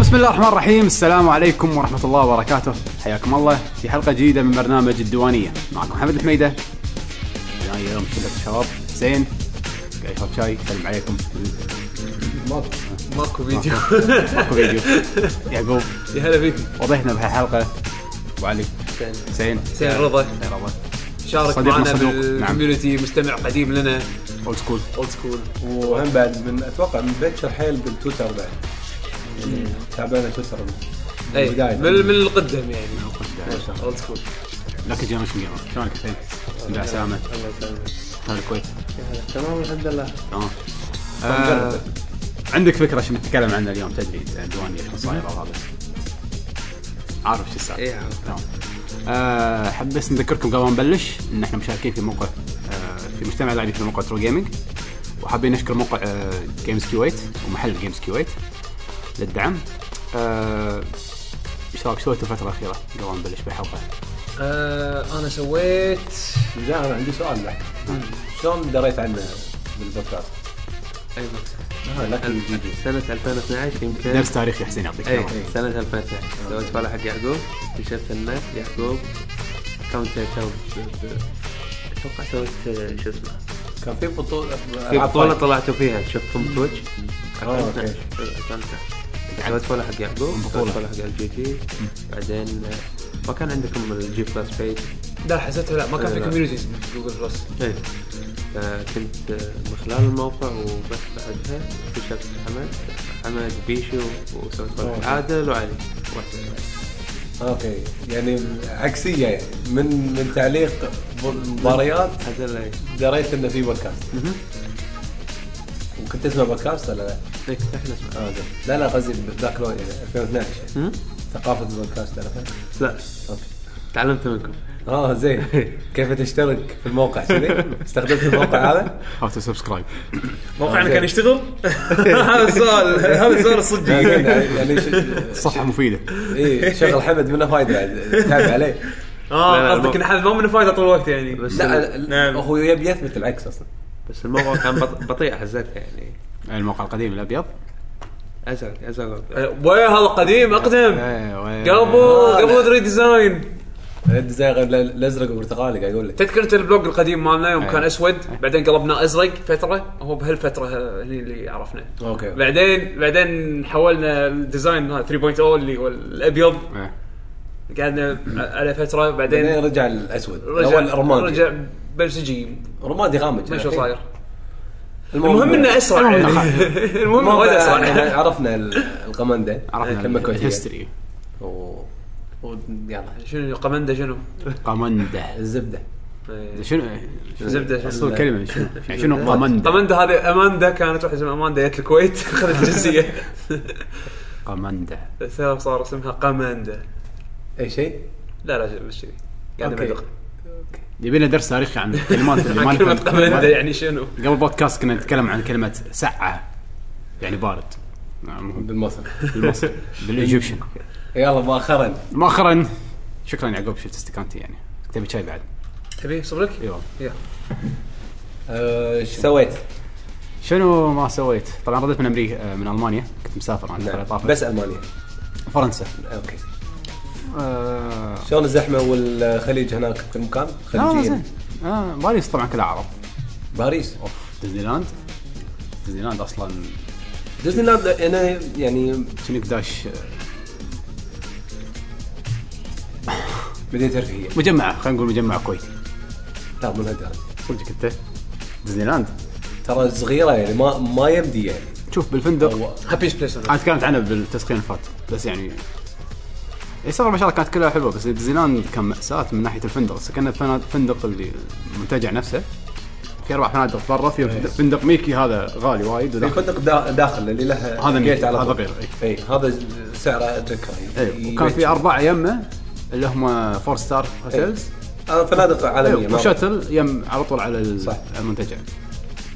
بسم الله الرحمن الرحيم السلام عليكم ورحمة الله وبركاته حياكم الله في حلقة جديدة من برنامج الديوانية معكم حمد الحميدة أنا اليوم شلة شباب حسين قاعد يشرب شاي سلم عليكم ماكو فيديو ماكو فيديو يعقوب يا هلا فيك وضيفنا بهالحلقة أبو علي حسين. حسين حسين يعني رضا حسين رضا شارك صديق معنا وصدوق. نعم. بالكوميونتي مستمع قديم لنا اولد سكول اولد سكول وهم بعد من اتوقع من بكر حيل بالتويتر بعد يعني تابعنا تويتر من اي البداية. إيه، من من القدم يعني اولد سكول لكن جيم مش جيمر شلونك حسين؟ من سلامة الله يسلمك أهل الكويت تمام الحمد لله طيب، تمام آه، عندك فكرة شو بنتكلم عنه اليوم تدري الديوانية شو صاير وهذا عارف شو السالفة اي عم. تمام. آه، حاب بس نذكركم قبل ما نبلش ان احنا مشاركين في موقع آه، في مجتمع لاعبين في موقع ترو جيمنج وحابين نشكر موقع آه، جيمز كويت ومحل جيمز كويت للدعم آه، ايش رايك سويتوا الفترة الأخيرة قبل ما نبلش بالحلقة؟ آه انا سويت لا انا عندي سؤال لك شلون دريت عنه بالبودكاست؟ اي آه لك الفيديو سنة 2012 يمكن درس تاريخ يا حسين يعطيك اي أيوة. العافية. سنة 2012 آه. سويت فالة حق يعقوب اكتشفت انه يعقوب كان تو اتوقع سويت آه، شو اسمه كان في بطوله في ألعاب بطولة فايت. طلعتوا فيها شفتكم تويتش آه، أوكي. 2012 2012. سويت فالة حق يعقوب سويت بطولة. فالة حق الجي جي بعدين آه، ما كان عندكم الجي بلس بيج لا حسيتها لا ما كان لا، في لا. كوميونتيز جوجل بلس ايه فكنت آه، من خلال الموقع وبس بعدها اكتشفت حمد حمد بيشو وسويت فالة أوه. عادل وعلي واحد اوكي يعني عكسيه يعني من من تعليق ب- مباريات هذا اللي دريت انه في بودكاست وكنت اسمع بودكاست ولا لا؟ ليك احنا اسمع آه، زين. لا لا قصدي ذاك الوقت يعني 2012 ثقافه البودكاست عرفتها؟ لا أوكي. تعلمت منكم اه زين كيف تشترك في الموقع كذي؟ استخدمت الموقع هذا؟ How to subscribe. موقعنا زين. كان يشتغل هذا السؤال هذا السؤال الصدق يعني إيه، ش- صحة مفيدة اي شغل حمد منه فايده بعد تابع عليه لا، اه لا، قصدك المو- ان حد ما منه فايده طول الوقت يعني بس لا نعم. لا، هو يبي يثبت العكس اصلا بس الموقع كان بط- بطيء حزتها يعني الموقع القديم الأبيض ازرق ازرق آه، ويا هذا قديم اقدم قبل قبل قبل ريديزاين الديزاين يعني غير الازرق والبرتقالي قاعد اقول لك تذكر انت البلوج القديم مالنا يوم أي. كان اسود بعدين قلبنا ازرق فتره هو بهالفتره هني اللي عرفنا اوكي بعدين بعدين حولنا الديزاين هذا 3.0 اللي هو الابيض إيه. قعدنا على فتره بعدين بعدين رجع الاسود رجع اول رمادي رجع بلسجي رمادي غامج ما شو أخي. صاير المهم انه اسرع المهم المهم وايد يعني اسرع عرفنا ال- القمنده عرفنا لما كويتية. الهيستوري و... و... يلا شنو قمنده شنو؟ قمنده الزبده شنو زبده شنو؟ اصل الكلمه شنو يعني شنو قمنده قمنده هذه اماندا كانت واحده اسمها اماندا جت الكويت اخذت الجنسيه قمنده صار اسمها قمنده اي شيء لا لا مش كذي قاعد أوكي. بدق يبي لنا درس تاريخي عن الكلمات اللي ما عن كلمة نفهم قمندة يعني شنو؟ قبل بودكاست كنا نتكلم عن كلمه سعه يعني بارد نعم، مو بالمصر بالمصري بالايجيبشن يلا مؤخرا مؤخرا شكرا يعقوب شفت استكانتي يعني تبي شاي بعد تبي صبرك؟ ايوه يلا آه، شو سويت؟ شنو ما سويت؟ طبعا رديت من امريكا من المانيا كنت مسافر عن نعم. طافت بس المانيا فرنسا اوكي آه، شلون الزحمه والخليج هناك في المكان؟ لا خليجيا زين آه، باريس طبعا كلها عرب باريس اوف ديزني لاند ديزني لاند اصلا ديزني لاند انا يعني شنك داش بديت ترفيهيه مجمع خلينا نقول مجمع كويتي لا مو لهالدرجه صدق انت ديزني لاند ترى صغيره يعني ما ما يبدي يعني شوف بالفندق هو- هابيست بليس انا تكلمت عنها بالتسخين اللي فات بس يعني السفر ما شاء الله كانت كلها حلوه بس ديزني لاند كان ماساه من ناحيه الفندق سكننا في فندق اللي المنتجع نفسه في اربع فنادق برا في إيه. فندق ميكي هذا غالي وايد في وداخل- فندق دا- داخل اللي له هذا جيت ميكي على هذا طول. غير اي اي هذا سعره اتذكر يعني. اي إيه، وكان في اربعه يمه اللي هم فور ستار هوتيلز آه، فنادق عالميه ما- وشتل إيه، يم على طول على ال- صح. المنتجع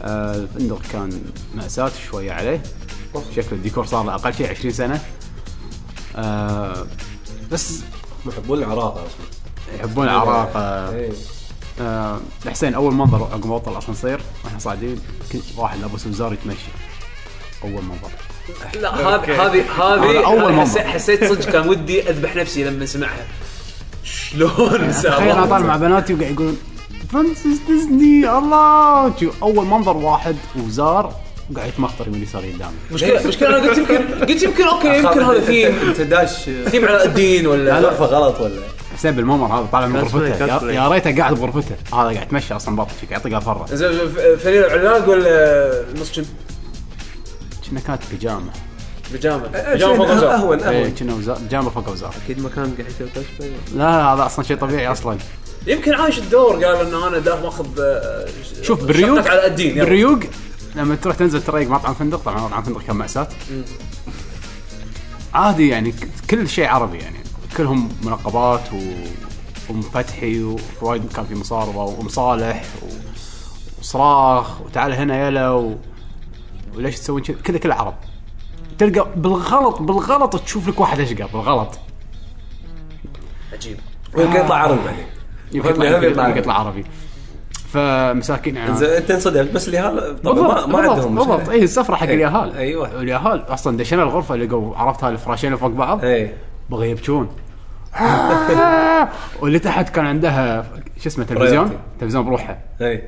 آه، الفندق كان مأساة شوية عليه شكل الديكور صار له أقل شيء 20 سنة آه، بس يحبون العراقه اصلا يحبون العراقة إي. آه، حسين أول منظر عقب ما وطل الأسانسير وإحنا صاعدين كنت واحد لابس وزار يتمشى أول منظر لا هذه هذه أنا هذه أول أول مرة. حسيت, حسيت صدق كان ودي اذبح نفسي لما سمعها شلون يعني تخيل انا سابها طالع مع بناتي وقاعد يقولون فرنسيس ديزني الله تشوف اول منظر واحد وزار وقاعد يتمخطر يمين يسار قدامي مشكله مشكله انا قلت يمكن قلت يمكن اوكي يمكن هذا ثيم انت داش ثيم علاء الدين ولا لا لفه غلط ولا حسين بالممر هذا طالع من كاسبري، غرفته يا- كاسبري. يا ريته قاعد بغرفته هذا قاعد يتمشى اصلا باطل شي، قاعد يطق الفره زين فريق علاج ولا نص جن كنا كانت بيجامه بيجامه أه، بيجامه فوق الزر اهون اهون ايه كنا وزار بيجامه فوق وزاره اكيد مكان قاعد يسوي كوسبلاي لا لا هذا اصلا شيء طبيعي اصلا يمكن عايش الدور قال ان انا داخل ماخذ آه، شوف شقة بالريوق علاء الدين يلا. بالريوق لما تروح تنزل تريق مطعم فندق طبعا مطعم فندق كان مأساة عادي يعني ك- كل شيء عربي يعني كلهم منقبات و وام فتحي وفوايد كان في مصاربه وام صالح و... وصراخ وتعال هنا يلا و... وليش تسوون كذا كله كله عرب تلقى بالغلط بالغلط تشوف لك واحد اشقر بالغلط عجيب يمكن يطلع عرض بعدين يمكن يطلع هم يطلع- يمكن يطلع عربي فمساكين يعني زين انت انصدمت بس اليهال طبعا بالضبط ما, ما بالضبط، عندهم بالضبط اي السفره حق إيه، اليهال أيوة. اليهال اصلا دشينا الغرفه لقوا عرفت هالفراشين اللي فوق بعض اي بغوا يبكون واللي تحت كان عندها شو اسمه تلفزيون رياضي. تلفزيون بروحه اي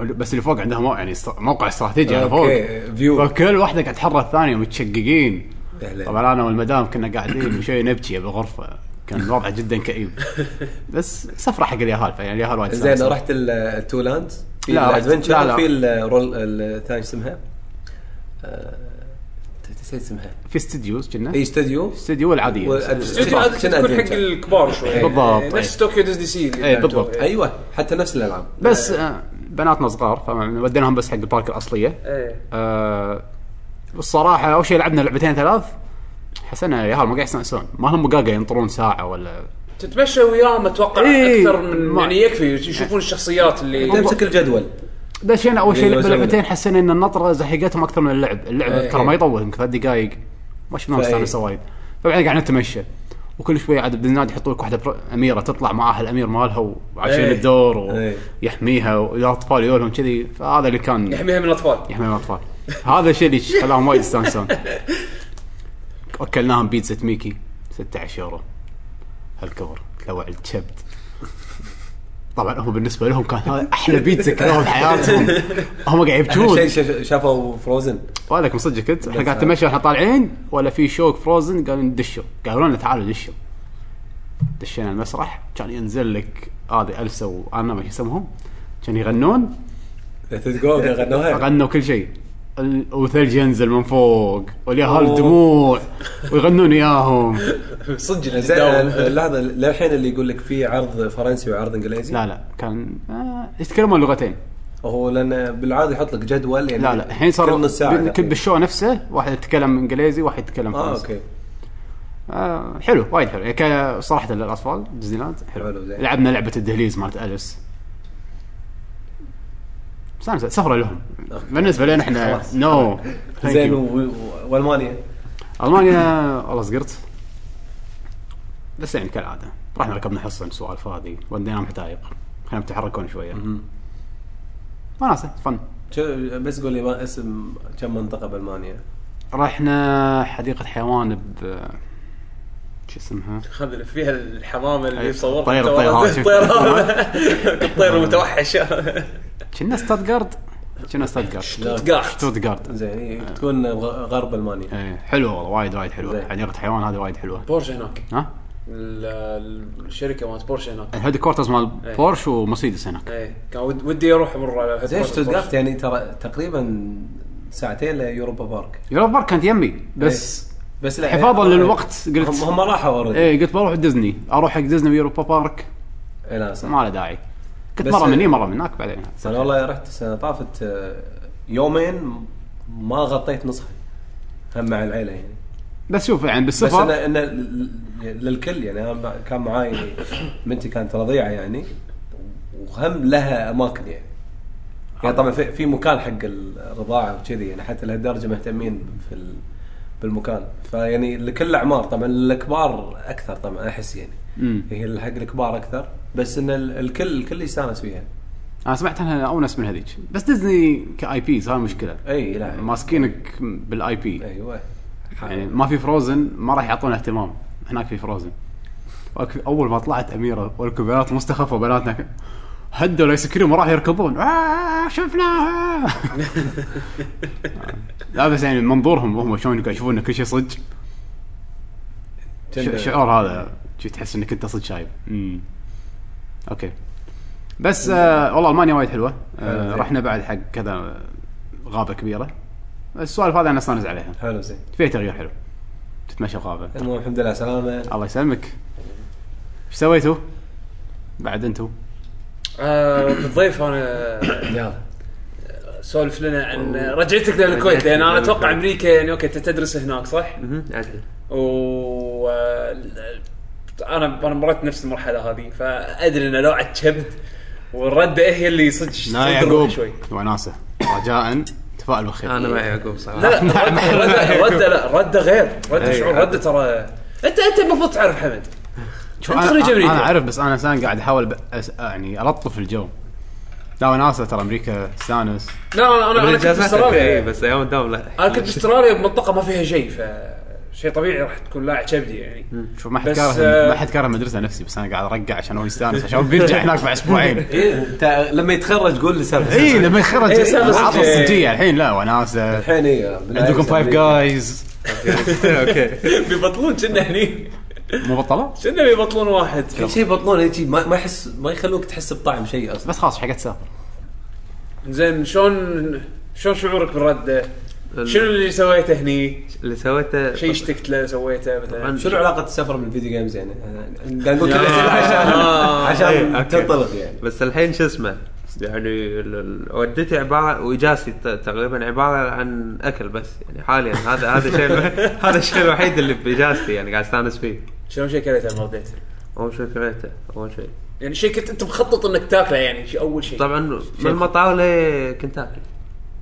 بس اللي فوق عندها مو يعني است- موقع استراتيجي على فوق أوكي، فيو. فكل واحده قاعد تحرر الثانيه متشققين أهلين. طبعا انا والمدام كنا قاعدين شوي نبكي بالغرفه كان الوضع جدا كئيب بس سفره حق اليهال فيعني اليهال وايد زين سافر. رحت ال- التو لاندز في لا، رحت- الادفنشر لا، لا. في الرول الثاني شو اسمها آه، نسيت اسمها إيه، في استديوز كنا اي استوديو استديو العاديه استوديو عاد تكون حق الكبار شوي بالضبط. إيه، نفس طوكيو ديزني سي اللي إيه، بعده. بالضبط. إيه. ايوه حتى نفس الالعاب بس آه، بناتنا صغار فوديناهم بس حق البارك الاصليه إيه. آه، والصراحه اول شيء لعبنا لعبتين ثلاث حسنا يا هال ما قاعد يستانسون ما هم قاقة ينطرون ساعه ولا تتمشى وياهم اتوقع إيه. اكثر من ما- طيب. يعني يكفي يشوفون الشخصيات اللي تمسك الجدول دشينا اول شيء اللي وزننا. لعبتين حسينا ان النطره زهقتهم اكثر من اللعب، اللعب إيه. ترى ما يطول يمكن ثلاث دقائق ما شفناهم فإيه. استانسوا وايد فبعدين قاعد نتمشى وكل شوي عاد بالنادي يحطوا لك واحده برو- اميره تطلع معاها الامير مالها وعايشين إيه. الدور إيه. ويحميها والاطفال يقولهم كذي فهذا اللي كان يحميها من الاطفال يحمي الاطفال هذا الشيء اللي خلاهم وايد يستانسون اكلناهم بيتزا ميكي 16 يورو هالكبر تلوع الكبد طبعا هم بالنسبه لهم كان هذا احلى بيتزا كلوها بحياتهم هم قاعد يبكون شيء شاف- شافوا فروزن وهذاك من صدقك انت احنا قاعد نتمشى احنا طالعين ولا في شوك فروزن قالوا دشوا قالوا لنا تعالوا دشوا دشينا المسرح كان ينزل لك هذه السا وانا ما شو اسمهم كانوا يغنون تتقول غنوها غنوا كل شيء ال- وثلج ينزل من فوق واليهال دموع ويغنون اياهم صدق زين الدوام. آه، لحظه للحين اللي يقول لك في عرض فرنسي وعرض انجليزي لا لا كان آه يتكلمون لغتين هو لان بالعاده يحط لك جدول يعني لا لا الحين صار كل نص يعني. ساعه بال- كل تقريباً. بالشو نفسه واحد يتكلم انجليزي واحد يتكلم اه فرنسي اوكي آه حلو وايد حلو يعني كان صراحه للاطفال ديزني لاند حلو, حلو، زين. لعبنا لعبه الدهليز مالت اليس استانسة سفره لهم بالنسبه لنا احنا خلاص. نو زين و- و- والمانيا المانيا والله صقرت بس يعني كالعاده رحنا ركبنا حصن سوالف هذه وديناهم حدايق خلينا يتحركون شويه وناسه فن شو- بس قول لي ما اسم كم منطقه بالمانيا رحنا حديقه حيوان ب شو اسمها؟ خذ فيها الحمامه أي. اللي صورت طيب، طير- طير هذا، شوف. الطير هذا الطير المتوحش كنا ستاتغارد كنا ستاتغارد قاعد ستوتغارد زين إيه، تكون غ- غرب المانيا ايه حلوه والله وايد وايد حلوه زين. حديقه حيوان هذه وايد حلوه بورشة هناك ها؟ ال- ال- الشركه مالت بورشة هناك الهيد كوارترز مال إيه. بورش ومرسيدس هناك ايه كان ود- ودي اروح امر على زين شتوتغارت يعني ترى تقريبا ساعتين ليوروبا بارك يوروبا بارك كانت يمي بس بس لا حفاظاً هم- للوقت قلت. هم, هم راحوا اوريدي ايه قلت بروح ديزني اروح حق ديزني ويوروبا بارك إيه لا صح ما له داعي كنت بس- مره من هنا مره من هناك بعدين انا والله رحت السنه طافت آه، يومين ما غطيت نصها هم مع العيله يعني بس شوف يعني بس بالسفر انا انا ل- للكل يعني أنا ب- كان معاي بنتي كانت رضيعه يعني وهم لها اماكن يعني يعني طبعا في, في مكان حق الرضاعه وكذي يعني حتى لهالدرجه مهتمين في ال- بالمكان فيعني لكل الاعمار طبعا الكبار اكثر طبعا احس يعني مم. هي حق الكبار اكثر بس ان ال- الكل الكل يستانس فيها انا سمعت انها اونس من هذيك بس ديزني كاي بي صار مشكله اي لا ماسكينك بالاي بي ايوه يعني ما في فروزن ما راح يعطونا اهتمام هناك في فروزن وأك- اول ما طلعت اميره ولكم بنات مستخفى بناتنا هدوا الايس كريم وراح يركضون آه شفناها لا بس يعني منظورهم هم شلون قاعد يشوفون ان كل شيء صدق ش- شعور هذا شي تحس انك انت صدق شايب امم اوكي بس آه والله المانيا وايد حلوه حلو، آه زين. رحنا بعد حق كذا غابه كبيره السوالف هذا انا استانس عليها حلو زين فيها تغيير حلو تتمشى بغابه المهم الحمد لله سلامة الله يسلمك ايش سويتوا؟ بعد انتوا آه، بالضيف انا يلا سولف لنا عن رجعتك للكويت لان انا اتوقع امريكا يعني اوكي انت تدرس هناك صح؟ مهم، عدل و انا انا مريت نفس المرحله هذه فادري ان لو عتشبت والرده هي اللي صدق لا صدق يعقوب شوي وناسه رجاء تفائل بالخير انا مع يعقوب صراحه لا لا رده رده لا رده غير رده أي، شعور عاد. رده ترى انت انت المفروض تعرف حمد شوف أنت انا خريج أمريكا. انا اعرف بس انا سان قاعد احاول ب- أس... يعني الطف الجو لا وناسه ترى امريكا استانس لا انا انا كنت بالاجازات أوكي، باستراليا إيه، بس ايام الدوام لا انا كنت باستراليا بمنطقه ما فيها شيء ف شيء طبيعي راح تكون لاعب كبدي يعني شوف ما حد بس، كاره آه، ما حد كاره مدرسه نفسي بس انا قاعد ارقع عشان هو يستانس عشان بيرجع هناك بعد اسبوعين انت إيه، لما يتخرج قول لي سالفة اي لما يخرج إيه، سالفة عطى صجية. الصجيه الحين لا وناسه الحين إيه، اي عندكم فايف يعني. جايز اوكي بيبطلون كنا هني مو بطلوا كنا بيبطلون واحد كل شيء بطلون هيجي ما ما يحس ما يخلوك تحس بطعم شيء اصلا بس خلاص حقت تسافر زين شلون شلون شعورك بالرده؟ شنو اللي سويته هني؟ اللي سويته شيء اشتقت له سويته مثلا؟ طبعاً. شنو علاقة السفر بالفيديو جيمز يعني؟ قاعد نقول كل آه. الأسئلة آه. عشان إيه، عشان أوكي. تنطلق يعني بس الحين شو اسمه يعني ال- ال- ودتي عباره واجازتي ت- تقريبا عباره عن اكل بس يعني حاليا هذا هذا الشيء هذا الشيء الوحيد اللي باجازتي يعني قاعد استانس فيه شلون شيء كلته ما رديت؟ اول شيء كرهته اول شيء يعني شيء كنت انت مخطط انك تاكله يعني شيء اول شيء طبعا من المطاوله كنتاكي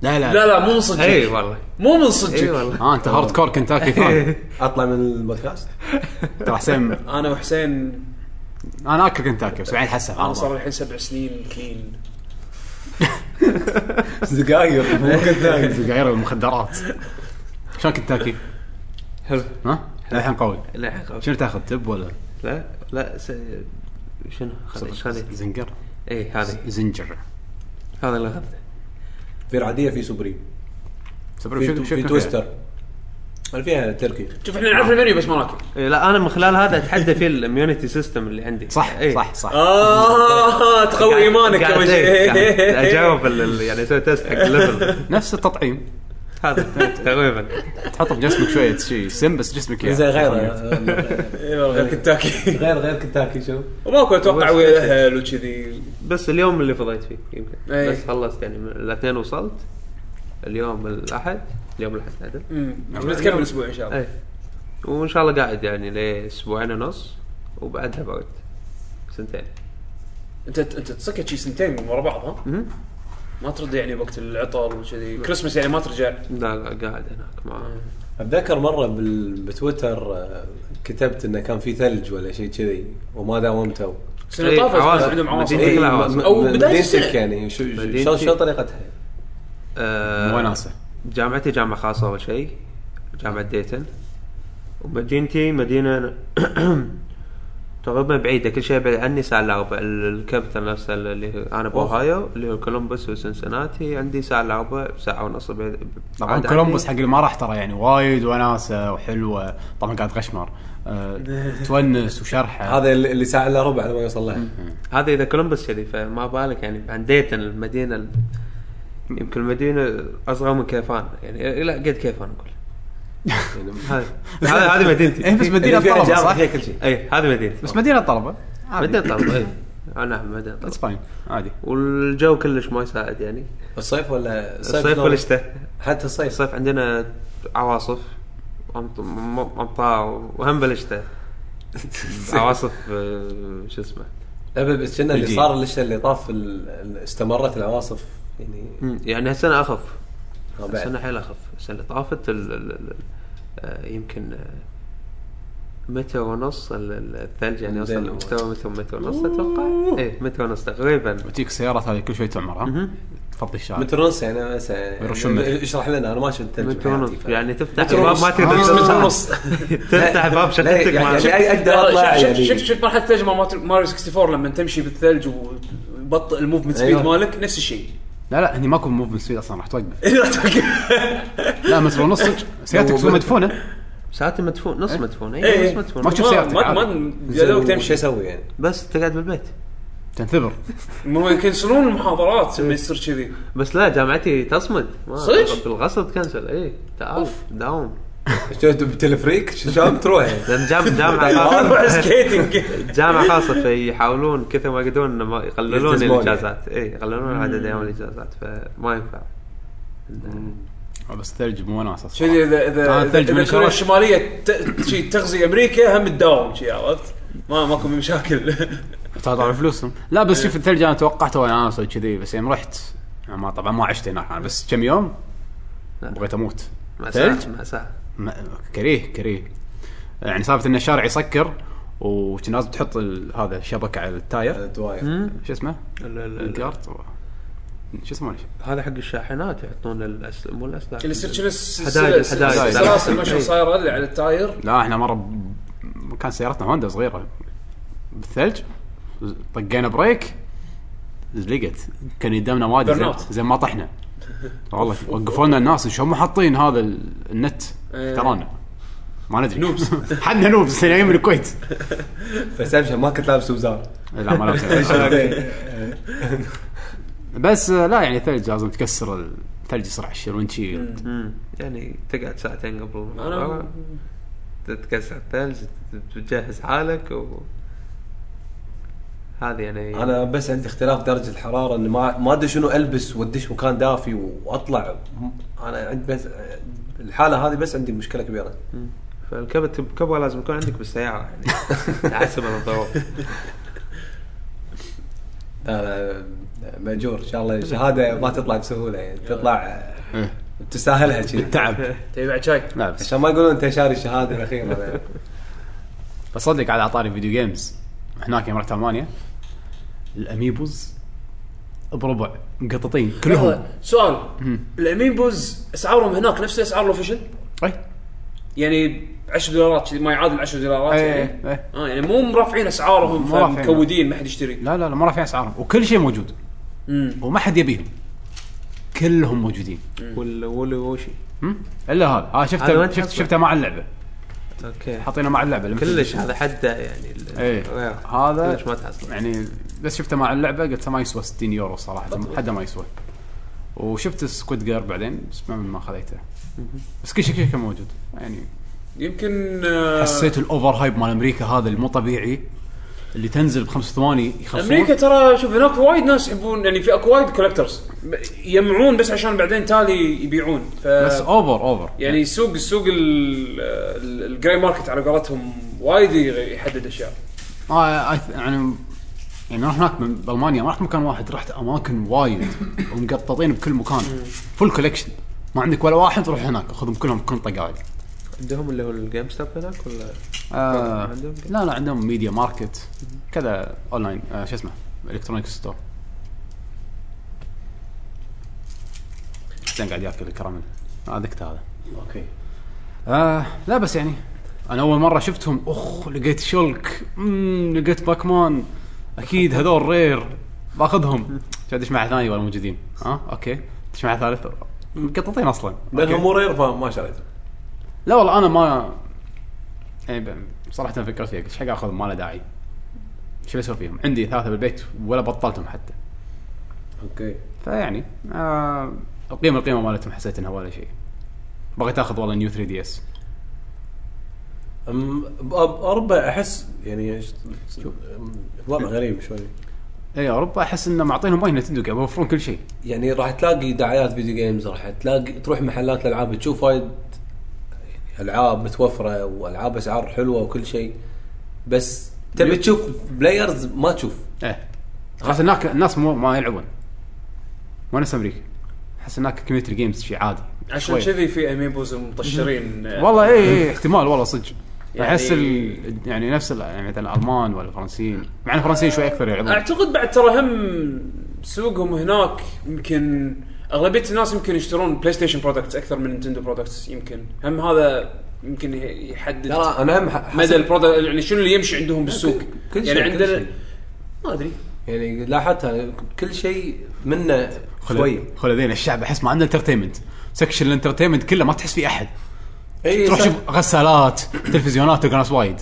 لا لا لا مو من صدقك اي والله مو من اي صدقك والله اه انت هارد كور كنتاكي فان اطلع من البودكاست ترى حسين انا وحسين انا اكل كنتاكي بس بعدين حسب انا صار لي الحين سبع سنين كلين دقايق مو كنت غير المخدرات شلون كنتاكي؟ حلو ها؟ الحين قوي لا حق- شنو تاخذ تب ولا لا لا س... شنو خذ زنجر اي هذه زنجر هذا اللي اخذته في العادية في سوبريم صبر، شو- في, شو في كان تويستر اللي فيها تركي شوف احنا نعرف المنيو بس ما ناكل إيه، لا انا من خلال هذا اتحدى فيه الاميونيتي سيستم اللي عندي صح إيه. صح صح آه. اه تقوي قاعد- ايمانك قاعد- اول إيه، قاعد شيء اجاوب ال- ال- يعني اسوي تيست حق الليفل نفس التطعيم هذا تقريبا تحط بجسمك شويه شيء سم بس جسمك زين يعني غير غير إي والله، غير كنتاكي غير كنتاكي شو وماكو اتوقع ويا الاهل وكذي بس اليوم اللي فضيت فيه يمكن إيه. بس خلصت يعني من الاثنين وصلت اليوم الاحد اليوم الاحد عدل بنتكمل اسبوع ان شاء الله اي وان شاء الله قاعد يعني لاسبوعين ونص وبعدها بقعد سنتين انت انت تصكت شي سنتين ورا بعض ها؟ مهم. ما ترد يعني وقت العطل وكذي كريسمس يعني ما ترجع لا لا قاعد هناك مع اتذكر مره بال- بتويتر آه، كتبت انه كان في ثلج ولا شيء كذي وما داومتوا السنه إي، طافت عواصف. عندهم عواصف مدينة إي، كلها م- عواصف. م- أو م- بداية مدينتك السنة. يعني شو- شو- مدينتي. شلون شلون طريقتها؟ آه، وناسه جامعتي جامعة خاصة أول شيء جامعة ديتن ومدينتي مدينة تقريبا بعيدة كل شيء بعيد عني ساعة إلا ربع ال- الكابيتال نفسها اللي هو أنا بأوهايو اللي هو كولومبوس وسنسناتي عندي ساعة إلا ربع ساعة ونص بعيد طبعا بعد كولومبوس حق عني. اللي ما راح ترى يعني وايد وناسه وحلوه طبعا قاعد غشمر أه، تونس وشرحه هذا اللي اللي ساعه الا ربع على ما يوصل لها يعني هذا إذا كولومبوس كذي فما بالك يعني عن ديتن المدينة ال- يمكن المدينة أصغر من كيفان يعني لا قد كيفان نقول يعني هذه هذه هذه إيه، بس مدينتي مدينه اللي فيها طلبه جامعة، صح؟ يعني فيها كل شيء اي هذه مدينتي بس مدينه طلبه عادي. مدينة طلبة اي آه، نعم مدينة اتس طلبة فاين عادي والجو كلش ما يساعد يعني الصيف ولا الصيف شلون؟ والشتاء حتى الصيف الصيف عندنا عواصف أمط- م- م- امطار وهم بالشتاء عواصف آه، شو اسمه لا بس كنا اللي الجيل. صار الشتاء اللي طاف ال- ال- استمرت العواصف يعني مم، يعني هالسنه اخف آه، بعد. هالسنه حيل اخف السنه اللي طافت ال- ال- ال- آه، يمكن آه، متر ونص ال- ال- الثلج يعني وصل عندنا. لمستوى متر متر إيه، ونص اتوقع اي متر ونص تقريبا وتجيك السيارات هذه كل شوي تعمر ها؟ مهم. فضي الشارع مترونس يعني مثلا يرشون لك. يعني اشرح لنا انا ما شفت ثلج مترونس بحياتي. يعني تفتح الباب مترونس. ما آه. تقدر مترونس. ونص تفتح باب لا، شقتك يعني- ما يعني أي- اقدر اطلع إيه. شفت يعني شفت شفت مرحله ثلج مال ماتر- ماريو 64 لما تمشي بالثلج وبطئ الموفمنت سبيد أيوة. مالك نفس الشيء لا لا هني ماكو موفمنت سبيد اصلا راح توقف لا متر ونص صدق سيارتك تكون مدفونه ساعات مدفون نص مدفون إيه. اي نص مدفون ما تشوف ما- سيارتك ما عادي. ما يا دوب شو تمشي اسوي يعني؟ بس تقعد بالبيت تنثبر مو يكنسلون المحاضرات لما يصير كذي بس لا جامعتي تصمد ما- صدق؟ بالغصب كنسل اي إيه. تعال داوم شو بتلفريك شلون تروح يعني؟ لان جام- جامعه اروح خاصه سكيتنج جامعه خاصه فيحاولون كثر ما يقدرون إنه ما يقللون يلتزمون الاجازات اي يقللون عدد ايام الاجازات فما ينفع آه، بس ثلج مو وناس اصلا كذي اذا اذا آه، اذا ثلج من إذا كوريا الشراش. الشماليه ت- شي تغزي امريكا هم تداوم شي عرفت؟ ما ماكو مشاكل تطلع فلوسهم لا بس شوف الثلج انا توقعته وانا انس كذي بس يوم رحت أنا ما طبعا ما عشت هناك انا بس كم يوم بغيت اموت مأساة ثلج؟ مأساة ما- كريه كريه يعني سالفه ان الشارع يسكر وكنا لازم تحط ال- هذا الشبكه على التاير دواير مم. شو اسمه؟ ال- ال- ال- الكارت شو اسمه؟ هذا حق الشاحنات يحطون الأس... مو الاسلاك اللي يصير شنو حدايق- حدايق. السلاسل إيه. ما شو صايره اللي على التاير لا احنا مره ب- كان سيارتنا هوندا صغيره بالثلج طقينا بريك زلقت كان قدامنا وادي زين- Burnout. زين ما طحنا والله وقفونا الناس شو هم حاطين هذا ال- النت إيه. ترانا ما ندري نوبس حنا نوبس جايين من الكويت بس اهم شيء ما كنت لابس وزار لا ما لابس. بس آه، لا يعني ثلج لازم تكسر ال- الثلج يصير على الويندشيلد مم. يعني تقعد ساعتين قبل المباراة، انا آه. تتكسر الثلج تت- تجهز حالك و هذه يعني انا بس عندي اختلاف درجه الحراره اني ما ما ادري شنو البس وادش مكان دافي واطلع انا عندي بس الحاله هذه بس عندي مشكله كبيره مم. فالكبت بكبوه لازم يكون عندك بالسياره يعني حسب الظروف لا لا ماجور ان شاء الله الشهاده ما تطلع بسهوله يعني تطلع إيه. تستاهلها كذي تعب تبي بعد شاي لا بس عشان ما يقولون انت شاري الشهاده الاخيره بس صدق على اعطاري فيديو جيمز هناك يوم رحت المانيا الاميبوز بربع مقططين أيوة. كلهم سؤال الاميبوز اسعارهم هناك نفس اسعار لوفيشن اي يعني 10 دولارات كذي ما يعادل 10 دولارات إيه، يعني إيه. اه يعني مو مرفعين اسعارهم مو رافعين. فمكودين ما حد يشتري لا لا لا ما رافعين اسعارهم وكل شيء موجود مم. وما حد يبيهم كلهم موجودين وال ولي وشي مم؟ الا هذا ها هذا شفته وين شفت تحطه؟ شفته مع اللعبه اوكي حاطينه مع اللعبه لما كلش شفت- هذا حده يعني ال- ايه غير. هذا كلش ما تحصل يعني بس شفته مع اللعبه قلت ما يسوى 60 يورو صراحه حدا ما يسوى وشفت سكويد جير بعدين بس ما ما خذيته بس كل شيء كل شيء كان موجود يعني يمكن آه، حسيت الاوفر هايب مال امريكا هذا المو طبيعي اللي تنزل بخمس ثواني يخلصون امريكا ترى شوف هناك وايد ناس يحبون يعني في اكو وايد كولكترز يجمعون بس عشان بعدين تالي يبيعون ف بس اوفر اوفر يعني سوق سوق آه، الجراي ماركت على قولتهم وايد يحدد اشياء آه، I- يعني يعني رحت هناك من- بالمانيا ما رحت مكان واحد رحت اماكن وايد ومقططين بكل مكان فول كولكشن ما عندك ولا واحد روح هناك خذهم كلهم بكل طقايق عندهم اللي هو الجيم ستوب هناك ولا آه عندهم كذا؟ لا لا عندهم ميديا ماركت كذا اونلاين آه شو اسمه الكترونيك ستور زين قاعد ياكل الكراميل آه ذكت هذا اوكي آه لا بس يعني انا اول مره شفتهم اخ لقيت شولك مم، لقيت باكمان اكيد هذول رير باخذهم قاعد مع ثاني ولا موجودين ها آه اوكي ادش مع ثالث مقططين اصلا لانها أوكي. مو رير فما شريت لا والله انا ما يعني ب- صراحه فكرت فيها قلت ايش حق اخذ ما له داعي شو بسوي فيهم عندي ثلاثه بالبيت ولا بطلتهم حتى اوكي فيعني آه القيمه القيمه مالتهم حسيت انها ولا شيء بغيت اخذ والله نيو 3 دي اس أم ب- باوروبا احس يعني ش- أم، وضع غريب شوي اي اوروبا احس انه معطينهم وايد نتندو قاعد يوفرون كل شيء يعني راح تلاقي دعايات فيديو جيمز راح تلاقي تروح محلات الالعاب تشوف وايد يعني العاب متوفره والعاب اسعار حلوه وكل شيء بس تبي تشوف بلايرز ما تشوف ايه خلاص هناك الناس مو ما يلعبون مو نفس امريكا احس هناك كمبيوتر جيمز شيء عادي عشان شوي. كذي في اميبوز مطشرين آه، والله إيه، اي اي احتمال والله صدق يعني- احس ال... يعني نعم. نفس ال... يعني مثلا الالمان ولا الفرنسيين مع ان الفرنسيين شوي اكثر يلعبون اعتقد بعد ترى هم سوقهم هناك يمكن اغلبيه الناس يمكن يشترون بلاي ستيشن برودكتس اكثر من نينتندو برودكتس يمكن هم هذا يمكن يحدد ترى انا هم ح- مدى حسب- البرودكت يعني شنو اللي يمشي عندهم بالسوق كل شيء- يعني كل عندنا شيء. ما ادري يعني لاحظت أنا كل شيء منه شويه خل ذينا الشعب احس ما عنده انترتينمنت سكشن الانترتينمنت كله ما تحس فيه احد اي تروح إيه، صح. شوف غسالات تلفزيونات تلقى ناس وايد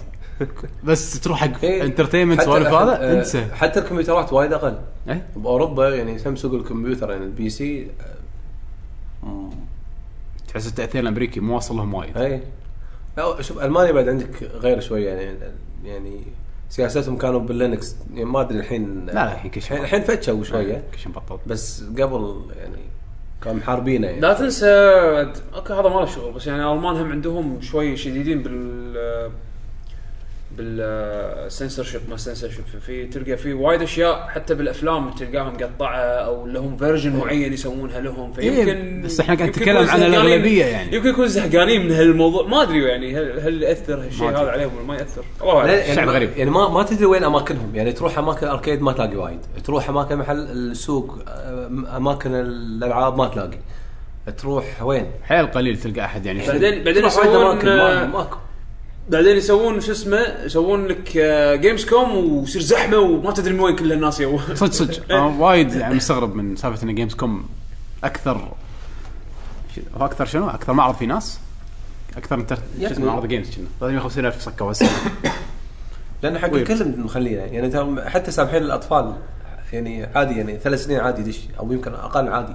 بس تروح حق إيه. انترتينمنت حتى- سوالف آه، هذا انسى حتى الكمبيوترات وايد اقل إيه؟ باوروبا يعني سامسونج الكمبيوتر يعني البي سي آه، تحس التاثير الامريكي مو واصل لهم وايد اي لا إيه. شوف المانيا بعد عندك غير شوي يعني يعني سياستهم كانوا باللينكس يعني ما ادري الحين لا لا الحين آه. كل شيء الحين فتشوا شويه كل شيء مبطل بس قبل يعني كانوا محاربينه يعني لا تنسى اوكي هذا ما له شغل بس يعني الالمان هم عندهم شوي شديدين بال بالسنسورشيب ما سنسورشيب في تلقى في وايد اشياء حتى بالافلام تلقاهم مقطعه او لهم فيرجن معين يسوونها لهم فيمكن إيه، بس إحنا قاعد يمكن نتكلم يكونوا عن زهقانين- الأغلبية يعني. يمكن يكونوا زهقانين من هالموضوع ما ادري يعني هل هل ياثر ما هالشيء أدري. هذا عليهم ولا ما ياثر الله اعلم شعب يعني غريب. يعني ما ما تدري وين اماكنهم يعني تروح اماكن اركيد ما تلاقي وايد تروح اماكن محل السوق أم- اماكن الالعاب ما تلاقي تروح وين حيل قليل تلقى احد يعني بعدين بعدين تروح وايد يسوون اماكن ما- ماكو بعدين يسوون شو اسمه يسوون لك جيمز كوم ويصير زحمه وما تدري من وين كل الناس يو صدق إيه. صدق أنا وايد يعني مستغرب من سالفه ان جيمز كوم اكثر شو- هو اكثر شنو؟ اكثر معرض في ناس اكثر من تر- شو اسمه معرض جيمز كنا 350000 صكه وهسه لان حق طيب. الكل مخلينا يعني ترى حتى سامحين الاطفال يعني عادي يعني ثلاث سنين عادي دش او يمكن اقل عادي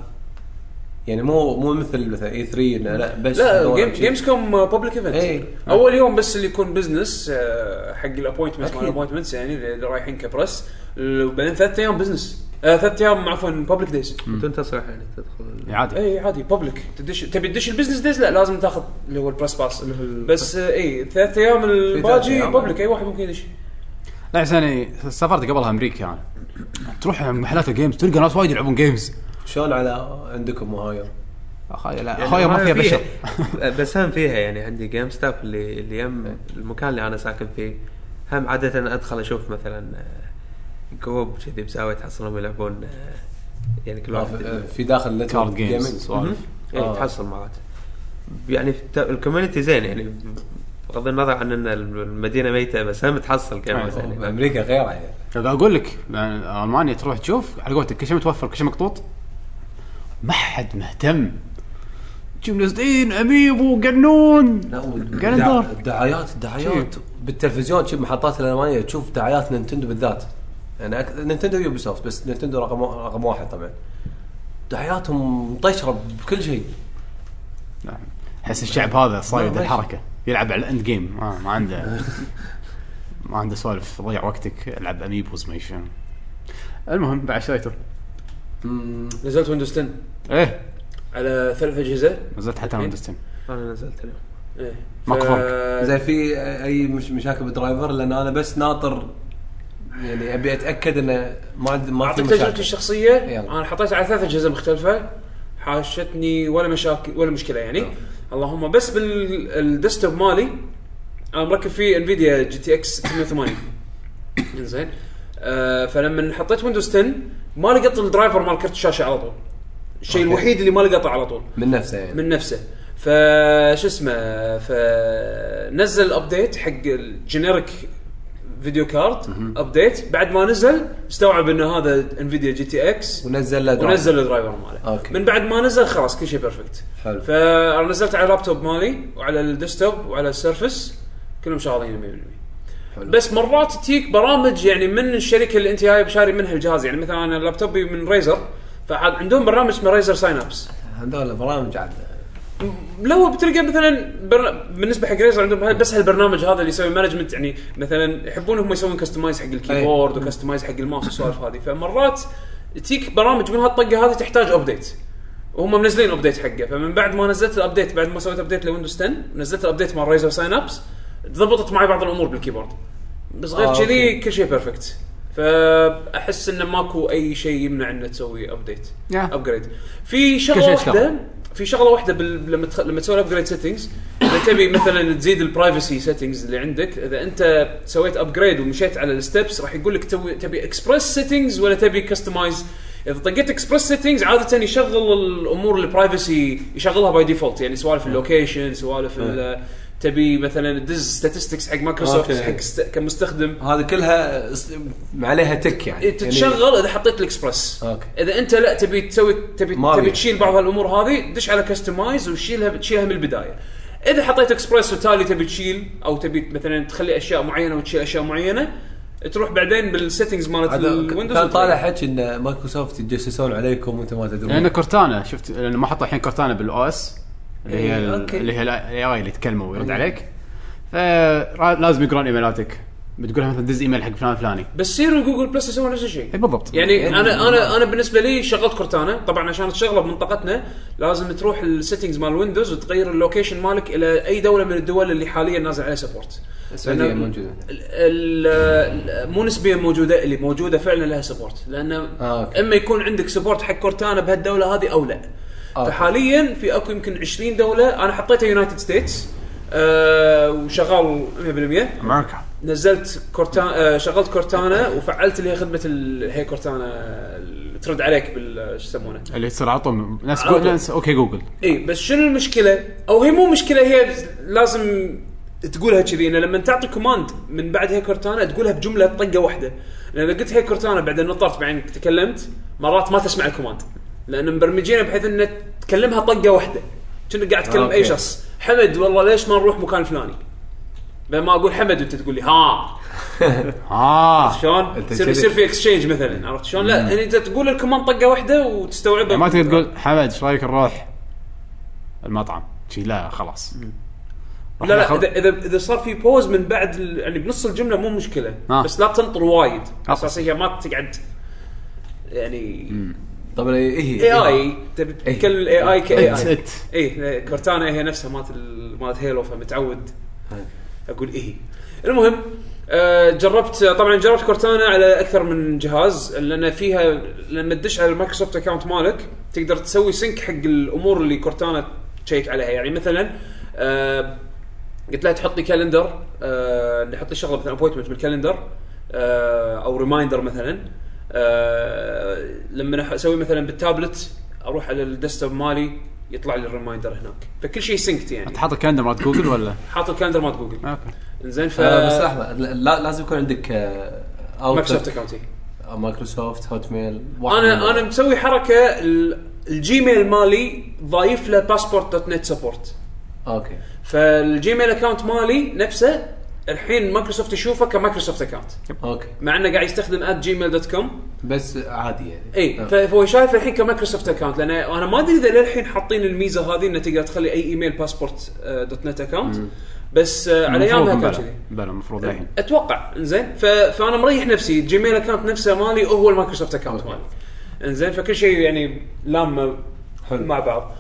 يعني مو مو مثل مثلا اي 3 لا, لا بس لا دورة جيم شي. جيمز كوم بابليك ايفنت إيه. اول يوم بس اللي يكون بزنس حق الابوينتمنت مال أكيد. الابوينتمنتس يعني اللي اللي رايحين كبرس وبعدين ثلاث ايام بزنس ثلاث ايام عفوا بابليك دايز تنتصر يعني تدخل عادي اي إيه، عادي بابليك تدش تبي تدش البزنس دايز لا لازم تاخذ اللي هو البريس باس بس آه، اي ثلاث ايام الباجي أيام. بابليك اي واحد ممكن يدش لا بس انا سافرت قبلها امريكا انا تروح محلات الجيمز تلقى ناس وايد يلعبون جيمز شلون على عندكم اهايو؟ اخوي لا يعني اخوي ما فيها بشر بس هم فيها يعني عندي جيم ستاف اللي اللي يم المكان اللي انا ساكن فيه هم عاده ادخل اشوف مثلا آه، جروب كذي بزاويه تحصلهم يلعبون آه، يعني كل آه، واحد في- في داخل النتورك كارد جيمينج. جيمز سوالف يعني آه. تحصل مرات يعني في الت- الكوميونتي زين يعني بغض النظر عن ان المدينه ميته بس هم تحصل جيمرز أوه، يعني امريكا غير يعني قاعد اقول لك يعني المانيا تروح تشوف على قولتك كل شيء متوفر كل شيء مقطوط ما حد مهتم تجيب نازلين اميبو قنون لا قاعد ندور. والدع- الدعايات الدعايات بالتلفزيون شوف محطات الالمانيه تشوف دعايات نينتندو بالذات يعني أك... نينتندو يوبي سوفت بس نينتندو رقم رقم واحد طبعا دعاياتهم طشره بكل شيء احس الشعب هذا صايد ما- ما الحركه يلعب على الاند جيم ما, ما عنده ما عنده سوالف ضيع وقتك العب اميبوز ما يشون المهم بعد شريته نزلت ويندوز 10 ايه على ثلاث اجهزه نزلت حتى أوكي. ويندوز 10 انا نزلت اليوم إيه. ماكو ف- زين في اي مش مشاكل بالدرايفر لان انا بس ناطر يعني ابي اتاكد انه ما عند ما في اعطيك مشاكل. تجربتي الشخصيه يلا. انا حطيت على ثلاث اجهزه مختلفه حاشتني ولا مشاكل ولا مشكله يعني نعم. اللهم بس بالديسكتوب مالي انا مركب فيه انفيديا جي تي اكس 680 زين آه فلما حطيت ويندوز 10 ما لقط الدرايفر مال كرت الشاشه على طول الشيء أوكي. الوحيد اللي ما لقطه على طول من نفسه يعني من نفسه ف شو اسمه فنزل ابديت حق الجينيريك فيديو كارد ابديت بعد ما نزل استوعب ان هذا انفيديا جي تي اكس ونزل له درايفر. ونزل الدرايفر ماله أوكي. من بعد ما نزل خلاص كل شيء بيرفكت حلو. فانا نزلت على اللابتوب مالي وعلى الديسكتوب وعلى السيرفس كلهم شغالين 100% حلو. بس مرات تجيك برامج يعني من الشركه اللي انت جايب شاري منها الجهاز يعني مثلا انا لابتوبي من ريزر فعندهم برنامج اسمه ريزر ساين ابس هذول برامج عاد لو بتلقى مثلا بر... بالنسبه حق ريزر عندهم هل- بس هالبرنامج هذا اللي يسوي مانجمنت يعني مثلا يحبون هم يسوون كستمايز إيه. حق الكيبورد وكستمايز حق الماوس والسوالف هذه فمرات تجيك برامج من هالطقه هذه تحتاج ابديت وهم منزلين ابديت حقه فمن بعد ما نزلت الابديت بعد ما سويت ابديت لويندوز 10 نزلت الابديت مال ريزر ساين ابس ضبطت معي بعض الامور بالكيبورد بس غير آه، كذي أوكي. كل شيء بيرفكت فاحس انه ماكو اي شيء يمنع انه تسوي ابديت Yeah. ابجريد في كل شغله شيء واحده في شغله واحده بال... لما تخ... لما تسوي ابجريد سيتنجز اذا تبي مثلا تزيد البرايفسي سيتنجز اللي عندك اذا انت سويت ابجريد ومشيت على الستبس راح يقول لك تبي تبي اكسبرس سيتنجز ولا تبي كستمايز اذا طقيت اكسبرس سيتنجز عاده يشغل الامور البرايفسي يشغلها باي ديفولت يعني سوالف اللوكيشن سوالف ال- تبي مثلا تدز ستاتستكس حق مايكروسوفت أوكي. حق است- كمستخدم هذه كلها اس- عليها تك يعني إيه، تتشغل اذا حطيت الاكسبرس أوكي. اذا انت لا تبي تسوي تبي ما تبي أبي. تشيل بعض هالامور هذه دش على كستمايز وشيلها تشيلها من البدايه اذا حطيت اكسبرس وتالي تبي تشيل او تبي مثلا تخلي اشياء معينه وتشيل اشياء معينه تروح بعدين بالسيتنجز مالت هذا ك- الويندوز كان طالع حكي ان مايكروسوفت يتجسسون عليكم وانتم ما تدرون لان كورتانا شفت لان ما حطوا الحين كورتانا بالاو اس اللي هي إيه، ال- أوكي. إيه. اللي هي الاي اي اللي يتكلموا ويرد عليك فلازم يقرون ايميلاتك بتقول لهم مثلا دز ايميل حق فلان فلاني بس سيرو جوجل بلس يسوون نفس الشيء اي بالضبط يعني انا انا انا بالنسبه لي شغلت كورتانا طبعا عشان تشغله بمنطقتنا لازم تروح السيتنجز مال ويندوز وتغير اللوكيشن مالك الى اي دوله من الدول اللي حاليا نازل عليها سبورت السعوديه موجوده ال- ال- مو نسبيا موجوده اللي موجوده فعلا لها سبورت لان آه، آه أوكي. اما يكون عندك سبورت حق كورتانا بهالدوله هذه او لا أوكي. فحاليا في اكو يمكن 20 دوله انا حطيتها يونايتد ستيتس آه وشغال 100% امريكا نزلت كورتانا شغلت كورتانا وفعلت اللي هي خدمه ال- هي كورتانا اللي ترد عليك بال آه، شو يسمونه اللي تصير على طول ناس على طول. جو- ناس اوكي جوجل اي بس شنو المشكله؟ او هي مو مشكله هي لازم تقولها كذي انه لما تعطي كوماند من بعد هي كورتانا تقولها بجمله طقه واحده لان اذا قلت هي كورتانا بعدين نطرت بعدين تكلمت مرات ما تسمع الكوماند لان مبرمجينها بحيث انه تكلمها طقه واحده كأنك قاعد تكلم اي أوكي. شخص حمد والله ليش ما نروح مكان فلاني؟ بدل ما اقول حمد وانت تقول لي ها اه شلون؟ أنت يصير كذي. يصير في اكسشينج مثلا عرفت شلون؟ لا يعني انت تقول الكوماند طقه واحده وتستوعبها يعني ما تقدر تقول حمد ايش رايك نروح المطعم شي لا خلاص رحنا لا لا خل- اذا اذا اذا صار في بوز من بعد ال- يعني بنص الجمله مو مشكله آه. بس لا تنطر وايد آه. اساسا هي ما تقعد يعني طبعا اي اي هي اي تبي إيه. تتكلم الاي اي كاي It's اي it. اي كورتانا إيه، هي نفسها مالت ال- مالت هيلو فمتعود اقول ايه المهم آه، جربت طبعا جربت كورتانا على اكثر من جهاز لان فيها لما تدش على المايكروسوفت اكونت مالك تقدر تسوي سنك حق الامور اللي كورتانا تشيك عليها يعني مثلا آه، قلت لها تحط لي كالندر آه، نحط لي شغله مثلا ابوينتمنت بالكالندر آه، او ريمايندر مثلا آه، لما أح- اسوي مثلا بالتابلت اروح على الديسktop مالي يطلع لي الريمايندر هناك فكل شيء سنكت يعني انت حاط الكالندر مالت جوجل ولا؟ حاط الكالندر مال جوجل اوكي زين ف آه، بس لحظه لا- لا- لازم يكون عندك آه، Outlook، مايكروسوفت اكونتي آه، مايكروسوفت هوت ميل واحد من- انا انا مسوي حركه ال- الجيميل مالي ضايف له باسبورت دوت نت سبورت اوكي فالجيميل اكونت مالي نفسه الحين مايكروسوفت يشوفه كمايكروسوفت اكونت اوكي مع انه قاعد يستخدم جيميل دوت كوم بس عادي يعني اي آه. إيه، فهو شايف الحين كمايكروسوفت اكونت لان انا ما ادري اذا للحين حاطين الميزه هذه انه تقدر تخلي اي ايميل باسبورت آه، دوت نت اكونت بس آه، على المفروض ايامها كان بلا. كذي بلا المفروض الحين اتوقع انزين أه، ف... فانا مريح نفسي الجيميل اكونت نفسه مالي هو المايكروسوفت اكونت أوكي. مالي انزين فكل شيء يعني لامه حلو. مع بعض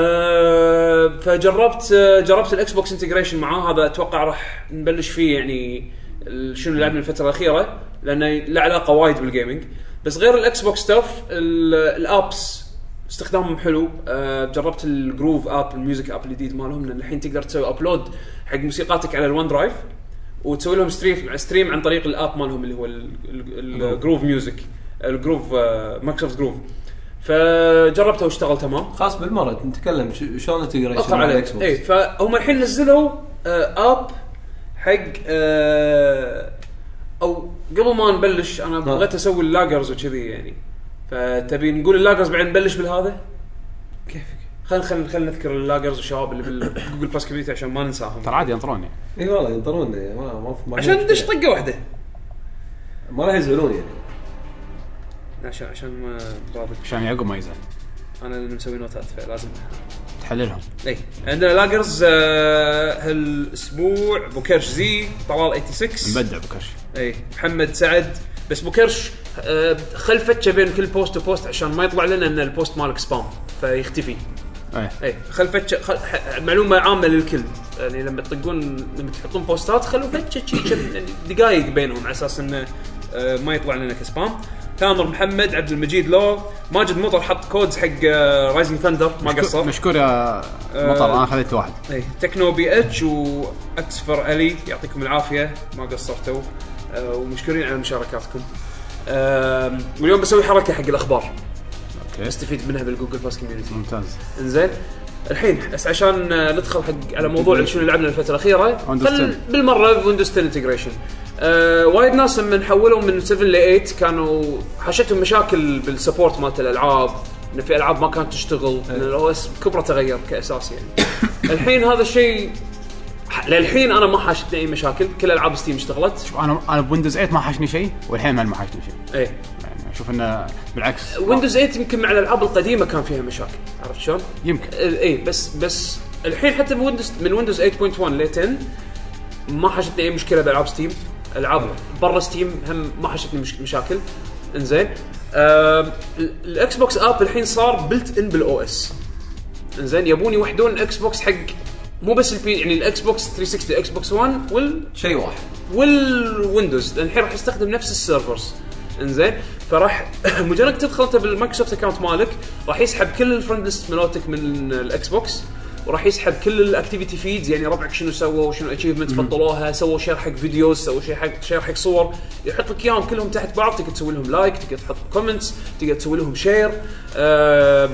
أه فجربت آه، جربت الاكس بوكس انتجريشن معاه هذا اتوقع راح نبلش فيه يعني ال- شنو اللي لعبنا الفتره الاخيره لانه له علاقه وايد بالجيمنج بس غير الاكس بوكس ستاف الابس استخدامهم حلو أه جربت الجروف اب الميوزك اب الجديد مالهم لان الحين تقدر تسوي ابلود حق موسيقاتك على الون درايف وتسوي لهم ستريم ستريم عن طريق الاب مالهم اللي هو الجروف ميوزك الجروف مايكروسوفت جروف آه، فجربته واشتغل تمام خاص بالمره نتكلم ش- شلون انتجريشن اطلع مع عليه الاكس بوكس اي فهم الحين نزلوا آه، اب حق آه، او قبل ما نبلش انا بغيت اسوي اللاجرز وكذي يعني فتبي نقول اللاجرز بعدين نبلش بالهذا كيفك خل خل خل نذكر اللاجرز والشباب اللي بالجوجل بلس كوميونتي عشان ما ننساهم ترى عادي يعني، ينطروني اي والله ينطروني ما ما ما- عشان ندش طقه واحده ما راح يزعلون يعني عشان عشان ما برابط عشان يعقوب ما يزعل انا اللي مسوي نوتات فلازم تحللهم اي إيه. عندنا لاجرز آه، هالاسبوع بوكرش زي طلال 86 مبدع بكرش اي إيه. محمد سعد بس بوكرش آه، خل فتشه بين كل بوست وبوست عشان ما يطلع لنا ان البوست مالك سبام فيختفي ايه اي خل فتشه خل ح- معلومه عامه للكل يعني لما تطقون لما تحطون بوستات خلوا فتشه شي كم- يعني دقائق بينهم على اساس انه آه، ما يطلع لنا كسبام تامر محمد عبد المجيد لو ماجد مطر حط كودز حق رايزنج ثندر ما قصر آه. مشكور يا مطر انا خذيت واحد اي إيه، تكنو بي اتش واكسفر الي يعطيكم العافيه ما قصرتوا آه، ومشكورين على مشاركاتكم آم، واليوم بسوي حركه حق الاخبار اوكي استفيد منها بالجوجل باس كوميونتي ممتاز انزين الحين بس عشان آه، ندخل حق على موضوع شنو اللي لعبنا الفتره الاخيره Windows 10. خل بالمره ويندوز 10 انتجريشن أه وايد ناس لما حولوا من 7 ل 8 كانوا حاشتهم مشاكل بالسبورت مالت الالعاب ان في العاب ما كانت تشتغل ان الاو اس كبره تغير كاساس يعني الحين هذا الشيء ح- للحين انا ما حاشتني اي مشاكل كل العاب ستيم اشتغلت انا انا بويندوز 8 ما حاشني شيء والحين ما حاشني شيء ايه يعني اشوف انه بالعكس ويندوز 8 يمكن مع الالعاب القديمه كان فيها مشاكل عرفت شلون؟ آه، يمكن اي إيه، بس بس الحين حتى من ويندوز من ويندوز 8.1 ل 10 ما حاشتني اي مشكله بالعاب ستيم العاب برا ستيم هم ما حاشتني مش مشاكل انزين آم، ال- الاكس بوكس اب الحين صار بلت ان بالاو اس انزين يبون يوحدون اكس بوكس حق مو بس البي يعني الاكس بوكس 360 الاكس بوكس 1 وال شيء واحد والويندوز الحين راح يستخدم نفس السيرفرز انزين فراح مجرد تدخل انت بالمايكروسوفت اكونت مالك راح يسحب كل الفرند ليست مالتك من الاكس بوكس وراح يسحب كل الاكتيفيتي فيدز يعني ربعك شنو سووا شنو اتشيفمنتس بطلوها سووا شير حق فيديوز سووا شير حق شير حق صور يحط لك اياهم كلهم تحت بعض تقدر تسوي لهم لايك تقدر تحط كومنتس تقدر تسوي لهم شير آه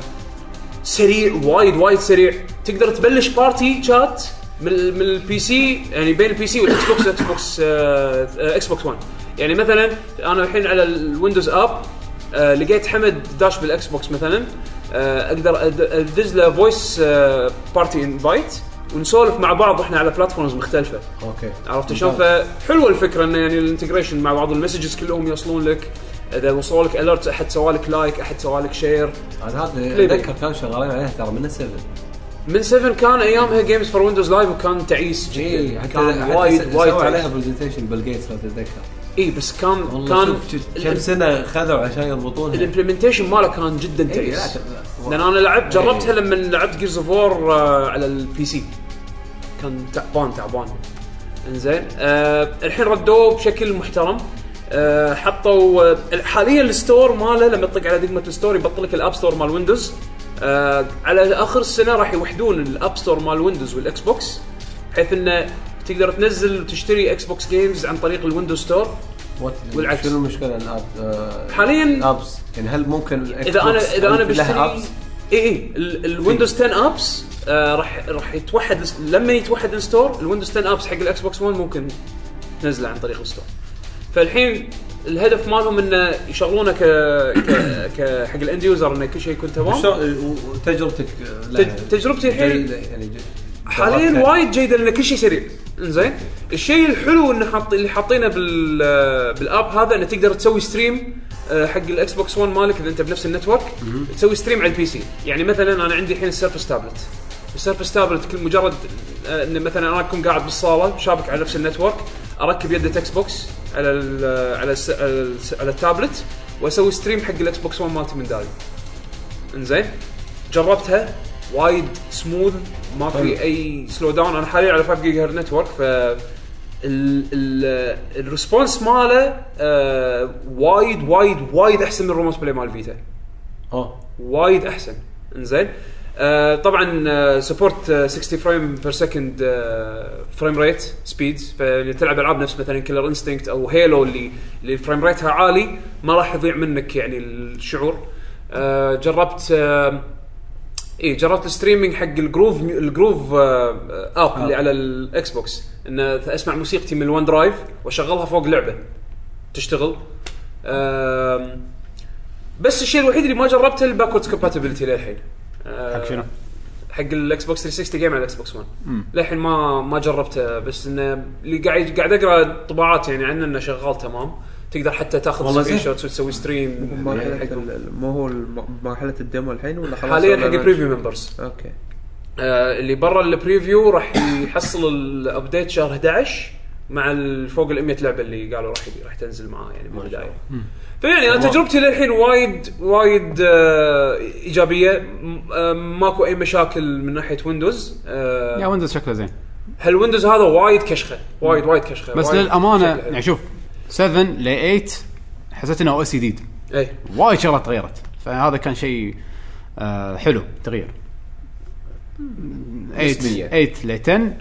سريع وايد وايد سريع تقدر تبلش بارتي شات من ال- من البي سي يعني بين البي سي والاكس بوكس اكس بوكس آه، آه، اكس بوكس 1 يعني مثلا انا الحين على الويندوز اب آه، لقيت حمد داش بالاكس بوكس مثلا آه، اقدر أد- ادز له فويس بارتي انفايت ونسولف مع بعض احنا على بلاتفورمز مختلفه اوكي عرفت شلون فحلوه الفكره انه يعني الانتجريشن مع بعض المسجز كلهم يوصلون لك اذا وصلوا لك اليرت احد سوالك لايك احد سوالك شير انا هذا ليه بيه؟ اتذكر كانوا شغالين عليه ترى من 7 من 7 كان ايامها جيمز فور ويندوز لايف وكان تعيس اي جدا إيه، حتى كان حتى إيه، وايد سووا وايد عليها تعيس برزنتيشن بيل جيتس لو تتذكر اي بس كان والله كان شوف كم سنه خذوا عشان يضبطونها الامبلمنتيشن ماله كان جدا إي، إيه، لا، تعيس ت- لان انا لعبت جربتها لما لعبت جيرز اوف وور آه، على البي سي كان تعبان تعبان انزين آه الحين ردوه بشكل محترم آه حطوا آه، حاليا الستور ماله لما تطق على دقمه الستور يبطل لك الاب ستور مال ويندوز آه على اخر السنه راح يوحدون الاب ستور مال ويندوز والاكس بوكس بحيث انه تقدر تنزل وتشتري اكس بوكس جيمز عن طريق الويندوز ستور What- والعكس. شنو المشكله الاب آه، حالياً- الابس يعني هل ممكن الإكس اذا انا بوكس اذا انا لها بشتري أبس؟ اي اي ال- الويندوز 10 ابس آه راح راح يتوحد الس- لما يتوحد الستور الويندوز 10 ابس حق الاكس بوكس 1 ممكن تنزله عن طريق الستور فالحين الهدف مالهم انه يشغلونه ك ك- ك حق الاند يوزر انه كل شيء يكون تمام شلون- و- وتجربتك آه، لها؟ تج- تجربتي الحين جيدة يعني ج- حاليا جربتها؟ وايد جيده لان كل شيء سريع انزين الشيء الحلو انه حاط اللي حاطينه بال بالاب هذا انه تقدر تسوي ستريم آه، حق الاكس بوكس 1 مالك اذا انت بنفس النتورك تسوي ستريم على البي سي يعني مثلا انا عندي الحين السيرفس تابلت السيرفس تابلت كل مجرد آه، ان مثلا انا اكون قاعد بالصاله شابك على نفس النتورك اركب يده اكس بوكس على ال آه، على الس- على, الس- على التابلت واسوي ستريم حق الاكس بوكس 1 مالتي من داري انزين جربتها وايد سموث ما حلو. في اي سلو داون انا حاليا على 5 جيجا هرتز نتورك ف ال- ال- الريسبونس ماله آه، وايد وايد وايد احسن من الروموس بلاي مال فيتا اه وايد احسن انزين آه طبعا سبورت 60 فريم بير سكند فريم ريت سبيدز فتلعب العاب نفس مثلا كلر انستنكت او هيلو اللي اللي الفريم ريتها عالي ما راح يضيع منك يعني الشعور آه جربت آه اي إيه، جربت الستريمينج حق الجروف ميو- الجروف آه اب اللي على الاكس بوكس ان اسمع موسيقتي من الون درايف واشغلها فوق لعبه تشتغل آم، بس الشيء الوحيد اللي ما جربته الباكورد كومباتيبلتي للحين آه، حق شنو؟ حق الاكس بوكس 360 جيم على الاكس بوكس 1 مم. للحين ما ما جربته بس انه اللي قاعد قاعد اقرا طباعات يعني عنه انه شغال تمام تقدر حتى والله تاخذ زين. سكرين شوتس وتسوي ستريم مرحلة يعني حق- ال- ال- مو هو الم- مرحلة الديمو الحين ولا خلاص حاليا حق ولا لا؟ البريفيو ممبرز اوكي آه، اللي برا البريفيو راح يحصل الابديت شهر 11 مع ال- فوق ال 100 لعبه اللي قالوا راح راح تنزل معاه يعني من البدايه. فيعني انا تجربتي للحين وايد وايد آه، ايجابيه م- آه، ماكو اي مشاكل من ناحيه ويندوز آه، يا ويندوز شكله زين هالويندوز هذا وايد كشخه وايد وايد كشخه بس وايد للامانه شكله. يعني شوف 7 ل 8 حسيت انه او اس جديد اي وايد شغلات تغيرت فهذا كان شيء آه حلو تغيير 8 نسبياً. 8 ل 10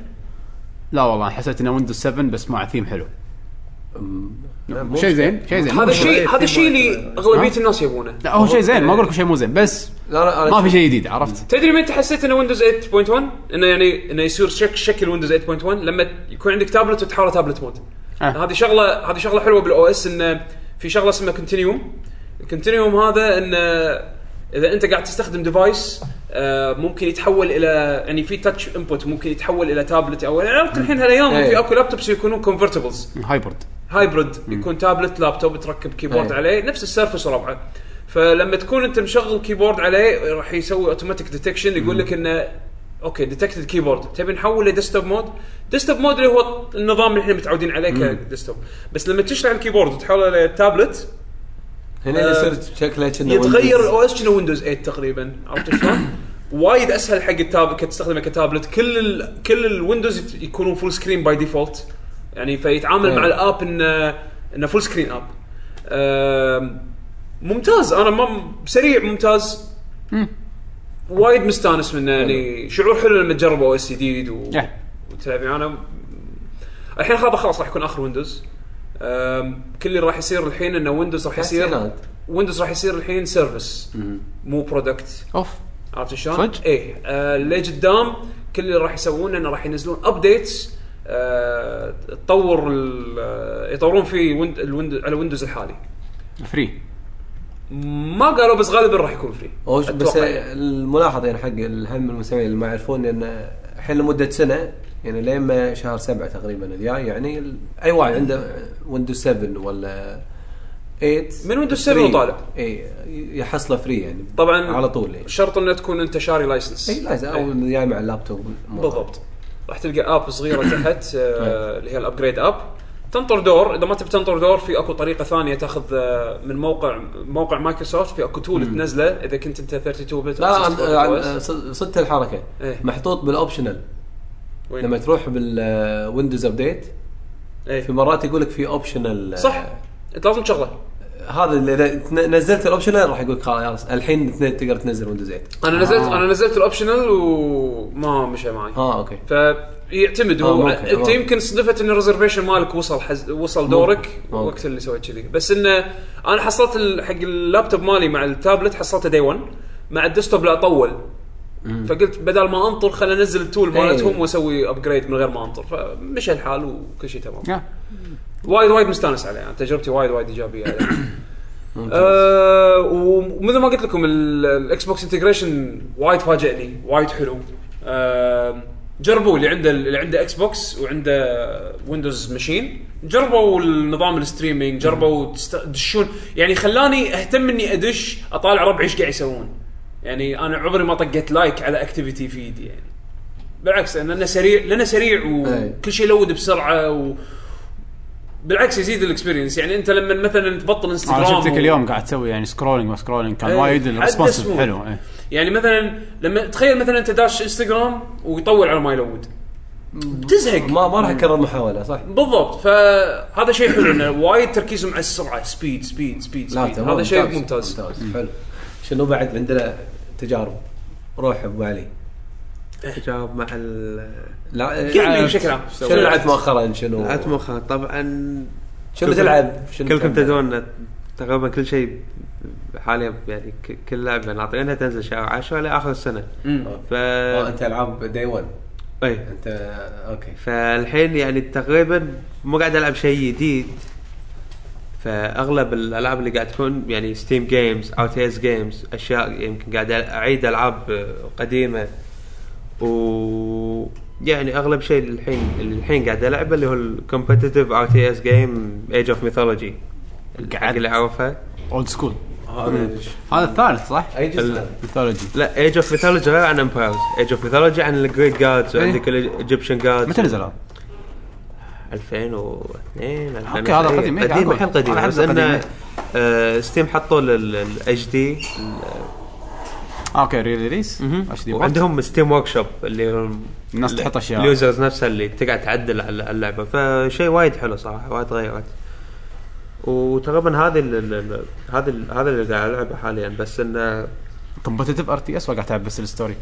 لا والله أنا حسيت انه ويندوز 7 بس مع ثيم حلو نعم. مو- شيء زين شيء زين هذا هذا الشيء هذا الشيء اللي اغلبيه الناس يبونه لا هو شيء زين ما اقول لكم شيء مو زين بس لا لا أنا ما في شيء جديد عرفت تدري متى حسيت ان ويندوز 8.1 انه يعني انه يصير شك شكل ويندوز 8.1 لما يكون عندك تابلت وتحاوله تابلت مود آه. هذه شغله هذه شغله حلوه بالاو اس انه في شغله اسمها كونتينيوم الكونتينيوم هذا انه اذا انت قاعد تستخدم ديفايس آه، ممكن يتحول الى يعني في تاتش انبوت ممكن يتحول الى تابلت او يعني عرفت الحين هالايام إيه. في اكو لابتوبس يكونون كونفرتبلز هايبرد هايبرد يكون تابلت لابتوب تركب كيبورد أي. عليه نفس السيرفس ربعه فلما تكون انت مشغل كيبورد عليه راح يسوي اوتوماتيك ديتكشن يقول لك انه اوكي ديتكتد كيبورد تبي نحوله ديسktop مود ديسktop مود اللي هو النظام اللي احنا متعودين عليه كديسktop بس لما تشتغل الكيبورد وتحوله لتابلت هنا آه، يصير شكله كأنه يتغير ويندوز. الاو اس كنا ويندوز 8 تقريبا عرفت شلون؟ وايد اسهل حق التاب كتستخدمه كتابلت كل ال... كل الويندوز يت- يكونون فول سكرين باي ديفولت يعني فيتعامل إيه. مع الاب انه انه فول سكرين اب آم، ممتاز انا ما سريع ممتاز وايد مستانس منه يعني شعور حلو لما تجرب او اس جديد و... Yeah. وتلعب يعني انا الحين هذا خلاص راح يكون اخر ويندوز آم، كل اللي راح يصير الحين انه ويندوز راح يصير تحسينات. ويندوز راح يصير الحين سيرفس مو برودكت اوف عرفت شلون؟ صدق؟ ايه آه اللي قدام كل اللي راح يسوونه انه راح ينزلون ابديتس آه تطور ال- آه، يطورون في ويند الويند على ويندوز الحالي فري ما قالوا بس غالبا راح يكون فري هو ش- بس أتوقع يعني. الملاحظه يعني حق الهم المستمعين اللي ما يعرفون ان الحين لمده سنه يعني لين ما شهر سبعة تقريبا الجاي يعني ال- اي واحد عنده ويندوز 7 ولا 8 من Windows 7 وطالع. اي يحصله فري يعني طبعا على طول يعني شرط انه تكون انت شاري لايسنس اي لازم او إيه، جاي مع اللابتوب بالضبط راح تلقى اب صغيره تحت نعم. آه اللي هي الابجريد اب تنطر دور اذا ما تبي تنطر دور في اكو طريقه ثانيه تاخذ آه، من موقع موقع مايكروسوفت في اكو تول تنزله اذا كنت انت 32 بت لا أو 64 لا أو عن- OS. صد- صدت الحركه إيه. محطوط بالاوبشنال وين؟ لما تروح بالويندوز ابديت إيه. في مرات يقول لك في اوبشنال صح انت لازم تشغله هذا اللي اذا تن- نزلت الاوبشنال راح يقول لك خلاص الحين تن- تقدر تنزل ويندوز 8 انا نزلت آه. انا نزلت الاوبشنال وما مشى معي اه اوكي فيعتمد آه، هو ممكن، انت ممكن. يمكن صدفت ان الريزرفيشن مالك وصل حز... وصل دورك ممكن. وقت اللي سويت كذي بس انه انا حصلت ال- حق اللابتوب مالي مع التابلت حصلته دي 1 مع الديسktop لا اطول فقلت بدل ما انطر خل انزل التول إيه. مالتهم واسوي ابجريد من غير ما انطر فمشى الحال وكل شيء تمام وايد وايد مستانس عليه انا تجربتي وايد وايد ايجابيه عليه آه، ومثل ما قلت لكم ال- الاكس بوكس انتجريشن وايد فاجئني وايد حلو آه، جربوا اللي عنده اللي عنده اكس بوكس وعنده ويندوز ماشين جربوا النظام الستريمينج جربوا تست- تدشون يعني خلاني اهتم اني ادش اطالع ربعي ايش قاعد يسوون يعني انا عمري ما طقيت لايك على اكتيفيتي في ايدي يعني بالعكس لانه سريع لانه سريع أي. وكل شيء يلود بسرعه و بالعكس يزيد الاكسبيرينس يعني انت لما مثلا تبطل انستغرام انا شفتك و- اليوم قاعد تسوي يعني سكرولينج ما سكرولينج كان إيه، وايد حد الريسبونس اسمه. حلو إيه. يعني مثلا لما تخيل مثلا انت داش انستغرام ويطول على ما يلود تزهق ما ما راح اكرر محاوله صح؟ بالضبط فهذا شيء حلو انه وايد تركيزهم على السرعه سبيد سبيد سبيد, لا سبيد. تمام، هذا شيء ممتاز حلو شنو بعد عندنا تجارب روح ابو علي إيه. تجاوب مع ال لا يعني آه، بشكل عام شنو لعبت مؤخرا شنو اتمخ طبعا شنو تلعب؟ شنو كلكم تلعب؟ تدرون تقريبا كل شيء حاليا يعني ك- كل لعبه ناطرينها تنزل شهر 10 لاخر السنه ف إيه. آه، انت العاب داي 1 اي انت آه، اوكي فالحين يعني تقريبا مو قاعد العب شيء جديد فاغلب الالعاب اللي قاعد تكون يعني ستيم جيمز او تيز جيمز اشياء يمكن قاعد اعيد العاب قديمه و يعني اغلب شيء الحين الحين قاعد العبه اللي هو الكومبتيتيف او تي اس جيم ايج اوف ميثولوجي قعدت. اللي اعرفها اولد سكول هذا هذا الثالث صح؟ اي جزء ال- هذا؟ ميثولوجي لا ايج اوف ميثولوجي غير عن امبايرز ايج اوف ميثولوجي عن الجريك جادز إيه. وعندك الايجيبشن جادز متى نزل هذا؟ 2002 أوكي، هذا قديم، إيه، قديم عقب. الحين قديم أنا بس أحبه انه قديم. آه، ستيم حطوا الاتش دي آه، اوكي ري ريليس اتش دي بورد. وعندهم ستيم ورك شوب اللي هم الناس تحط أشياء. اليوزرز نفسها اللي تقعد تعدل على اللعبه فشيء وايد حلو صراحه وايد تغيرت وتقريبا هذه ال- ال- ال- هذه ال- هذا اللي قاعد العبه حاليا بس انه كومبتيتيف ار تي اس وقاعد تلعب بس الستوري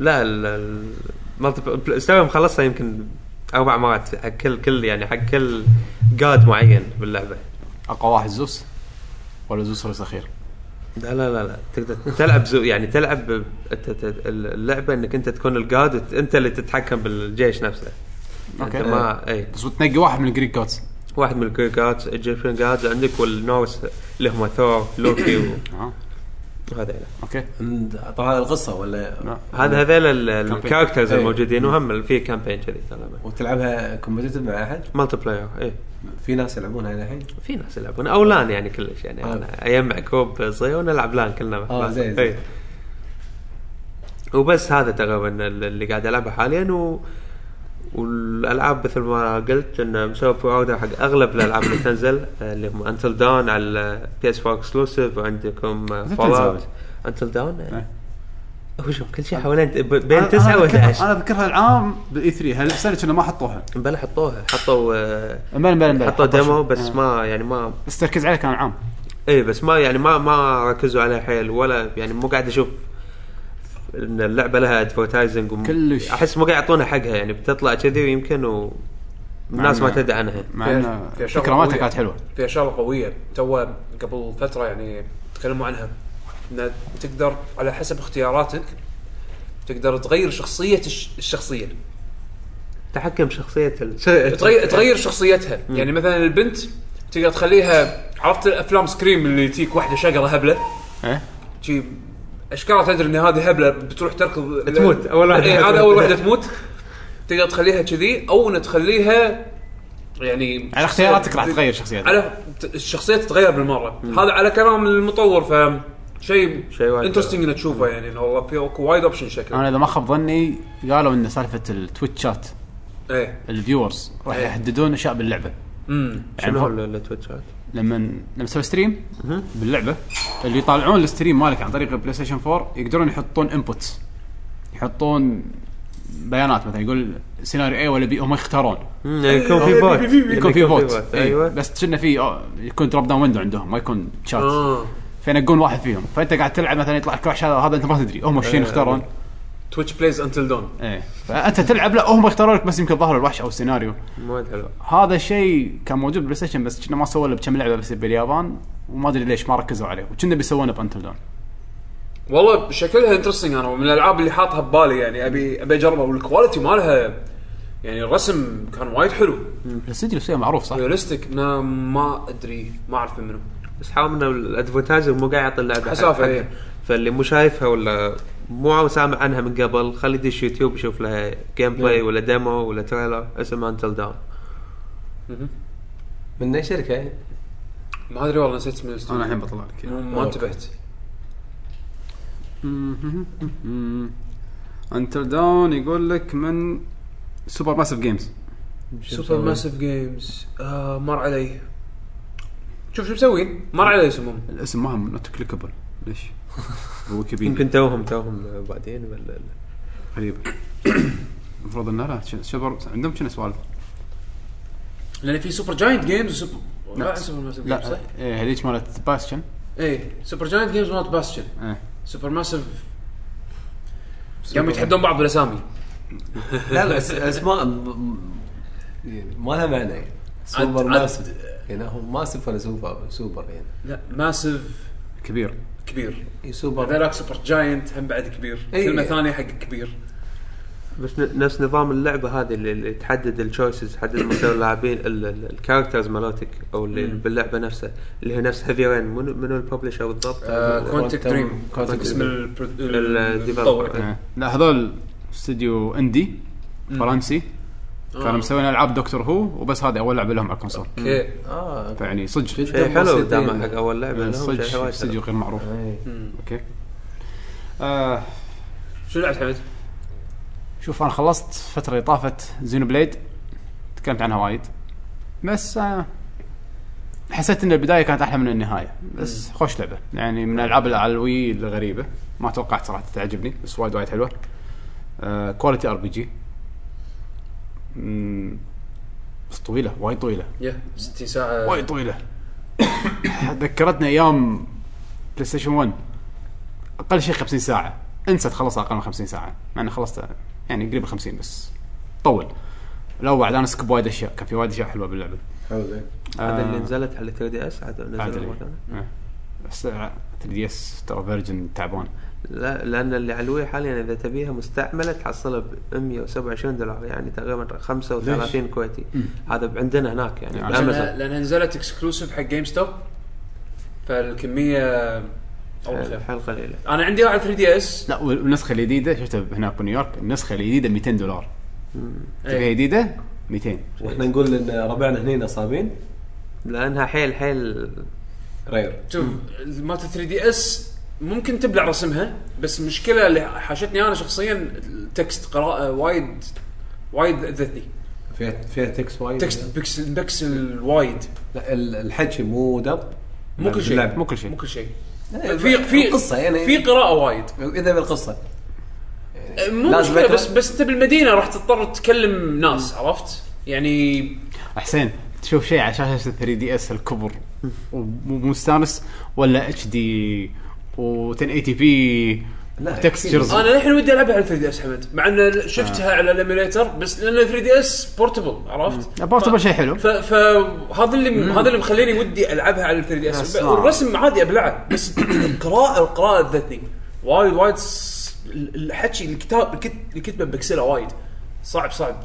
لا المالتي مخلصها يمكن اربع مرات حق كل كل يعني حق كل جاد معين باللعبه اقوى واحد زوس ولا زوس الاخير لا لا لا لا تقدر تلعب زو يعني تلعب ب- أنت- أنت- اللعبه انك انت تكون الجاد وت- انت اللي تتحكم بالجيش نفسه انت اوكي ما اي بس بتنقي واحد من الجريك جودز واحد من الكريك جادز ايجيبشن جادز عندك والنورس اللي هم ثور لوكي اه وهذا يعني. اوكي طبعا هذا القصه ولا لا. هذا هذيل ال- ال- Campaign. الكاركترز إيه. الموجودين وهم في كامبين كذي تماما وتلعبها كومبتيتف مع احد مالتي بلاير اي في ناس يلعبونها الحين في ناس يلعبون او لان يعني كلش يعني آه. انا اجمع كوب صغير ونلعب لان كلنا مع آه، بعض. زين، زين. إي. وبس هذا تقريبا ال- اللي قاعد العبه حاليا و... والالعاب مثل ما قلت انه مسوي براودر حق اغلب الالعاب اللي تنزل آه، اللي هم انتل داون على بي اس 4 اكسلوسيف وعندكم آه، متى فول تنزل؟ اوت انتل داون إيه. آه. آه، هو شوف كل شيء حوالين ب- أنا- بين 9 أنا و أذكرها- 11 انا اذكرها العام بالاي 3 هالسنه كنا ما حطوها بلا حطوها حطوا آه، بلا بلا بلا حطوا ديمو بس آه. ما يعني ما بس التركيز عليه كان العام اي بس ما يعني ما ما ركزوا عليها حيل ولا يعني مو قاعد اشوف ان اللعبه لها ادفرتايزنج وم... كلش. احس مو قاعد يعطونها حقها يعني بتطلع كذي ويمكن و... الناس ما معنى- تدري عنها مع ان فيها شغلة الفكره مالته قوية. كانت حلوه فيها شغله قويه تو قبل فتره يعني تكلموا عنها ان تقدر على حسب اختياراتك تقدر تغير شخصيه الش- الشخصيه تحكم شخصيه ال... تغير تغير شخصيتها يعني مثلا البنت تقدر تخليها عرفت الافلام سكريم اللي تجيك واحده شقره هبله ايه شي اشكالها تدري ان هذه هبله بتروح تركض تموت، أول واحدة. إيه، هذا اول واحده تموت تقدر تخليها كذي او ان تخليها يعني على اختياراتك راح تغير شخصيتك. على ت- الشخصيه تتغير بالمره هذا على كلام المطور ف شيء شيء وايد. آه. انترستنج انك تشوفه يعني انه والله في أكو وايد اوبشن شكله انا اذا ما خاب ظني قالوا ان سالفه التويتشات ايه الفيورز راح إيه. يحددون اشياء باللعبه امم يعني شنو هو- التويتشات لما لما تسوي ستريم باللعبه اللي يطالعون الستريم مالك عن طريق البلاي ستيشن 4 يقدرون يحطون انبوتس يحطون بيانات مثلا يقول سيناريو اي ولا بي هم يختارون مم، يكون في فوت يكون في فوت ايوه أيوة. ايوه بس كنا في آه، يكون دروب داون ويندو عندهم ما يكون شات اه فينقون واحد فيهم فانت قاعد تلعب مثلا يطلع لك وحش هذا هذا انت ما تدري هم شين يختارون تويتش بلايز انتل دون ايه فانت تلعب لا هم يختارون لك بس يمكن ظهر الوحش او السيناريو مو حلو هذا الشيء كان موجود بالبلاي ستيشن بس كنا ما سووا له بكم لعبه بس باليابان وما ادري ليش ما ركزوا عليه وكنا بيسوونه بانتل دون والله شكلها انترستنج انا من الالعاب اللي حاطها ببالي يعني ابي ابي اجربها والكواليتي مالها يعني الرسم كان وايد حلو الاستديو نفسه معروف صح؟ ريالستيك انا ما ادري ما اعرف منه بس حاول انه الادفرتايزنج مو قاعد يعطي اللعبه حسافة، حق- حق- إيه. فاللي مو شايفها ولا مو سامع عنها من قبل خلي يدش يوتيوب يشوف لها جيم بلاي ولا ديمو ولا تريلر اسمها انتل داون من اي شركه يعني؟ ما ادري والله نسيت اسم الاستوديو الحين بطلع لك مو- ما انتبهت انتل دون يقول لك من سوبر ماسف جيمز سوبر ماسيف جيمز آه مر علي شوف شو مسوين مر علي اسمهم الاسم ما هم نوت كليكبل ليش؟ ويكيبيديا يمكن توهم توهم بعدين ولا غريبه المفروض انه لا شن- سوبر عندهم شنو سوالف؟ لان في سوبر جاينت جيمز وسوبر لا. لا سوبر ماسيف جيمز صح؟ لا إيه، هذيك مالت باستشن اي سوبر جاينت جيمز مالت باستشن إيه. سوبر ماسيف قاموا يتحدون بعض بالاسامي لا لا أس- اسماء م- م- يعني ما لها معنى يعني سوبر عد- ماسف يعني هو ماسف ولا سوبر سوبر يعني لا ماسيف كبير كبير إي سوبر هذاك سوبر جاينت هم بعد كبير إي. كلمه ثانيه حق كبير بس ن- نفس نظام اللعبه هذه اللي, اللي تحدد التشويسز تحدد مستوى اللاعبين ال- ال- الكاركترز مالتك او اللي مم. باللعبه نفسها اللي هي نفس هيفي رين منو منو الببلشر بالضبط؟ آه، آه، كوانتك دريم Quantic كوانتك اسم Dream. البرو- ال- المطور developer. إيه. لا هذول استوديو اندي طيب. مم. فرنسي آه. كانوا مسوين العاب دكتور هو وبس هذه اول لعبه لهم على الكونسول اوكي اه فيعني صدق شيء جداً حلو بسيط دام يعني. حق اول لعبه لهم شيء آه، صدق حلو. استوديو غير معروف إي. مم. اوكي آه شو لعبت حمد؟ شوف انا خلصت فتره اللي طافت زينو بليد تكلمت عنها وايد بس آه حسيت ان البدايه كانت احلى من النهايه بس خوش لعبه يعني من الالعاب على الوي الغريبه ما توقعت صراحه تعجبني بس وايد وايد حلوه آه كواليتي ار بي جي مم، بس طويله وايد طويله يا 60 ساعه وايد طويله ذكرتنا ايام بلاي ستيشن 1 اقل شيء 50 ساعه انسى تخلصها اقل من 50 ساعه مع اني خلصتها يعني قريب 50 بس طول لا وبعد انا سكب وايد اشياء كان في وايد اشياء حلوه باللعبه حلو زين هذا اللي آه، نزلت على 3 دي اس عاد بعد نزل اللي- مرة ثانية. آه. بس 3 دي اس ترى فيرجن تعبان لا لان اللي على الوي حاليا اذا تبيها مستعمله تحصلها ب 127 دولار يعني تقريبا 35 كويتي هذا عندنا هناك يعني يعني لانها بامازون لأنها نزلت اكسكلوسيف حق جيم ستوب فالكميه اول خير حلقه قليله انا عندي على 3 دي اس لا والنسخه الجديده شفتها هناك بنيويورك النسخه الجديده 200 دولار إيه. تبيها إيه. جديده 200 واحنا نقول ان ربعنا هنين نصابين لانها حيل حيل رير شوف مالت 3 دي اس ممكن تبلع رسمها بس المشكله اللي حاشتني انا شخصيا التكست قراءه وايد وايد اذتني فيها فيها تكست وايد تكست بكسل بكسل وايد لا ال- الحكي مو دب مو كل شيء. باللعبة. مو كل مو شيء كل شيء إيه، في في القصة يعني- في قراءه وايد اذا بالقصه مو إيه، لازم مشكله أقرأ. بس بس انت بالمدينه راح تضطر تكلم ناس عرفت يعني حسين تشوف شيء على شاشه 3 دي اس الكبر ومستانس ولا اتش دي و 1080 بي لا، تكستشرز انا للحين ودي العبها على 3 دي اس حمد مع ان آه. شفتها على الاميليتر بس لان 3 دي اس بورتبل عرفت؟ بورتبل ف- شيء حلو ف- فهذا اللي هذا اللي مخليني ودي العبها على 3 دي اس بس ما- والرسم عادي ابلعه بس القراءه القراءه ذاتني وايد وايد س- ال- الحكي الكتاب الكت- الكتبه بكسلها وايد صعب صعب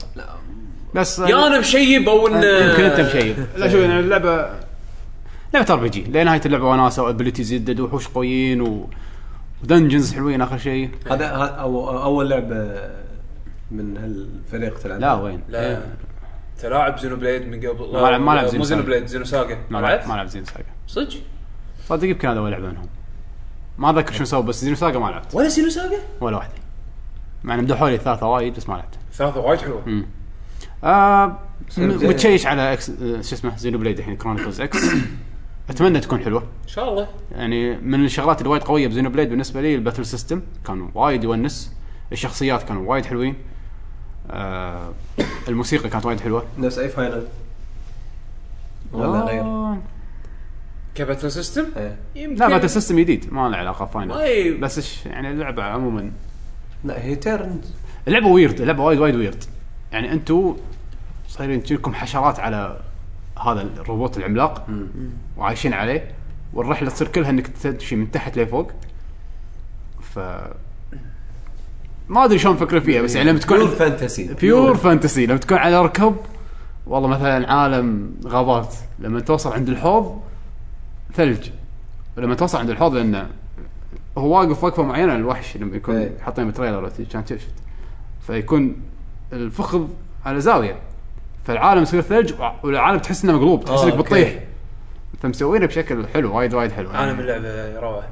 بس يا انا مشيب او ان يمكن انت مشيب لا شوف يعني اللعبه لعبه ار بي جي لنهايه اللعبه وناسه وابيلتيز يدد وحوش قويين و... ودنجنز حلوين اخر شيء إيه. هذا ه- أو اول لعبه من هالفريق تلعب لا وين لا تلاعب زينو بليد من قبل إيه. ما لعب- ما لعب مو زينو زينو ساجا. بليد زينو ساجا ما لعب ما لعب زين ساجا صدق صدق يمكن هذا اول لعبه منهم ما اذكر شو سووا بس زينو ساجا ما لعبت ولا زينو ساجا؟ ولا واحده مع ان مدحوا لي ثلاثه وايد بس ما لعبت ثلاثه وايد حلوه آه م- زين. متشيش على اكس آه، شو اسمه زينو بليد الحين كرونيكلز اكس اتمنى تكون حلوه ان شاء الله يعني من الشغلات الوايد قويه بزينو بليد بالنسبه لي الباتل سيستم كان وايد يونس الشخصيات كانوا وايد حلوين آه الموسيقى كانت وايد حلوه نفس اي فاينل ولا غير آه، كابيتال سيستم إيه. يمكن لا باتل سيستم جديد ما له علاقه أي. فاينل بس إيش- يعني اللعبه عموما لا هي تيرنز اللعبه ويرد اللعبه وايد وايد ويرد يعني انتم صايرين تجيكم حشرات على هذا الروبوت العملاق وعايشين عليه والرحله تصير كلها انك تمشي من تحت لفوق ف ما ادري شلون فكروا فيها بس يعني لما تكون بيور فانتسي بيور فانتسي لما تكون على ركب والله مثلا عالم غابات لما توصل عند الحوض ثلج ولما توصل عند الحوض لانه هو واقف وقفه معينه الوحش لما يكون إيه. حاطين تريلر ولا شي، كان شفت فيكون الفخذ على زاويه فالعالم يصير ثلج وع- والعالم تحس انه مقلوب تحس آه، انك أوكي. بتطيح فمسوينه بشكل حلو وايد وايد حلو يعني انا من اللعبه روعه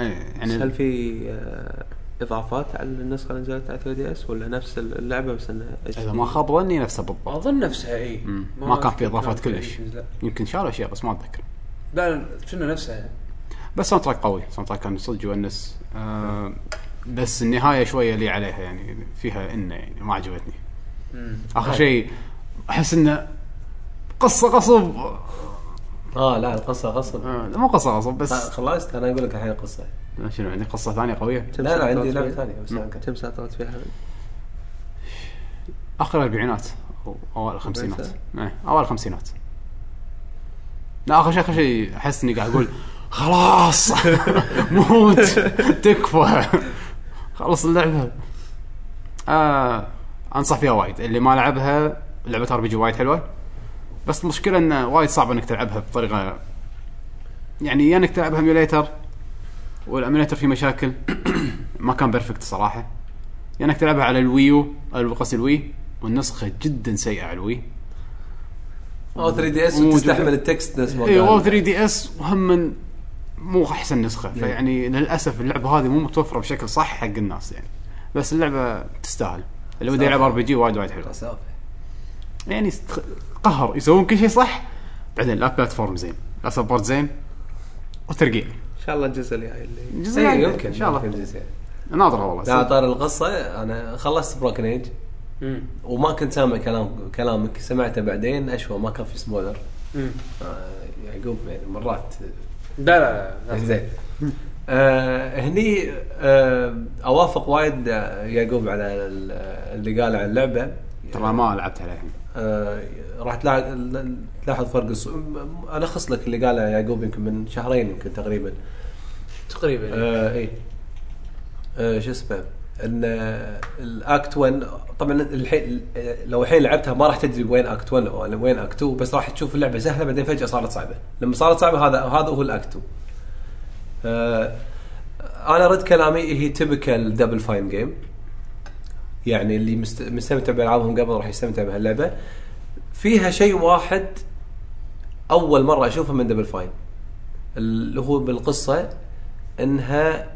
إيه، هل يعني في آه، اضافات على النسخه اللي نزلت على 3 دي اس ولا نفس اللعبه بس انها اذا ما خاب ظني نفسه بالضبط اظن نفسها اي ما كان في اضافات كان في كلش لا يمكن شالوا اشياء بس ما اتذكر لا لا، كنا نفسها بس ساوند تراك قوي ساوند تراك كان صدق يونس آه بس النهايه شويه لي عليها يعني فيها انه يعني ما عجبتني اخر شيء احس انه قصه غصب اه لا القصه غصب آه مو قصه غصب آه، بس خلصت انا اقول لك الحين قصه شنو يعني عندي قصه ثانيه قويه كم لا ساعة لا عندي طلعت لعبه فيها؟ ثانيه بس ما كنت- كم ساعه طلعت فيها؟ اخر الاربعينات او اوائل الخمسينات أربعين إيه، اوائل الخمسينات لا اخر شيء اخر شيء احس اني قاعد اقول خلاص موت تكفى خلص اللعبه آه انصح فيها وايد اللي ما لعبها لعبه ار بي جي وايد حلوه بس المشكله انه وايد صعب انك تلعبها بطريقه يعني يا انك تلعبها ايميوليتر والاميوليتر فيه مشاكل ما كان بيرفكت صراحه يا انك تلعبها على الويو او قصدي الوي والنسخه جدا سيئه على الوي او 3 دي اس مو وتستحمل جدا. التكست نفس ما اي قال. وو 3 إيه، دي اس وهم مو احسن نسخه إيه. فيعني للاسف اللعبه هذه مو متوفره بشكل صح حق الناس يعني بس اللعبه تستاهل اللي بده يلعب ار بي جي وايد وايد حلو مسافة. يعني است- قهر يسوون كل شيء صح بعدين لا بلاتفورم زين لا سبورت زين وترقيع ان شاء الله الجزء الجاي اللي جزء اي يعني، إيه، يمكن ان شاء الله يمكن زين. ناظره والله لا صدق. طار القصه انا خلصت بروكن ايج مم. وما كنت سامع كلام كلامك سمعته بعدين اشوى ما كان في سبويلر مم. آه، يعقوب يعني مرات لا لا لا نعم، زين آه هني آه اوافق وايد آه، يعقوب على ال- اللي قال عن اللعبه ترى ما لعبت عليه الحين آه، راح تلا- تلاحظ فرق الص- م- الخص لك اللي قاله يعقوب يمكن من شهرين يمكن تقريبا تقريبا آه اي آه شو اسمه ان آه، الاكت 1 طبعا الحين لو الحين لعبتها ما راح تدري وين اكت 1 ولا وين اكت 2 بس راح تشوف اللعبه سهله بعدين فجاه صارت صعبه لما صارت صعبه هذا هذا هو الاكت 2 آه انا رد كلامي هي تبكال دبل فاين جيم يعني اللي مست- مستمتع بالعابهم قبل راح يستمتع بهاللعبه فيها شيء واحد اول مره اشوفه من دبل فاين اللي هو بالقصه انها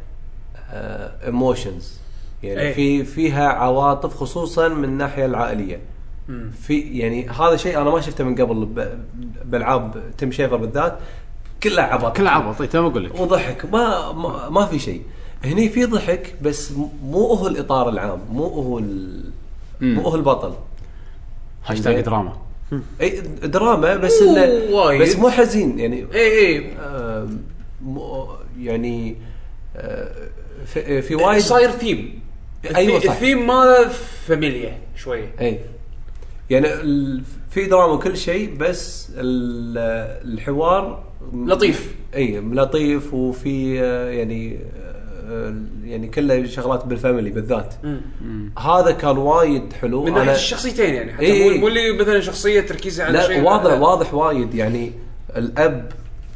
ايموشنز آه، يعني إيه. في فيها عواطف خصوصا من الناحيه العائليه في يعني هذا شيء انا ما شفته من قبل ب- بالعاب تيم شيفر بالذات كلها عبط كل عبط اي تو اقول لك وضحك ما ما, ما في شيء هني في ضحك بس م- مو هو الاطار العام مو هو ال... مم. مو هو البطل هاشتاج دراما اي دراما بس انه وايد. بس مو حزين يعني اي اي آم، مو- يعني آه، في في وايد صاير ثيم أيوة، ايوه صح الثيم ماله فاميليا شويه اي يعني ال- في دراما وكل شيء بس ال- الحوار م- لطيف. اي لطيف وفي آه، يعني آه، يعني كله شغلات بالفاميلي بالذات هذا كان وايد حلو من ناحيه الشخصيتين يعني حتى إيه. مو- مو اللي مثلا شخصيه تركيزها على شيء لا واضح لا. واضح وايد يعني الاب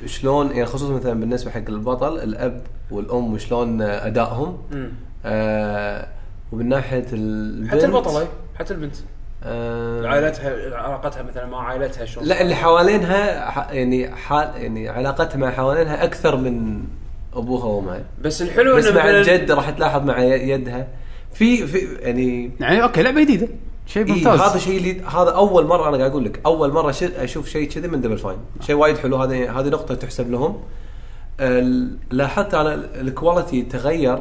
شلون يعني خصوصا مثلا بالنسبه حق البطل الاب والام شلون ادائهم مم. آه ومن ناحيه البنت حتى البطله حتى البنت آه عائلتها علاقتها مثلا مع عائلتها شلون لا اللي حوالينها ح- يعني حال يعني علاقتها مع حوالينها اكثر من ابوها وامها بس الحلو بس انه مع مثلا الجد راح تلاحظ مع ي- يدها في في يعني يعني اوكي لعبه جديده شيء إيه ممتاز هذا شيء اللي هذا اول مره انا قاعد اقول لك اول مره ش- اشوف شيء كذي من دبل فاين نعم. شيء وايد حلو هذه هذه نقطه تحسب لهم ال- لاحظت على ال- الكواليتي تغير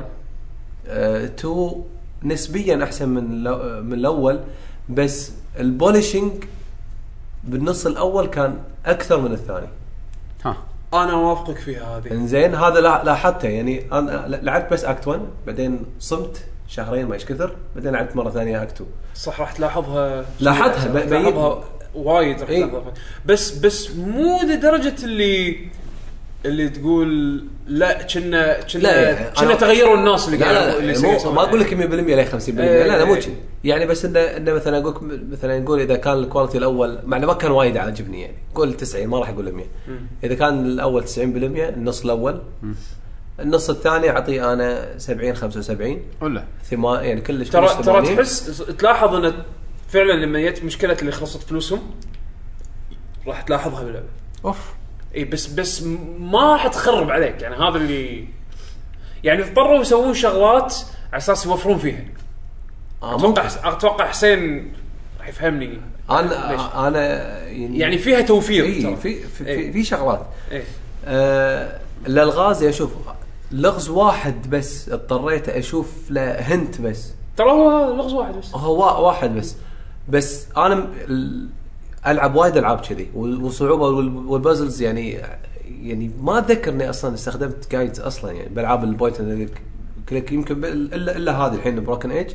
آه، تو نسبيا احسن من الأو- من الاول بس البولشنج بالنص الاول كان اكثر من الثاني ها انا اوافقك فيها هذه انزين هذا لا- لاحظته يعني انا ل- لعبت بس اكت 1 بعدين صمت شهرين ما ايش كثر بعدين لعبت مره ثانيه اكت 2 صح راح تلاحظها لاحظها، راح ب- تلاحظها وايد راح إيه. تلاحظها بس بس مو لدرجه اللي اللي تقول لا كنا كنا لا، كنا أنا- تغيروا الناس اللي لا قاعد لا لا مو- ما اقول لك 100% لا 50% إيه. لا لا مو كذي يعني بس انه انه مثلا اقول لك م- مثلا نقول اذا كان الكواليتي الاول مع انه ما كان وايد عاجبني يعني قول 90 ما راح اقول 100 اذا كان الاول 90% النص الاول النص الثاني اعطيه انا 70 75 ولا ثما يعني كلش ترى كلش ترى 80. تحس تلاحظ ان فعلا لما جت مشكله اللي خلصت فلوسهم راح تلاحظها باللعبه اوف اي بس بس ما راح تخرب عليك يعني هذا اللي يعني اضطروا يسوون شغلات على اساس يوفرون فيها آه ممكن. اتوقع اتوقع حسين راح يفهمني ليش؟ انا انا يعني فيها توفير إيه، ترى. آه، في في, إيه. في, في شغلات إيه. آه، الالغاز يا شوف لغز واحد بس اضطريت اشوف له هنت بس ترى هو لغز واحد بس هو وا- واحد بس بس انا م- ال- العب وايد العاب كذي وال- والصعوبه وال- والبازلز يعني يعني ما اتذكر اني اصلا استخدمت جايدز اصلا يعني بالعاب البوينت اند كليك يمكن بال- الا الا هذه الحين بروكن ايج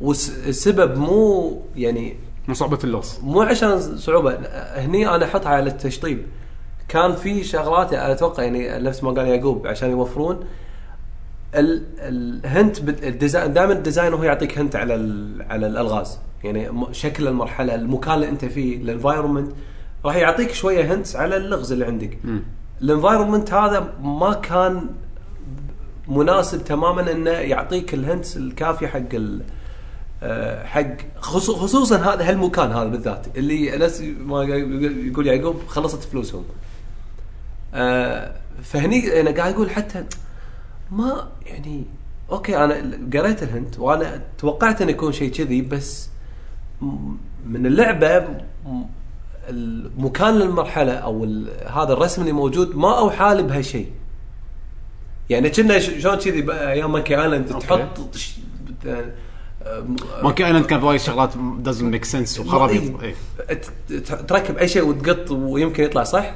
والسبب مو يعني من صعوبه اللغز مو عشان صعوبه هني انا احطها على التشطيب كان في شغلات اتوقع يعني نفس ما قال يعقوب عشان يوفرون ال- الهنت بد- الديزاين دائما الديزاين هو يعطيك هنت على ال- على الالغاز يعني م- شكل المرحله المكان اللي انت فيه الانفايرمنت راح يعطيك شويه هنتس على اللغز اللي عندك الانفايرمنت هذا ما كان مناسب تماما انه يعطيك الهنتس الكافيه حق ال آه، حق خصو- خصوصا هذا هالمكان هذا بالذات اللي ناس ما يقول يعقوب خلصت فلوسهم آه، فهني انا قاعد اقول حتى ما يعني اوكي انا قريت الهنت وانا توقعت انه يكون شيء كذي بس م- من اللعبه م- المكان للمرحله او ال- هذا الرسم اللي موجود ما اوحى لي بهالشيء يعني كنا ش- شلون كذي بقى ايام ماكي ايلاند تحط آه، ش- بت- مونكي ايلاند كان في وايد شغلات دازنت ميك سنس وخرابيط إيه. إيه. ت- ت- تركب اي شيء وتقط ويمكن يطلع صح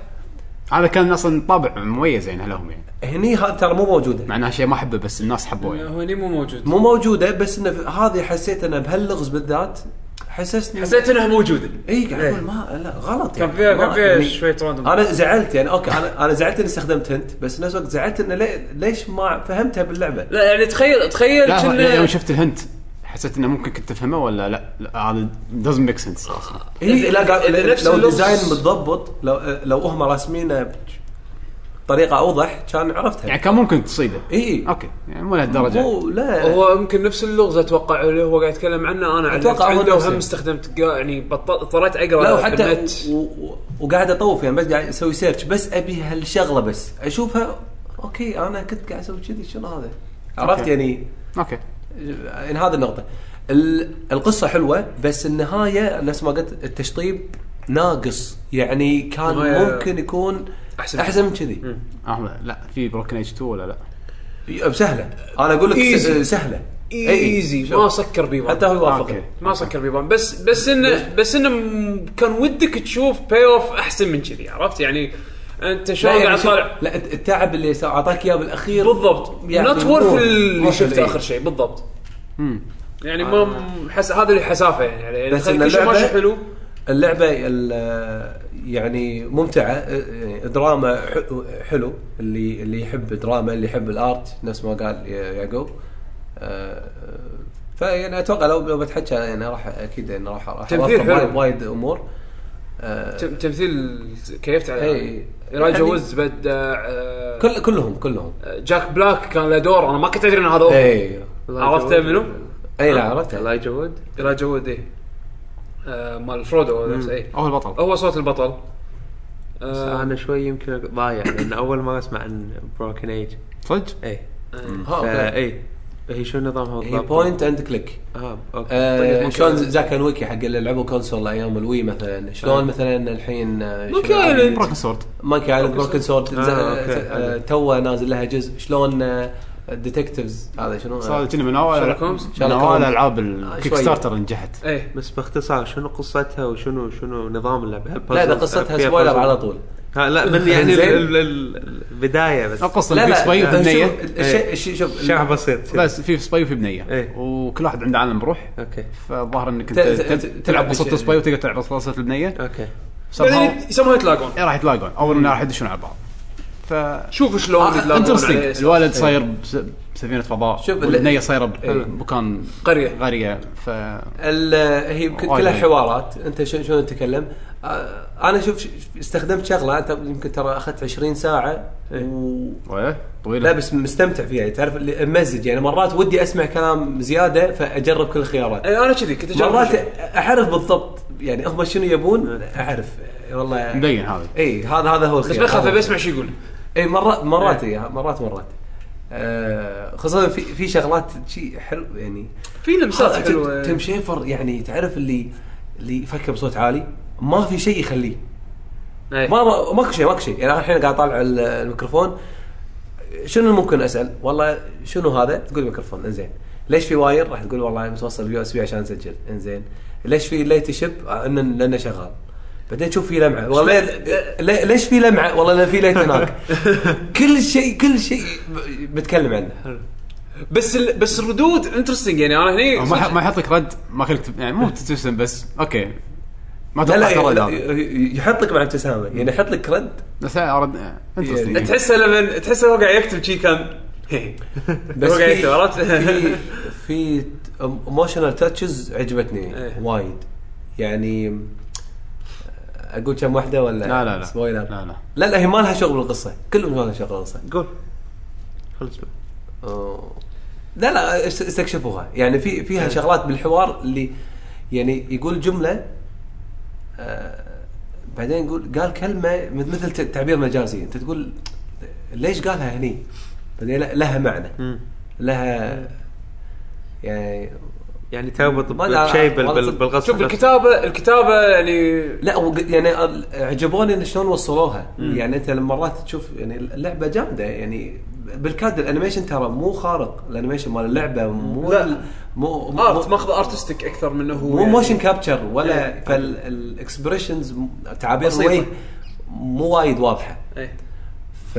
هذا كان اصلا طابع مميز يعني لهم يعني هني هذا ترى مو موجوده مع انها شيء ما احبه بس الناس حبوه يعني هو هني مو موجود مو موجوده بس انه في- هذه حسيت انه بهاللغز بالذات حسسني حسيت انها موجوده اي قاعد إيه. اقول ما لا غلط يعني كان فيها- كان ما- فيها يعني شوية random. انا زعلت يعني اوكي انا انا زعلت اني استخدمت هنت بس نفس الوقت زعلت انه ليه- ليش ما فهمتها باللعبه لا يعني تخيل تخيل لا كنا- لا، يعني يوم شفت الهنت حسيت انه ممكن كنت تفهمه ولا لا لا هذا doesn't ميك سنس اصلا إيه لا قاعد- إذا نفس لو اللغز- الديزاين متضبط لو لو هم راسمينه بطريقه اوضح كان عرفتها يعني كان ممكن تصيده اي اوكي يعني مو لهالدرجه مو لا هو يمكن نفس اللغز اتوقع اللي هو قاعد يتكلم عنه انا أتوقع اتوقع هو عنده نفسه. وهم استخدمت قا- يعني بط- اضطريت اقرا لا وحتى كمية- و- و- وقاعد اطوف يعني بس قاعد اسوي سيرش بس ابي هالشغله بس اشوفها اوكي انا كنت قاعد اسوي كذي شنو هذا؟ عرفت أوكي. يعني اوكي ان هذه النقطه ال- القصه حلوه بس النهايه نفس ما قلت التشطيب ناقص يعني كان نهاية- ممكن يكون أحسن. احسن احسن من كذي أحمد، لا في بروكن ايج 2 ولا لا؟ سهله انا اقول لك س- Easy. سهله ايزي إي. ما سكر بيبان إيه. حتى هو أوكي. يوافق ما سكر بيبان بس بس انه بس انه م- كان ودك تشوف باي اوف احسن من كذي عرفت يعني انت شلون لا, يعني قاعد شوف- طالع لا الت- التعب اللي سا- اعطاك اياه بالاخير بالضبط يعني نوت مو- وورث مو اللي شفته حلو. اخر شيء بالضبط مم. يعني ما م- حس هذا اللي حسافه يعني يعني بس تخيل إن كل شيء اللعبة- ماشي حلو اللعبه ال- يعني ممتعه يعني دراما ح- حلو اللي اللي يحب دراما اللي يحب الارت نفس ما قال يا- يعقوب آه، فيعني اتوقع لو لو بتحكى يعني راح اكيد يعني راح راح تمثيل أوفر حلو. وايد- وايد امور آه، تم- تمثيل كيفت عليه إي. راجا يعني- وز بدع آه، كل كلهم كلهم جاك بلاك كان له دور انا ما كنت ادري ان هذا هو اي عرفته منو؟ اي إيه، لا عرفت الايجا وود راجا وود ايه آه، مال فرودو هذا نفسه، إيه. اول بطل هو صوت البطل بس آه، انا شوي يمكن ضايع لان اول ما اسمع عن بروكن ايج صدق؟ اي آه، يعني ها، فا أوكي. اي آه، إيه. هي شو نظامها هي بالضبط؟ بوينت اند كليك اه طيب، آه، اوكي شلون زاك اند ويكي حق اللي لعبوا كونسول ايام الوي مثلا شلون طيب. مثلا الحين آه، مونكي شنو- آيلاند. بروكن سورد مانكي ايلاند بروكن سورد آه، أوكي. تو نازل لها جزء شلون ديتكتيفز هذا شنو صار آه، كنا من اول شارلوك هومز؟ من شارلوك اول هومز. العاب آه، الكيك شوي. ستارتر اللي نجحت إيه. ايه بس باختصار شنو قصتها وشنو شنو نظام اللعبه؟ هل لا اذا puzzle- قصتها فيها سبويلر puzzle؟ على طول ها لا من يعني ال- زين. ال- ال- البدايه بس القصه لا إن في لا سباي آه، شوف وبنيه إيه. الشيء- الشيء شوف شرح بسيط بس في سباي وفي بنيه إيه. وكل واحد عنده عالم بروح اوكي فالظاهر انك انت ت- ت- تل- تلعب تلعب وسط بشيء. سباي وتقدر تلعب وسط البنيه اوكي somehow بعدين يسموها يتلاقون يعني راح يتلاقون او انه راح يدشون على بعض ف شوف شلون آه، يتلاقون انترستنج على- الولد صاير بس- بسفينه فضاء إيه. شوف، إيه. والبنيه صايره بمكان قريه قريه ف ال- هي ك- وايد كلها حلو. حوارات انت شو- شلون تتكلم آه، انا شوف ش- استخدمت شغله أنت يمكن ترى اخذت 20 ساعه إيه. و وإيه؟ لا طويله بس مستمتع فيها تعرف اللي- ممزج يعني مرات ودي اسمع كلام زياده فاجرب كل الخيارات ايه انا كذي كنت أجرب مرات كذي. اعرف بالضبط يعني هم شنو يبون اعرف والله مبين هذا اي هذا هذا هو بس الخيار بخاف ابي اسمع شو يقول اي مرات مرات اي مرات مرات آه خصوصا في في شغلات شيء حلو يعني في لمسات حلوه تم شيفر يعني تعرف اللي اللي يفكر بصوت عالي ما في شيء يخليه إيه. ما ما- ماكو شيء ماكو شيء يعني أنا الحين قاعد اطالع ال- الميكروفون شنو ممكن اسال؟ والله شنو هذا؟ تقول ميكروفون انزين ليش في واير؟ راح تقول والله متوصل بيو اس بي عشان اسجل انزين ليش في ليت شيب؟ آه، انه لانه شغال بعدين تشوف في لمعه والله لي- ليش في لمعه؟ والله لان في ليت هناك كل شيء كل شيء ب- بتكلم عنه بس ال... بس الردود انترستنج يعني انا هني إيه، آه، أو ما يح- ما يحط لك رد ما خليك تب- يعني مو تبتسم بس اوكي ما لا إيه، توقعت لا رد لا، هذا يحط لك مع ابتسامه يعني يحط لك رد بس لا، إيه، رد انترستنج تحسه لما تحسه هو قاعد يكتب شي كان هو بس يعني قاعد في يكتب، عرفت؟ في في ايموشنال تاتشز عجبتني إيه. وايد يعني اقول كم واحده ولا لا لا لا سبويلر لا لا لا لا هي ما لها شغل بالقصه كلهم ما لها شغل بالقصه قول خلص أوه. لا لا است- استكشفوها يعني في إيه. فيها شغلات بالحوار اللي يعني يقول جمله آه بعدين يقول قال كلمه مثل ت- تعبير مجازي انت تقول ليش قالها هني؟ بعدين لا- لها معنى مم. لها يعني يعني تربط ما أدري، بشيء بال- والله بال- صدق. بالقصه شوف نفسها. الكتابه الكتابه يعني لا وق- يعني ال- عجبوني ان شلون وصلوها يعني انت لما مرات تشوف يعني اللعبه جامده يعني بالكاد الانيميشن ترى مو خارق الانيميشن مال اللعبه مو لا. مو مو- ارت ماخذ ارتستيك اكثر من انه مو يعني- موشن كابتشر ولا فالاكسبريشنز تعابير بسيطة. الوجه مو وايد واضحه إيه. ف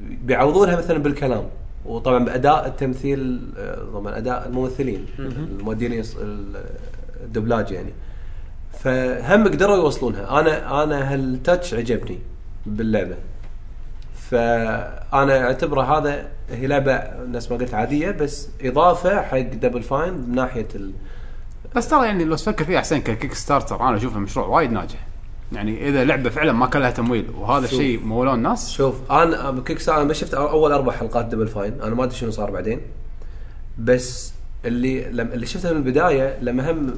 بيعوضونها مثلا بالكلام وطبعا باداء التمثيل آه، طبعا اداء الممثلين المؤدين يص- ال- الدبلاج يعني فهم قدروا يوصلونها انا انا هالتاتش عجبني باللعبه فانا اعتبره هذا هي لعبه نفس ما قلت عاديه بس اضافه حق دبل فاين من ناحيه ال... بس ترى يعني لو تفكر فيها حسين ككيك ستارتر انا اشوفه مشروع وايد ناجح يعني اذا لعبه فعلا ما كان لها تمويل وهذا شوف. الشيء مولاه الناس شوف انا بكيك ستارتر انا بس شفت اول اربع حلقات دبل فاين انا ما ادري شنو صار بعدين بس اللي لم اللي شفته من البدايه لما هم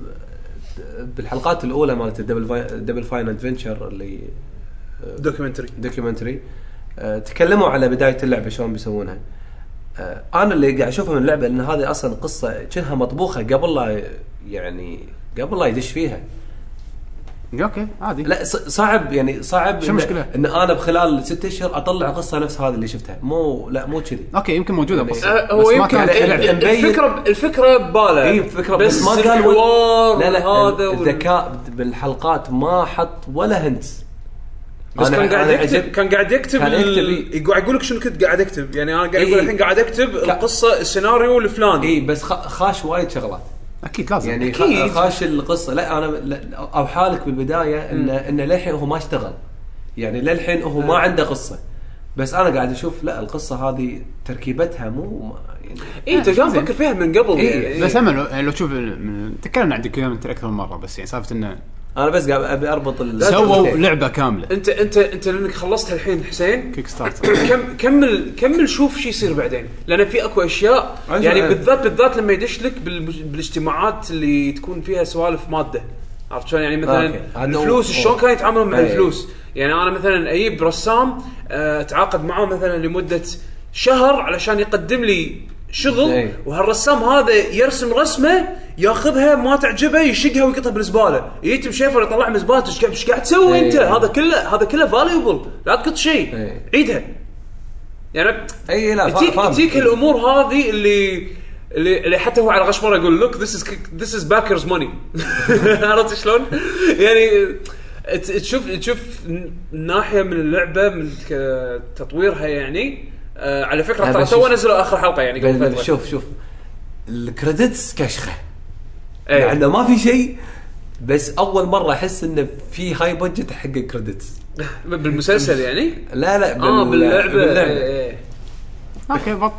بالحلقات الاولى مالت الدبل فاين دبل فاين ادفنشر اللي دوكيومنتري دوكيومنتري آه، تكلموا على بدايه اللعبه شلون بيسوونها آه، انا اللي قاعد اشوفه من اللعبه ان هذه اصلا قصه كأنها مطبوخه قبل لا يعني قبل لا يدش فيها اوكي إيه، عادي لا ص- صعب يعني صعب شو إن- المشكلة؟ ان انا بخلال ست اشهر اطلع قصه نفس هذه اللي شفتها مو لا مو كذي اوكي يمكن موجوده قصه آه، هو بس ما يمكن كانت ال- لعبة. ال- مبين. الفكره الفكره بباله اي فكره إيه، بس إيه، ما قال الحوار لا لا وهذا ال- وال- الذكاء بالحلقات ما حط ولا هنتس بس أنا- كان قاعد أنا يكتب عجب- كان قاعد يكتب كان ال- يكتب، إيه. يقول- قاعد يقول لك شنو كنت قاعد اكتب يعني انا قاعد إي. اقول الحين قاعد اكتب القصه السيناريو الفلاني اي إيه، بس خ- خاش وايد شغلات اكيد لازم يعني يعني خ- خاش القصه لا انا لا- او حالك بالبدايه انه انه للحين هو ما اشتغل يعني للحين هو ما عنده قصه بس انا قاعد اشوف لا القصه هذه تركيبتها مو ما- يعني اي انت قاعد تفكر فيها من قبل إي، يعني بس هم لو, يعني لو تشوف ال- من- تكلمنا عن دوكيومنتري اكثر من مره بس يعني سالفه انه انا بس قاعد ابي اربط ال- سووا لعبه كامله انت انت انت لانك خلصت الحين حسين كيك ستارتر كم كمل كمل شوف شو يصير بعدين لان في اكو اشياء عجل- يعني آه. بالذات بالذات لما يدش لك بال- بالاجتماعات اللي تكون فيها سوالف ماده عرفت شلون يعني مثلا أوكي. هذا الفلوس هو- إيه. شلون كانوا يتعاملون مع أي. الفلوس يعني انا مثلا اجيب رسام آه، اتعاقد معاه مثلا لمده شهر علشان يقدم لي شغل أي. وهالرسام هذا يرسم رسمه ياخذها ما تعجبه يشقها ويقطها بالزباله يجي بشيفر يطلع من الزباله ايش قاعد- إيش قاعد تسوي أي. انت هذا كله هذا كله فاليبل لا تقط شيء إيه. عيدها يعني اي لا فا- تجيك فاهم. تجيك الامور هذه اللي اللي اللي حتى هو على غشمره يقول لوك ذيس از ذيس از باكرز ماني عرفت شلون؟ يعني ت- تشوف تشوف ن- ناحيه من اللعبه من ك- تطويرها يعني آه على فكره لا، ترى بس تو شوف- نزلوا اخر حلقه يعني بل- قبل بل- فتره شوف شوف الكريدتس كشخه إيه. يعني ما في شيء بس اول مره احس انه في هاي بادجت حق الكريدتس بالمسلسل يعني لا لا اه بال- باللعبه إيه، إيه. اوكي بط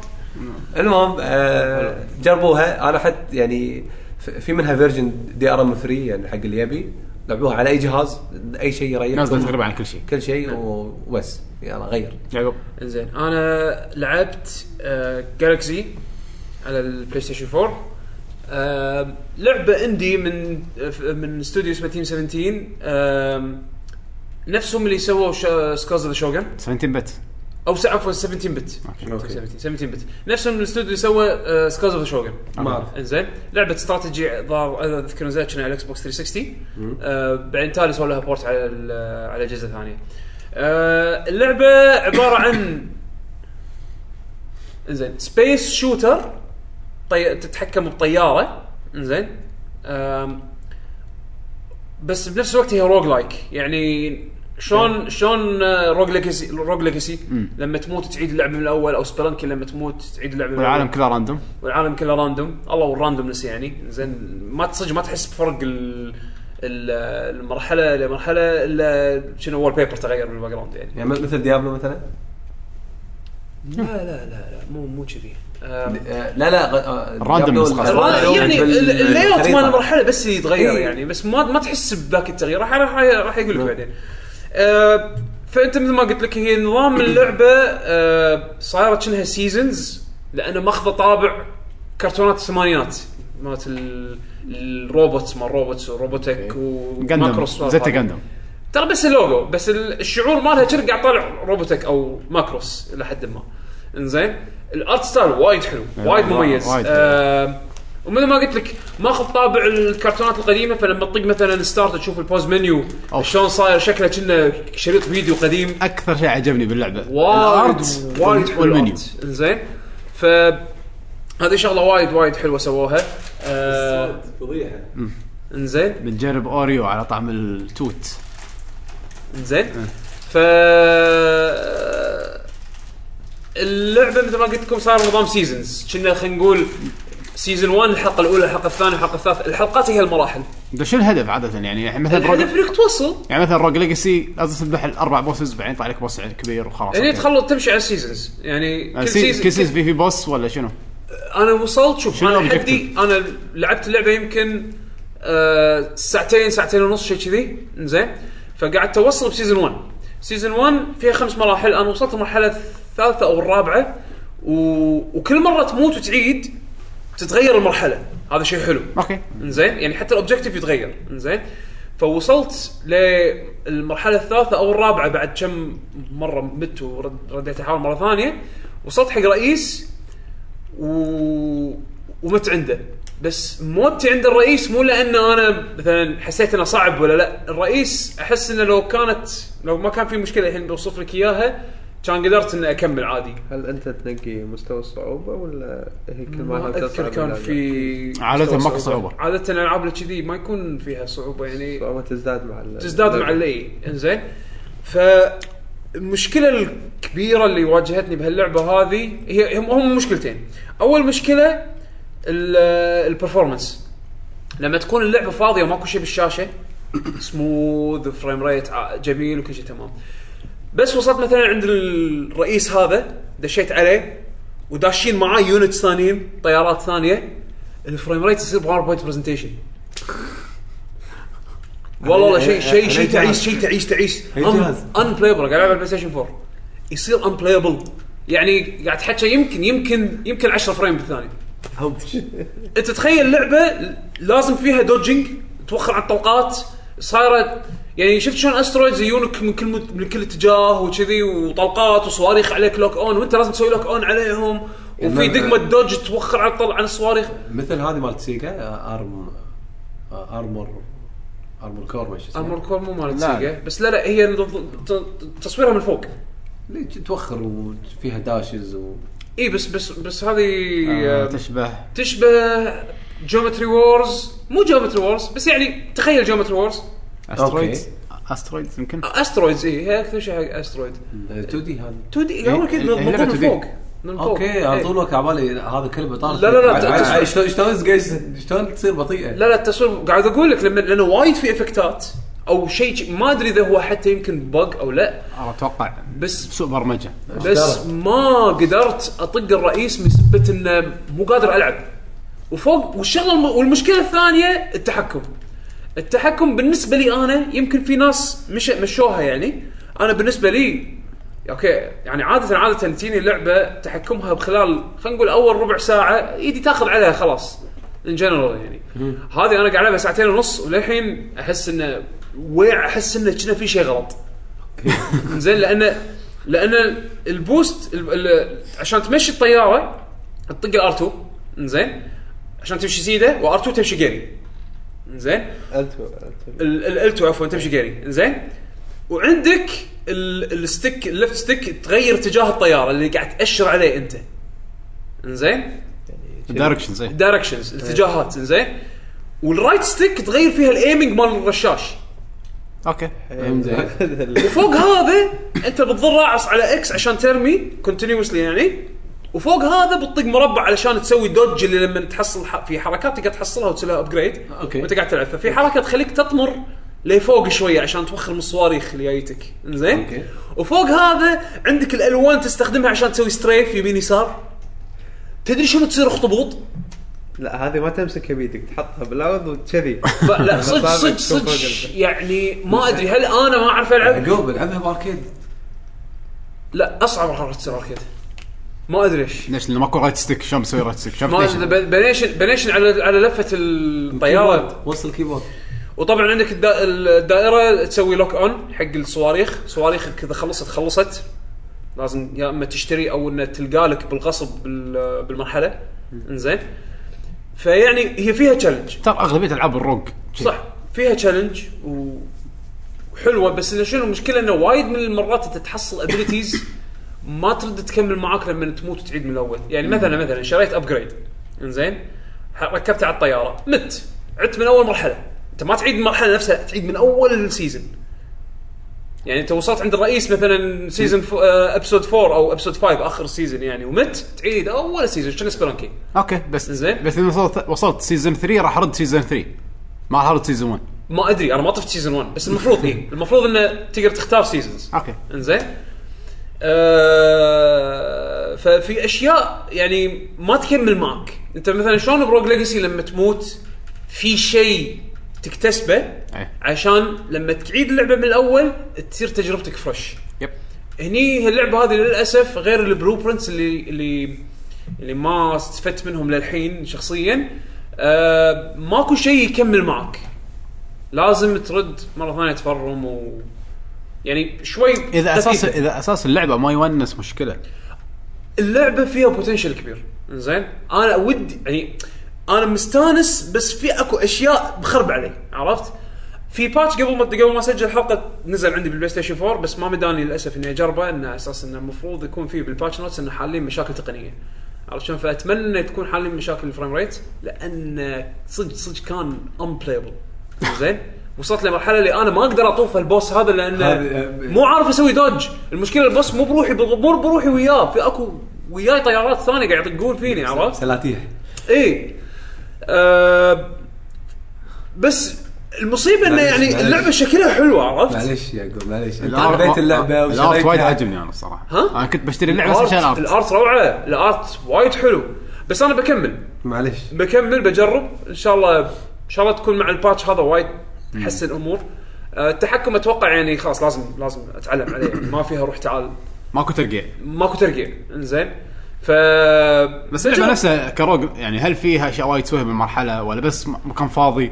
المهم آه جربوها انا حتى يعني ف- في منها فيرجن دي ار ام 3 يعني حق اللي يبي لعبوها على اي جهاز اي شيء يريحكم نازله تقريبا على كل شيء كل شيء و- وبس يلا غير يعقوب انزين انا لعبت جالكسي على البلاي ستيشن 4 آه لعبه اندي من ف- من استوديو اسمه تيم 17 آه نفسهم اللي سووا شا- سكوز ذا شوغن 17 بت او س- عفوا 17 بت أوكي. 17 17 بت نفسهم الاستوديو اللي سوى آه، سكوز ذا شوغن ما اعرف انزين لعبه استراتيجي ظهر أنا اذكر نزلت شنو على الاكس بوكس 360 آه بعدين تالي سووا لها بورت على ال- على اجهزه ثانيه آه اللعبه عباره عن انزين سبيس شوتر طي... تتحكم بطياره انزين آم، بس بنفس الوقت هي روج لايك يعني شلون شلون آه، روج ليجاسي روج ليجاسي لما تموت تعيد اللعبه من الاول او سبلانكي لما تموت تعيد اللعبه من والعالم الأول. كله راندوم والعالم كله راندوم الله والراندومنس يعني زين ما تصج ما تحس بفرق ال ال- المرحله لمرحله الا شنو وول بيبر تغير بالباك جراوند يعني يعني مثل ديابلو مثلا لا لا لا لا مو مو كذي آم، آه، لا لا غ- آه، الراندوم ديابلو نسخة. الرا- الراندوم يعني بال- اللاي اوت مال بالخريطة. المرحله بس اللي يتغير إي. يعني بس ما ما تحس بذاك التغيير راح راح راح يقول لك بعدين آه، فانت مثل ما قلت لك هي نظام اللعبه آه، صايره شنها سيزونز لانه ماخذه طابع كرتونات الثمانينات مالت ال- الروبوتس مال روبوتس وروبوتك جندم وماكروس زيتا جندم ترى بس اللوجو بس ال- الشعور مالها شر قاعد طالع روبوتك او ماكروس الى حد ما انزين الارت ستايل وايد حلو وايد وايد- مميز وايد. آه ومثل ما قلت لك ماخذ طابع الكرتونات القديمه فلما تطق مثلا ستارت تشوف البوز منيو أوف. شلون صاير شكله كنا شريط فيديو قديم اكثر شيء عجبني باللعبه وايد الأرت وايد حلو والمنيو الأرت. انزين ف هذه شغله وايد وايد حلوه سووها آه فضيحه انزين بنجرب اوريو على طعم التوت زين ف اللعبه مثل ما قلت لكم صار نظام سيزونز كنا خلينا نقول سيزون 1 الحلقه الاولى الحلقه الثانيه الحلقه الثالثه الحلقات هي المراحل ده شو الهدف عاده يعني يعني مثلا روج- الهدف انك توصل يعني مثلا روج ليجاسي لازم تذبح الاربع بوسز بعدين يطلع لك بوس كبير وخلاص يعني أوكي. تخلص تمشي على السيزونز يعني يعني كل سي- كل سيزون سيزون في في بوس ولا شنو؟ انا وصلت شوف شنو انا الobjective؟ حدي انا لعبت اللعبه يمكن آه ساعتين ساعتين ونص شيء كذي زين فقعدت اوصل بسيزون 1 سيزون 1 فيها خمس مراحل انا وصلت المرحله الثالثه او الرابعه و... وكل مره تموت وتعيد تتغير المرحله هذا شيء حلو اوكي انزين يعني حتى الاوبجيكتيف يتغير انزين فوصلت للمرحله الثالثه او الرابعه بعد كم مره مت ورديت احاول مره ثانيه وصلت حق رئيس و... ومت عنده بس موتي عند الرئيس مو لان انا مثلا حسيت انه صعب ولا لا الرئيس احس انه لو كانت لو ما كان في مشكله الحين بوصف لك اياها كان قدرت اني اكمل عادي هل انت تنقي مستوى الصعوبه ولا هي كل ما مرحله اذكر تصعب كان اللعبة؟ في عادة مستوى ماكو صعوبة. صعوبة. عادة الالعاب اللي كذي ما يكون فيها صعوبة يعني الصعوبه تزداد مع ال- تزداد مع اللي انزين فالمشكله الكبيره اللي واجهتني بهاللعبه هذه هي هم, هم مشكلتين اول مشكله ال- البرفورمانس لما تكون اللعبه فاضيه وماكو شيء بالشاشه سموث فريم ريت ع- جميل وكل شيء تمام بس وصلت مثلا عند الرئيس هذا دشيت عليه وداشين معاه يونتس ثانيين طيارات ثانيه الفريم ريت يصير باوربوينت برزنتيشن والله والله شيء شيء شيء تعيس شيء تعيس تعيس جهاز. ان بلايبل قاعد العب على البلاي ستيشن 4 يصير ان بلايبل يعني قاعد تحكي يمكن يمكن يمكن 10 فريم بالثانيه انت تخيل لعبه لازم فيها دوجنج توخر عن الطلقات صايره يعني شفت شلون استرويدز يجونك من كل مت- من كل اتجاه وكذي وطلقات وصواريخ عليك لوك اون وانت لازم تسوي لوك اون عليهم وفي المنع. دقمه دوج توخر عن الطل- عن الصواريخ مثل هذه آه، مالت سيجا ارم ارمر ارمر آه، كور ما شو اسمه ارمور كور مو مالت لا. سيجا بس لا لا هي نظ- ت- تصويرها من فوق ليش توخر وفيها داشز و اي بس بس بس هذه آه، آه، تشبه تشبه جيومتري وورز مو جيومتري وورز بس يعني تخيل جيومتري وورز استرويدز استرويدز يمكن استرويدز اي هي اكثر شيء حق استرويد 2 دي هذه 2 دي اول كذا هي- هي منظور لعبة من 2D. فوق من فوق اوكي على إيه. طول وقت على بالي هذا كلمه طارت لا، لا، لا، عاد- تسمع. عاد- عاد شلون شلون قايس- شلون تصير بطيئه لا لا التصوير قاعد اقول لك لما لانه وايد في افكتات او شيء ما ادري اذا هو حتى يمكن بق او لا أنا اتوقع بس سوء برمجه بس ما قدرت اطق الرئيس من سبه انه مو قادر العب وفوق والشغله الم- والمشكله الثانيه التحكم التحكم بالنسبه لي انا يمكن في ناس مش مشوها يعني انا بالنسبه لي اوكي يعني عاده عاده تجيني اللعبه تحكمها بخلال خلينا نقول اول ربع ساعه ايدي تاخذ عليها خلاص ان جنرال يعني هذه انا قاعد العبها ساعتين ونص وللحين احس انه ويع احس انه كنا في شيء غلط زين لان لان البوست ال- ال- عشان تمشي الطياره تطق الار 2 زين عشان تمشي سيده وار 2 تمشي جيري زين أنتوا- أنتوا- ال 2 عفوا تمشي جيري زين وعندك ال- الستيك اللفت ستيك تغير اتجاه الطياره اللي قاعد تاشر عليه انت زين دايركشن زي دايركشنز اتجاهات زين والرايت ستيك تغير فيها الايمنج مال الرشاش اوكي إيه. زين. وفوق هذا انت بتظل راعص على اكس عشان ترمي كونتينيوسلي يعني وفوق هذا بتطق مربع علشان تسوي دوج اللي لما تحصل ح- في حركات تقدر تحصلها وتسوي لها ابجريد أوكي. وانت قاعد تلعب ففي حركه تخليك تطمر لفوق شويه عشان توخر من الصواريخ اللي جايتك زين أوكي. وفوق هذا عندك الالوان تستخدمها عشان تسوي ستريف يمين يسار تدري شنو تصير اخطبوط؟ لا هذه ما تمسك بيدك تحطها بالارض وكذي ب- لا صدق أصابعك صدق تكون صدق فوق ال- يعني ما ادري هل انا ما اعرف العب؟ عقوب العبها باركيد لا اصعب مرحله تصير اركيد ما ادري ليش ليش لانه ماكو رايت ستيك شلون مسوي رايت ستيك شلون ما بتيشن؟ ب- بنيشن بنيشن على على لفه الطياره كيبورد. وصل كيبورد وطبعا عندك الدا- الدائره تسوي لوك اون حق الصواريخ صواريخك اذا خلصت خلصت لازم يا اما تشتري او انه تلقى لك بالغصب بال- بالمرحله انزين فيعني هي فيها تشالنج ترى اغلبيه العاب الروج شي. صح فيها تشالنج و- وحلوه بس انه شنو المشكله انه وايد من المرات انت تحصل ابيلتيز ما ترد تكمل معاك لما تموت وتعيد من الاول، يعني مثلا مثلا شريت ابجريد انزين ح- ركبته على الطياره، مت عدت من اول مرحله، انت ما تعيد المرحله نفسها تعيد من اول السيزون يعني انت وصلت عند الرئيس مثلا سيزون ف... آه، ابسود 4 او ابسود 5 اخر سيزون يعني ومت تعيد اول سيزون شنو سبلانكي اوكي بس زين. بس اذا وصلت وصلت سيزون 3 راح ارد سيزون 3 ما راح ارد سيزون 1 ما ادري انا ما طفت سيزون 1 بس المفروض اي المفروض انه تقدر تختار سيزونز اوكي انزين آه ففي اشياء يعني ما تكمل معك انت مثلا شلون بروك ليجاسي لما تموت في شيء تكتسبه إيه. عشان لما تعيد اللعبه من الاول تصير تجربتك فريش يب هني اللعبه هذه للاسف غير البلو برنتس اللي اللي اللي ما استفدت منهم للحين شخصيا آه ماكو شيء يكمل معك لازم ترد مره ثانيه تفرم و يعني شوي اذا اساس تثقيفة. اذا اساس اللعبه ما يونس مشكله اللعبه فيها بوتنشل كبير زين انا ودي يعني انا مستانس بس في اكو اشياء مخرب علي عرفت في باتش قبل ما قبل ما اسجل حلقه نزل عندي بالبلاي ستيشن 4 بس ما مداني للاسف اني اجربه انه على اساس انه المفروض يكون فيه بالباتش نوتس انه حالين مشاكل تقنيه عرفت شلون فاتمنى انه تكون حالين مشاكل الفريم ريت لان صدق صدق كان امبلايبل زين وصلت لمرحله اللي انا ما اقدر اطوف البوس هذا لانه هذا- مو عارف اسوي دوج المشكله البوس مو بروحي بالض- مو بروحي وياه في اكو وياي طيارات ثانيه قاعد يطقون فيني عرفت؟ سلاتيح اي أه بس المصيبه انه معليش، يعني معليش. اللعبه شكلها حلو عرفت؟ معليش يا يعقوب معليش انت الآر- حبيت اللعبه الارت آه، وايد وشريتها. عاجبني انا الصراحه ها؟ انا كنت بشتري اللعبه بس عشان الارت الارت الارت روعه الارت وايد حلو بس انا بكمل معليش بكمل بجرب ان شاء الله ان شاء الله تكون مع الباتش هذا وايد حسن الامور أه، التحكم اتوقع يعني خلاص لازم لازم اتعلم عليه يعني ما فيها روح تعال ماكو ترقيع ماكو ترقيع انزين ف بس إيه، اللعبه نفسها كروج يعني هل فيها اشياء وايد تسويها بالمرحله ولا بس م- مكان فاضي؟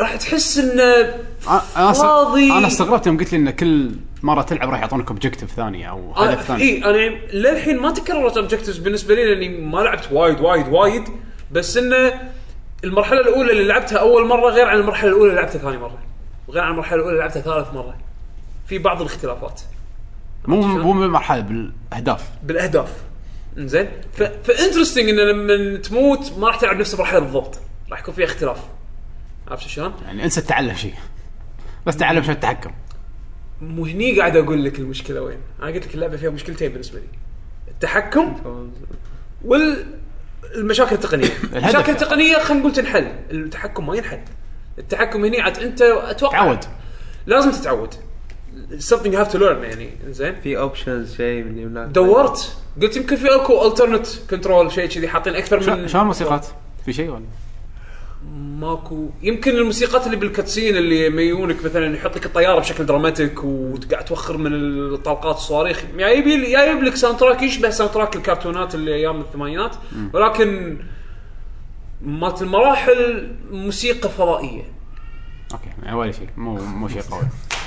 راح تحس انه أ- انا است- فاضي. انا استغربت يوم قلت لي ان كل مره تلعب راح يعطونك اوبجيكتيف ثاني او هدف ثاني اي انا يعني للحين ما تكررت اوبجكتيفز بالنسبه لي لاني ما لعبت وايد وايد وايد بس انه المرحله الاولى اللي لعبتها اول مره غير عن المرحله الاولى اللي لعبتها ثاني مره وغير عن المرحله الاولى اللي لعبتها ثالث مره في بعض الاختلافات مو مو بالمرحله بالاهداف بالاهداف زين فانترستنج انه لما تموت ما راح تلعب نفس المرحله بالضبط راح يكون في اختلاف عرفت شلون؟ يعني انسى تتعلم شيء بس تعلم شو التحكم مو هني قاعد اقول لك المشكله وين انا قلت لك اللعبه فيها مشكلتين بالنسبه لي التحكم وال المشاكل التقنيه المشاكل التقنيه خلينا نقول تنحل التحكم ما ينحل التحكم هني عاد انت اتوقع تعود لازم تتعود something you have to learn يعني زين في اوبشنز شيء من هناك دورت قلت يمكن في اكو الترنت كنترول شيء كذي حاطين اكثر من شلون شلون الموسيقات؟ في شيء ولا؟ ماكو يمكن الموسيقات اللي بالكاتسين اللي يميونك مثلا يحط لك الطياره بشكل دراماتيك وقاعد توخر من الطلقات الصواريخ يا يبي يا يجيب لك ساوند تراك يشبه ساوند تراك الكرتونات اللي ايام الثمانينات ولكن مالت المراحل موسيقى فضائيه اوكي يعني ولا شيء مو مو شيء قوي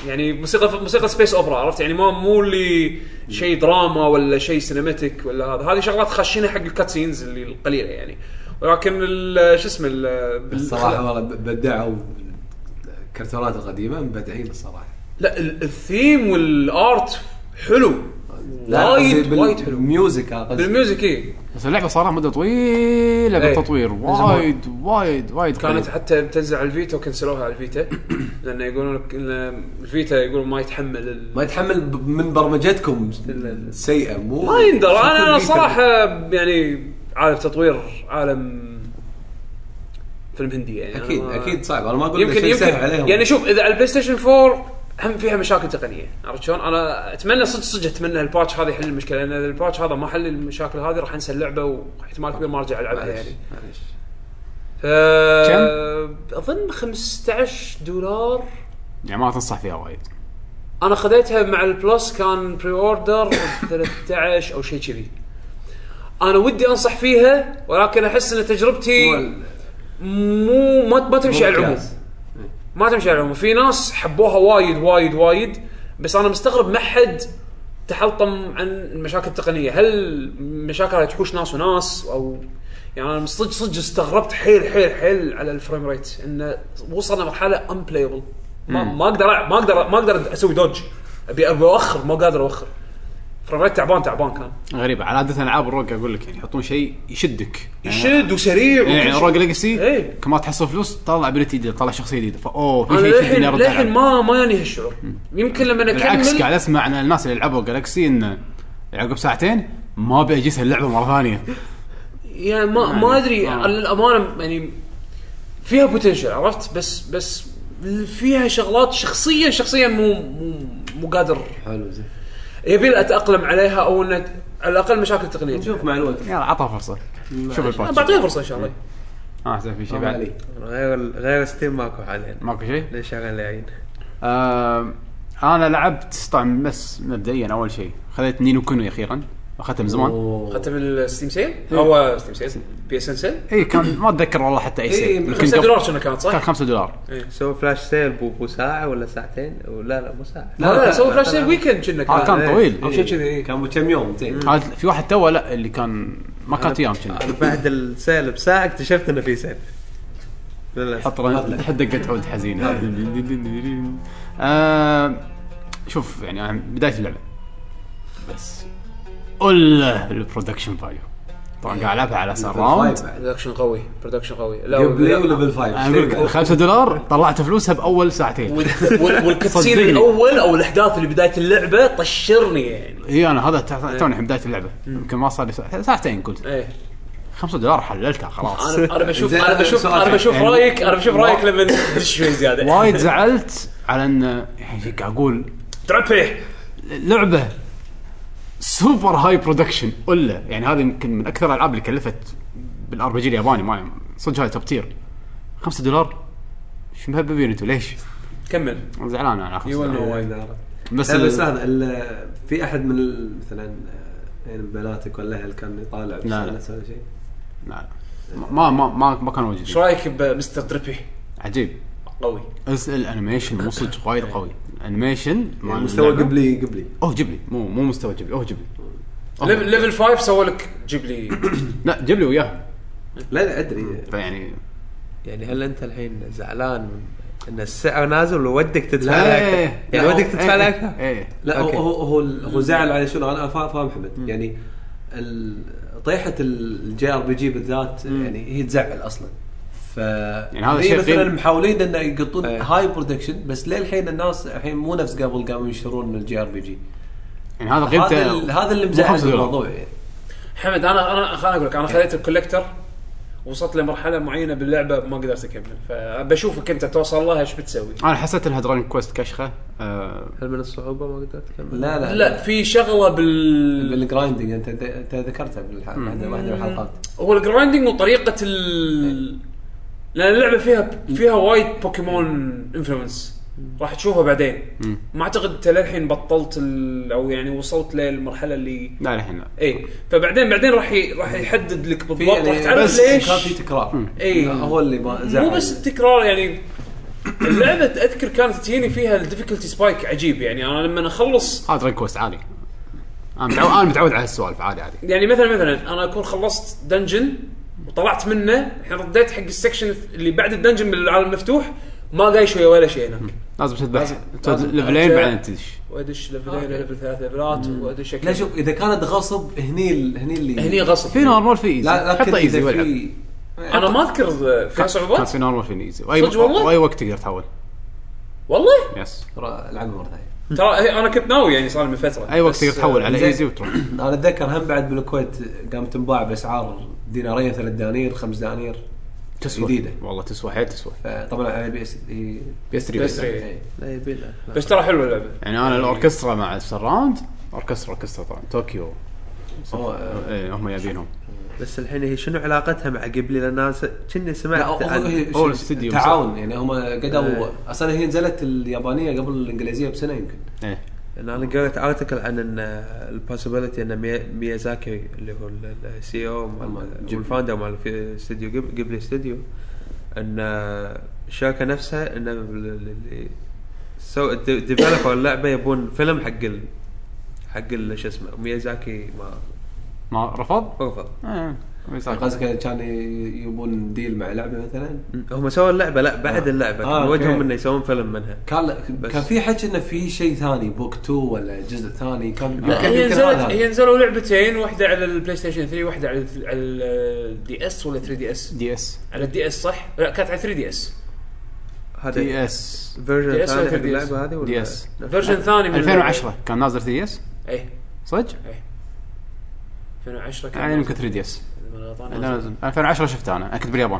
يعني موسيقى موسيقى سبيس اوبرا عرفت يعني ما مو اللي شيء دراما ولا شيء سينماتيك ولا هذا هذه شغلات خاشينها حق الكاتسينز اللي القليله يعني ولكن ال- شو اسمه ال- بال- الصراحه والله ب- بدعوا الكرتونات القديمه مبدعين الصراحه لا ال- الثيم والارت حلو لا، قصدي وايد بال- وايد حلو بالميوزك أنا قصدي. بالميوزك إيه. اي بس اللعبه صار لها مده طويله إيه. بالتطوير وايد وايد وايد كانت قليل. حتى بتنزل على الفيتا وكنسلوها على الفيتا لان يقولون لك إن الفيتا يقولون ما يتحمل ال... ما يتحمل ب- من برمجتكم السيئه مو ما يندر انا انا صراحه يعني عالم تطوير عالم فيلم هندي يعني أنا اكيد ما- اكيد صعب انا ما اقول يمكن شيء يمكن سهل عليهم يعني شوف اذا على البلاي ستيشن 4 هم فيها مشاكل تقنيه عرفت شلون؟ انا اتمنى صدق صدق اتمنى الباتش هذا يحل المشكله لان اذا الباتش هذا ما حل المشاكل هذه راح انسى اللعبه واحتمال كبير ما ارجع العبها معليش يعني. معليش. ف... اظن 15 دولار يعني ما تنصح فيها وايد انا خذيتها مع البلس كان بري اوردر 13 او شيء كذي. انا ودي انصح فيها ولكن احس ان هو تجربتي ال- مو ما ما تمشي على العموم. ممتاز. إيه. ما تمشي على العموم في ناس حبوها وايد وايد وايد بس انا مستغرب ما حد تحلطم عن المشاكل التقنيه هل مشاكلها تحوش ناس وناس او يعني انا صدق صدق استغربت حيل حيل حيل على الفريم ريت انه وصلنا مرحله امبلايبل ما ما اقدر ألعب- ما اقدر ما اقدر اسوي دوج ابي ابي اوخر ما قادر اوخر فريم ريت تعبان تعبان كان غريبه على عاده العاب الروج اقول لك يعني يحطون شيء يشدك يعني- يشد وسريع وكل يعني شيء. روج ليجسي إيه. كمان تحصل فلوس طلع ابيلتي جديد طلع شخصيه جديده فاوه في انا شيء يشدني للحين ارد للحين ألعب. ما ما ياني هالشعور يمكن لما بالعكس اكمل قاعد اسمع عن الناس اللي لعبوا جالكسي انه عقب ساعتين ما ابي اجيس اللعبه مره ثانيه يعني ما ما يعني- ادري آه. للامانه يعني فيها بوتنشل عرفت بس بس فيها شغلات شخصيا شخصيا مو مو مو قادر حلو زين يبي لي اتاقلم عليها او انه على الاقل مشاكل تقنيه نشوف مع الوقت يلا عطها فرصه شوف أنا الباتش بعطيها فرصه ان شاء الله اه زين في شيء ما عليك. بعد غير غير ستيم ماكو حاليا ماكو شيء ليش شغل العين آم، انا آه، لعبت طبعا بس مبدئيا اول شيء خذيت نينو كوني اخيرا اخذته من زمان اخذتها من الستيم سيل إيه. هو ستيم سيل بي اس ان سيل اي كان ما اتذكر والله حتى اي إيه، سعر يمكن 5 قبل- دولار كنا كانت كان صح؟ 5 دولار سووا فلاش سيل بو, بو ساعه ولا ساعتين ولا لا مو ساعه لا لا سووا فلاش سيل ويكند هذا كنا كان آه، كان طويل إيه. او شيء كذي إيه. إيه. كان أبو كم يوم زين هذا في واحد تو لا اللي كان ما كانت ايام كنا أنا بعد السيل بساعه اكتشفت انه في سيل للاسف حط رن- حط دقه عود حزينه آه، شوف يعني أنا بدايه اللعبه بس الا البرودكشن فاليو طبعا قاعد العبها على سراوند برودكشن قوي برودكشن قوي لا جيم بلاي ولا وال- انا اقول لك بالفايف 5 دولار طلعت فلوسها باول ساعتين وال- والكتسين صدقني. الاول او الاحداث اللي بدايه اللعبه طشرني يعني اي انا هذا إيه. تع- توني الحين بدايه اللعبه يمكن ما صار لي ساعة- ساعتين قلت ايه 5 دولار حللتها خلاص انا انا بشوف زين، انا بشوف سؤال انا بشوف يعني- رايك انا بشوف رايك لما تدش شوي زياده وايد زعلت على ان يعني قاعد اقول تلعب فيه لعبه سوبر هاي برودكشن ولا يعني هذه يمكن من اكثر الالعاب اللي كلفت بالار بي جي الياباني ما صدق هاي توب تير 5 دولار شو مهببين انتم ليش؟ كمل أنا زعلان انا خمسة دولار. بس لا بس ال- هذا ال- في احد من ال- مثلا آه، يعني بناتك ولا اهل كان يطالع بس لا. أنا أسوي شيء لا ما ما ما ما كان شو موجودين رايك بمستر دريبي عجيب قوي بس الانيميشن مو صدق وايد قوي الانيميشن مال إيه. يعني مستوى اللعبة- قبلي قبلي اوه جيب لي مو مو مستوى جيب لي اوه جيب لي آه. ليفل ليفل 5 سوى لك جيب لي لا جيب لي وياه لا لا ادري فيعني يعني هل انت الحين زعلان من ان السعر نازل وودك تدفع لا، له إيه، اكثر يعني لا، ودك هو- تدفع له إيه، اكثر إيه. لا هو أوكي. هو هو, هو زعل على شنو انا فا- فاهم حمد يعني ال- طيحه الجي ار بي جي بالذات يعني هي تزعل اصلا ف يعني هذا شيء مثلا غير- محاولين انه يقطون إيه. هاي برودكشن بس للحين الناس الحين مو نفس قبل قاموا يشترون من الجي ار بي جي يعني هذا هذا قيمته ال- هذا اللي مو مزعل خمسة دولار. الموضوع يعني حمد انا انا خليني اقول لك انا خذيت الكوليكتر وصلت لمرحله معينه باللعبه ما قدرت اكمل فبشوفك انت توصل لها ايش بتسوي انا حسيت انها دراجون كويست كشخه آه، هل من الصعوبه ما قدرت اكمل؟ لا لا لا في شغله بال بالجرايندنج انت انت ذكرتها بالح- واحده واحدة من الحلقات هو الجرايندنج وطريقه ال لان اللعبه فيها فيها وايد بوكيمون انفلونس راح تشوفها بعدين ما اعتقد انت للحين بطلت ال... او يعني وصلت للمرحله اللي لا الحين لا اي فبعدين بعدين راح ي... راح يحدد لك في بالضبط راح يعني تعرف بس ليش كان في تكرار إي. هو اللي ما زعل مو بس التكرار يعني اللعبه اذكر كانت تجيني فيها الديفيكولتي سبايك عجيب يعني انا لما اخلص هذا دراجون كويست عادي انا متعود انا متعود على هالسوالف عادي عادي يعني مثلا مثلا انا اكون خلصت دنجن وطلعت منه الحين رديت حق السكشن اللي بعد الدنجن من العالم المفتوح ما قايش شويه ولا شيء هناك لازم تذبح لازم- تود- لازم ليفلين أرجع. بعدين تدش وادش ليفلين ليفل ثلاث ليفلات وادش لا أكمل. شوف اذا كانت غصب هني ال- هني اللي هني غصب في نورمال في ايزي لا حط لكن ايزي اذا والعب في انا ما اذكر فيها كان صعوبات في نورمال في ايزي واي صدق والله؟ واي وقت تقدر تحول والله يس ترى العبها مره ثانيه ترى هي- انا كنت ناوي يعني صار لي من فتره اي وقت بس- تقدر تحول على زين. ايزي وتروح انا اتذكر هم بعد بالكويت قامت تنباع باسعار دينارين ثلاث دنانير خمس دنانير تسوى جديدة. والله تسوى حيل تسوى فطبعا على بي اس هي بس بس تري إيه. لا يبي لا بس ترى حلوه اللعبه يعني انا الاوركسترا مع السراوند اوركسترا اوركسترا طبعا طوكيو آه. هو- إيه، هم يابينهم بس الحين هي شنو علاقتها مع قبلي لان انا س- كني لا، سمعت هو- هو- عن هي- أول شو- استديو تعاون يعني هم قدروا اصلا هي نزلت اليابانيه قبل الانجليزيه بسنه يمكن إيه. ايه لان انا قريت ارتكل عن ان البوسيبيلتي ان مي- ميازاكي اللي هو السي او مال جيبلي. والفاوندر مال في- استوديو قبل- قبلي استوديو ان الشركه نفسها ان اللي سو الديفلوبر اللعبه يبون فيلم حق ال حق ال- شو اسمه ميازاكي ما ما رفض؟ رفض إيه. ويساكو. قصدك كان ي- يبون ديل مع لعبه مثلا هم سووا اللعبه لا بعد آه. اللعبه آه، كان وجههم أوكي. انه يسوون فيلم منها كان بس. كان في حكي انه في شيء ثاني بوك 2 ولا جزء ثاني كان لا يمكن- هي يمكن نزلت هذا. هي نزلوا لعبتين واحده على البلاي ستيشن 3 واحده على ال- على الدي اس ولا 3 دي اس دي اس على الدي اس صح لا كانت على 3 دي اس دي هذا اس فيرجن DS ولا ثاني حق 3DS اللعبه هذه ولا دي اس فيرجن ثاني من 2010 كان نازل 3 دي اس اي صدق؟ 2010 كان يعني يمكن 3 دي اس إذا ما أنا غلطان لا، نازل. نازل. 2010 شفته انا انا كنت باليابان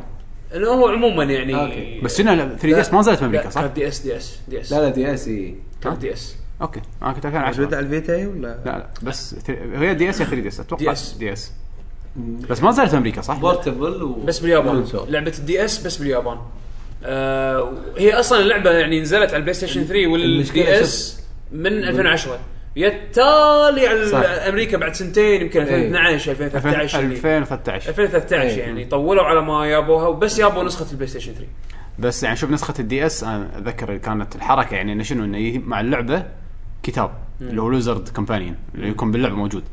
انه هو عموما يعني أوكي. آه، بس هنا 3 دي اس ما نزلت بامريكا صح؟ دي اس دي اس دي اس لا لا دي اس اي كانت دي اس اوكي انا كنت 2010 موجوده على الفيتا هي ولا لا لا بس ثري- هي دي اس يا 3 دي اس اتوقع DS. دي اس بس ما نزلت امريكا صح؟ بورتبل و بس باليابان كونسول. لعبه الدي اس بس باليابان آه هي اصلا اللعبه يعني نزلت على البلاي ستيشن 3 والدي المشكلة اس من 2010 يا التالي على صح. امريكا بعد سنتين يمكن إيه. 2012 2013 اللي- 2013 2013 يعني طولوا على ما يابوها وبس يابوا نسخه البلاي ستيشن 3 بس يعني شوف نسخه الدي اس انا اتذكر كانت الحركه يعني انه شنو انه يجي مع اللعبه كتاب اللي هو لوزرد كومبانيون اللي يكون باللعبه موجود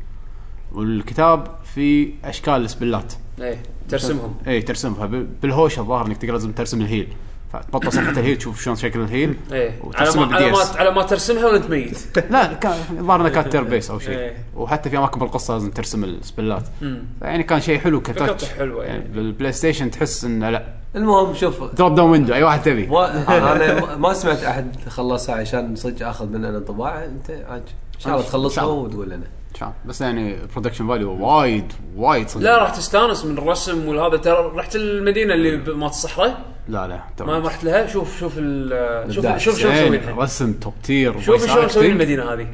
والكتاب فيه اشكال سبلات ايه ترسمهم اي إيه، ترسمها بال- بالهوشه الظاهر انك تقدر لازم ترسم الهيل فتبطل صفحه الهيل تشوف شلون شكل الهيل ايه على وترسمها ما, على بالدي ما اس على ما ترسمها وانت ميت لا كان الظاهر انها كانت تير بيس او شيء إيه. وحتى في اماكن بالقصه لازم ترسم السبلات مم. يعني كان شيء حلو كتاتش فكرته حلوة يعني. بالبلاي ستيشن تحس انه لا المهم شوف دروب داون ويندو اي واحد تبي ما انا ما سمعت احد خلصها عشان صدق اخذ مننا انطباع انت عاد ان شاء الله تخلصها وتقول لنا شلون؟ بس يعني برودكشن فاليو وايد وايد صدق لا راح تستانس من الرسم والهذا ترى رحت المدينه اللي ب- مالت الصحراء لا لا ما تمام رحت لها شوف شوف ال- شوف إبداع. شوف شو زين، مسوينها رسم توب تير شوف شو مسوين المدينه هذه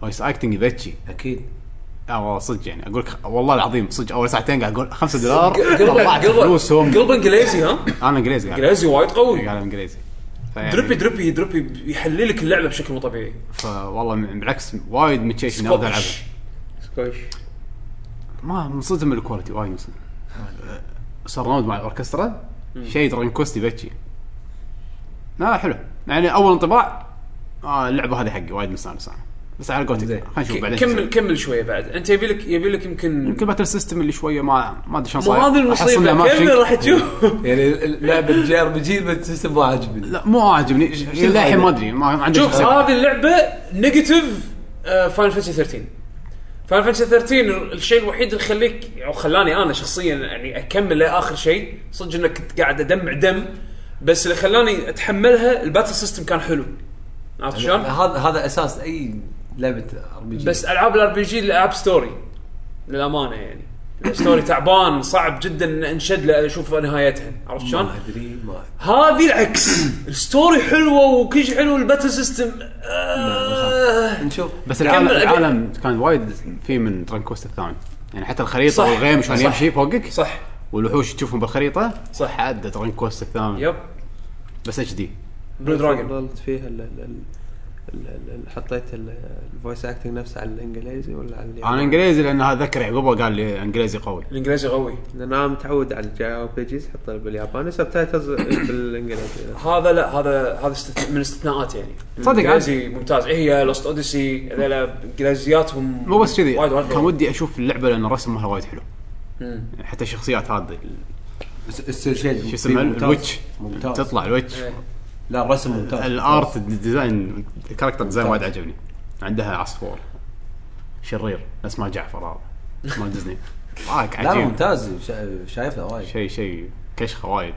فويس اكتنج ذكي اكيد اه والله صدق يعني اقول لك خ- والله العظيم صدق اول ساعتين قاعد اقول 5 دولار قلبه طلعت قلبه فلوسهم يعني قلبه انجليزي ها انا انجليزي قاعد انجليزي وايد قاعد قوي أتكلم انجليزي دربي دربي دربي يحلل لك اللعبه بشكل مو طبيعي والله بالعكس وايد متشيش اني اقدر العبها سكوتش. سكوش ما منصدم من الكواليتي وايد منصدم صرنود مع الاوركسترا شيء ترنكوستي ذكي لا حلو يعني اول انطباع آه اللعبه هذه حقي وايد مستانس انا بس على قولتك زين. خلينا نشوف ك- بعدين كمل شو كمل شويه بعد انت يبي لك يبي لك يمكن يمكن باتل سيستم اللي شويه ما ما ادري شلون مو صاير هذه أحس إنه المصيبه ما في- كمل راح تشوف يعني لعبه جير بجيب السيستم ما عجبني لا مو عاجبني للحين ما ادري ما ما عندي شوف شخصية. هذه آه، اللعبه نيجاتيف فاينل فانتسي 13 فاينل فانتسي 13 الشيء الوحيد اللي يخليك او خلاني انا شخصيا يعني اكمل لاخر شيء صدق انك كنت قاعد ادمع دم بس اللي خلاني اتحملها الباتل سيستم كان حلو عرفت يعني شلون؟ هذا هذا اساس اي لعبه ار بي جي بس العاب الار بي جي الالعاب ستوري للامانه يعني الستوري تعبان صعب جدا إن انشد له اشوف نهايتها عرفت شلون؟ ما ادري ما أدري. هذه العكس الستوري حلوه وكل شيء حلو الباتل سيستم آه نشوف بس العالم كمل. العالم كان وايد فيه من ترنكوست الثاني يعني حتى الخريطه صح. والغيم شلون صح. يمشي فوقك صح والوحوش تشوفهم بالخريطه صح. حد ترنكوست الثامن يب بس اتش دي بلو دراجون فضلت فيها ال ال ال- ال- ال- حطيت ال- الفويس اكتنج نفسه على الانجليزي ولا على انا الياباني؟ انجليزي لان اذكر يعقوبه قال لي انجليزي قوي الانجليزي قوي لان انا متعود على الجي او بي جيز حطه بالياباني سبتايتلز بالانجليزي هذا لا هذا هذا استث... من الاستثناءات يعني صدق الانجليزي ممتاز إيه هي لوست اوديسي هذول انجليزياتهم مو بس كذي وايد وايد كان قوي. ودي اشوف اللعبه لان الرسم مالها وايد حلو مم. حتى الشخصيات هذه السيل شيد شو اسمها ممتاز. الويتش ممتاز تطلع الويتش إيه. لا الرسم ممتاز الارت ديزاين الكاركتر ديزاين ممتاز. وايد عجبني عندها عصفور شرير نفس ما جعفر هذا مال ديزني رايك لا لا، عجيب ممتاز شا- شايفها وايد شيء شيء كشخه وايد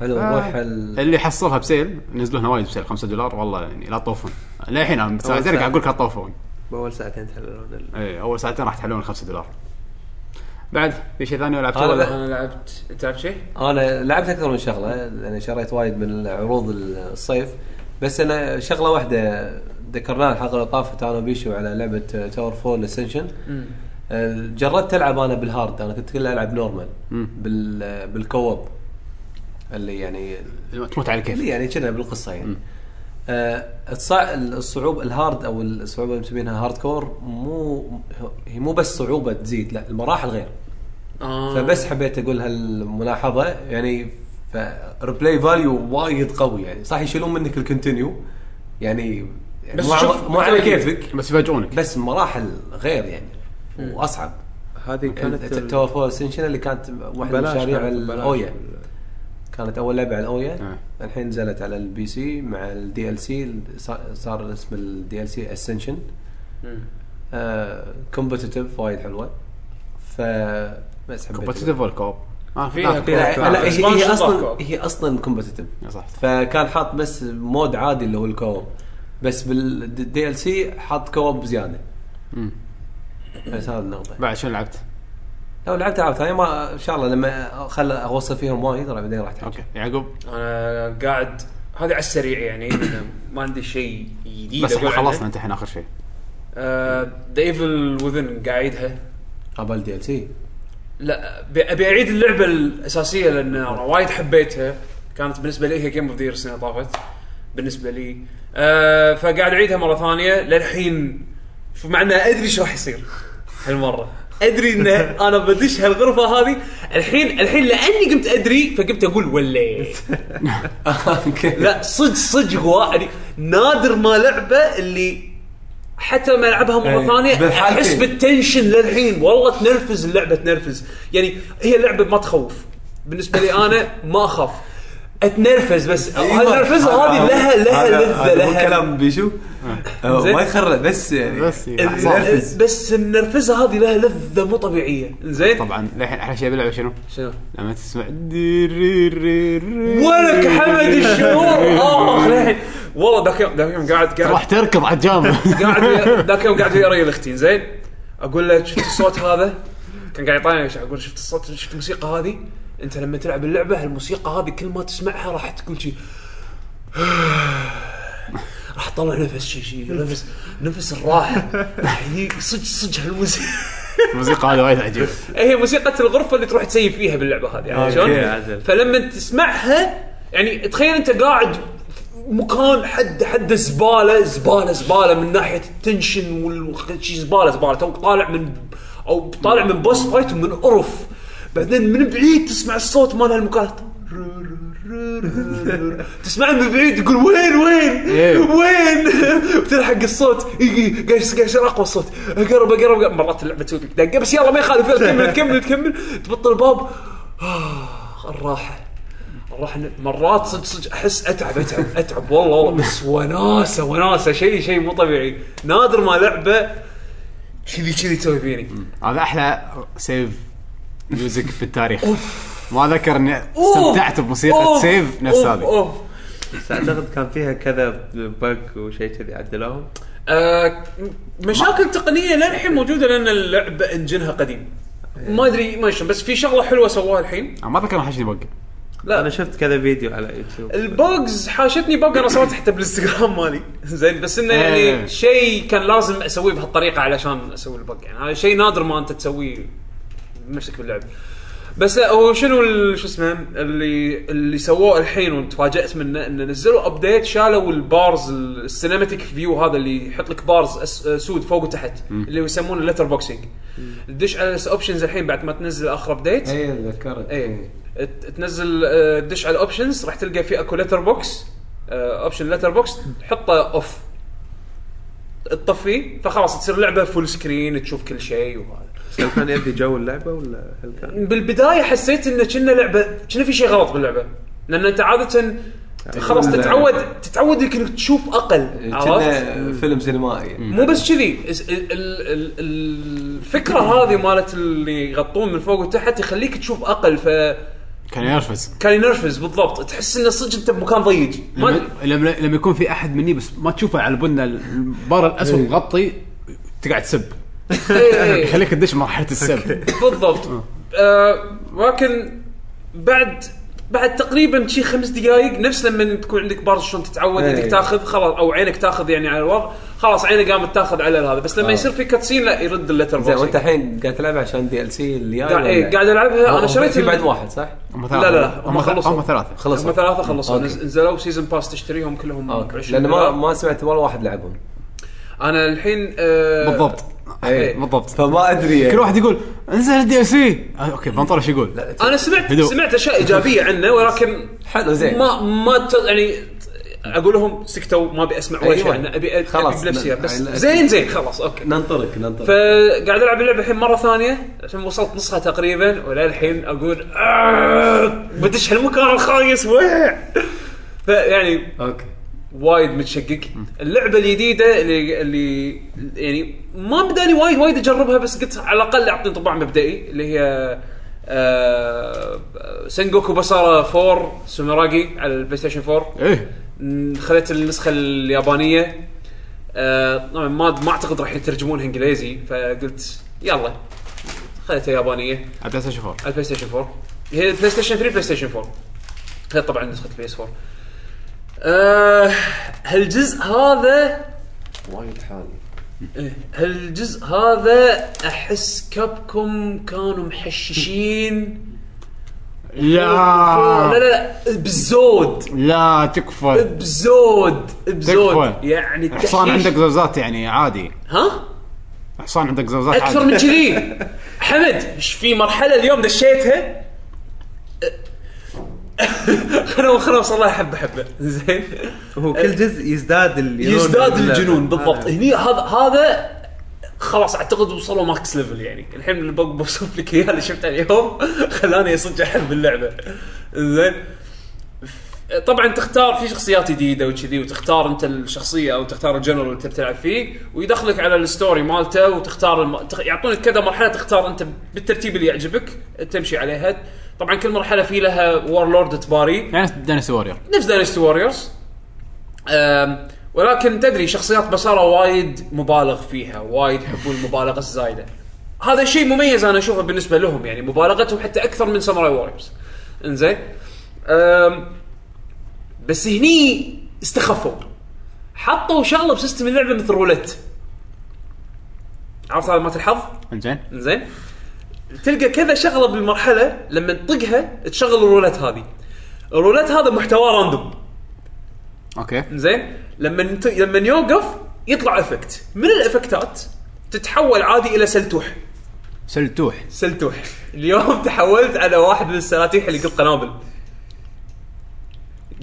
حلو آه. نروح ال- اللي حصلها بسيل نزلوها وايد بسيل 5 دولار والله يعني لا تطوفون للحين انا ساعتين قاعد اقول لك لا تطوفون باول ساعتين تحللون ال- ايه اول ساعتين راح تحلون 5 دولار بعد في شيء ثاني ولا لعبت هذا ولا انا لعبت انت لعبت شيء؟ انا لعبت اكثر من شغله لان شريت وايد من عروض الصيف بس انا شغله واحده ذكرناها الحلقه اللي طافت انا وبيشو على لعبه تاور فول اسنشن جربت العب انا بالهارد انا كنت كله العب نورمال مم. بال بالكوب اللي يعني تموت على اللي كيف يعني كنا بالقصه يعني آه، الصع... الصعوبه الهارد او الصعوبه اللي مسمينها هارد كور مو هي مو بس صعوبه تزيد لا المراحل غير آه. فبس حبيت اقول هالملاحظه يعني ريبلاي فاليو وايد قوي يعني صح يشيلون منك الكونتينيو يعني يعني بس مو على- شوف مو على مثلاً كيفك بس يفاجئونك بس مراحل غير يعني واصعب هذه كانت ال- تاور فول اسنشن اللي كانت واحده من بلاش مشاريع كانت نعم. بلاش. الاويا كانت اول لعبه على الاويا آه. الحين نزلت على البي سي مع الدي ال سي صار اسم الدي ال سي اسنشن كومبتيتيف آه، وايد حلوه ف بس حبيت كومبتيتيف ولا كوب؟ ما فيها ما- كوب. آه. لا لا، هي- هي Expansion اصلا ضاف. هي اصلا كومبتيتيف إيه صح فكان حاط بس مود عادي اللي هو الكوب بس بالدي ال سي حاط كوب زياده مم. بس هذا النقطه بعد شنو لعبت؟ لو لعبت العاب ثانيه ما ان شاء الله لما خل اوصل فيهم وايد راح- بعدين راح تحكي اوكي يعقوب انا قاعد هذه على السريع يعني أنا ما عندي شيء جديد بس احنا أقول عنه. آه، خلصنا انت الحين اخر شيء ذا ايفل وذن قاعدها قبل دي ال سي لا أبي- ابي اعيد اللعبه الاساسيه لان أنا وايد حبيتها كانت بالنسبه لي هي جيم اوف ذا السنه اللي طافت بالنسبه لي أه فقاعد اعيدها مره ثانيه للحين شوف مع إن ادري شو راح يصير هالمره ادري ان انا بدش هالغرفه هذه الحين الحين لاني قمت ادري فقمت اقول وليت أيوة. لا صدق صدق هو يعني نادر ما لعبه اللي حتى لما العبها مره إيه، ثانيه بالحالتين. احس بالتنشن للحين والله تنرفز اللعبه تنرفز يعني هي لعبه ما تخوف بالنسبه لي انا ما اخاف اتنرفز بس هالنرفزه هذه لها لها لذه لها كلام بيشو آه، زين. ما يخرب بس يعني بس يعني. ال- نرفز. بس النرفزه هذه لها لذه مو طبيعيه زين طبعا للحين احلى شيء باللعبه شنو؟ شنو لما تسمع دي- ري- ري- ري- ولك حمد الشعور اخ للحين والله ذاك يوم ذاك يوم قاعد قاعد راح تركض على الجامع قاعد ويا- ذاك يوم قاعد ويا ريال اختي زين اقول له شفت الصوت هذا كان قاعد يطالعني ايش اقول شفت الصوت شفت الموسيقى هذه انت لما تلعب اللعبه الموسيقى هذه كل ما تسمعها راح تقول شي راح تطلع نفس شي شي نفس نفس الراحه يعني صدق صدق هالموسيقى الموسيقى هذا وايد عجيب إيه، هي موسيقى الغرفه اللي تروح تسيب فيها باللعبه هذه يعني شلون؟ عدل. فلما تسمعها يعني تخيل انت قاعد مكان حد حد زباله زباله زباله من ناحيه التنشن والشي زباله زباله توك طالع من او طالع من بوس فايت ومن قرف بعدين من بعيد تسمع الصوت مال هالمكان تسمع من بعيد تقول وين وين إيه. وين بتلحق الصوت يجي قاعد قاعد يصير اقوى صوت اقرب اقرب أقرب. مرات اللعبه تسوي لك دقه بس يلا ما يخالف يلا تكمل تكمل تكمل تبطل الباب آه، الراحه الراحه مرات صدق صدق احس اتعب اتعب اتعب والله والله بس وناسه وناسه شيء شيء مو طبيعي نادر ما لعبه كذي كذي تسوي فيني هذا احلى سيف ميوزك في التاريخ ما اذكر اني استمتعت بموسيقى أوف، سيف نفس أوف، هذه أوف. بس اعتقد كان فيها كذا بق وشيء كذي عدلوهم آه، مشاكل تقنيه للحين موجوده لان اللعبه انجنها قديم ما ادري ما شلون بس في شغله حلوه سووها الحين أنا ما اذكر إنه حاشني بق لا انا شفت كذا فيديو على يوتيوب البوجز حاشتني بوج انا سويته حتى بالانستغرام مالي زين بس انه إيه. يعني شيء كان لازم اسويه بهالطريقه علشان اسوي البوج يعني هذا شيء نادر ما انت تسويه بنفسك باللعب بس لا هو شنو ال- شو اسمه اللي اللي سووه الحين وتفاجات منه انه نزلوا ابديت شالوا البارز ال- السينماتيك فيو هذا اللي يحط لك بارز أس سود فوق وتحت اللي يسمونه اللتر بوكسينج تدش على الاوبشنز الحين بعد ما تنزل اخر ابديت اي تذكرت اي إيه. ت- تنزل آه، تدش على الاوبشنز راح تلقى في اكو لتر بوكس اوبشن لتر بوكس تحطه اوف تطفيه فخلاص تصير لعبه فول سكرين تشوف كل شيء وهذا بس هل كان يبدي جو اللعبه ولا هل كان بالبدايه حسيت انه كنا لعبه كنا في شيء غلط باللعبه لان انت عاده خلاص تتعود تتعود انك تشوف اقل عرفت؟ إيه، كنا فيلم سينمائي مو بس كذي اس- ال- ال- ال- الفكره هذه مالت اللي يغطون من فوق وتحت يخليك تشوف اقل ف كان ينرفز كان ينرفز بالضبط تحس انه صدق انت بمكان ضيق ما يعني لما, لما لما يكون في احد مني بس ما تشوفه على بنا البار الاسود مغطي تقعد تسب إيه، إيه، يخليك تدش مرحله السب بالضبط آه، ولكن بعد بعد تقريبا شي خمس دقائق نفس لما تكون عندك بارز شلون تتعود إيه. انك تاخذ خلاص او عينك تاخذ يعني على الوضع خلاص عينك قامت تاخذ على هذا بس لما آه. يصير في كاتسين لا يرد اللتر زين بوكس وانت الحين قاعد تلعب عشان دي ال سي اللي جاي قاعد ولا؟ إيه، قاعد العبها هو- انا هو شريت في ال- بعد واحد صح؟ هم لا لا هم هم ثلاثه خلصوا هم ثلاثه خلصوا هم ثلاثه خلصوا أوكي. نز- نزلوا سيزون باس تشتريهم كلهم اوكي 20 لان آه، ما دولار. ما سمعت ولا واحد لعبهم انا الحين آه، بالضبط إيه. بالضبط فما ادري يعني. كل واحد يقول انزل الدي آه، ال سي اوكي بنطر ايش يقول انا سمعت هدوء. سمعت اشياء ايجابيه عنه ولكن حلو زين ما ما ت- يعني اقول لهم سكتوا ما ابي اسمع ولا شيء أيوة. انا ابي خلاص. خلاص بنفسي بس لا- لا- زين زين خلاص اوكي ننطرك ننطرك فقاعد العب اللعبه الحين مره ثانيه عشان وصلت نصها تقريبا وللحين اقول آه، بدش هالمكان الخايس ويع فيعني اوكي وايد متشقق اللعبه الجديده اللي اللي يعني ما بداني وايد وايد اجربها بس قلت على الاقل اعطيني طباع مبدئي اللي هي آه سنجوكو بسارة 4 سوميراجي على البلاي ستيشن 4 ايه م، خذيت النسخه اليابانيه آه طبعا ما ما اعتقد راح يترجمونها انجليزي فقلت يلا خذيتها يابانيه على بلاي ستيشن 4 على البلاي ستيشن 4 هي بلاي ستيشن 3 بلاي ستيشن 4 هي طبعا نسخه البي اس 4 آه هالجزء هذا وايد حالي إيه، هالجزء هذا احس كابكم كانوا محششين لا لا لا لا بالزود لا تكفى بزود بزود تكفى. يعني حصان التحشيش- عندك زوزات يعني عادي ها حصان عندك زوزات اكثر عادي من كذي حمد ايش في مرحله اليوم دشيتها خلنا خلنا وصلها حبه حبه زين هو كل جزء يزداد الجنون يزداد باللعبة. الجنون بالضبط هني هذا هذا خلاص اعتقد وصلوا ماكس ليفل يعني الحين اللي بق- بوصف لك اياه اللي شفته اليوم خلاني صدق احب اللعبه زين طبعا تختار في شخصيات جديده وكذي وتختار انت الشخصيه او تختار الجنرال اللي تبي تلعب فيه ويدخلك على الستوري مالته وتختار الم... تخ- يعطونك كذا مرحله تختار انت بالترتيب اللي يعجبك تمشي عليها طبعا كل مرحله في لها وارلورد تباري يعني دانس وورير نفس داينستي ووريرز أم، ولكن تدري شخصيات بصره وايد مبالغ فيها وايد يحبون المبالغه الزايده هذا شيء مميز انا اشوفه بالنسبه لهم يعني مبالغتهم حتى اكثر من ساموراي ووريرز انزين أم، بس هني استخفوا حطوا شغله بسيستم اللعبه مثل رولت عرفت هذا مالت الحظ انزين زين تلقى كذا شغله بالمرحله لما تطقها تشغل الرولات هذه الرولات هذا محتواه راندوم اوكي زين لما انت... لما يوقف يطلع افكت من الافكتات تتحول عادي الى سلتوح سلتوح سلتوح اليوم تحولت على واحد من السلاتيح اللي قد قنابل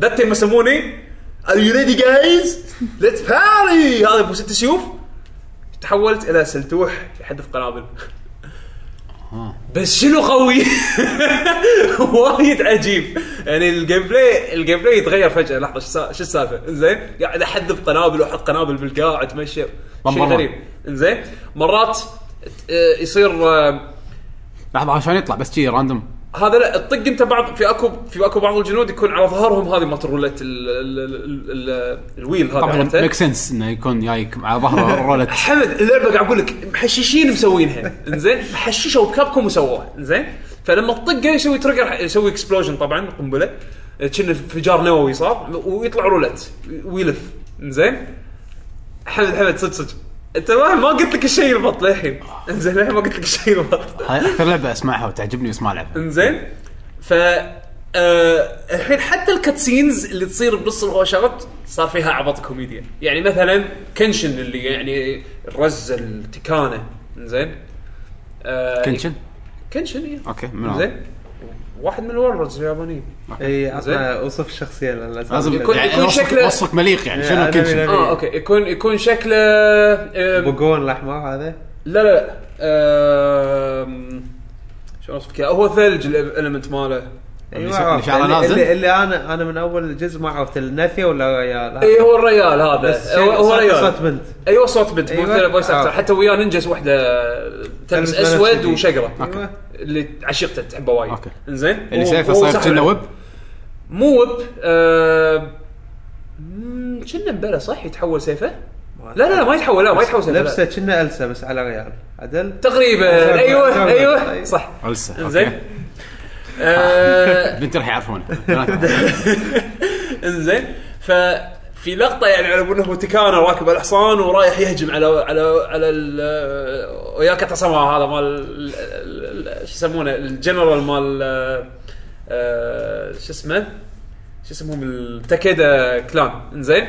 ذات ما يسموني Are you ready guys? Let's party! هذا ابو ست سيوف تحولت الى سلتوح يحدف قنابل بس شنو قوي وايد عجيب يعني الجيم بلاي الجيم بلاي يتغير فجاه لحظه شو السا- شو السالفه زين قاعد احذف قنابل واحط قنابل بالقاع اتمشى شيء بمبرة. غريب زين مرات آه، يصير آه، لحظه عشان يطلع بس شي راندوم هذا لا تطق انت بعض في اكو في اكو بعض الجنود يكون على ظهرهم هذه مالت الرولت ال- ال- ال- ال- الويل هذا طبعا عرفته؟ ميك سنس انه يكون جايك على ظهره رولت حمد اللعبه قاعد اقول لك محششين مسوينها انزين محششه بكابكم وسووها انزين فلما تطقه يسوي تريجر يسوي اكسبلوجن طبعا قنبله كأنه انفجار نووي صار ويطلع رولت ويلف انزين حمد حمد صدق صدق انت ما ما قلت لك الشيء البط للحين انزين للحين ما قلت لك الشيء البط هاي اكثر لعبه اسمعها وتعجبني بس ما العبها انزين ف آه، الحين حتى الكاتسينز اللي تصير بنص الهوشات صار فيها عبط كوميديا يعني مثلا كنشن اللي يعني رز التكانه انزين آه، كنشن كنشن إيه. اوكي من هذا؟ انزين واحد من الورلدز اليابانيين اي زين. عطنا اوصف الشخصيه لان لازم- لازم يكون- يعني يكون وصفك- شكله- وصفك مليق يعني يعني شنو كنشن أنا- اه اوكي يكون يكون شكله آه، بوجون الاحمر هذا لا لا آم، شلون اوصفك إياه؟ هو ثلج الالمنت ماله اللي أيوة، عرفت. شعره اللي- نازل؟ اللي, اللي انا انا من اول جزء ما عرفت النافيه ولا ريال اي إيه، هو الريال هذا بس هو هو صوت- ريال صوت بنت ايوه صوت بنت مو أيوة. فويس اكتر آه. حتى وياه نينجاس واحده تلبس تلبس أيوة. اسود بنفسجي. وشقره اوكي اللي عشيقته تحبه وايد آه. أوكي. انزين اللي هو- شايفه هو صاير سحر. كنا ويب مو وب آه، مم، كنا مبلى صح يتحول سيفه؟ لا لا لا ما يتحول لا ما يتحول سيفه لا. لبسه كنا السا بس على ريال عدل تقريبا زربة- ايوه زربة. ايوه طيب. أيوة. صح لسه انزين اوكي آه، بنت راح يعرفونه انزين ففي لقطه يعني على انه هو تكانه راكب على الحصان ورايح يهجم على على على ال- وياك تسمع هذا مال ال- ال- ال- شو يسمونه الجنرال مال آه، شو اسمه شو اسمهم التاكيدا كلان انزين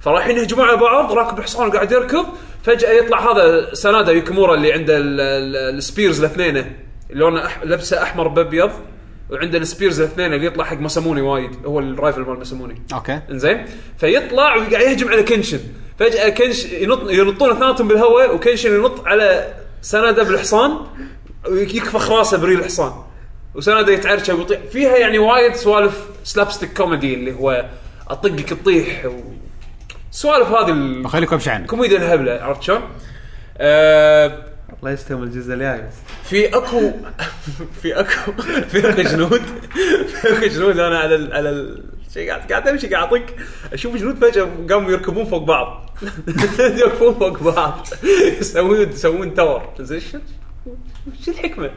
فرايحين يهجمون على بعض راكب حصان قاعد يركض فجاه يطلع هذا سنادا يوكيمورا اللي عنده ال- ال- السبيرز الاثنين لونه أح... لبسه احمر بابيض وعنده السبيرز الاثنين اللي يطلع حق مساموني وايد هو الرايفل مال مساموني اوكي انزين فيطلع وقاعد يهجم على كنشن فجاه كنش ينط ينطون اثنيناتهم بالهواء وكنشن ينط على سناده بالحصان ويكفخ راسه بريل الحصان وسناده يتعرشه ويطيح فيها يعني وايد سوالف سلابستيك كوميدي اللي هو اطقك تطيح و... سوالف هذه ال- خليكم ابشع عنك الكوميديا الهبله عرفت شلون؟ آه الله يستهم الجزء الجاي بس في اكو في اكو في اكو جنود في اكو جنود انا على ال على ال شي قاعد قاعد امشي قاعد اطق اشوف جنود فجاه قاموا يركبون فوق بعض يركبون فوق بعض يسوون يسوون تور زين شو شو الحكمه؟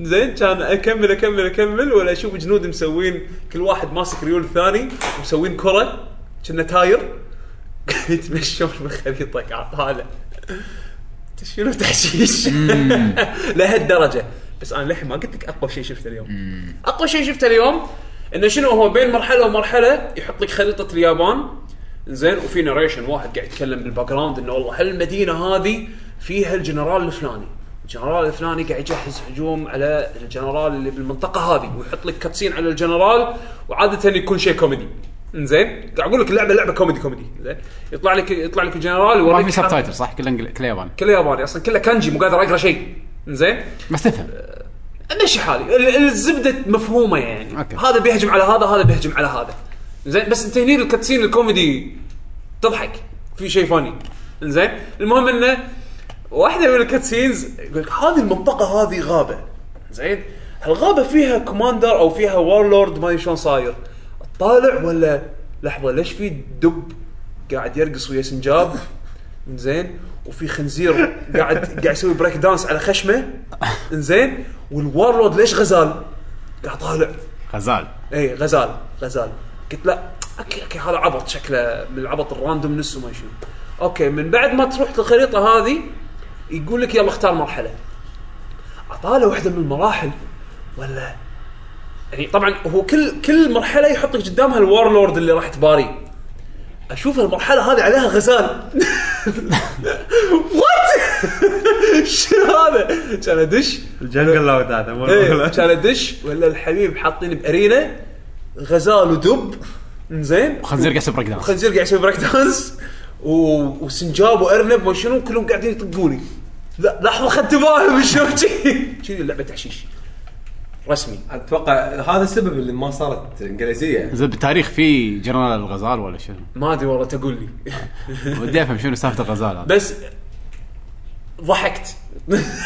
زين كان اكمل اكمل اكمل ولا اشوف جنود مسوين كل واحد ماسك ريول الثاني مسوين كره كنا تاير يتمشون بالخريطه قاعد طالع شنو تحشيش لهالدرجه بس انا للحين ما قلت لك اقوى شيء شفته اليوم اقوى شيء شفته اليوم انه شنو هو بين مرحله ومرحله يحط لك خريطه اليابان زين وفي ناريشن واحد قاعد يتكلم بالباك جراوند انه والله هالمدينه هذه فيها الجنرال الفلاني الجنرال الفلاني قاعد يجهز هجوم على الجنرال اللي بالمنطقه هذه ويحط لك كاتسين على الجنرال وعاده يكون شيء كوميدي زين قاعد اقول لك اللعبه لعبه كوميدي كوميدي زين يطلع لك يطلع لك الجنرال ما يوريك في حرب- سب تايتل صح كله إنجل- كله ياباني كله ياباني اصلا كله كانجي مو قادر اقرا شيء زين بس تفهم ماشي حالي ال- الزبده مفهومه يعني أوكي. هذا بيهجم على هذا هذا بيهجم على هذا زين بس انت هني الكاتسين الكوميدي تضحك في شيء فاني زين المهم انه واحده من الكاتسينز يقول لك هذه المنطقه هذه غابه زين هالغابه فيها كوماندر او فيها وارلورد ما ادري شلون صاير طالع ولا لحظه ليش في دب قاعد يرقص ويا سنجاب زين وفي خنزير قاعد قاعد يسوي بريك دانس على خشمه زين والوارلورد ليش غزال؟ قاعد طالع غزال اي إيه، غزال غزال قلت لا اوكي اوكي هذا عبط شكله من العبط الراندومنس وما شنو اوكي من بعد ما تروح للخريطه هذه يقول لك يلا اختار مرحله اطالع واحده من المراحل ولا يعني طبعا هو كل كل مرحله يحط لك قدامها الوارلورد اللي راح تباريه اشوف المرحله هذه عليها غزال وات شنو هذا؟ كان ادش الجنجل لود هذا مو ايه الأولى. كان ادش ولا الحبيب حاطين بارينا غزال ودب زين خنزير قاعد يسوي بريك دانس خنزير قاعد يسوي بريك دانس و... وسنجاب وارنب وشنو كلهم قاعدين يطقوني لا لحظه خدت انتباهي بالشوك كذي لعبه تحشيش رسمي اتوقع هذا السبب اللي ما صارت انجليزيه زين بالتاريخ في جنرال الغزال ولا شنو؟ ما ادري والله تقول لي ودي افهم شنو سالفه الغزال هذا بس ضحكت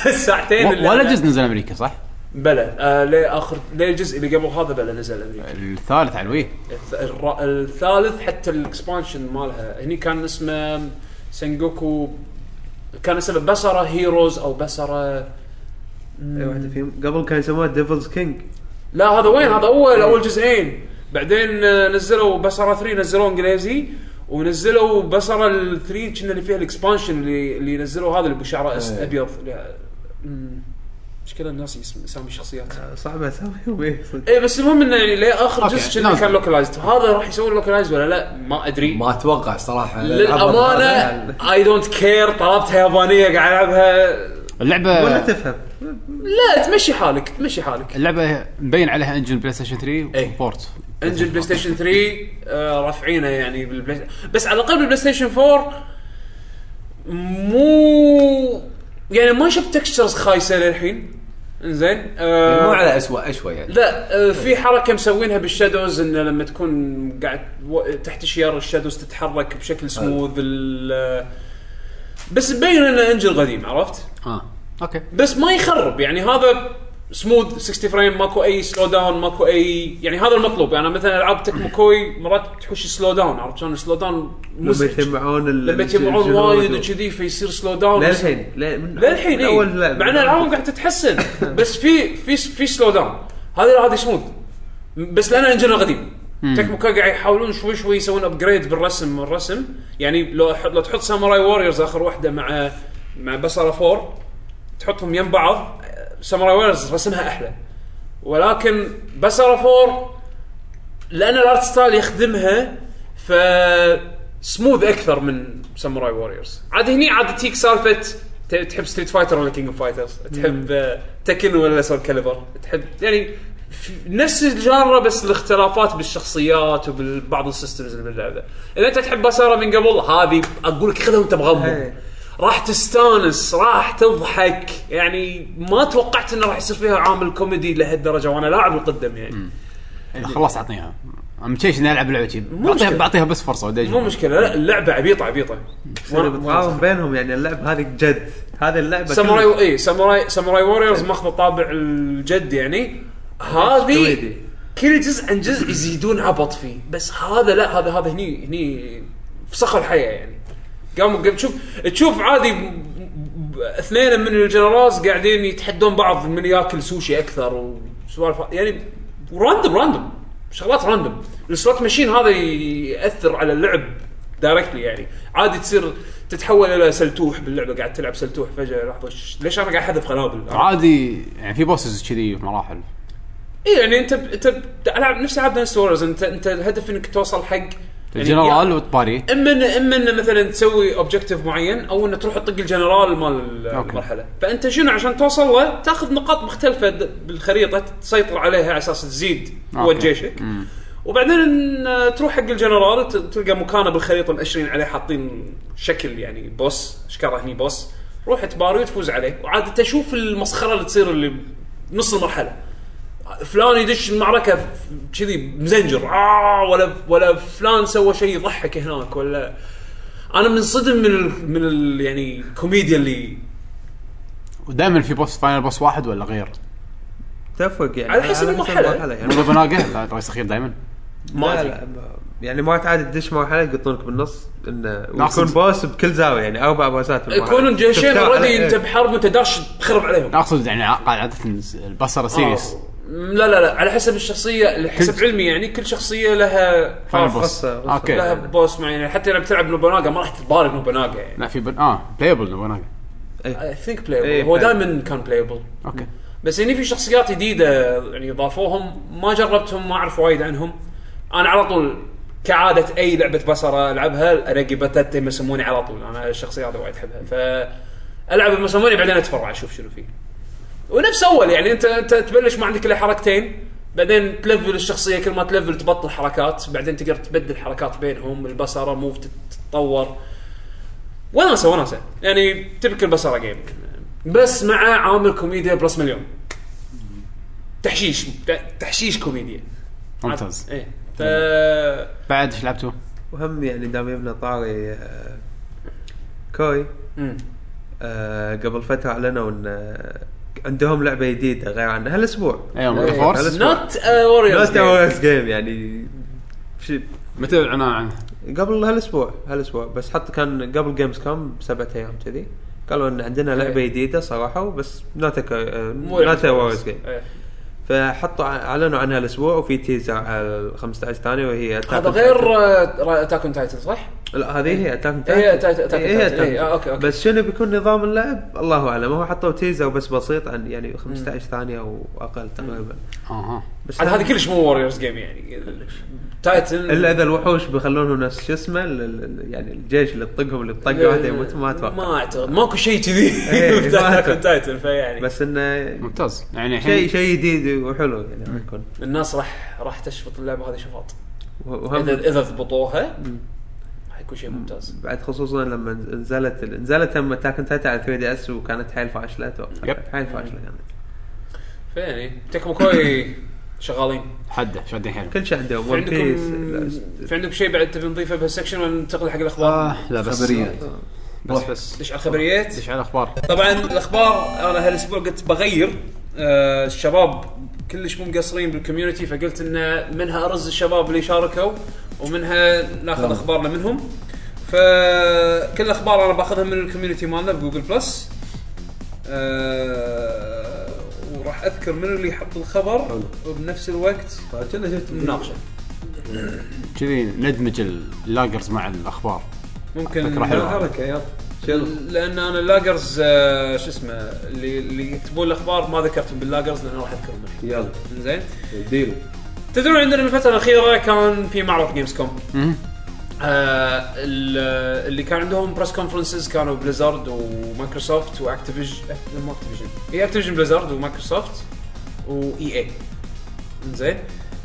الساعتين و- ولا جزء نزل امريكا صح؟ بلى آه ليه اخر ليه الجزء اللي قبل هذا بلى نزل امريكا الثالث على الوي الث- الر- الثالث حتى الاكسبانشن مالها هني كان اسمه سنجوكو كان اسمه بصره هيروز او بصره إيه، اي واحده فيهم قبل كان يسموها ديفلز كينج لا هذا وين هذا اول اول جزئين بعدين آه، نزلوا بصره 3 نزلوه انجليزي ونزلوا بصره ال 3 كنا اللي فيها الاكسبانشن اللي اللي نزلوا هذا اللي بشعره أس- إيه. ابيض لا، مم. مشكله الناس اسم- اسامي الشخصيات صعبه اساميهم ايه صدق. اي بس المهم انه يعني ليه اخر أوكي، جزء كنا نازل. كان لوكلايزد هذا راح يسوون لوكلايزد ولا لا ما ادري ما اتوقع صراحه للامانه اي دونت كير طلبتها يابانيه قاعد العبها ولا اللعبه تفهم لا تمشي حالك تمشي حالك اللعبه مبين عليها انجن بلاي ستيشن 3 إيه. وبورت انجن بلاي ستيشن 3 آه، رافعينه يعني بالبلاي بس على الاقل بالبلاي ستيشن 4 مو يعني ما شفت تكستشرز خايسه للحين انزين آه، مو على اسوء اشوى يعني لا آه، في حركه مسوينها بالشادوز انه لما تكون قاعد و- تحت شيار الشادوز تتحرك بشكل سموذ ال- آه، بس مبين انه انجن قديم عرفت؟ اه اوكي بس ما يخرب يعني هذا سموث 60 فريم ماكو اي سلو داون ماكو اي يعني هذا المطلوب يعني أنا مثلا العاب تكمو كوي مرات تحوش سلو داون عرفت شلون سلو داون لما مزعج يجمعون ال- لما يجمعون الجنود وايد و- وكذي فيصير سلو داون للحين ل- من- للحين من اي اول لعبة. مع ان العابهم قاعد تتحسن بس في في في سلو داون هذا هذا سموث بس لان انجنه قديم تكمو كوي قاعد يحاولون شوي شوي يسوون ابجريد بالرسم الرسم يعني لو أح- لو تحط ساموراي ووريرز اخر واحده مع مع بصره 4 تحطهم يم بعض ساموراي ويرز رسمها احلى ولكن بسرة فور لان الارت ستايل يخدمها ف سموث اكثر من ساموراي ووريرز عاد هني عاد تجيك سالفه ت- آه، تحب ستريت فايتر ولا كينج اوف فايترز تحب تكن ولا سول كاليبر تحب يعني في- نفس الجاره بس الاختلافات بالشخصيات وبعض السيستمز اللي باللعبه اذا انت تحب بساره من قبل هذه اقول لك خذها وانت مغمض إيه. راح تستانس راح تضحك يعني ما توقعت انه راح يصير فيها عامل كوميدي لهالدرجه وانا لاعب القدم يعني خلاص اعطيها ام تشيش اني العب لعبه شي. بعطيها مشكلة. بعطيها بس فرصه ودي مو أجرب. مشكله لا اللعبه عبيطه عبيطه تعاون بينهم يعني اللعبه هذه جد هذه اللعبه كلها- ساموراي اي ساموراي ساموراي ووريرز ماخذ طابع الجد يعني هذه كوميدي. كل جزء عن جزء يزيدون عبط فيه بس هذا لا هذا هذا هني هني فسخوا الحياه يعني قاموا قام تشوف تشوف عادي ب- ب- اثنين من الجنراز قاعدين يتحدون بعض من ياكل سوشي اكثر وسوالف يعني راندوم راندوم شغلات راندوم السلوت ماشين هذا ياثر على اللعب دايركتلي يعني عادي تصير تتحول الى سلتوح باللعبه قاعد تلعب سلتوح فجاه لحظه ش- ليش انا قاعد احذف قنابل؟ عادي يعني في بوسز كذي في مراحل اي يعني انت ب- انت ب- العب نفس العاب داينستور وورز انت انت الهدف انك توصل حق يعني الجنرال وتباري اما إن- اما انه مثلا تسوي اوبجيكتيف معين او انه تروح تطق الجنرال مال ال- أوكي. المرحله فانت شنو عشان توصل له تاخذ نقاط مختلفه د- بالخريطه تسيطر عليها على اساس تزيد قوه أوكي. جيشك وبعدين آه، تروح حق الجنرال ت- تلقى مكانه بالخريطه مأشرين عليه حاطين شكل يعني بوس اشكاله هني بوس روح تباري وتفوز عليه وعاد تشوف المسخره اللي تصير اللي بنص المرحله فلان يدش المعركه ف- كذي مزنجر آه ولا ولا فلان سوى شيء يضحك هناك ولا انا منصدم من ال من ال يعني الكوميديا اللي ودائما في بوس فاينل بوس واحد ولا غير تفرق يعني على حسب المرحلة. مو يعني بناقه رئيس اخير دائما ما ما لا أدري. ب- يعني ما تعاد تدش مرحله يقطونك بالنص انه أقصد- ويكون بوس بكل زاويه يعني اربع بوسات بالمرحلة. إيه. يكونون جيشين تختار اوريدي على- انت بحرب وانت داش تخرب عليهم اقصد يعني ع- عاده البصره سيريس آه. لا لا لا على حسب الشخصيه على حسب علمي يعني كل شخصيه لها فاينل آه، بوس قصة- قصة. لها اوكي بوس معين يعني حتى لما بتلعب نوبوناغا ما راح تتبارك نوبوناغا يعني لا في بن... اه بلايبل بناقه اي ثينك إيه، بلايبل هو ف- دائما كان بلايبل اوكي بس هني في شخصيات جديده يعني ضافوهم ما جربتهم ما اعرف وايد عنهم انا على طول كعاده اي لعبه بصره العبها الاقي باتاتي مسموني على طول انا الشخصيه هذا وايد احبها ف العب المسموني بعدين اتفرع اشوف شنو فيه ونفس اول يعني انت انت تبلش ما عندك الا حركتين بعدين تلفل الشخصيه كل ما تلفل تبطل حركات بعدين تقدر تبدل حركات بينهم البصره موف تت- تتطور وناسه وناسه يعني تبكي البصره جيم بس مع عامل كوميديا بلس مليون تحشيش ت- تحشيش كوميديا ممتاز ايه ف بعد ايش لعبتوا؟ وهم يعني دام يبنى طاري آه، كوي مم. آه، قبل فتره اعلنوا ان آه، عندهم لعبه جديده غير عنها هالاسبوع ايوه مورتال إيه، فورس. هالأسبوع. نوت ووريرز نوت اورس جيم يعني شي- متى اعلان عنه؟ قبل هالاسبوع هالاسبوع بس حط كان قبل جيمز كوم بسبعة ايام كذي قالوا ان عندنا لعبه إيه. جديده صراحه بس نوت مو لعبة نوت اورس جيم إيه. فحطوا اعلنوا عنها الاسبوع وفي تيزر على ال 15 ثانيه وهي Attack on هذا Titan. غير آه، اتاك اون تايتن صح؟ لا هذه هي اتاك إيه، Attack on Titan. إيه، آه، أوكي، اوكي أوكي. بس شنو بيكون نظام اللعب الله اعلم هو حطوا تيزر بس بسيط عن يعني 15 ثانيه واقل تقريبا اها بس عاد هذه كلش مو ووريرز جيم يعني تايتن الا اذا الوحوش بيخلونهم نفس شو اسمه ال- ال- يعني الجيش اللي تطقهم اللي بطقه واحده يموت ما إيه، ما اتوقع اعتقد ماكو شيء كذي إيه، ما بتاعت أعتقد. تايتن فيعني بس انه ممتاز يعني الحين شيء شيء جديد وحلو يعني راح يكون الناس راح راح تشفط اللعبه هذه شفاط اذا وهم اذا ضبطوها راح يكون شيء ممتاز بعد خصوصا لما نزلت نزلت لما تاكن تاتا على 3 دي اس وكانت حيل فاشله اتوقع يب. حيل يعني. فاشله كانت فيعني تكمو كوي شغالين حده شادين حيلهم كل شيء عندهم في ون عندكم بيس في عندكم شيء بعد تبي نضيفه بهالسكشن ولا ننتقل حق الاخبار؟ آه لا بس خبريات بس بس ليش على الخبريات؟ ايش على الاخبار؟ طبعا الاخبار انا هالاسبوع قلت بغير آه الشباب كلش مو مقصرين بالكوميونتي فقلت انه منها ارز الشباب اللي شاركوا ومنها ناخذ اخبارنا منهم فكل الاخبار انا باخذها من الكوميونتي مالنا بجوجل بلس آه وراح اذكر منو اللي حط الخبر وبنفس الوقت طيب كنا شفت مناقشه كذي ندمج اللاجرز مع الاخبار ممكن فكرة حلوة. حركه يلا شنو لان انا اللاجرز آه شو اسمه اللي اللي يكتبون الاخبار ما ذكرتهم باللاجرز لان راح اذكرهم الحين يلا زين ديلو تدرون عندنا بالفتره الاخيره كان في معرض جيمز كوم مم. آه ال- اللي كان عندهم بريس كونفرنسز كانوا بليزرد ومايكروسوفت إيه، واكتيفيجن مو اكتيفيجن اي اكتيفيجن بليزرد ومايكروسوفت واي اي زين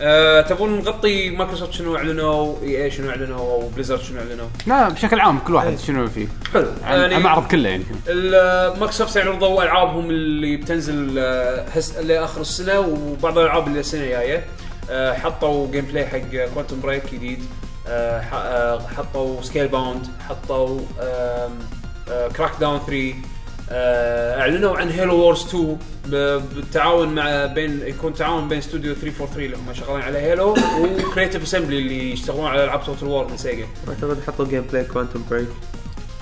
أه تبون نغطي مايكروسوفت شنو اعلنوا اي اي شنو اعلنوا او بليزرد شنو اعلنوا لا بشكل عام كل واحد شنو فيه حلو عن- عن المعرض كله يعني ال- مايكروسوفت يعرضوا العابهم اللي بتنزل آه، هس- لاخر السنه وبعض الالعاب اللي السنه الجايه آه، حطوا جيم بلاي حق كوانتم بريك جديد آه، ح- آه، حطوا سكيل باوند حطوا كراك داون 3 آه، اعلنوا عن هيلو وورز 2 ب- بالتعاون مع بين يكون تعاون بين استوديو 343 اللي هم شغالين على هيلو وكريتيف اسمبلي اللي يشتغلون على العاب توتال وور من سيجا اعتقد حطوا جيم بلاي كوانتم بريك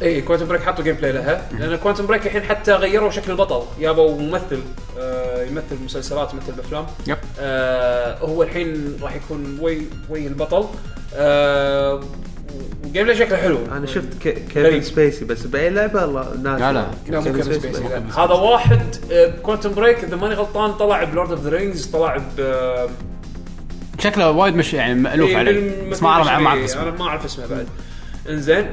اي كوانتم بريك إيه، حطوا جيم بلاي لها لان كوانتم بريك الحين حتى غيروا شكل البطل يابوا ممثل آه يمثل مسلسلات يمثل بافلام يب آه هو الحين راح يكون وي وي البطل آه والجيم بلاي شكله حلو انا شفت ك- غريب. كيفن سبيسي بس باي لعبه لا لا نازلة. لا لا، مو كيفن كيفن سبيسي. سبيسي، لا. هذا واحد آه، كوانتم بريك اذا ماني غلطان طلع بلورد اوف ذا رينجز طلع ب آه، شكله وايد مش يعني مألوف إيه، عليه بالم- بس ما اعرف ما اعرف إيه، انا اسمه ما اعرف اسمه بعد انزين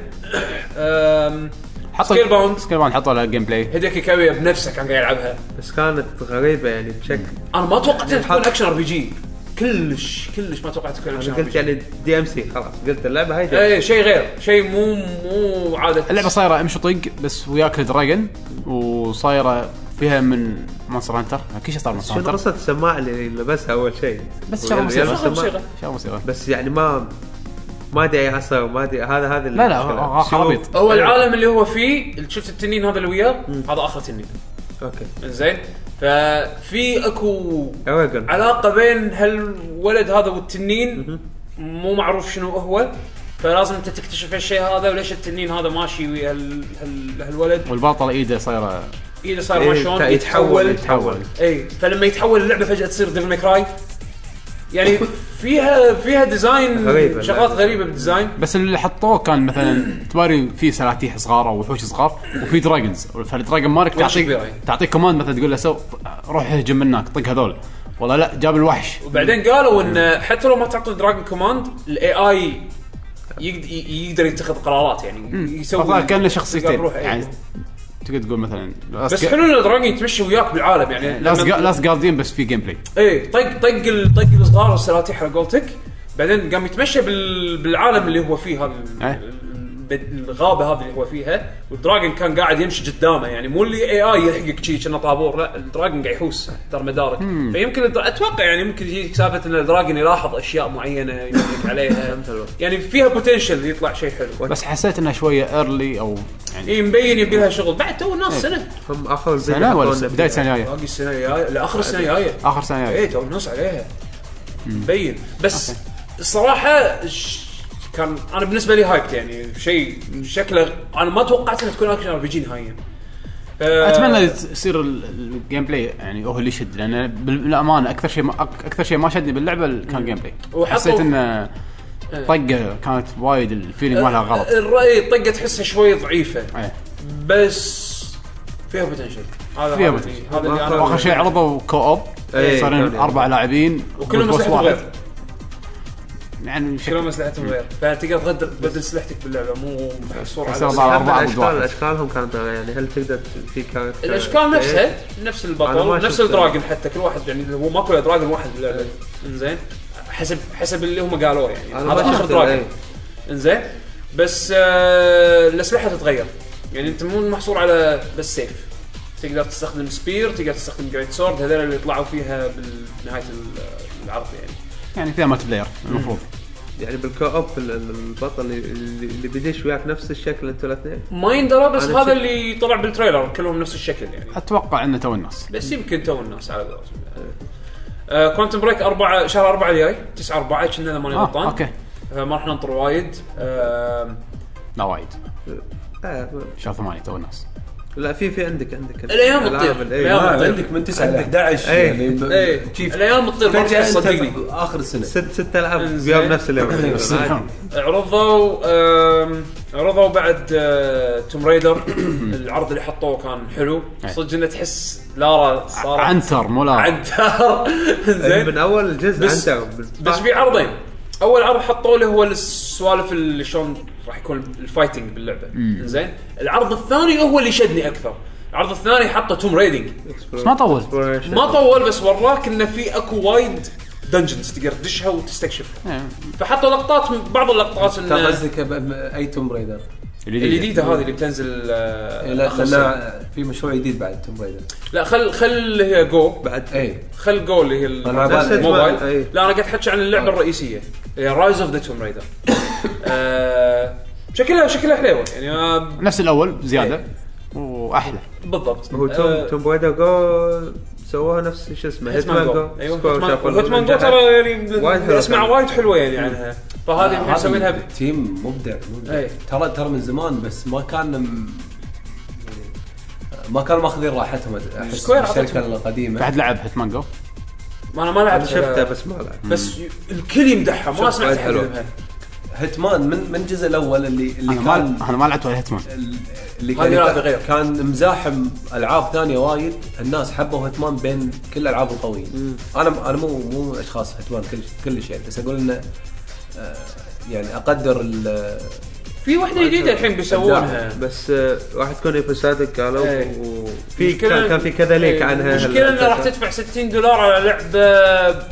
آم، حطوا سكيل باوند سكيل باوند حطوا له جيم بلاي هيديكي كاويا بنفسه كان قاعد يلعبها بس كانت غريبه يعني بشكل انا ما توقعت انها تكون حط- اكشن ار بي جي كلش كلش ما توقعت تكون اكشن انا ار بي جي قلت يعني دي ام سي خلاص قلت اللعبه هاي إيه. دي. اي شيء غير شيء مو مو عاده اللعبه صايره امشي طق بس وياك دراجون وصايره فيها من مونستر هانتر كل شيء صار مونستر شنو هانتر قصه السماعه اللي لبسها اول شيء بس يلا- شغله يلا موسيقى شغل السماعة. موسيقى شغله موسيقى بس يعني ما ما ادري عصا ما ادري هذا هذا لا آه، لا المشكلة. هو خرابيط شوف. هو العالم اللي هو فيه اللي شفت التنين هذا اللي وياه هذا اخر تنين اوكي زين ففي اكو اوجن علاقه بين هالولد هذا والتنين مو معروف شنو هو فلازم انت تكتشف الشيء هذا وليش التنين هذا ماشي ويا هال- هال- هالولد والبطل ايده صايره اذا صار إيه، ما شلون يتحول- يتحول يتحول. اي إيه، فلما يتحول اللعبه فجاه تصير ديفل ماكراي يعني فيها فيها ديزاين غريبة شغلات اللعبة. غريبه بالديزاين بس اللي حطوه كان مثلا تباري في سلاتيح صغار او وحوش صغار وفي دراجونز فالدراجون مالك وحش تعطيك كبير، أي. تعطيك كوماند مثلا تقول له سو روح اهجم من هناك طق هذول والله لا جاب الوحش وبعدين قالوا ان حتى لو ما تعطوا دراجون كوماند الاي اي يقدر يتخذ قرارات يعني يسوي فصار كان له شخصيتين بروحه، إيه. يعني تقدر تقول مثلا لاست بس جا- حلو ان الدراجون يتمشى وياك بالعالم يعني لاست لما- جا- لاست جارديان بس في جيم بلاي ايه طق طق ال- طق الصغار والسلاتيح على قولتك بعدين قام يتمشى بال... بالعالم اللي هو فيه هذا ال- إيه. ال- الغابه هذه اللي هو فيها والدراجون كان قاعد يمشي قدامه يعني مو اللي اي اي يلحقك شي كأنه طابور لا الدراجون قاعد يحوس ترى مدارك فيمكن الدرا- اتوقع يعني ممكن يجيك سالفه ان الدراجون يلاحظ اشياء معينه يدلك عليها يعني فيها بوتنشل يطلع شيء حلو بس حسيت انها شويه ايرلي او يعني اي مبين يبي لها شغل بعد تو الناس سنه هم اخر الفيديو سنه ولا حطونا س- بدايه فيها. سنه جايه باقي السنه الجايه لاخر السنه الجايه اخر سنه جايه ايه تو الناس عليها مبين بس الصراحه ش... كان انا بالنسبه لي هايبت يعني شيء شكله انا ما توقعت انها تكون اكشن ار بي جي نهائيا آه، اتمنى تصير ال- الجيم بلاي يعني هو اللي يشد لان بالامانه اكثر شيء ما أك- اكثر شيء ما شدني باللعبه ال- كان جيم بلاي وحطوا- حسيت ان طقه كانت وايد الفيلم مالها غلط الراي طقه تحسها شوي ضعيفه إيه. بس فيها بوتنشل هذا فيها هذا potential. اللي- هذا اللي وآخر- انا واخر شيء عرضوا كو اوب إيه، صارين كان- اربع لاعبين وكلهم والبوس مسلحتهم واحد. غير يعني كلهم شكل- اسلحتهم غير فتقدر تغدر- تبدل سلحتك باللعبه مو محصور بس على أربعة. حتى أربعة ضد الاشكال واحد. اشكالهم كانت يعني هل تقدر في كاركتر إيه. الاشكال نفسها نفس أنا ما البطل نفس شفت- الدراجون حتى كل واحد يعني هو ماكو دراجون واحد باللعبه انزين حسب حسب اللي هم قالوه يعني أنا هذا ما اخر شفت، دراجون إيه. انزين بس آه الاسلحه تتغير يعني انت مو محصور على بس سيف تقدر تستخدم سبير تقدر تستخدم جريت سورد هذول اللي طلعوا فيها بنهايه العرض يعني يعني فيها مالتي بلاير المفروض يعني بالكو اوب ال- ال- البطل اللي- اللي اللي بيدش وياك نفس الشكل انتوا الاثنين ما يندرى بس أنا هذا شفت- اللي طلع بالتريلر كلهم نفس الشكل يعني اتوقع انه تو الناس بس يمكن تو الناس على قولتهم آه، كوانتم بريك 4 شهر 4 الجاي 9 4 كنا اذا ماني غلطان اه اوكي فما راح ننطر وايد آه لا وايد آه، شهر ثمانية تو الناس لا في في عندك عندك الأيام الألعاب تطير. اللي- الأيام إيه، تطير. عندك من 9 ل 11 إيه. يعني ب- ايه تشيف. الايام تطير ما فجاه راح انت تصدقني باخر السنه ست ست العاب إنزين. بيوم نفس اليوم عادي. آه، عرضوا آم، عرضوا بعد توم رايدر العرض اللي حطوه كان حلو صدق انه تحس لارا صارت عنتر مو لا عنتر من زين اول جزء بس- انت بال- بس في عرضين اول عرض حطوه اللي هو السوالف اللي شلون راح يكون الفايتنج باللعبه زين العرض الثاني هو اللي شدني اكثر العرض الثاني حطه توم ريدنج بس ما طول Exploration. ما طول بس وراك انه في اكو وايد دنجنز تقدر تدشها وتستكشفها إيه. فحطوا لقطات من بعض اللقطات انت ان قصدك ب- اي توم ريدر الجديده هذه اللي بتنزل آه، إيه، لا آخر سنة. خلنا في مشروع جديد بعد إيه. توم ريدر لا خل خل اللي هي جو بعد اي خل جو اللي هي أنا على بالي. الموبايل أي. لا انا قاعد احكي عن اللعبه الرئيسيه هي رايز اوف ذا توم ريدر آه، شكلها شكلها حليوه يعني أنا نفس الاول زياده إيه. واحلى بالضبط هو توم آه، توم بويدا جو سووها نفس شو اسمه هيتمان جو جو ايوه سكور هيتمان- شافوا هيتمان جو النجاح. ترى يعني وايد حلوة اسمع كانت. وايد حلوه يعني عنها فهذه احنا مسوينها ب- تيم مبدع مبدع. إيه. ترى ترى من زمان بس ما كان م- ما كانوا ماخذين راحتهم احس سكوير الشركه عطتهم. القديمه بعد لعب هيتمان جو ما انا ما لعبت شفتها بس ما لعبت بس ي- الكل يمدحها ما شوف سمعت وايد حد حلوة. يذبحها. هيتمان من من الجزء الاول اللي اللي انا ما كان انا ما لعبت ولا هيتمان اللي هذه لعبة كان, غير. كان مزاحم العاب ثانيه وايد الناس حبوا هيتمان بين كل الالعاب القويه انا انا مو مو اشخاص هيتمان كل كل شيء بس اقول انه آه، يعني اقدر ال- في واحده جديده الحين بيسوونها بس آه، راح تكون ايبسادك قالوا إيه. وفي كان كان في كذا ليك عنها المشكله انه إيه، راح تدفع 60 دولار على لعبه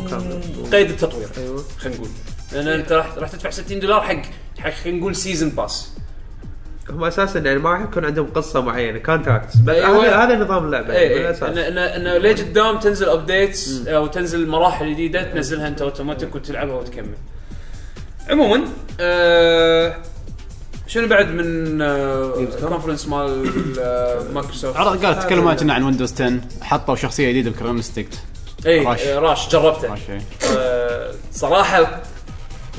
مكمل. قيد التطوير أيوة. خلينا نقول لان انت راح راح تدفع 60 دولار حق حق خلينا نقول سيزون باس هم اساسا يعني ما راح يكون عندهم قصه معينه كونتراكتس بس أيوة. هذا هذا نظام اللعبه يعني اي بالاساس انه انه لقدام تنزل ابديتس او تنزل مراحل جديده تنزلها انت اوتوماتيك وتلعبها وتكمل. عموما آه شنو بعد من آه Gamescom؟ الكونفرنس مال آه، مايكروسوفت؟ عرض قال تكلموا كنا عن ويندوز 10 حطوا شخصيه جديده بكرون انستكت اي راش. آه، راش جربته ما شيء. آه صراحه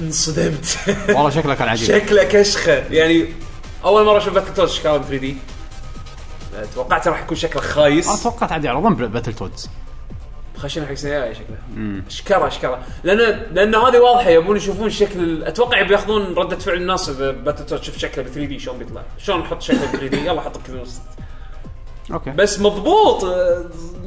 انصدمت والله شكله كان عجيب شكله كشخه يعني اول مره اشوف باتل توتش كان 3 دي توقعت راح يكون شكله انا خايس توقعت عاد يعرضون باتل تودز خشينا حق السنه الجايه شكله اشكره اشكره لان لان هذه واضحه يبون يشوفون شكل ال- اتوقع بياخذون رده فعل الناس اذا باتل توتش شوف شكله ب 3 دي شلون بيطلع شلون نحط شكله ب 3 دي يلا حط كذا وسط. اوكي بس مضبوط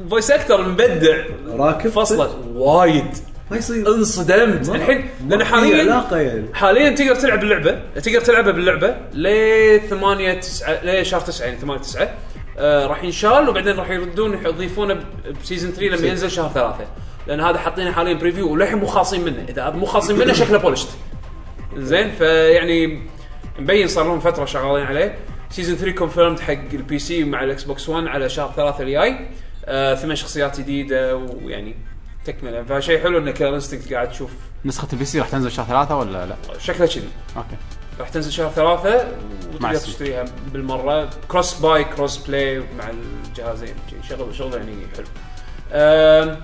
فويس اكتر مبدع راكب فصله وايد ما يصير انصدمت ما- الحين ما لان في حاليا علاقه يعني حاليا تقدر تلعب اللعبه تقدر تلعبها باللعبه ل 8 9 ل شهر 9 يعني 8 9 آه راح ينشال وبعدين راح يردون يح- يضيفونه ب- بسيزون 3 لما ينزل شهر 3 لان هذا حاطينه حاليا بريفيو وللحين مو خاصين منه اذا هذا مو خاصين منه شكله بولشت زين فيعني مبين صار لهم فتره شغالين عليه سيزون 3 كونفيرمد حق البي سي مع الاكس بوكس 1 على شهر 3 الجاي آه ثمان شخصيات جديده ويعني تكمله فشيء حلو انه كلر انستنكت قاعد تشوف نسخه البي سي راح تنزل شهر ثلاثة ولا لا؟ شكله كذي اوكي راح تنزل شهر ثلاثة مع وتقدر السي. تشتريها بالمرة كروس باي كروس بلاي مع الجهازين شي- شغل شغل يعني حلو أم،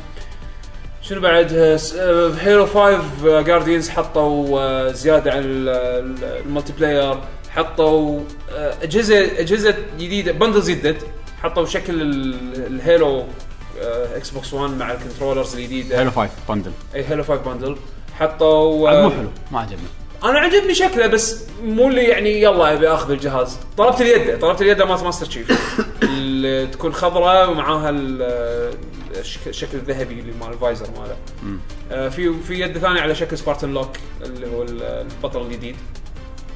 شنو بعد أه، س- أه، هيرو 5 جارديانز آه، حطوا أه، زيادة عن ال- ال- الملتي بلاير حطوا أه، أجهزة أجهزة جديدة بندلز جدد حطوا شكل ال- الهيلو أه، اكس بوكس 1 مع الكنترولرز هيلو الجديدة 5 بندل اي هيلو 5 بندل حطوا آه. أه، عاد مو حلو ما عجبني انا عجبني شكله بس مو اللي يعني يلا ابي اخذ الجهاز طلبت اليده طلبت اليده مالت ماستر تشيف اللي تكون خضراء ومعاها ال- الشك- الشكل الذهبي اللي مال الفايزر ماله آه، في في يد ثانيه على شكل سبارتن لوك اللي هو ال- البطل الجديد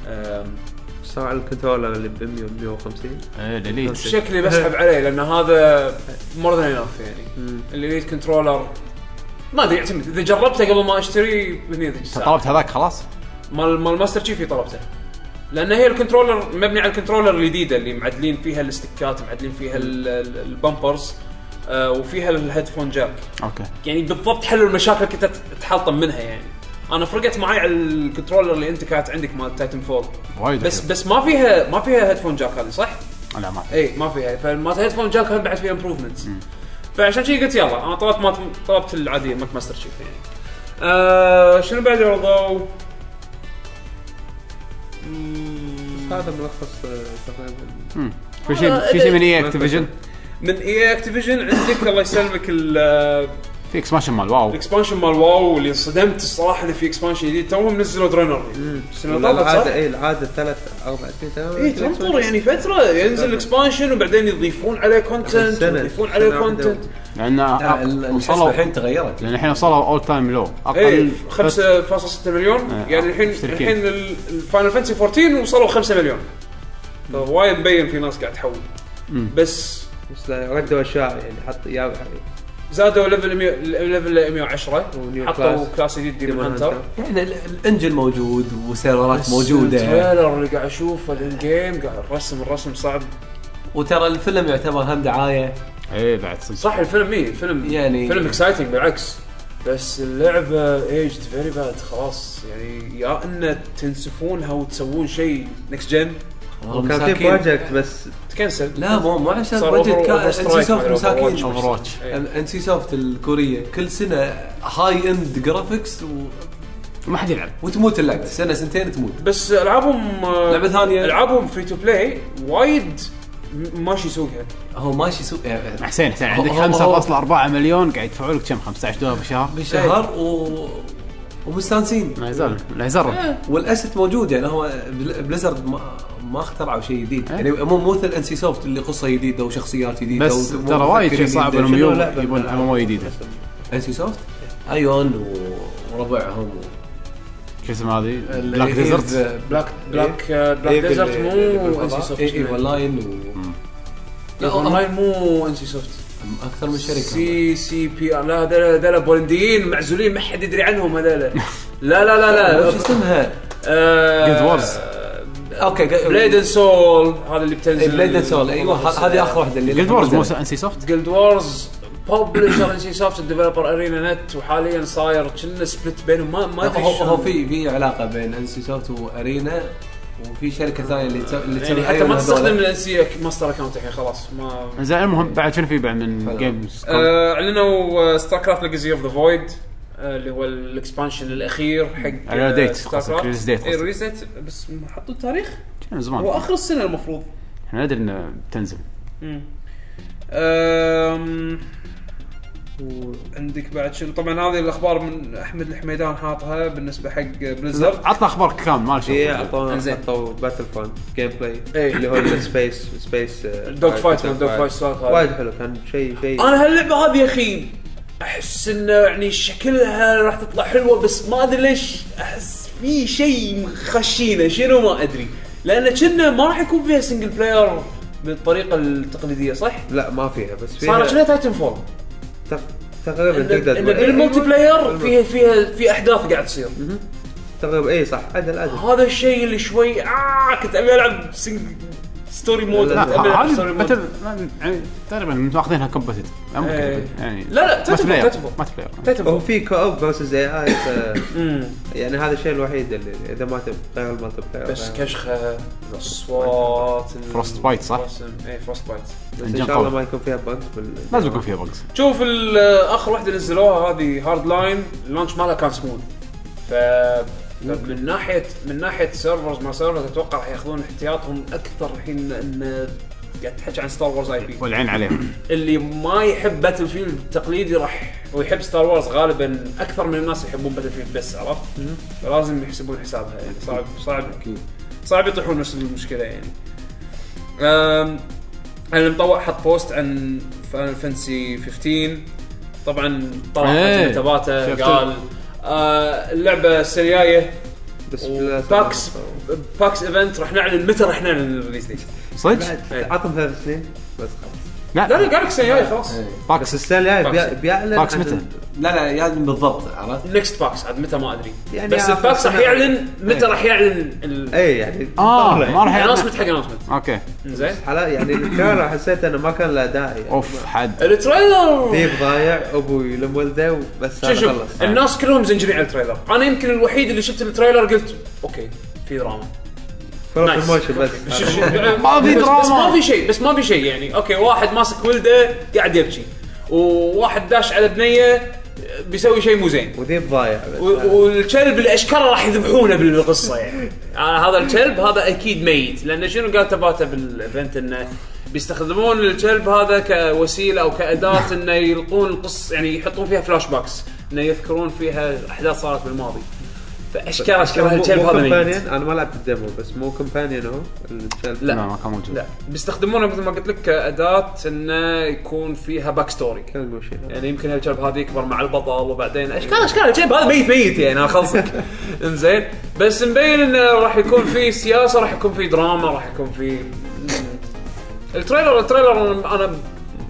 آم، صار الكنترولر اللي ب 100 150 ايه ديليت شكلي بسحب عليه لان هذا مور ذان انف يعني الاليت كنترولر ما ادري يعتمد اذا جربته قبل ما اشتري هني ذيك الساعة. طلبت هذاك خلاص مال مال ماستر تشيف طلبته لان هي الكنترولر مبني على الكنترولر الجديده اللي معدلين فيها الاستكات معدلين فيها ال- ال- البامبرز آه وفيها الهيدفون جاك اوكي يعني بالضبط حلوا المشاكل اللي كنت أت- اتحلطم منها يعني انا فرقت معي على الكنترولر اللي انت كانت عندك مال تايتن فول وايد بس بس بس ما فيها ما فيها هيدفون جاك هذه صح؟ لا ما في. اي إيه، ما فيها فمالت هيدفون جاك هم بعد فيها امبروفمنتس فعشان كذي قلت يلا انا طلبت ما طلبت العاديه مالت ماستر شيف يعني آه شنو بعد عرضوا؟ هذا ملخص آه، تقريبا مم. آه، في شيء في شيء من اي اكتيفيجن من اي اكتيفيجن عندك الله يسلمك ال- في اكسبانشن مال واو الاكسبانشن مال واو اللي انصدمت الصراحه انه في اكسبانشن جديد توهم نزلوا درينر السنه اللي طافت صح؟ العاده اي العاده إيه، ثلاث اربع سنين اي تنطر يعني فتره ينزل الاكسبانشن وبعدين يضيفون عليه كونتنت سنة. يضيفون عليه سنة واحدة. كونتنت لان لا، ال- أق- الحسبه وصلوا الحين تغيرت لان الحين وصلوا اول تايم لو اي اقل إيه، 5.6 مليون آه، يعني الحين مشتركين. الحين الفاينل فانتسي 14 وصلوا 5 مليون وايد مبين في ناس قاعد تحول مم. بس بس لا، ردوا اشياء يعني حط يا زادوا ليفل 100 ليفل 110 ونيو حطوا كلاس. كلاس جديد ديمون ديمون هانتر هانتر. يعني ال- الانجل موجود وسيرفرات موجوده التريلر اللي قاعد اشوفه الان جيم قاعد الرسم الرسم صعب وترى الفيلم يعتبر هم دعايه اي إيه، بعد صدق صح الفيلم ايه الفيلم يعني- فيلم اكسايتنج بالعكس بس اللعبه ايجد فيري باد خلاص يعني يا ان تنسفونها وتسوون شيء نكست جن وكان في مساكين. بروجكت بس تكنسل لا مو مو عشان صار بجت أوفر- كان أوفر انسي سترايك سوفت مع مساكين أوفر اوفر واتش ان سي سوفت الكوريه كل سنه هاي اند جرافيكس و... ما حد يلعب وتموت اللعبه سنه سنتين تموت بس العابهم آه، لعبة ثانية. العابهم فري تو بلاي وايد م- ماشي سوقها هو ماشي سوق يعني حسين حسين عندك هو- هو- 5.4 مليون قاعد يدفعوا لك كم 15 دولار بالشهر بشهر و... ومستانسين لا يزال لا يزال والاسد موجود يعني هو بل- بليزرد ما, ما اخترعوا شيء جديد يعني مو مو مثل ان سي سوفت اللي قصه جديده وشخصيات جديده إيه. بس ترى وايد شيء صعب انهم يبون يبون ام ام جديده ان سي سوفت ايون و- وربعهم و... شو اسمه هذه بلاك إيه، ديزرت بلاك بلاك آه، بلاك إيه، ديزرت بال- مو بالفضاء. انسي سوفت اي اي لا واللاين إيه، و... إيه، اونلاين مو انسي سوفت اكثر من شركه سي سي بي آر. لا هذول هذول بولنديين معزولين ما حد يدري عنهم هذول لا لا لا لا شو اسمها؟ إيه، آه، Guild Wars. اوكي بليد اند سول هذا اللي بتنزل بليد اند سول ايوه ه- هذه اخر واحده اللي جلد وورز مو انسي سوفت جلد وورز ببلشر ان سي سوفت ديفلوبر ارينا نت وحاليا صاير كنا سبلت بينهم ما ما ادري هو شلون. يعني هو في في علاقه بين ان سي سوفت وارينا وفي شركه ثانيه اللي تسوي اللي يعني تسوي حتى أيون ما هذول. تستخدم الان سي ماستر اكونت الحين خلاص ما زين المهم بعد شنو في بعد من حلو. جيمز آه، اعلنوا ستار كرافت ليجاسي اوف ذا فويد آه، اللي هو الاكسبانشن الاخير Mm. حق آه، على ديت ستار قصدك، كرافت ريليز ديت اي قصدك. ريليز ديت بس ما حطوا التاريخ من هو زمان اخر السنه المفروض احنا ندري انه بتنزل أم، وعندك بعد شنو طبعا هذه الاخبار من احمد الحميدان حاطها بالنسبه حق بليزرد عطنا اخبارك كامل ما إيه، في شيء اعطونا إنزين. حطوا باتل فون جيم بلاي إيه. اللي هو السبيس سبيس الدوج فايت والدوج فايت سوالف هذه. uh, وايد حلو كان شيء شيء انا هاللعبه هذه يا اخي احس انه يعني شكلها راح تطلع حلوه بس ما ادري ليش احس في شيء خشينه شنو ما ادري لان كنا ما راح يكون فيها سنجل بلاير بالطريقه التقليديه صح؟ لا ما فيها بس صارت شنو فيها تايتن فول تق- تقريبا تقدر إن- تقول إيه، بالملتي أيوة. بلاير بالم- فيها فيها في احداث قاعد تصير تقريبا اي إيه، صح عدل عدل هذا الشيء اللي شوي آه كنت ابي العب سنج ستوري مود لا أبي ألعب story هذه mode. باتل يعني تقريبا ماخذينها كومبتيت إيه. يعني لا لا مات تايتن فول بلاير تايتن فول مات بلاير تايتن هو فول في كو اوب فيرسز اي اي ف- أمم. يعني هذا الشيء الوحيد اللي اذا ما تبغى غير المالتي بلاير بس كشخه الاصوات Frost Bite، صح؟ اي فروست بايت بس إنجن ان شاء الله قوي. ما يكون فيها بجز بال لازم يكون فيها بوكس شوف ال- اخر واحده نزلوها هذه هارد لاين اللانش مالها كان سموث ف من ناحيه من ناحيه سيرفرز ما سيرفرز اتوقع راح ياخذون احتياطهم اكثر الحين لان قاعد تحكي عن ستار وورز اي بي والعين عليهم اللي ما يحب باتل فيلد التقليدي راح ويحب ستار وورز غالبا اكثر من الناس يحبون باتل فيلد بس عرفت؟ فلازم يحسبون حسابها يعني صعب صعب صعب يطيحون نفس المشكله يعني. أم، المطوع حط بوست عن فاينل فانسي 15 طبعا طلع إيه. حاتم تباتا شفته. قال آه اللعبه السنه الجايه بس باكس باكس ايفنت راح نعلن متى راح نعلن الريليز ديت؟ صدق؟ بعد إيه. عطهم ثلاث سنين بس خلاص لا لا لا قال لك السنه الجايه خلاص إيه. بس باكس السنه الجايه باكس. بي- بيعلن باكس عن- متى؟ لا لا يعني بالضبط عرفت؟ نكست باكس عاد متى ما ادري يعني بس آخر الباكس راح سنة. يعلن متى إيه. راح يعلن ال- اي يعني آه. اه ما راح اناونسمنت يعلن. حق اناونسمنت اوكي زين حلا يعني الكاميرا حسيت انه ما كان له داعي يعني اوف حد التريلر ذيب ضايع ابو يلم ولده وبس شوف هذا شوف خلص الناس كلهم زنجرين على التريلر انا يمكن الوحيد اللي شفت التريلر قلت اوكي في دراما فروت نايس. موشن بس بس شوف- شوف- ما في بس- بس دراما. ما في شيء بس ما في شيء يعني اوكي واحد ماسك ولده قاعد يبكي وواحد داش على بنيه بيسوي شيء مو زين وذيب ضايع بس و- والكلب اللي اشكره راح يذبحونه بالقصه يعني آه، هذا الكلب هذا اكيد ميت لان شنو قال تباتا بالايفنت انه بيستخدمون الكلب هذا كوسيله او كاداه انه يلقون القص يعني يحطون فيها فلاش باكس انه يذكرون فيها احداث صارت بالماضي فاشكره اشكره الكلب مو هذا كومبانيون ميت انا ما لعبت الديمو بس مو كومبانيون هو الشلب. لا لا. ما كان موجود لا بيستخدمونه مثل ما قلت لك كاداه انه يكون فيها باك ستوري كان موشن يعني يمكن الكلب هذا يكبر مع البطل وبعدين اشكال اشكال الكلب هذا ميت ميت يعني انا خلصك انزين بس مبين انه راح يكون في سياسه راح يكون في دراما راح يكون في التريلر التريلر انا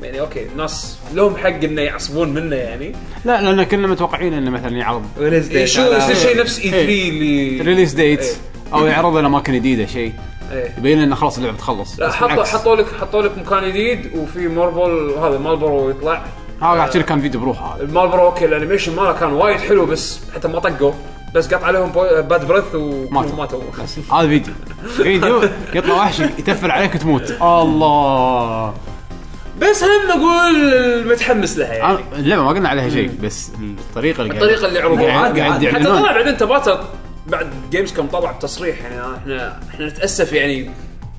يعني اوكي ناس لهم حق انه يعصبون منه يعني لا لان كنا متوقعين انه مثلا يعرض ونزل شو يصير شيء نفس إيه. اي 3 اللي ريليس ديت او يعرض لنا اماكن جديده شيء إيه. يبين لنا خلاص اللعبه تخلص لا بس حطوا بالعكس. حطوا لك حطوا لك مكان جديد وفي ماربل هذا مالبرو يطلع هذا احكي لك كان فيديو بروحه هذا المالبرو اوكي الانيميشن ماله كان وايد حلو بس حتى ما طقوا بس قط عليهم بو- باد بريث ماتوا. وماتوا بس هذا فيديو فيديو يطلع وحش يتفل عليك وتموت الله بس هم اقول متحمس لها يعني أنا- اللعبه ما قلنا عليها شيء بس الطريقه اللي قاعد- الطريقه اللي عرضوا قاعد قاعد حتى طلع يعلنون بعدين تباتا بعد جيمز كوم طلع بتصريح يعني احنا احنا نتاسف يعني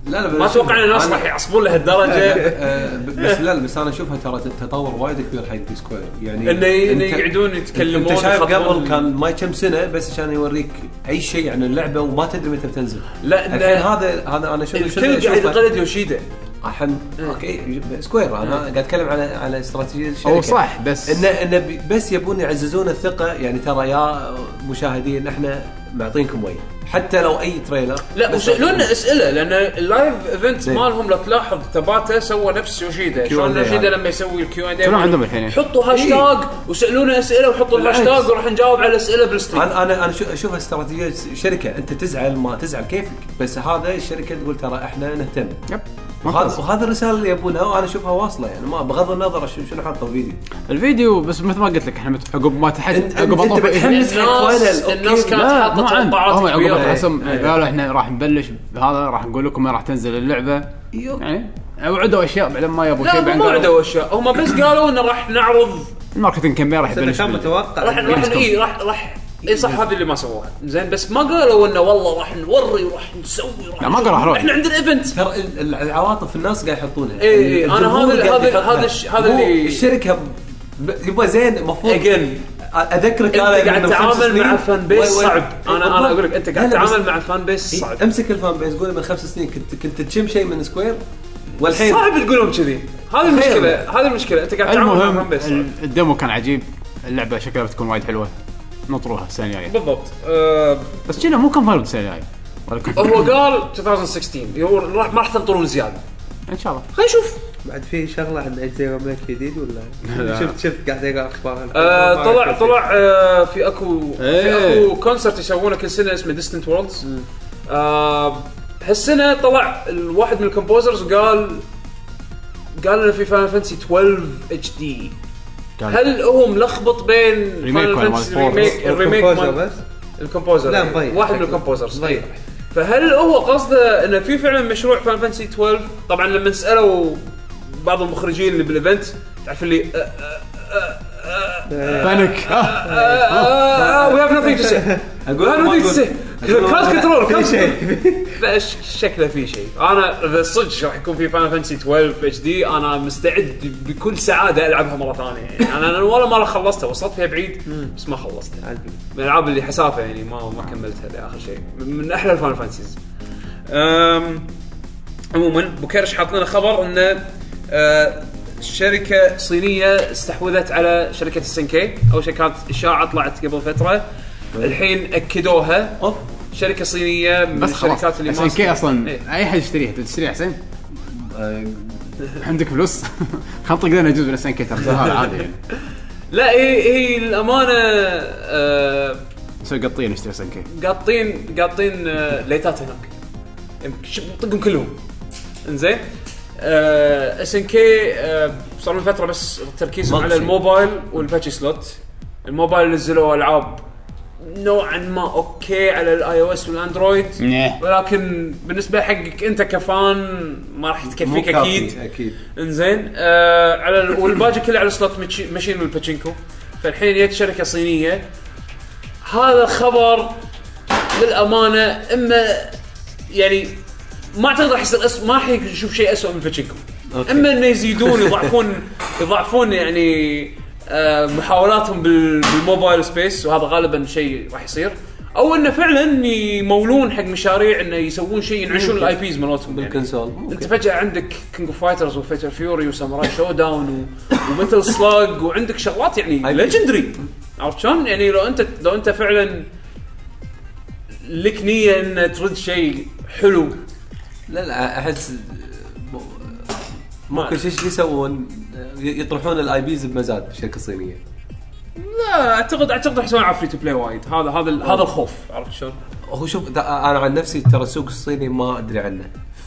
لا لا ما توقعنا الناس راح يعصبون لهالدرجه آه، بس لا لا، بس انا اشوفها ترى التطور وايد كبير حق دي سكوير يعني إنه- إنه أنت- يقعدون يتكلمون انت شايف يخطبون. قبل كان ما كم سنه بس عشان يوريك اي شيء عن اللعبه وما تدري متى بتنزل لا، إنه- الحين هذا هذا انا شو الكل قاعد إيه. يقلد يوشيدا الحين اوكي سكوير إيه. انا قاعد اتكلم على على استراتيجيه الشركه هو صح بس انه انه بي- بس يبون يعززون الثقه يعني ترى يا مشاهدين احنا معطينكم وين حتى لو اي تريلر لا بس وسالونا اسئله لان اللايف ايفنت إيه. مالهم لو تلاحظ تباتا سوى نفس يوشيدا شلون Q&A يوشيدا هذا. لما يسوي الكيو اند شلون عندهم الحين؟ حطوا هاشتاج وسالونا اسئله وحطوا بالعكس. الهاشتاج وراح نجاوب على الاسئله بالستريم انا انا انا شو- اشوفها استراتيجيه شركه انت تزعل ما تزعل كيفك بس هذا الشركه تقول ترى احنا نهتم يب وهذا ممتاز. وهذا الرساله اللي يبونها وانا اشوفها واصله يعني ما بغض النظر شو- شنو حطوا فيديو الفيديو بس مثل ما قلت لك احنا مت- عقب ما أنت- تحت عقب ما أنت طلع- بتحمس حق الناس- فاينل، أوكي. الناس كانت لا، حاطه مو عن- توقعات هم عقب كبيره الرسم قالوا احنا راح نبلش بهذا راح نقول لكم راح تنزل اللعبه يو. يعني وعدوا اشياء بعدين ما يبوا لا شيء هم بعدين ما قالوا عندهم اشياء هم بس قالوا انه راح نعرض الماركتنج كم راح بس يبلش كان بال- متوقع راح راح اي راح راح اي صح هذه اللي ما سووها زين بس ما قالوا انه والله راح نوري وراح نسوي راح لا، ما قالوا راح نوري. احنا عندنا ايفنت ترى ال- ال- العواطف الناس قاعد يحطونها يعني إي إي، إيه، أنا الجمهور هذا- قاعد هذا- يحطها. هذا الش- هذا مو اللي- الشركه ب- يبا زين المفروض Again. اذكرك انت قاعد من خمس تتعامل سنين. مع فان بيس وي- وي- صعب انا انا بالضبط. اقول لك انت لا، قاعد لا، بس- إيه، تتعامل مع فان بيس صعب امسك الفان بيس قول من خمس سنين كنت كنت تشم شيء من سكوير والحين صعب تقولهم كذي هذه المشكله هذه المشكله انت قاعد تتعامل مع فان المهم بيس صعب ال- الديمو كان عجيب اللعبه شكلها بتكون وايد حلوه نطروها السنه الجايه بالضبط آه، بس كنا مو كونفيرم السنه الجايه ولا confirmed. هو قال 2016 هو راح ما راح تنطرون زياده ان شاء الله خلينا نشوف بعد في شغله عند اجزاء ملك جديد ولا شفت شفت قاعد اقرا اخبار آه، طلع طلع آه، في اكو في إيه. اكو كونسرت يسوونه كل سنه اسمه ديستنت وورلدز هالسنه طلع الواحد من الكومبوزرز وقال قال انه في فاينل فانتسي 12 اتش دي قال- هل هو ملخبط بين ريميك فاينل ولا فانتسي مال ريميك الريميك الكومبوزر مال بس الكمبوزر لا، يعني. مضيع. واحد من شكله. الكمبوزرز مضيع. إيه. فهل هو قصده انه في فعلا مشروع فان فانسي 12 طبعا لما سالوا بعض المخرجين اللي بالايفنت تعرف اللي آه، بانك آه، آه، وي هاف نوثينج تو سي وي هاف نوثينج تو سي كراس كنترول في كراس شيء فش شكله في شيء انا اذا صدق راح يكون في فان فانسي 12 اتش دي انا مستعد بكل سعاده العبها مره ثانيه يعني انا أنا ولا مره خلصتها وصلت فيها بعيد بس ما خلصتها من الالعاب اللي حسافه يعني ما ما كملتها لاخر شيء من احلى الفان فانسيز أم، عموما بوكرش حاط لنا خبر انه أه، شركه صينيه استحوذت على شركه السنكي اول شيء كانت اشاعه طلعت قبل فتره طيب. الحين اكدوها اوف شركه صينيه من بس خلاص الشركات اللي عشان كي اصلا إيه. اي حد يشتريها تبي تشتريها حسين آه، عندك فلوس خنطق لنا جزء من السنكي ترى هذا عادي يعني لا إيه، هي هي الامانه أه، نسوي قطيه نشتري سنكي قاطين قاطين آه، ليتات هناك ش- طقهم كلهم آه، انزين اس ان كي آه، صار من فتره بس تركيزهم على مالتي. الموبايل والباتشي سلوت الموبايل نزلوا العاب نوعا ما اوكي على الاي او اس والاندرويد نيه. ولكن بالنسبه حقك انت كفان ما راح مو تكفيك كافي، اكيد اكيد يعني انزين آه على ال- والباقي كله على سلوت متشي- ماشين والباتشينكو فالحين جت شركه صينيه هذا الخبر للامانه اما يعني ما اعتقد راح يصير أس... ما راح نشوف شيء اسوء من باتشينكو اما انه يزيدون يضعفون يضعفون يعني آه محاولاتهم بال... بالموبايل سبيس وهذا غالبا شيء راح يصير او انه فعلا يمولون حق مشاريع انه يسوون شيء ينعشون الاي بيز مالتهم يعني. بالكنسول ممكن. انت فجاه عندك كينج اوف فايترز وفيتر فيوري وساموراي شو داون و... ومثل سلاج وعندك شغلات يعني ليجندري عرفت شلون؟ يعني لو انت لو انت فعلا لك نيه ان ترد شيء حلو لا لا احس ما ممكن شو شو يسوون؟ ي- يطرحون الاي بيز بمزاد شركه صينيه لا اعتقد اعتقد راح يسوون على فري تو بلاي وايد هذا هذا ال- آه. هذا الخوف عرفت شلون؟ هو شوف دا- انا عن نفسي ترى السوق الصيني ما ادري عنه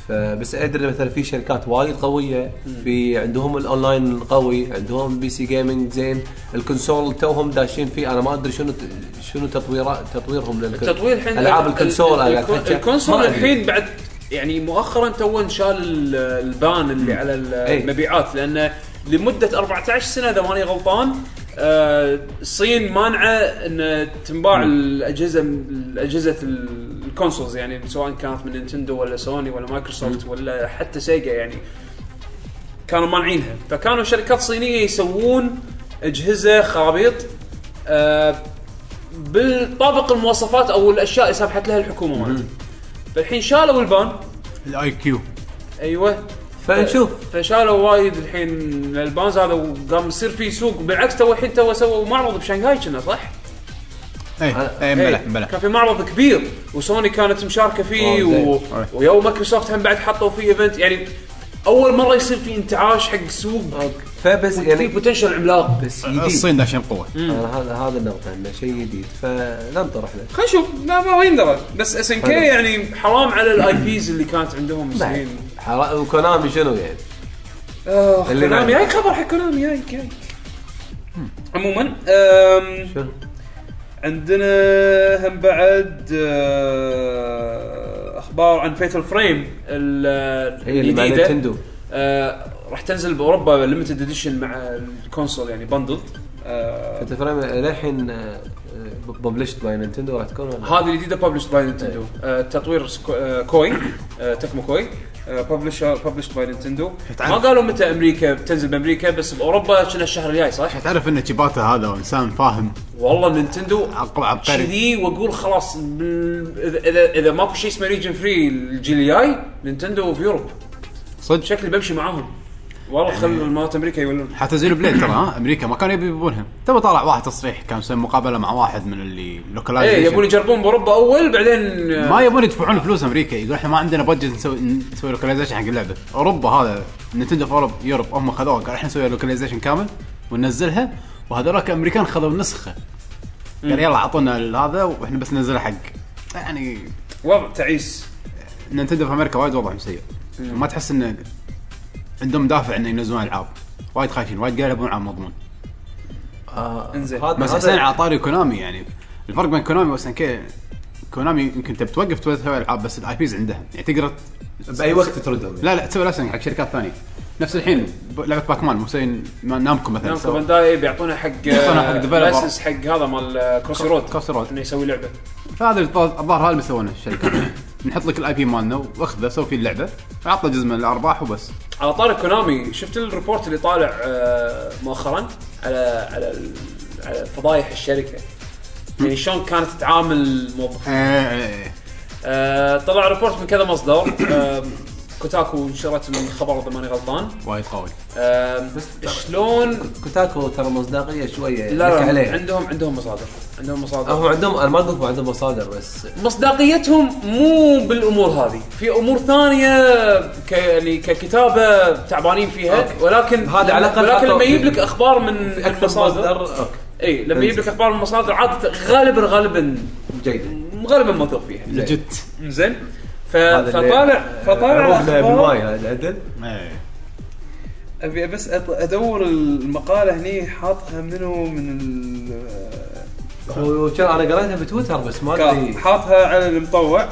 فبس ادري مثلا في شركات وايد قويه في عندهم الاونلاين القوي عندهم بي سي جيمنج زين الكونسول توهم داشين فيه انا ما ادري شنو ت- شنو تطويرات تطويرهم للك- التطوير الحين العاب ال- الكونسول ال- على الكون- الحكي. الكونسول ما أدري. الحين بعد يعني مؤخرا تو انشال ال- البان اللي على ال- أي. المبيعات لانه لمده 14 سنه اذا ماني غلطان آه، الصين مانعه ان تنباع الاجهزه الاجهزه ال- الكونسولز يعني سواء كانت من نينتندو ولا سوني ولا مايكروسوفت ولا حتى سيجا يعني كانوا مانعينها فكانوا شركات صينيه يسوون اجهزه خرابيط آه، بالطابق المواصفات او الاشياء اللي سمحت لها الحكومه مالتها فالحين شالوا البان الاي كيو ايوه فنشوف فشالوا وايد الحين البانز هذا وقام يصير في سوق بالعكس تو الحين تو سووا معرض بشنغهاي كنا صح؟ اي اي مبلى إيه، مبلى كان في معرض كبير وسوني كانت مشاركه فيه آه، زين. و... ويوم مايكروسوفت هم بعد حطوا فيه ايفنت يعني اول مره يصير في انتعاش حق سوق فبس في يعني بوتنشل عملاق بس جديد الصين داشين قوه أنا هذا هذا النقطه انه شيء جديد فننطر احنا خلينا نشوف ما ما يندرى بس اس ان كي حلو. يعني حرام على الاي بيز اللي كانت عندهم بعد. سنين حرا- وكونامي شنو يعني؟ آه، اللي كونامي بعد. هاي خبر حق كونامي هاي هاي. عموما آم، شنو؟ عندنا هم بعد آه، اخبار عن فيتل فريم هي اللي مع الجديده نتندو آه، راح تنزل باوروبا ليمتد اديشن مع الكونسول يعني بندل آه، فانت فريم للحين آه، ببلشت باي نتندو راح تكون ولا؟ هذه الجديده ببلشد باي إيه. نينتندو تطوير سكو- آه، كوي آه، تكمو كوي آه، ببلشر ببلشد باي نينتندو ما تعرف. قالوا متى امريكا بتنزل بامريكا بس باوروبا كنا الشهر الجاي صح؟ يعني تعرف ان تشيباتا هذا انسان فاهم والله نينتندو عق- عبقري كذي واقول خلاص بال- اذا اذا, إذا ماكو شيء اسمه ريجن فري الجيل الجاي نينتندو في يوروب صدق شكلي بمشي معاهم والله خل يعني مالت امريكا يولون حتى زيرو بليد ترى ها امريكا ما كانوا يبي- يبونها تو طلع واحد تصريح كان مسوي مقابله مع واحد من اللي ايه يبون لوكلايزيشن يجربون باوروبا اول بعدين آه، ما يبون يدفعون فلوس امريكا يقول احنا ما عندنا بادجت نسوي نسوي لوكلايزيشن حق اللعبه اوروبا هذا نتندو في أوروب- يوروب هم خذوها قال احنا نسوي لوكلايزيشن كامل وننزلها وهذولاك الامريكان خذوا نسخه قال يلا اعطونا هذا واحنا بس ننزلها حق يعني وضع تعيس نينتندو في امريكا وايد وضعهم سيء ما تحس انه عندهم دافع انه ينزلون العاب وايد خايفين وايد قاعد يلعبون على مضمون آه، انزين. هذا- بس هذا- حسين على طاري كونامي يعني الفرق بين كونامي وسن كي كونامي يمكن تبي توقف تسوي العاب بس الاي بيز عندها يعني تقدر ت- باي وقت تردهم يعني. لا لا تسوي لاسنج حق شركات ثانيه نفس الحين ب- لعبه باكمان مسوين ما- نامكو مثلا نامكو سووا- بانداي بيعطونه حق يعطونه حق developer. لايسنس حق هذا مال كروسي رود كروسي رود. انه يسوي لعبه فهذا الظاهر الظاهر هذا اللي بيسوونه الشركات نحط لك الاي بي مالنا واخذه سوي فيه اللعبه عطى جزء من الارباح وبس على طاري كونامي شفت الريبورت اللي طالع آه، مؤخرا على على ال- على فضايح الشركه يعني شلون كانت تعامل الموظفين إيه، إيه، إيه. آه، طلع ريبورت من كذا مصدر آه، كوتاكو نشرت الخبر اذا ماني غلطان وايد قوي آه، شلون كوتاكو ترى مصداقيه شويه لك لا لا عليه عندهم عندهم مصادر عندهم مصادر هم عندهم انا ما اقول لكم عندهم مصادر بس مصداقيتهم مو بالامور هذه في امور ثانيه ك... يعني ككتابه تعبانين فيها أوكي. ولكن هذا على الأقل ولكن لما حطوا- يجيب لك اخبار من من اكثر مصادر مصدر اوكي اي لما يجيب لك فهمت. اخبار من مصادر عاده غالبا غالبا جيد غالبا موثوق فيها لجت زين ف... هذا اللي- آه، آه، فطالع فطالع عروضنا بالماي الأخبار- هذا عدل إيه. ابي بس أط- ادور المقاله هني حاطها منو من ال- وكان انا قريتها بتويتر بس ما كاب. ادري حاطها على المطوع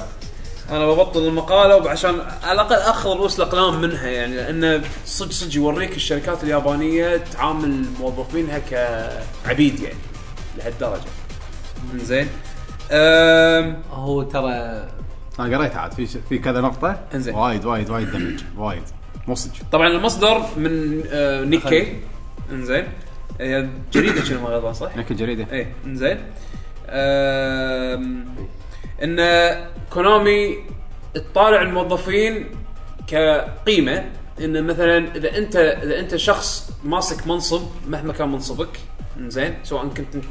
انا ببطل المقاله وعشان على الاقل اخذ رؤوس الاقلام منها يعني لانه صدق صدق يوريك الشركات اليابانيه تعامل موظفينها كعبيد يعني لهالدرجه. زين. أم... هو ترى انا آه، قريتها عاد في في كذا نقطه انزين. وايد وايد وايد دمج وايد مو صدق طبعا المصدر من آه نيكي انزين هي جريده كذا ما غلطان صح؟ هناك الجريده ايه انزين أم، ان كونامي تطالع الموظفين كقيمه ان مثلا اذا انت اذا انت شخص ماسك منصب مهما كان منصبك انزين سواء كنت انت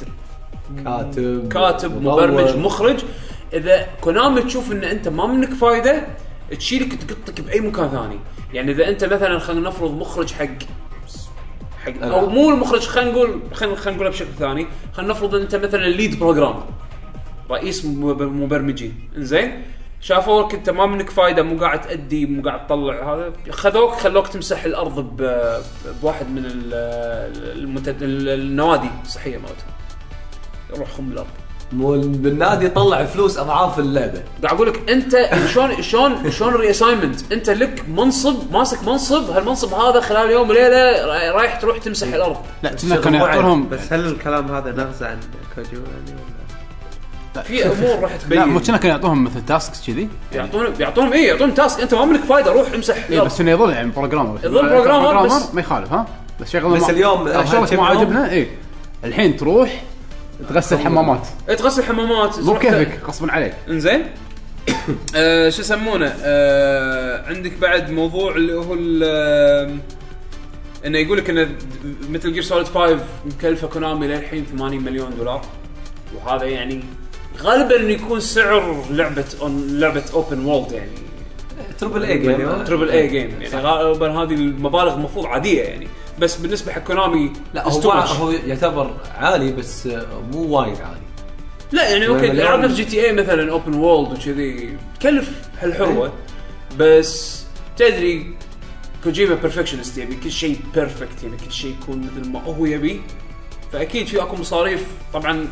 كاتب كاتب مطور. مبرمج مخرج اذا كونامي تشوف ان انت ما منك فايده تشيلك تقطك باي مكان ثاني يعني اذا انت مثلا خلينا نفرض مخرج حق حق او مو المخرج خلينا نقول خلينا خلينا نقولها بشكل ثاني خلينا نفرض ان انت مثلا ليد بروجرام رئيس مب- مبرمجين انزين شافوك انت ما منك فايده مو قاعد تادي مو قاعد تطلع هذا خذوك خلوك تمسح الارض ب- بواحد من ال- المتد... ال- النوادي الصحيه مالتهم روح خم الارض مو ال- بالنادي طلع فلوس اضعاف اللعبه قاعد اقول لك انت شلون شلون شلون الريساينمنت انت لك منصب ماسك منصب هالمنصب هذا خلال يوم وليله را- رايح تروح تمسح الارض لا كنا كانوا يعطونهم بس هل الكلام هذا نغز عن كوجو يعني ولا؟ في امور راح تبين لا مو كنا كانوا يعطوهم مثل تاسكس كذي يعطون يعطونهم اي يعطون تاسك انت ما منك فايده روح امسح اي بس انه يظل يعني بروجرامر يظل بروجرامر بس- ما يخالف ها بس شغله بس ما- اليوم- لو شغلك كم ما يوم؟ عجبنا اي الحين تروح تغسل حمامات إيه، تغسل حمامات مو تروح ت- بكيفك غصبا عليك انزين آه، شو يسمونه آه، عندك بعد موضوع اللي هو ال- آه، انه يقول لك انه مثل جير سوليد 5 مكلفه كونامي للحين 80 مليون دولار وهذا يعني غالبا يكون سعر لعبه اون لعبه اوبن وولد يعني تربل اي جيم تربل اي جيم يعني غالبا هذه المبالغ المفروض عاديه يعني بس بالنسبه حق كونامي لا it's هو too much. هو يعتبر عالي بس آه، مو وايد عالي لا يعني اوكي مليون. لعبنا في جي تي اي مثلا اوبن وولد وكذي تكلف هالحروه إيه. بس تدري كوجيما بيرفكشنست يبي كل شيء بيرفكت يبي كل شيء يكون مثل ما هو يبي فاكيد في اكو مصاريف طبعا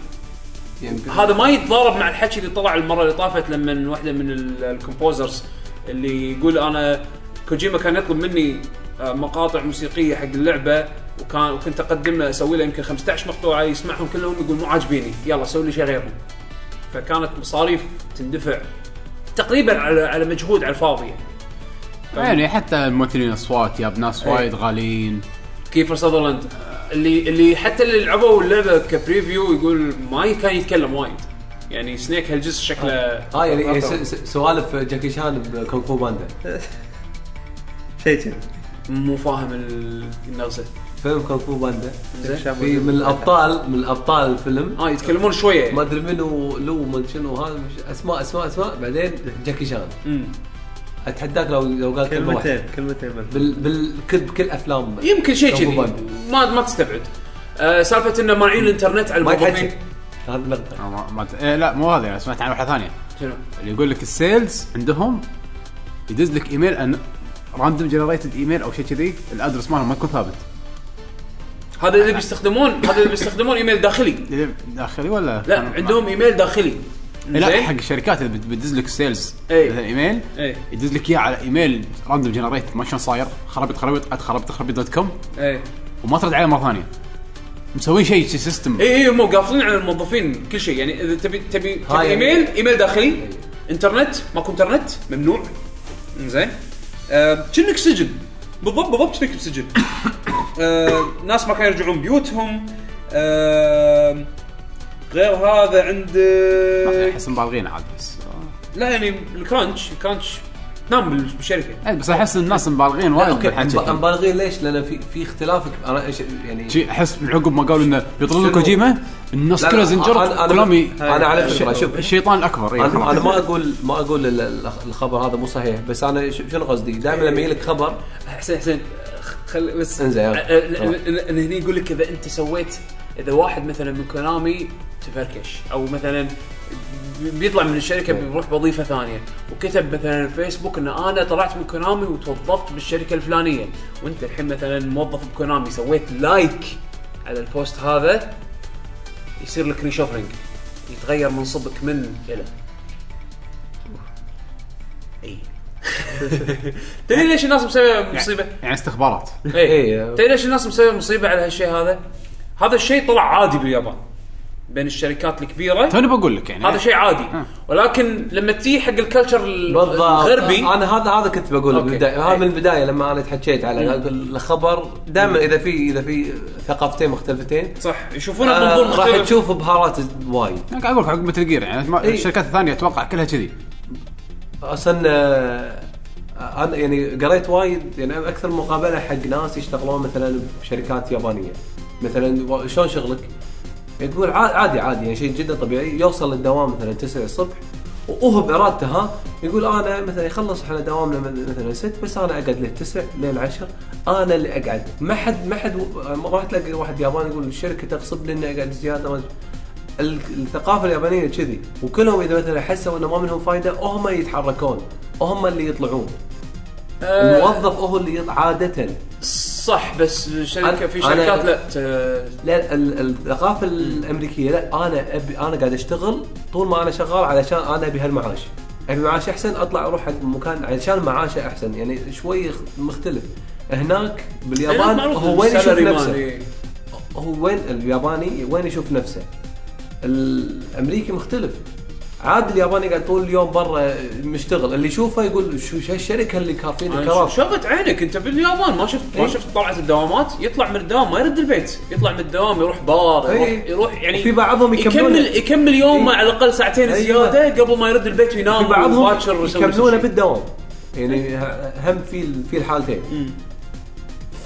هذا ما يتضارب مع الحكي اللي طلع المره اللي طافت لما واحده من ال- الكومبوزرز اللي يقول انا كوجيما كان يطلب مني آه، مقاطع موسيقيه حق اللعبه وكان وكنت اقدم له اسوي له يمكن 15 مقطوعه يسمعهم كلهم يقول مو عاجبيني يلا سوي لي شيء غيرهم فكانت مصاريف تندفع تقريبا على على مجهود على الفاضي يعني يعني حتى الممثلين اصوات يا ناس وايد غاليين كيفر ساذرلاند آه، اللي اللي حتى اللي لعبوا اللعبه كبريفيو يقول ما كان يتكلم وايد يعني سنيك هالجزء شكله اه يعني س- س- سوالف جاكي شان بكونغ فو باندا شيء كذي مو فاهم ال- النغزه فيلم كونغ فو باندا زين في من الابطال من الابطال الفيلم اه يتكلمون شويه ما يعني. ادري منو لو من شنو هذا مش اسماء اسماء اسماء بعدين جاكي شان مم. اتحداك لو لو قال كلمه واحده كلمتين كلمتين بس بال بال كل بكل افلام يمكن شيء كذي كونغ فو باندا. ما ما تستبعد آه سالفه انه مانعين الانترنت على ما تحكي الموظفين هذا نقطه آه، ما ما إيه لا مو هذا يعني سمعت عن واحده ثانيه شنو؟ اللي يقول لك السيلز عندهم يدز لك ايميل ان راندوم جنريتد ايميل او شيء كذي الادرس مالهم ما يكون ثابت هذا اللي بيستخدمون هذا اللي بيستخدمون ايميل داخلي داخلي ولا لا عندهم ايميل داخلي لا زين؟ حق الشركات اللي بت- بتدز لك السيلز إيه. إي. مثلا ايميل إي. يدز لك اياه على ايميل راندوم جنريت ما شلون صاير خربت خربت خربت خربت دوت كوم ايه وما ترد عليه مره ثانيه مسوين شيء شي سيستم إيه. اي اي هم إيه، قافلين على الموظفين كل شيء يعني اذا تبي تبي تبي هاي ايميل ايميل داخلي انترنت ماكو انترنت ممنوع زين آه، كأنك سجن بالضبط بالضبط كأنك بسجن آه، ناس ما كانوا يرجعون بيوتهم آه، غير هذا عندك احس مبالغين عاد بس لا يعني الكرانش الكرانش نعم، نام بالشركه إي، إيه، بس احس الناس مبالغين لا وايد اوكي بالحكي مب- ذي. مبالغين ليش؟ لان في في اختلاف كب- انا إيش- يعني شي احس من عقب ما قالوا انه بيطردون شنو؟ كوجيما الناس لا، لا، كلها أنا- أنا- زنجرت كلامي انا على فكره شوف الشيطان إيه. الاكبر إي، انا خلاص. انا ما اقول ما اقول ال- ال- الخبر هذا مو صحيح بس انا ش- شنو قصدي؟ دائما لما يجيك خبر حسين حسين خ- خل بس انزين، يلا. أ- أ- أ- أنا هني يقول لك اذا انت سويت اذا واحد مثلا من كونامي تفركش او مثلا بي- بيطلع من الشركه بيروح بوظيفه ثانيه وكتب مثلا فيسبوك ان انا طلعت من كونامي وتوظفت بالشركه الفلانيه وانت الحين مثلا موظف بكونامي سويت لايك على البوست هذا يصير لك ريشوفرنج يتغير منصبك من الى اي تدري ليش الناس مسويه مصيبه؟ يعني استخبارات إيه. اي إيه. تدري ليش الناس مسويه مصيبه على هالشيء هذا؟ هذا الشيء طلع عادي باليابان بين الشركات الكبيره طيب. توني بقول لك يعني هذا شيء عادي ولكن لما تيجي حق الكلتشر بالضبط الغربي انا هذا هذا كنت بقوله أوكي. بالبدايه هذا إيه. من البدايه لما انا تحكيت على الخبر دائما اذا في اذا في ثقافتين مختلفتين صح يشوفونه بمنظور آه، راح مختلف تشوف بهارات وايد انا قاعد اقول لك عقب متل جير يعني ما- إيه. إي. الشركات الثانيه اتوقع كلها كذي يعني اصلا آه، انا يعني قريت وايد يعني اكثر مقابله حق ناس يشتغلون مثلا بشركات يابانيه مثلا و- شلون شغلك؟ يقول عا- عادي عادي يعني شيء جدا طبيعي يوصل للدوام مثلا 9 الصبح وهو بارادته ها يقول انا مثلا يخلص احنا دوامنا من- مثلا 6 بس انا اقعد للتسع لين 10 انا اللي اقعد ما حد ما حد ما راح تلاقي واحد ياباني يقول الشركه تغصب لي اني اقعد زياده ما ال- الثقافه اليابانيه كذي وكلهم اذا مثلا حسوا انه ما منهم فايده هم يتحركون هم اللي يطلعون آه، الموظف هو اللي يط- عاده صح بس الشركه أنا- في شركات أنا- لا ت- لا ال- الثقافه الامريكيه لا انا ابي انا قاعد اشتغل طول ما انا شغال علشان انا ابي هالمعاش ابي معاش احسن اطلع اروح حق مكان علشان معاشه احسن يعني شوي خ- مختلف هناك باليابان معروف هو وين يشوف السالري مان، نفسه إيه. هو وين الياباني وين يشوف نفسه الامريكي مختلف عاد الياباني قاعد طول اليوم برا مشتغل اللي يشوفه يقول شو شو هالشركه اللي كافين أنا الكراسي ش- شغلت عينك انت باليابان ما شفت ما إيه. شفت طلعت الدوامات يطلع من الدوام ما يرد البيت يطلع من الدوام يروح بار يروح, إيه. يروح يعني وفي بعضهم يكملون- يكمل يكمل يومه إيه. على الاقل ساعتين أيوة. زياده قبل ما يرد البيت وينام في بعضهم وباكر ويسوي نفس يكملونه الشيء. بالدوام يعني ه- هم في ال- في الحالتين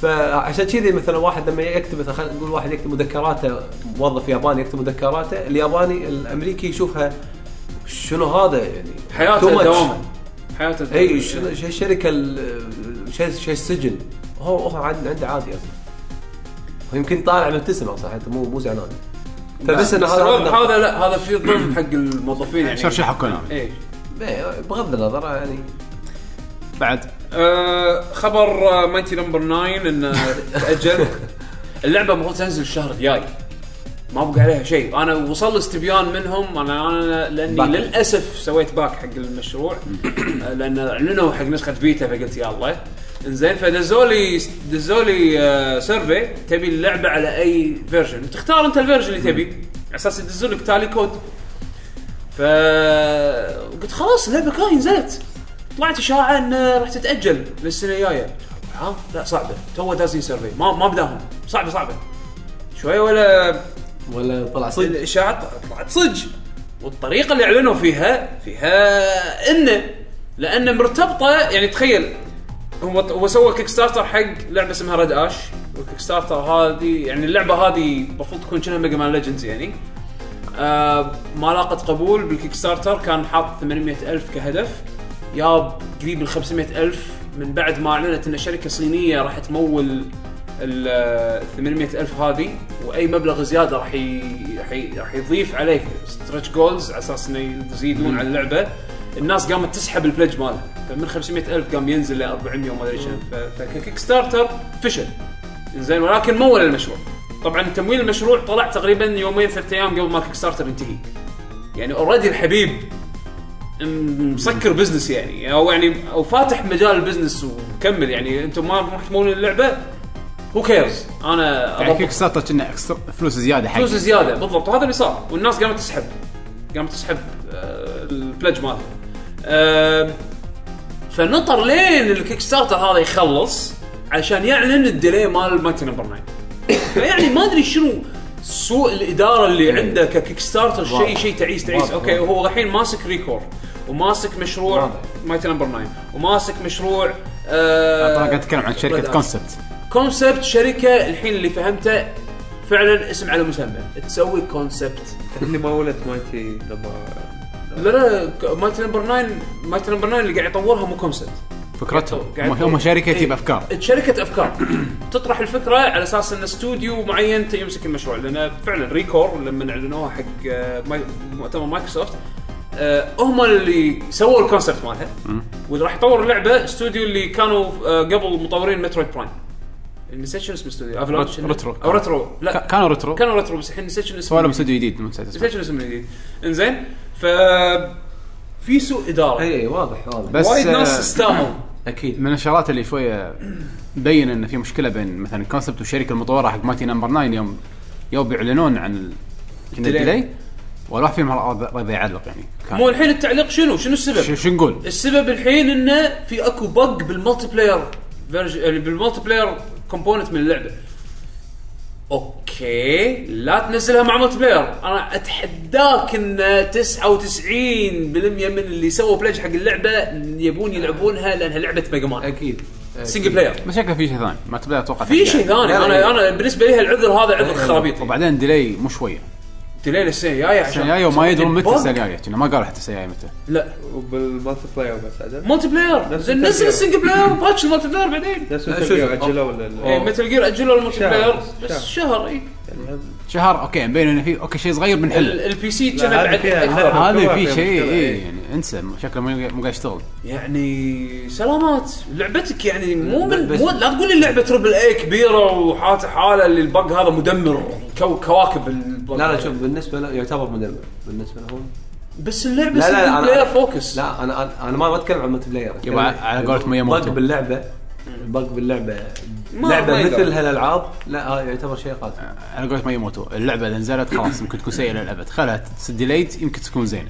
فعشان كذي مثلا واحد لما يكتب مثلا خلينا نقول واحد يكتب مذكراته موظف ياباني يكتب مذكراته الياباني الامريكي يشوفها شنو هذا يعني حياته too much. دوامه حياته الدوام. اي شنو شو الشركه ال- شو شو السجن هو هو عند- عنده عادي اصلا ويمكن طالع مبتسم اصلا حتى مو مو زعلان فبس ان هذا هذا هذا لا هذا في ظلم حق الموظفين يعني صار شيء حق كونامي ايه إيه، بغض النظر يعني بعد آه، خبر آه، مايتي نمبر 9 انه تاجل اللعبه المفروض تنزل الشهر الجاي ما بقى عليها شيء انا وصل لي استبيان منهم انا انا لاني باك. للاسف سويت باك حق المشروع آه، لان اعلنوا حق نسخه فيتا فقلت يا الله انزين فدزوا لي دزوا لي آه، سيرفي تبي اللعبه على اي فيرجن تختار انت الفيرجن اللي تبي على اساس يدزوا لك تالي كود ف قلت خلاص اللعبه كان نزلت طلعت اشاعه ان راح تتاجل للسنه الجايه ها لا صعبه تو دازين سيرفي ما ما بداهم صعبه صعبه شوي ولا ولا طلع صدق الاشاعات طلعت صج والطريقه اللي اعلنوا فيها فيها انه لان مرتبطه يعني تخيل هو هو سوى كيك ستارتر حق لعبه اسمها ريد اش والكيك ستارتر هذه يعني اللعبه هذه المفروض تكون شنها ميجا مان ليجندز يعني آه ما لاقت قبول بالكيك ستارتر كان حاط 800 ألف كهدف ياب قريب ال 500 ألف من بعد ما أعلنت أن شركة صينية راح تمول ال 800 ألف هذه وأي مبلغ زيادة راح ي- راح ي- راح يضيف عليه ستريتش جولز على أساس أنه يزيدون على اللعبة الناس قامت تسحب البلج ماله فمن 500 ألف قام ينزل ل 400 وما أدري شنو ف- فككيك ستارتر فشل زين ولكن مول المشروع طبعا تمويل المشروع طلع تقريبا يومين ثلاثة ايام قبل ما كيك ستارتر ينتهي يعني اوريدي الحبيب م- مسكر بزنس يعني او يعني او فاتح مجال البزنس ومكمل يعني انتم ما ما تمولون اللعبه هو كيرز انا يعني أضبط كيك ستارتر كنا أكسترا- فلوس زياده حق فلوس زياده بالضبط وهذا اللي صار والناس قامت تسحب قامت تسحب آه، البلج ماله آه، فنطر لين الكيك ستارتر هذا يخلص عشان يعلن الديلي مال مايتي نمبر 9 فيعني ما ادري شنو سوء الاداره اللي عنده ككيك ستارتر شيء شيء تعيس تعيس إيه. واضح، اوكي هو الحين ماسك ريكور وماسك مشروع واضح. مايتي نمبر 9 وماسك مشروع آه، طبعا قاعد اتكلم عن شركه كونسبت كونسبت شركه الحين اللي فهمته فعلا اسم على مسمى تسوي كونسبت اللي ما ولدت مايتي لما لا لا مايتي نمبر 9 مايتي نمبر 9 اللي قاعد يطورها مو كونسبت فكرتهم قاعد- هم- هم شركه إيه. تجيب افكار شركه افكار تطرح الفكره على اساس ان استوديو معين ت- يمسك المشروع لان فعلا ريكور لما اعلنوها حق آه، ماي- مؤتمر مايكروسوفت آه، هم اللي سووا الكونسبت مالها واللي راح يطور اللعبه استوديو اللي كانوا آه، قبل مطورين مترويد برايم نسيت شنو اسم الاستوديو افلانش ريترو. او ريترو لا ك- كانوا ريترو كانوا إيه. ريترو بس الحين نسيت شنو اسمه سووا لهم استوديو جديد مو نسيت اسمه. نسيت شنو اسمه الجديد انزين ف في سوء اداره اي إيه، واضح واضح إيه. بس وايد ناس آه، استاهوا اكيد من الشغلات اللي شويه مبين ان في مشكله بين مثلا كونسبت والشركه المطوره حق ماتي نمبر 9 يوم يوم بيعلنون عن ال- عن Delay. الديلي ولا واحد فيهم راضي راضي يعلق يعني كان. مو الحين التعليق شنو شنو شو- السبب شو نقول؟ السبب الحين انه في اكو بق بالمالتي بلاير فيرج- يعني بالمالتي بلاير كومبوننت من اللعبه اوكي لا تنزلها مع مالتي بلاير انا اتحداك ان 99% من اللي سووا بلاج حق اللعبه يبون يلعبونها لانها لعبه ميجا مان اكيد سنجل بلاير بس شكله في شيء ثاني ما تبدا اتوقع في شيء ثاني لا، انا لا. انا بالنسبه لي العذر هذا عذر خرابيط وبعدين ديلي مو شويه ديلي للسنه الجايه عشان السنه الجايه وما يدرون متى السنه الجايه كنا ما قالوا حتى السنه الجايه متى لا وبالمالتي بلاير بس عدل ملتي بلاير نفس زين الترتيب. نزل السنجل بلاير باتش الملتي بلاير بعدين نفس لا، مثل شوف، جير أوه. اجلوا ولا لا؟ يعني اي متل جير اجلوا الملتي شهر، بلاير شهر. بس شهر إيه. اي شهر اوكي مبين انه في اوكي شيء صغير بنحله البي سي لا، كان هذه بعد فيها- أكثر. لا. هذا مشكلة، في فيها شيء مشكلة، اي إيه. يعني انسى شكله مو مو قاعد يشتغل يعني سلامات لعبتك يعني مو من بس- مو لا تقول لي لعبه تربل اي كبيره وحاطه حاله اللي البق هذا مدمر كو كواكب البق لا لا شوف بالنسبه له يعتبر مدمر بالنسبه لهم بس اللعبه لا، لا، سنجل أنا- بلاير فوكس لا انا انا, أنا ما ما اتكلم عن ملتي بلاير يبا، على قولة مياموتو. بق باللعبه بق باللعبه ما- لعبه ما يقدر. مثل هالالعاب لا هذا يعتبر شيء قاتل على قولة ما يموتوا اللعبه اذا نزلت خلاص يمكن تكون سيئه للابد خلها ديليت يمكن تكون زينه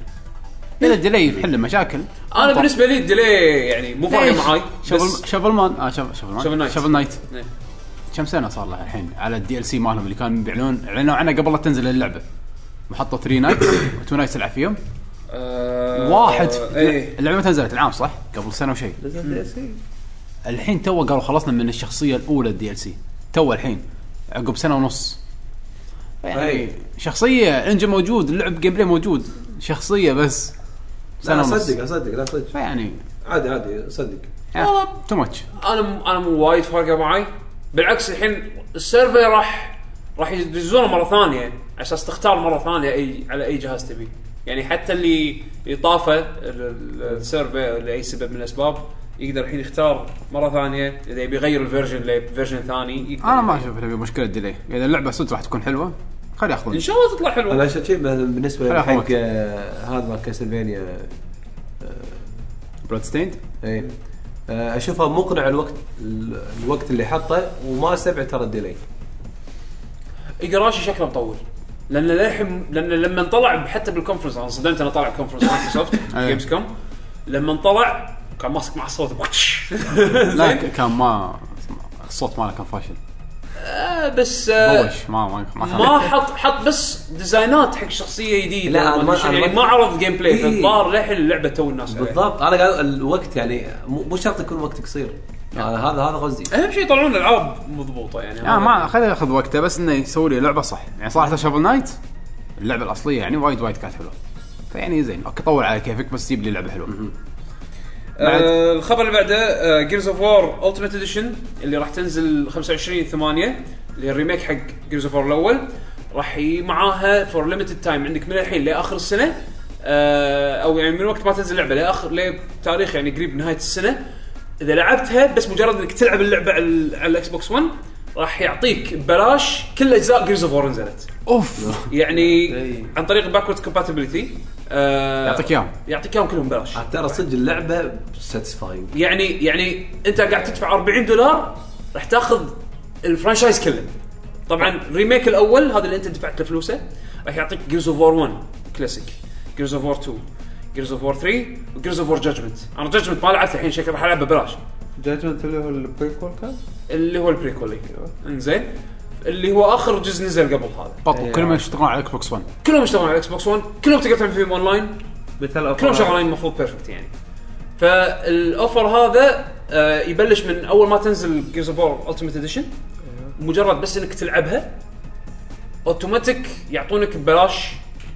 اذا ديلي تحل مشاكل طيب. انا بالنسبه لي الديلي يعني مو فارقه معاي بس شفل شفل مان اه شفل شفل شفل نايت. نايت شفل نايت إيه. كم سنه صار لها الحين على الدي ال سي مالهم اللي كانوا بيعلنون اعلنوا عنه قبل لا تنزل اللعبه محطه 3 نايت و2 نايت تلعب فيهم آه، واحد ايه اللعبه متى نزلت العام صح؟ قبل سنه وشيء إيه، الحين تو قالوا خلصنا من الشخصيه الاولى الدي ال سي تو الحين عقب سنه ونص يعني أي. شخصيه انجن موجود اللعب جيم بلاي موجود شخصيه بس سنه لا ونص صدق صدق لا صدق فيعني عادي عادي صدق والله. تو ماتش انا م- انا مو وايد فارقه معاي بالعكس الحين السيرفي راح راح يدزونه مره ثانيه على اساس تختار مره ثانيه اي على اي جهاز تبي يعني حتى اللي يطافه ال- ال- السيرفي لاي سبب من الاسباب يقدر الحين يختار مره ثانيه اذا يبي يغير الفيرجن لفيرجن ثاني يقدر انا ما اشوف إنه في مشكله ديلي اذا اللعبه صدق راح تكون حلوه خلي ان ياخذون شاء الله تطلع حلوه انا عشان شيء بالنسبه خلاص، حق وقت. آه، هذا مال كاسلفينيا بلاد ستيند اي آه، اشوفها مقنع الوقت ال- الوقت اللي حطه وما استبعد ترى الديلي ايجراشي شكله مطول لان للحين لان لما طلع حتى بالكونفرنس انا صدمت انا طالع بكونفرنس مايكروسوفت أي. جيمز كوم لما طلع كان ماسك مع الصوت لا زين ك- كان ما الصوت ماله كان فاشل آه، بس آه، بوش ما ما ما خلي. ما حط حط بس ديزاينات حق شخصيه جديده لا، أنا وما ما- أدري شنو، أنا يعني ما- ما عرض جيم بلاي إي. فالظاهر للحين اللعبه تو الناس عليها. بالضبط انا قاعد الوقت يعني مو مو شرط يكون وقت قصير نعم. أنا هذا هذا قصدي اهم شيء يطلعون العاب مضبوطه يعني آه، لا ما خليه ياخذ وقته بس انه يسوي لي لعبه صح يعني صراحه شابل نايت اللعبه الاصليه يعني وايد وايد كانت حلوه فيعني زين اوكي طول على كيفك بس جيب لي لعبه حلوه بعد. آه الخبر اللي بعده آه، جيرز اوف وور التيمت اديشن اللي راح تنزل 25 8 اللي الريميك حق جيرز اوف وور الاول راح يجي معاها فور ليمتد تايم عندك من الحين لاخر السنه آه او يعني من وقت ما تنزل اللعبه لاخر لتاريخ يعني قريب نهايه السنه اذا لعبتها بس مجرد انك تلعب اللعبه على ال- على الاكس بوكس 1 راح يعطيك ببلاش كل اجزاء جيرز اوف وور نزلت اوف يعني عن طريق باكورد كومباتبلتي آه إيه. يعطيك اياهم يعطيك اياهم كلهم ببلاش عاد ترى صدق اللعبه ساتسفاينج يعني يعني انت قاعد تدفع 40 دولار راح تاخذ الفرانشايز كله طبعا الريميك الاول هذا اللي انت دفعت له فلوسه راح يعطيك جيرز اوف وور 1 كلاسيك جيرز اوف وور 2 جيرز اوف وور 3 وجيرز اوف وور جادجمنت انا جادجمنت ما لعبت الحين شكله راح العبه ببلاش إيه. جاجمنت اللي هو البريكول كان اللي هو البريكولي انزين اللي هو اخر جزء نزل قبل هذا بطل كل ما يشتغلون على الاكس بوكس 1 كلهم اشتغلوا على الاكس بوكس 1 كلهم تقدر تعمل فيهم اونلاين مثل كلهم شغالين المفروض بيرفكت يعني فالاوفر هذا آه، يبلش من اول ما تنزل جيرز اوف وور التيمت اديشن مجرد بس انك تلعبها اوتوماتيك يعطونك ببلاش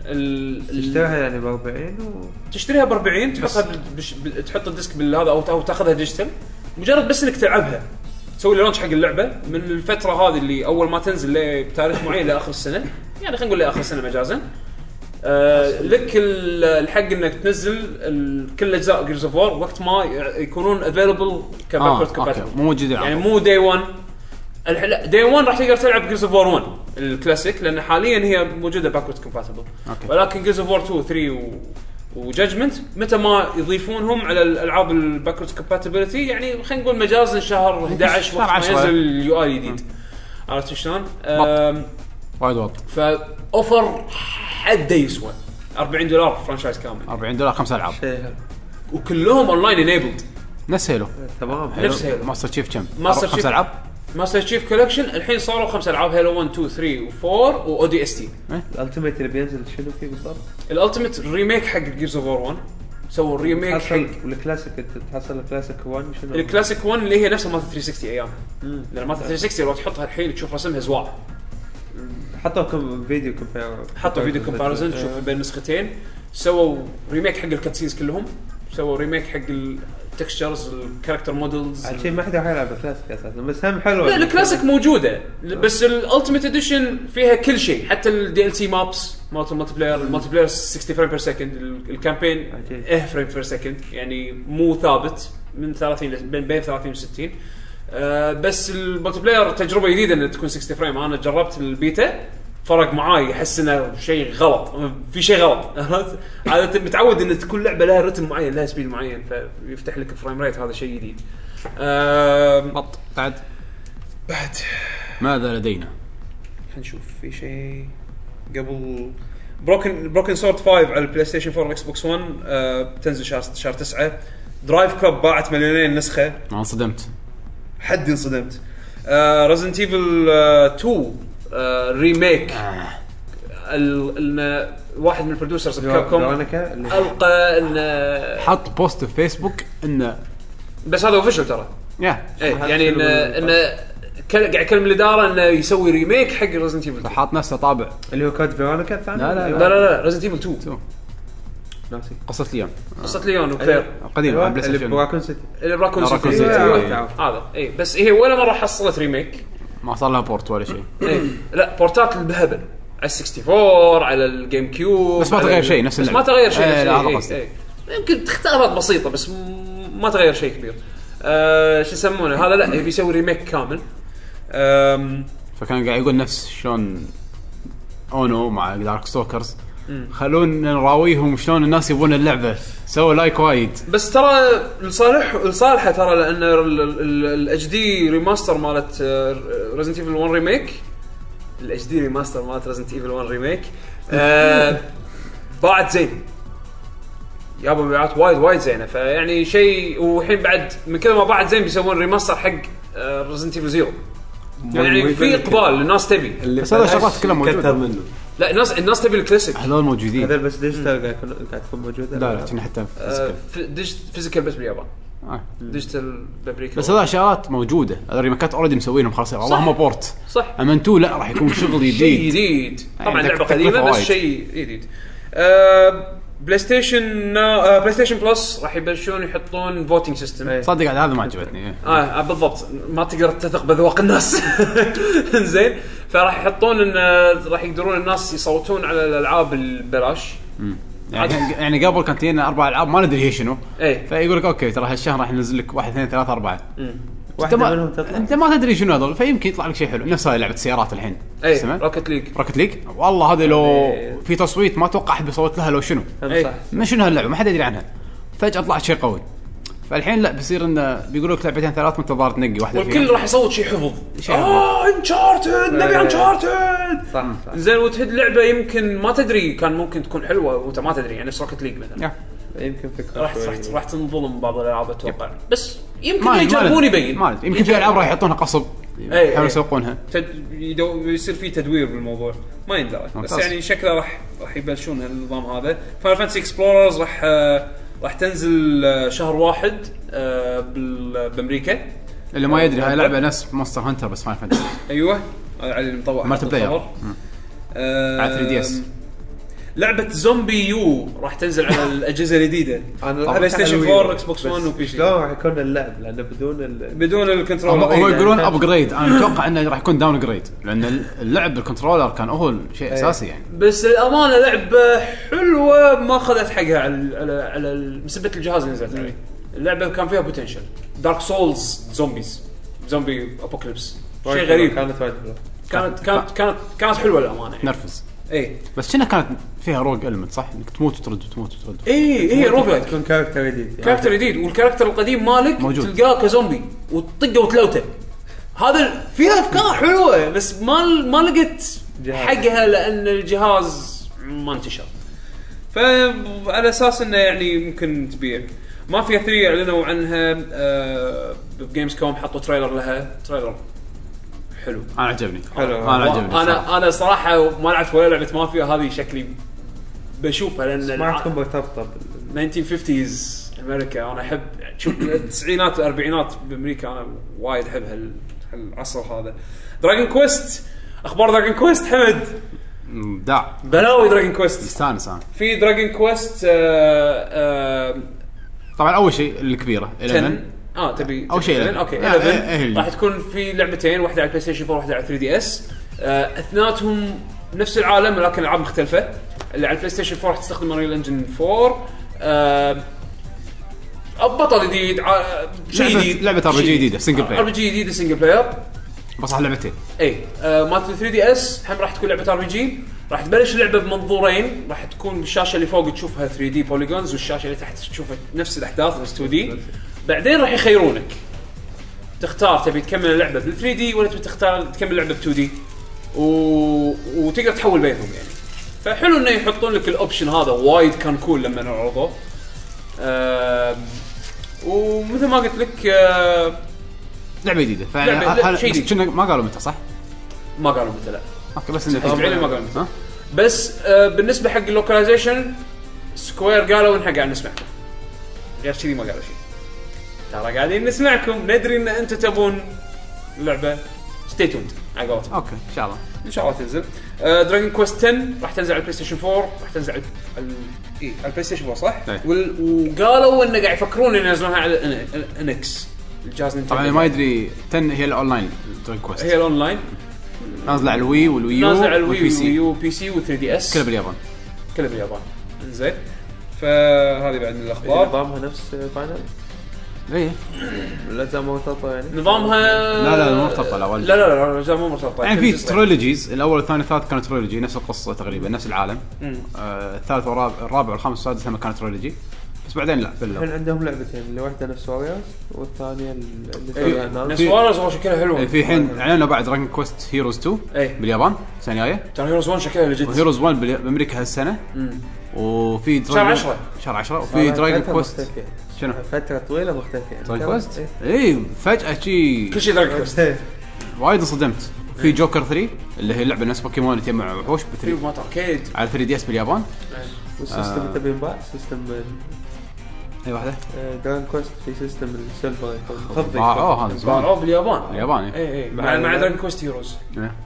ال- ال- تشتريها يعني ب 40 و تشتريها ب 40 تحطها بال- بش- بال- تحط الديسك بالهذا او او تاخذها ديجيتال مجرد بس انك تلعبها تسوي لونش حق اللعبه من الفتره هذه اللي اول ما تنزل ل- بتاريخ معين لاخر السنه يعني خلينا نقول لاخر السنه مجازا آه لك ال- الحق انك تنزل ال- كل اجزاء جيرز اوف وور وقت ما ي- يكونون افيلبل اه كباكورد اوكي كومباتبل مو موجود يعني يعني مو دي 1 الح- لا دي 1 راح تقدر تلعب جيرز اوف وور 1 الكلاسيك لان حاليا هي موجوده باكورد كومباتبل أوكي. ولكن جيرز اوف وور 2 3 و وجادجمنت متى ما يضيفونهم على الالعاب الباكورد كومباتبلتي يعني خلينا نقول مجازا شهر 11 شهر وقت ما 10. ينزل اليو اي الجديد عرفت شلون؟ آم، وايد واضح فاوفر حده يسوى 40 دولار فرانشايز كامل 40 دولار خمس العاب شيء وكلهم اونلاين انيبلد نفس هيلو تمام حلو. نفس هيلو ماستر تشيف كم؟ ماستر خمس شيف. العاب ماستر تشيف كولكشن الحين صاروا خمس العاب هيلو 1 2 3 و4 واو دي اس تي الالتيميت اللي بينزل شنو فيه بالضبط؟ الالتيميت ريميك حق جيرز اوف 1 سووا الريميك تحصل حق الكلاسيك انت تحصل الكلاسيك 1 شنو؟ الكلاسيك 1 اللي هي نفسها مالت 360 ايام لان مالت 360 لو تحطها الحين تشوف رسمها زواع حطوا كم فيديو كومبير حطوا طيب، فيديو كومباريزن إيه. تشوف بين نسختين سووا ريميك حق الكاتسينز كلهم سووا ريميك حق التكستشرز الكاركتر مودلز عشان شيء ما حد راح يلعب الكلاسيك اساسا بس هم حلوه لا الكلاسيك موجوده بس الالتيميت اديشن فيها كل شيء حتى الدي ال سي مابس مالت الملتي بلاير الملتي بلاير 60 فريم بير سكند الكامبين عجيب. اه فريم بير سكند يعني مو ثابت من 30 ل- بين بين 30 و 60 آه بس الملتي بلاير تجربه جديده انها تكون 60 فريم انا جربت البيتا فرق معاي احس انه شيء غلط في شيء غلط عرفت؟ عاده متعود ان تكون لعبه لها رتم معين لها سبيد معين فيفتح لك فريم ريت هذا شيء جديد آم، بط بعد بعد ماذا لدينا؟ خلينا نشوف في شيء قبل بروكن بروكن سورد 5 على البلاي ستيشن 4 والاكس بوكس 1 آه بتنزل شهر شهر 9 درايف كلوب باعت مليونين نسخه ما انصدمت حد انصدمت آه ريزنت ايفل آه 2 آه ريميك ال- ان واحد من البرودوسرز بكابكوم فيرونيكا اللي القى ان حط بوست في فيسبوك انه بس هذا اوفيشل ترى يا ايه يعني ان ان كل- قاعد يكلم الاداره انه يسوي ريميك حق ريزنت ايفل 2 حاط نفسه طابع اللي هو كود فيرونيكا الثاني لا، لا، لا لا لا ريزنت ايفل 2 ناسي قصه ليون قصه ليون وكلير قديم أيوة، على أيوة، بلاي اللي ستيشن براكون سيتي الراكون آه، راكون سيتي سيتي. أيوة، أيوة. هذا اي إيه، بس هي ولا مره حصلت ريميك ما صار لها بورت ولا شيء إيه. لا بورتات بهبل على ال 64 على الجيم كيوب بس ما على تغير ال- شيء، نفس بس ما اللعبة. تغير شيء إيه، نفس لا، الشيء. هذا إيه، قصدي. إيه. يمكن اختلافات بسيطه بس م- ما تغير شيء كبير أه شو يسمونه هذا لا يبي يسوي ريميك كامل أم، فكان قاعد يقول نفس شلون اونو مع دارك ستوكرز خلونا نراويهم شلون الناس يبون اللعبه سووا لايك وايد بس ترى لصالح لصالحه ترى لان الاتش دي ريماستر مالت آه، ريزنت ايفل 1 ريميك الاتش دي ريماستر مالت ريزنت ايفل 1 ريميك آه، باعت زين يابا مبيعات وايد وايد زينه فيعني شيء والحين بعد من كذا ما باعت زين بيسوون ريماستر حق آه، ريزنت ايفل زيرو يعني في اقبال الناس تبي بس هذا شغلات كلها موجودة. كثر منه لا الناس الناس تبي الكلاسيك هذول موجودين هذا بس ديجيتال قاعد يكون- قاعد تكون موجوده إيه. لا لا كنا حتى آه، physical. في- ديجيت- فيزيكال بس باليابان آه. ديجيتال بامريكا بس هذا شغلات موجوده هذا الريمكات اوريدي مسوينهم خلاص اللهم بورت صح اما انتو لا راح يكون شغل شيء جديد جديد طبعا يعني لعبه تكلفة قديمه بس وايد. شيء جديد آه، بلاي ستيشن آه، بلاي ستيشن بلس راح يبلشون يحطون فوتنج سيستم إيه. صدق عاد هذا ما عجبتني إيه. آه, اه بالضبط ما تقدر تثق بذواق الناس زين فراح يحطون ان آه، راح يقدرون الناس يصوتون على الالعاب البلاش يعني يعني قبل كانت لنا اربع العاب ما ندري هي شنو اي فيقول لك اوكي ترى هالشهر راح ننزل لك واحد اثنين ثلاثة أربعة انت واحده منهم ما, تطلع انت ما تدري شنو هذول فيمكن يطلع لك شيء حلو نفس هاي لعبة السيارات الحين اي اسمها؟ روكت ليج روكت ليج والله هذه لو يعني- في تصويت ما اتوقع احد بيصوت لها لو شنو إيه. هم صح ما شنو هاللعبه ما حد يدري عنها فجاه طلعت شيء قوي فالحين لا بيصير انه بيقولوا لك لعبتين ثلاث وانت الظاهر تنقي واحده والكل فيهم راح يصوت شيء حفظ شيء حفظ. اه انشارتد نبي إيه. انشارتد صح صح زين وتهد لعبه يمكن ما تدري كان ممكن تكون حلوه وانت ما تدري يعني نفس روكت ليج مثلا يا. يمكن فكره راح شوي. راح راح تنظلم بعض الالعاب اتوقع بس ما- يمكن طيب. ما يجربون ندري. يبين ما ندري. يمكن في العاب راح يحطونها قصب يحاولون إيه. يسوقونها تد... يدو... يصير في تدوير بالموضوع ما يندرى بس ممتاز. يعني شكله راح راح يبلشون النظام هذا فاينل فانتسي اكسبلوررز راح آه، راح تنزل آه، شهر واحد آه، بال- بامريكا اللي ما يدري هاي لعبه نفس مونستر هانتر بس فاين فانتسي ايوه آه، علي المطوع مالتي حط بلاير. الخبر. آه، على 3DS. لعبه زومبي يو راح تنزل على الاجهزه الجديده انا بلاي ستيشن 4 اكس بوكس 1 وبي وبي سي سي شلون راح يكون اللعب لانه بدون ال... بدون هم الكنترول هو إيه. يقولون ابجريد انا اتوقع انه راح يكون داون جريد لان اللعب بالكنترولر كان هو إيه. الشيء اساسي يعني بس الامانه لعبه حلوه ما اخذت حقها على على على مسبه الجهاز اللي نزلت عليه اللعبه كان فيها بوتنشل دارك سولز زومبيز زومبي ابوكليبس شيء غريب كانت وايد حلوه كانت كانت كانت كانت حلوه الامانه يعني. نرفز اي بس شنو كانت فيها روج المنت صح؟ انك تموت وترد وتموت وترد اي اي إيه، روبوت تكون كاركتر جديد يعني. كاركتر جديد والكاركتر القديم مالك آه. موجود. تلقاه كزومبي وتطقه وتلوته هذا فيها افكار حلوه بس ما ما لقيت جهاز. حقها لان الجهاز ما انتشر فعلى اساس انه يعني ممكن تبيع مافيا 3 اعلنوا عنها آه بجيمز كوم حطوا تريلر لها تريلر حلو انا عجبني حلو انا عجبني انا انا صراحه ما لعبت ولا لعبه مافيا هذه شكلي بشوفها لان ما الع- راح تكون مرتبطه بال- 1950s امريكا انا احب شوف التسعينات والاربعينات بامريكا انا وايد احب هال- هالعصر هذا دراجون كويست اخبار دراجون كويست حمد داع بلاوي دراجون كويست يستانس انا في دراجون كويست آه آه طبعا اول شيء الكبيره 10 11 اه تبي أو شيء 11 11. اوكي آه، آه، آه، 11 اللي. راح تكون في لعبتين واحده على البلاي ستيشن 4 واحده على 3 دي اس آه، اثنيناتهم نفس العالم ولكن العاب مختلفه اللي على البلاي ستيشن 4 راح تستخدم انريل انجن 4 آه، بطل جديد ع- شيء لعبة- جديد آه، لعبة RPG جديدة، single player. ار بي جي جديده سنجل بلاير بصح لعبتين اي آه، مالت 3 دي اس هم راح تكون لعبه ار بي جي راح تبلش اللعبه بمنظورين راح تكون الشاشه اللي فوق تشوفها 3 دي بوليجونز والشاشه اللي تحت تشوفها نفس الاحداث بس 2 دي بعدين راح يخيرونك تختار تبي تكمل اللعبه بال 3 دي ولا تبي تختار تكمل اللعبه ب 2 دي و... وتقدر تحول بينهم يعني فحلو انه يحطون لك الاوبشن هذا وايد كان كول لما عرضوه آه... ومثل ما قلت لك آه... لعبه جديده لعبة- لا، فيعني شيء بس جديد. كنا ما قالوا متى صح؟ ما قالوا متى لا اوكي بس انه أسبوعين ما قالوا. ها؟ بس آه بالنسبه حق اللوكلايزيشن سكوير قالوا انها قاعد نسمعكم غير كذي ما قالوا شيء ترى قاعدين نسمعكم ندري ان انتم تبون اللعبه ستي توند على قولتهم اوكي ان شاء الله ان شاء الله تنزل آه دراجون كويست 10 راح تنزل على البلاي ستيشن 4 راح تنزل على ال... اي على البلاي ستيشن 4 صح؟ إيه. وال... وقالوا انه قاعد يفكرون إن ينزلونها على الإن- الانكس الجهاز طبعا اللي نينتندو ما يدري 10 هي الاونلاين دراجون كويست هي الاونلاين نازله على الوي والويو نازل على الوي والبي سي. ويو بي سي و 3 دي اس كلها باليابان كله باليابان زين فهذه بعد من إيه. الاخبار يعني نظامها نفس فاينل طيب، اي الاجزاء مرتبطه يعني نظامها لا لا مو مرتبطه لا لا ولا لا لا الأجزاء مو مرتبطه يعني في يمكن تصير. ترولوجيز الاول والثاني والثالث كانوا ترولوجي نفس القصه تقريبا نفس العالم مم. آه، الثالث والرابع الرابع والخامس والسادس هم كانوا ترولوجي بس بعدين لا الحين فلوا عندهم لعبتين اللي واحده نفس واريوز والثانيه اللي إيه، سويها الناس. نفس وارز هو شكلها حلو آه، في حين اعلنوا بعد دراجون كويست هيروز 2 إيه. باليابان السنه الجايه ترى هيروز 1 شكلها لجد وهيروز 1 بال- بامريكا هالسنه وفي شهر Dragon- عشرة. شهر 10 وفي فاينل دراجون فترة كويست مختفية. شنو؟ فتره طويله مختفيه دراجون كان- كويست؟ إيه. اي فجاه شي كل شيء دراجون كويست إيه. وايد انصدمت في جوكر 3 اللي هي لعبه نفس بوكيمون تجمع وحوش ب 3 في مات اركيد على 3 دي اس باليابان والسيستم اللي تبي ينباع سيستم أيوه، اي واحده دراجون كويست في سيستم السيلفر يكون خفي باعوه آه، هذا زمان باعوه باليابان باليابان إيه. اي اي مع مع مع دراجون كويست هيروز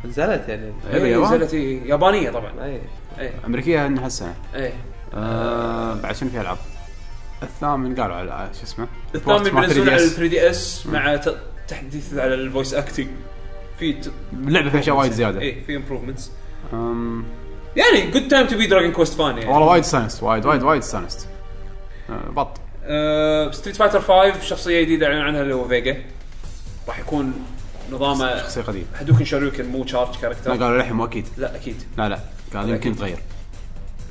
نزلت يعني إيه، إيه، باليابان. نزلت إيه، يابانيه طبعا اي امريكيه انها هالسنه اي إيه. آه بعد شنو في العاب؟ الثامن قالوا على شو اسمه؟ الثامن بوست مال بينزلون 3DS. على 3 دي اس إيه. مع ت- تحديث على الفويس اكتنج في ت- اللعبه فيها اشياء وايد زياده اي في امبروفمنتس أم، يعني جود تايم تو بي دراجون كويست فان يعني والله وايد استانست وايد وايد وايد استانست آه، بط ستريت فايتر 5 شخصيه جديده اعلن عنها اللي هو فيجا راح يكون نظامه شخصيه قديم هدوكن شاريوكن مو تشارج لا كاركتر قالوا للحين مو اكيد لا اكيد لا لا قال يمكن يتغير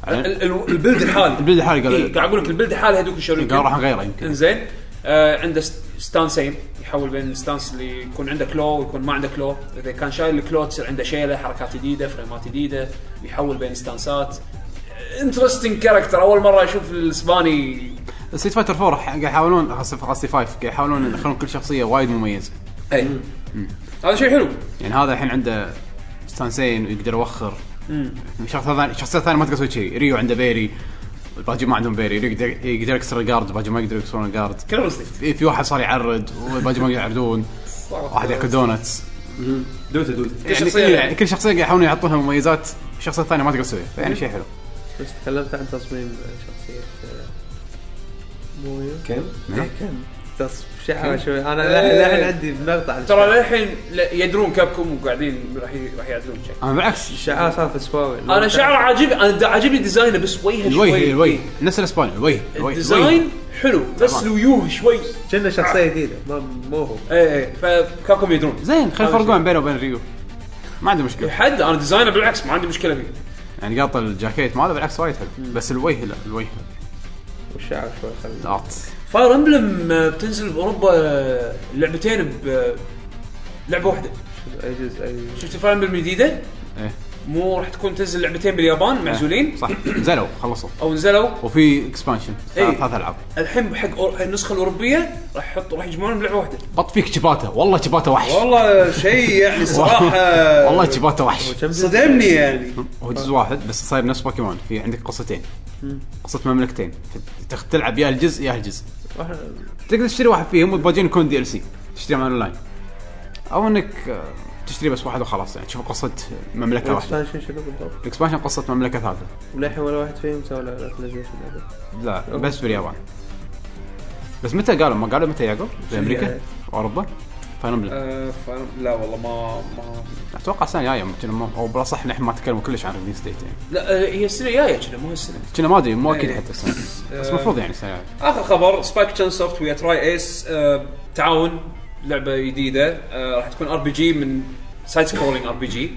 ال- ال- البلد الحالي البلد الحالي قالوا إيه، قاعد اقول لك البلد الحالي هدوكن شاريوكن قالوا راح نغيره يمكن انزين آه عنده ست- ستانسين يحول بين الستانس اللي يكون عنده كلو ويكون ما عنده كلو اذا كان شايل الكلو تصير عنده شيله حركات جديده فريمات جديده يحول بين ستانسات انترستنج كاركتر اول مره اشوف الاسباني ستريت فايتر 4 راح- قاعد يحاولون قصدي 5 قاعد يحاولون يخلون كل شخصيه وايد مميزه اي إيه. هذا شيء حلو يعني هذا الحين عنده ستانسين ويقدر يوخر شخص ثاني شخصية ثانية ما تقدر تسوي شيء ريو عنده بيري الباجي ما عندهم بيري ريو يقدر يقدر يكسر الجارد الباجي ما يقدر يكسرون الجارد كلام لطيف في, في واحد صار يعرض والباجي ما يعرضون واحد ياكل دونتس دوتا دوتا يعني شخصية- يعني كل شخصية قاعد يحاولون يحطون لها مميزات الشخصية الثانية ما تقدر تسويها فيعني شيء حلو بس تكلمت عن تصميم شخصيه آه، مو هي؟ كم؟ نعم. كم تصميم شعره شوي انا للحين- للحين عندي مقطع ترى للحين لا- يدرون كابكم وقاعدين راح ي- راح يعدلون شيء انا بالعكس شعره صار في سواوي انا شعر عاجب انا دا- عاجبني ديزاينه بس وجهه الوجه شوي الوجه نفس الاسباني الوجه الوجه الديزاين حلو بس طبعاً. الويوه شوي إيه، كنا شخصيه جديده ما- مو هو اي اي فكابكم يدرون زين خل يفرقون بينه وبين ريو ما عندي مشكلة حد انا ديزاينه بالعكس ما عندي مشكله فيه يعني قاطع الجاكيت ماله بالعكس وايد حلو بس الوجه لا الوجه والشعر شوي خلي الارت فاير امبلم بتنزل باوروبا آه، لعبتين ب آه، لعبه واحده اي جزء اي شفت فاير امبلم الجديده؟ إيه. مو راح تكون تنزل لعبتين باليابان معزولين صح نزلوا خلصوا او نزلوا وفي اكسبانشن إيه. ثلاث العاب الحين حق أور- النسخه الاوروبيه راح يحطوا راح يجمعون بلعبه واحده بط فيك شباته والله شباته وحش والله شيء يعني صراحه والله شباته وحش صدمني يعني هو جزء واحد بس صاير نفس بوكيمون في عندك قصتين قصة مملكتين تخ- تلعب يا الجزء يا الجزء تقدر تشتري واحد فيهم والباجين يكون دي ال سي تشتري من اونلاين او انك آه، تشتري بس واحد وخلاص يعني تشوف قصه مملكه واحده الاكسبانشن شنو بالضبط؟ الاكسبانشن قصه مملكه ثالثه وللحين ولا واحد فيهم سوى له لوكاليزيشن ابد لا بس باليابان بس متى قالوا ما قالوا متى يعقوب؟ في امريكا يعني؟ واوروبا فاينل آه، فأنا- لا والله ما ما اتوقع السنه الجايه يمكن ما- او بالاصح ان احنا ما تكلموا كلش عن ريليز ديت يعني لا آه، هي السنه الجايه كنا مو هالسنه كنا ما ادري مو اكيد إيه. حتى السنه بس المفروض يعني السنه الجاية. اخر خبر سبايك تشان سوفت ويا تراي ايس آه، تعاون لعبه جديده آه، راح تكون ار بي جي من سايد سكرولينج ار بي جي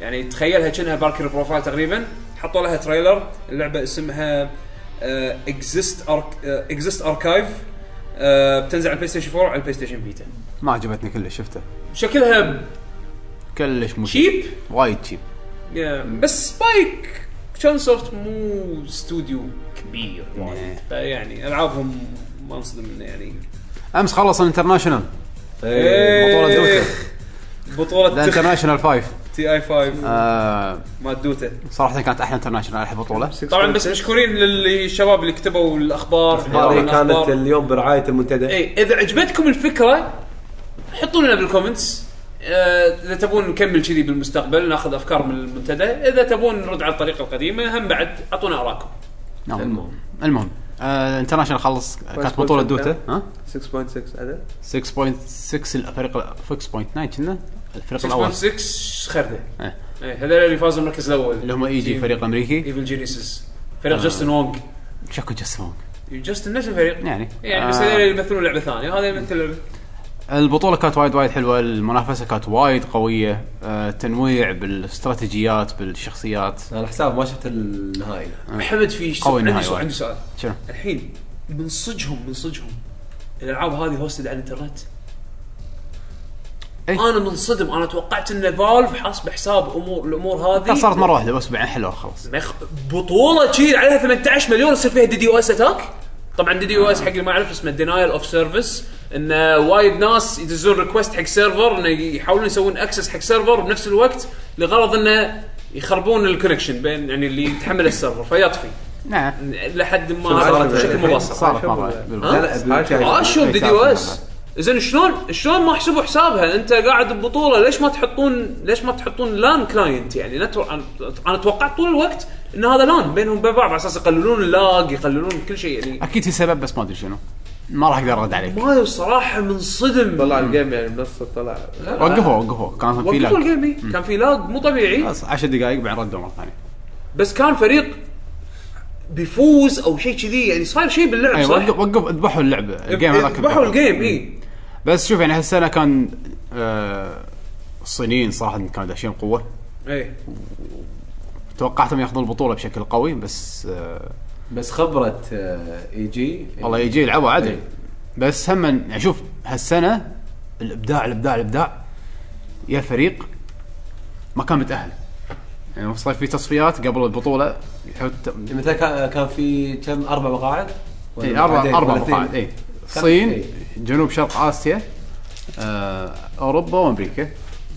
يعني تخيلها كأنها باركر بروفايل تقريبا حطوا لها تريلر اللعبه اسمها آه، اكزيست اكزيست اركايف آه، بتنزل على البلاي ستيشن 4 على البلاي ستيشن فيتا ما عجبتني كلش شفته شكلها كلش مو شيب وايد شيب بس سبايك تشان سوفت مو استوديو كبير يعني فيعني العابهم ما انصدم منه يعني امس خلص الانترناشونال إيه، بطولة دوتا. ذا بطولة تخ- انترناشونال 5 تي اي 5 آه، مال دوتا صراحه كانت احلى انترناشونال احلى بطوله طبعا بس مشكورين للشباب اللي كتبوا الاخبار هذه كانت الأخبار. اليوم برعايه إيه. المنتدى اي اذا إيه، عجبتكم الفكره حطوا لنا بالكومنتس آه، اذا تبون نكمل كذي بالمستقبل ناخذ افكار من المنتدى اذا تبون نرد على الطريقه القديمه هم بعد اعطونا اراءكم نعم المهم المهم آه، الانترناشونال خلص كانت بطوله دوتا ها 6.6 عدد 6.6 الفريق ال- 6.9 كنا الفريق الاول 6.6 خرده إيه. إيه، هذول اللي فازوا المركز اللي الاول هم ايجي فريق امريكي ايفل جينيسيس فريق آه. جاستن وونغ إيه، شكو جسمهم جاستن نفس الفريق يعني يعني بس آه. هذول اللي يمثلون لعبه ثانيه هذا يمثل لعبة- البطوله كانت وايد وايد حلوه المنافسه كانت وايد قويه آه، تنويع بالاستراتيجيات بالشخصيات انا حساب ما شفت النهايه محمد في ش- آه. قوي عندي النهاية سؤال وايد. عندي سؤال شنو الحين من صجهم من صجهم الالعاب هذه هوستد على الانترنت إيه. انا منصدم انا توقعت ان فالف حاسبه حساب امور الامور هذه لا، صارت مره واحده بس بعدين حلوه خلاص مخ... بطوله شيء عليها 18 مليون يصير فيها دي دي او اس اتاك طبعا دي دي او اس حق اللي ما يعرف اسمه دينايل اوف سيرفيس ان وايد ناس يدزون ريكوست حق سيرفر انه يحاولون يسوون اكسس حق سيرفر بنفس الوقت لغرض انه يخربون الكونكشن بين يعني اللي يتحمل السيرفر فيطفي نعم لحد ما صارت هذا بشكل الحين؟ مبسط صارت مره بالبطولة. لا لا اشوف دي دي او اس زين شلون شلون ما حسبوا حسابها انت قاعد ببطوله ليش ما تحطون ليش ما تحطون لان كلاينت يعني نتو... أنا- انا توقعت طول الوقت ان هذا لان بينهم وبين بعض على اساس يقللون اللاج يقللون كل شيء يعني اكيد في سبب بس ما ادري شنو ما راح اقدر ارد عليك ما صراحه منصدم طلع الجيم يعني بنصه طلع وقفوا وقفوا كان في وقفوا لاج الجيم إي. كان في لاج مو طبيعي بس 10 دقائق بعدين ردوا مره ثانيه بس كان فريق بيفوز او شيء كذي يعني صار شيء باللعب اي صح؟ وقف وقف ذبحوا اللعبه أيوة، الجيم هذاك ذبحوا الجيم اي بس شوف يعني هالسنه كان آه، الصينيين صراحه كانوا داشين قوه اي توقعتهم ياخذون البطوله بشكل قوي بس آه، بس خبره آه، اي جي والله يجي يلعبوا عدل إي. بس هم يعني شوف هالسنه الابداع الابداع الابداع يا فريق ما كان متاهل يعني صار في تصفيات قبل البطوله يحط متى كان كان في كم اربع مقاعد؟ ولا إي، اربع مقعدين؟ اربع ولا إيه. اثنين؟ مقاعد اي الصين إي. جنوب شرق اسيا آه، اوروبا وامريكا كل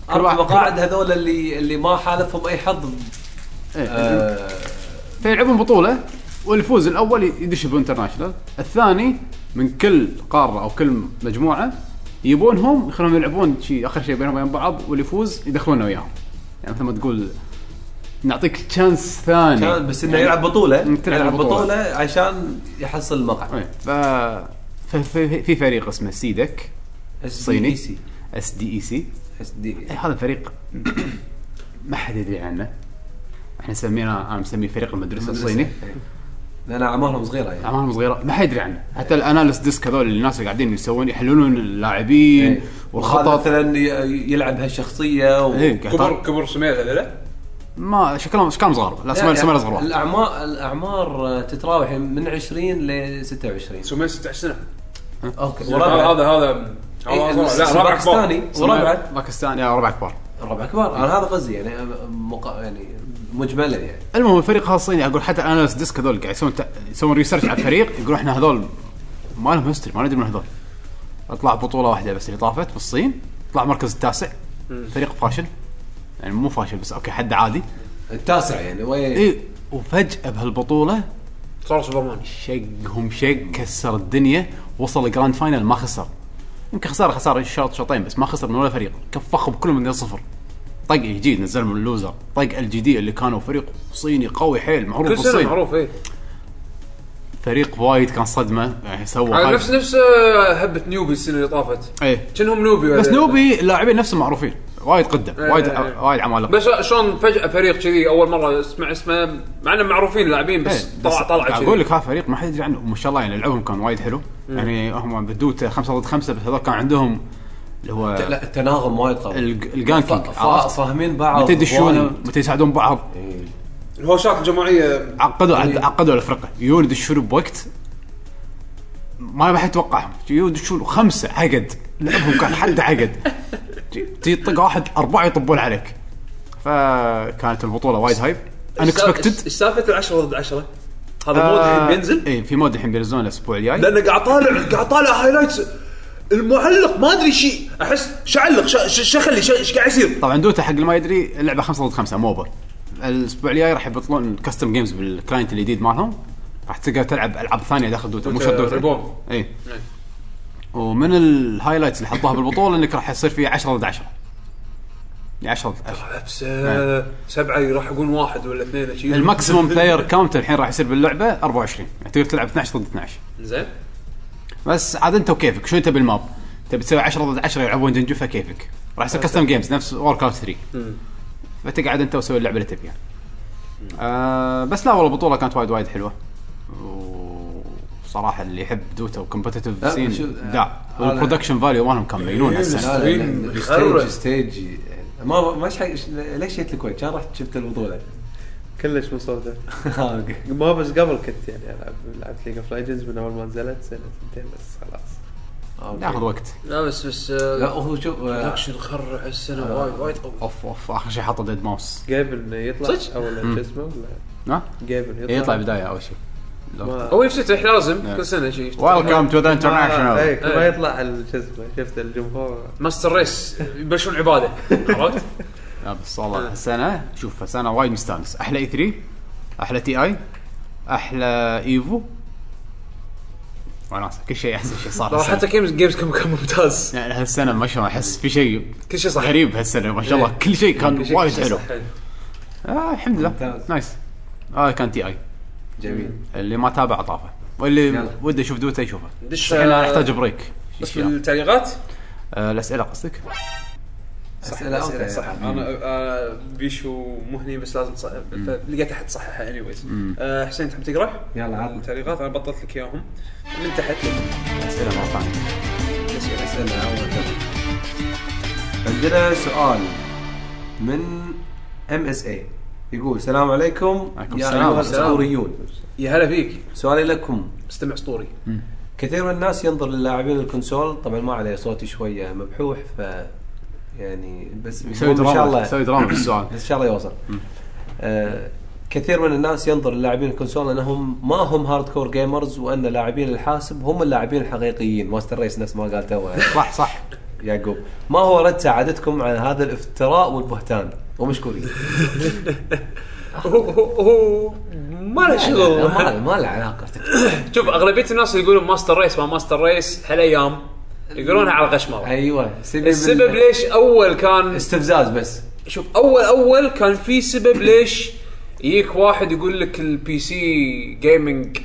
اربع واحد- مقاعد هذول اللي اللي ما حالفهم اي حظ إي. آه، فيلعبون بطوله والفوز الاول يدش بالانترناشونال الثاني من كل قاره او كل مجموعه يبونهم يخلونهم يلعبون شيء اخر شيء بينهم وبين بعض واللي يفوز يدخلونا وياهم يعني مثل ما تقول نعطيك تشانس ثاني كان بس انه يلعب بطوله إنك تلعب يلعب بطولة. بطوله عشان يحصل المقعد إيه، ف ف- في في فريق اسمه E سيدك صيني سي اس دي اي سي اس دي E إيه، هذا الفريق ما حد يدري عنه احنا سميناه انا مسميه فريق المدرسه الصيني لان اعمارهم صغيره يعني اعمارهم صغيره ما حد يدري عنه حتى الاناليست ديسك هذول اللي الناس اللي قاعدين يسوون يحللون إيه. اللاعبين وهذا والخطط مثلا ي- يلعب هالشخصيه و... إيه، قاعد كبر طار- كبر سمير هذا لا ما شكلهم اشكالهم صغار لا سمر سمر صغار الاعمار الاعمار تتراوح من 20 ل 26 سمير 16 سنه اوكي هذا وربع هذا هذا إيه، هذا- لا رابع كبار. باكستاني وربع باكستان يا ربع كبار ربع كبار انا هذا قصدي يعني أنا مق... يعني مجملا يعني المهم الفريق هذا الصيني اقول حتى الاناليست ديسك هذول قاعد يسوون تع- يسوون ريسيرش على الفريق يقولون احنا هذول ما لهم هيستوري ما ندري من هذول اطلع بطوله واحده بس اللي طافت بالصين طلع مركز التاسع فريق فاشل يعني مو فاشل بس اوكي حد عادي إيه، التاسع يعني وين اي وفجاه بهالبطوله صار سوبرمان شقهم شق كسر الدنيا وصل الجراند فاينل ما خسر يمكن خساره خساره شوط شوطين بس ما خسر من ولا فريق كفخهم كلهم من صفر طق يجي نزلهم اللوزر طق الجي دي اللي كانوا فريق صيني قوي حيل معروف كل سنه بالصين معروف إيه. اي فريق وايد كان صدمه يعني سوى على هاي- نفس نفس آه، هبه نيوبي السنه اللي طافت ايه كأنهم نوبي بس ولا- نوبي اللاعبين نفسهم معروفين وايد قده وايد إيه. وايد عمالقه بس شلون فجاه فريق كذي اول مره اسمع اسمه مع انهم معروفين لاعبين بس إيه، طلع طلع اقول كذي لك هذا فريق ما حد يدري عنه وما شاء الله يعني لعبهم كان وايد حلو يعني هم بدوته خمسة ضد خمسة بس هذول كان عندهم اللي هو لا التناغم وايد قوي الج- الجانكينج ف- عرفت؟ فاهمين بعض متى يدشون وايد. متى يساعدون بعض إيه. الهوشات الجماعيه عقدوا عقدوا الفرقه يجون يدشون بوقت ما ما حد يتوقعهم يجون يدشون خمسه عقد لعبهم كان حد عقد تجي تطق واحد اربعه يطبون عليك فكانت البطوله وايد هايب انكسبكتد ايش سالفه العشرة ضد عشرة؟ هذا مود آه. الحين بينزل اي إيه، في مود الحين بينزلون الاسبوع الجاي لان قاعد طالع قاعد طالع هايلايتس المعلق ما ادري شيء احس شعلق شخلي ايش قاعد يصير طبعا دوتا حق اللي ما يدري اللعبه 5 ضد 5 موبا الاسبوع الجاي راح يبطلون كاستم جيمز بالكلاينت الجديد مالهم راح تقدر تلعب العاب ثانيه داخل دوتا مو شرط دوتا ريبون. اي ومن الهايلايتس اللي حطوها بالبطوله انك راح يصير في 10 ضد 10 يعني 10 ضد 10 بس آه، سبعه راح يقول واحد ولا اثنين شيء الماكسيموم بلاير كاونت الحين راح يصير باللعبه 24 يعني تقدر تلعب 12 ضد 12 زين بس عاد انت وكيفك شو انت بالماب تبي تسوي 10 ضد 10 يلعبون جنجفه كيفك راح يصير كاستم جيمز نفس وورك اوت 3 فتقعد انت وتسوي اللعبه اللي تبيها آه بس لا والله البطوله كانت وايد وايد حلوه وصراحه اللي يحب دوتا وكومبتتف لا، سين شوف، لا آه، والبرودكشن فاليو مالهم كان إيه، مجنون هالسنه ستيج ستيج ما ما إيش حق- ليش جيت الكويت؟ كان رحت شفت البطوله كلش من صوته أوكي. ما بس قبل كنت يعني العب لعبت ليج اوف ليجندز من اول ما نزلت سنه سنتين بس خلاص ياخذ وقت لا بس بس آه، لا هو شوف آه، اكشن خرع آه. السنه وايد وايد قوي اوف اوف اخر شيء حطوا ديد ماوس جيبن يطلع صدق؟ اول شو اسمه ولا ها جيبن يطلع يطلع بدايه اول شيء ما- هو يفتتح لازم نعم. كل سنه شيء ويلكم تو ذا اي إيه. انترناشونال إيه. كل آه، إيه، ما يطلع ال- شو اسمه شفت الجمهور ماستر ريس يبلشون عباده عرفت؟ بس والله السنه شوف السنه وايد مستانس E احلى اي 3 احلى تي اي احلى ايفو وناسه كل شيء احسن شيء صار ترى السنة. حتى جيمز جيمز كم كان ممتاز يعني هالسنه ما شاء الله احس في شيء كل شيء صح غريب هالسنه ما شاء الله كل شيء كان وايد حلو صح. آه الحمد لله ممتاز. نايس هذا آه كان تي اي جميل اللي ما تابع طافه واللي يلا. وده يشوف دوتا يشوفه دش الحين انا آه، احتاج بريك بس آه بالتعليقات الاسئله آه، قصدك؟ اسئله أوكي. صح انا آه، بيشو مو هني بس لازم صح لقيت احد صححها اني ويز آه، حسين تحب تقرا؟ يلا عطنا. التعليقات انا بطلت لك اياهم من تحت اسئله مره ثانيه اسئله اول كذا. عندنا سؤال من ام اس اي يقول السلام عليكم عليكم يا السلام. ايها السلام. الاسطوريون يا هلا فيك سؤالي لكم مستمع اسطوري كثير من الناس ينظر للاعبين الكونسول طبعا ما عليه صوتي شويه مبحوح ف يعني بس يسوي المهم ان شاء دراما الله يسوي دراما بالسؤال بس ان شاء الله يوصل آه كثير من الناس ينظر للاعبين الكونسول انهم ما هم هارد كور جيمرز وان لاعبين الحاسب هم اللاعبين الحقيقيين ماستر ريس نفس ما قال تو صح صح يعقوب ما هو رد سعادتكم على هذا الافتراء والبهتان ومشكورين هو هو- هو ما له لا، شغل ما ما له علاقه شوف اغلبيه الناس اللي يقولون ماستر ريس ما ماستر ريس هالايام يقولونها على الغشمره ايوه سبب السبب ليش اول كان استفزاز بس شوف اول اول كان في سبب ليش يجيك واحد يقول لك البي سي جيمنج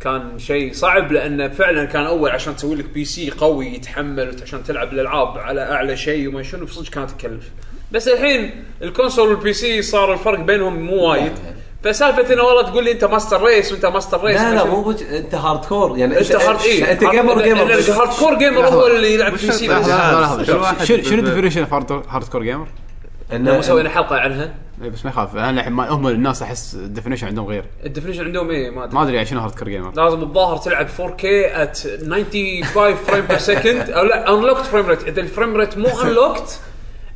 كان شيء صعب لانه فعلا كان اول عشان تسوي لك بي سي قوي يتحمل وت- عشان تلعب الالعاب على اعلى شيء وما شنو بصدق كانت تكلف بس الحين الكونسول والبي سي صار الفرق بينهم مو وايد فسالفه انه والله تقول لي انت ماستر ريس وانت ماستر ريس لا ما لا شنو. مو بج... انت هارد كور يعني انت هارد اي انت جيمر جيمر بس. الهارد كور جيمر هو اللي يلعب بي سي بس لحظه لحظه كل واحد شوف، شنو شنو ب- الديفينيشن اوف هارد كور جيمر؟ إن- مو سوينا حلقه عنها إي إيه، بس ما يخاف انا الحين ما- هم الناس احس الديفينيشن عندهم غير الديفينيشن عندهم ايه ما ادري ما ادري يعني شنو هارد كور جيمر لازم الظاهر تلعب 4K at 95 فريم بير سكند او لا انلوكت فريم ريت اذا الفريم ريت مو انلوكت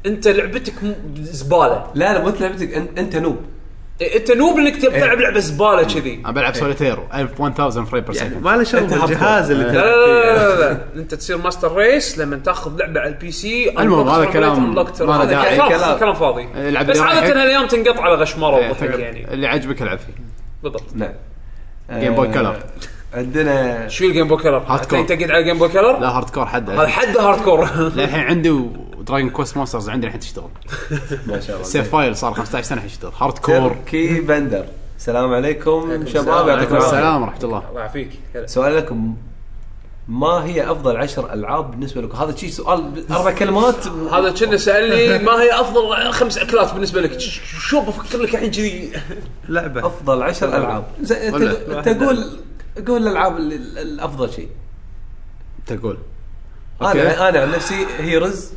انت لعبتك م- زباله لا لا مو أنت لعبتك انت, انت نوب إيه، انت نوب انك تبي تلعب لعبه زباله كذي انا بلعب سوليتير 1000 1000 فريم بير يعني سكند ما له شغل بالجهاز اللي لا آه، تلعب لا لا, نعم. فيه لا, لا. انت تصير ماستر ريس لما تاخذ لعبه على البي سي المهم، هذا كلام- ما له هذا داعي. كلام كلام- كلام فاضي العب بس اللي عاده رايحك. هالايام تنقط إيه، على غشمره وضحك يعني اللي عجبك العب فيه بالضبط نعم Game Boy Color. عندنا شو الجيم بوي كلر؟ هارد كور. انت تقعد على جيم بوي كلر؟ لا هارد كور حد هذا حد هارد كور للحين عندي ودراجون كوست مونسترز عندي الحين تشتغل ما شاء الله سيف فايل صار 15 سنه الحين يشتغل هارد كور تركي بندر السلام عليكم شباب السلام. يعطيكم عليكم العافيه السلام ورحمه الله الله يعافيك هلا. سؤال لكم ما هي افضل عشر العاب بالنسبه لكم؟ هذا شيء سؤال اربع كلمات هذا كنا سالني ما هي افضل خمس اكلات بالنسبه لك ش- شو بفكر لك الحين كذي لعبه افضل عشر العاب زين، انت ولا. انت قول قول الالعاب اللي- الافضل شيء تقول انا انا عن نفسي هيروز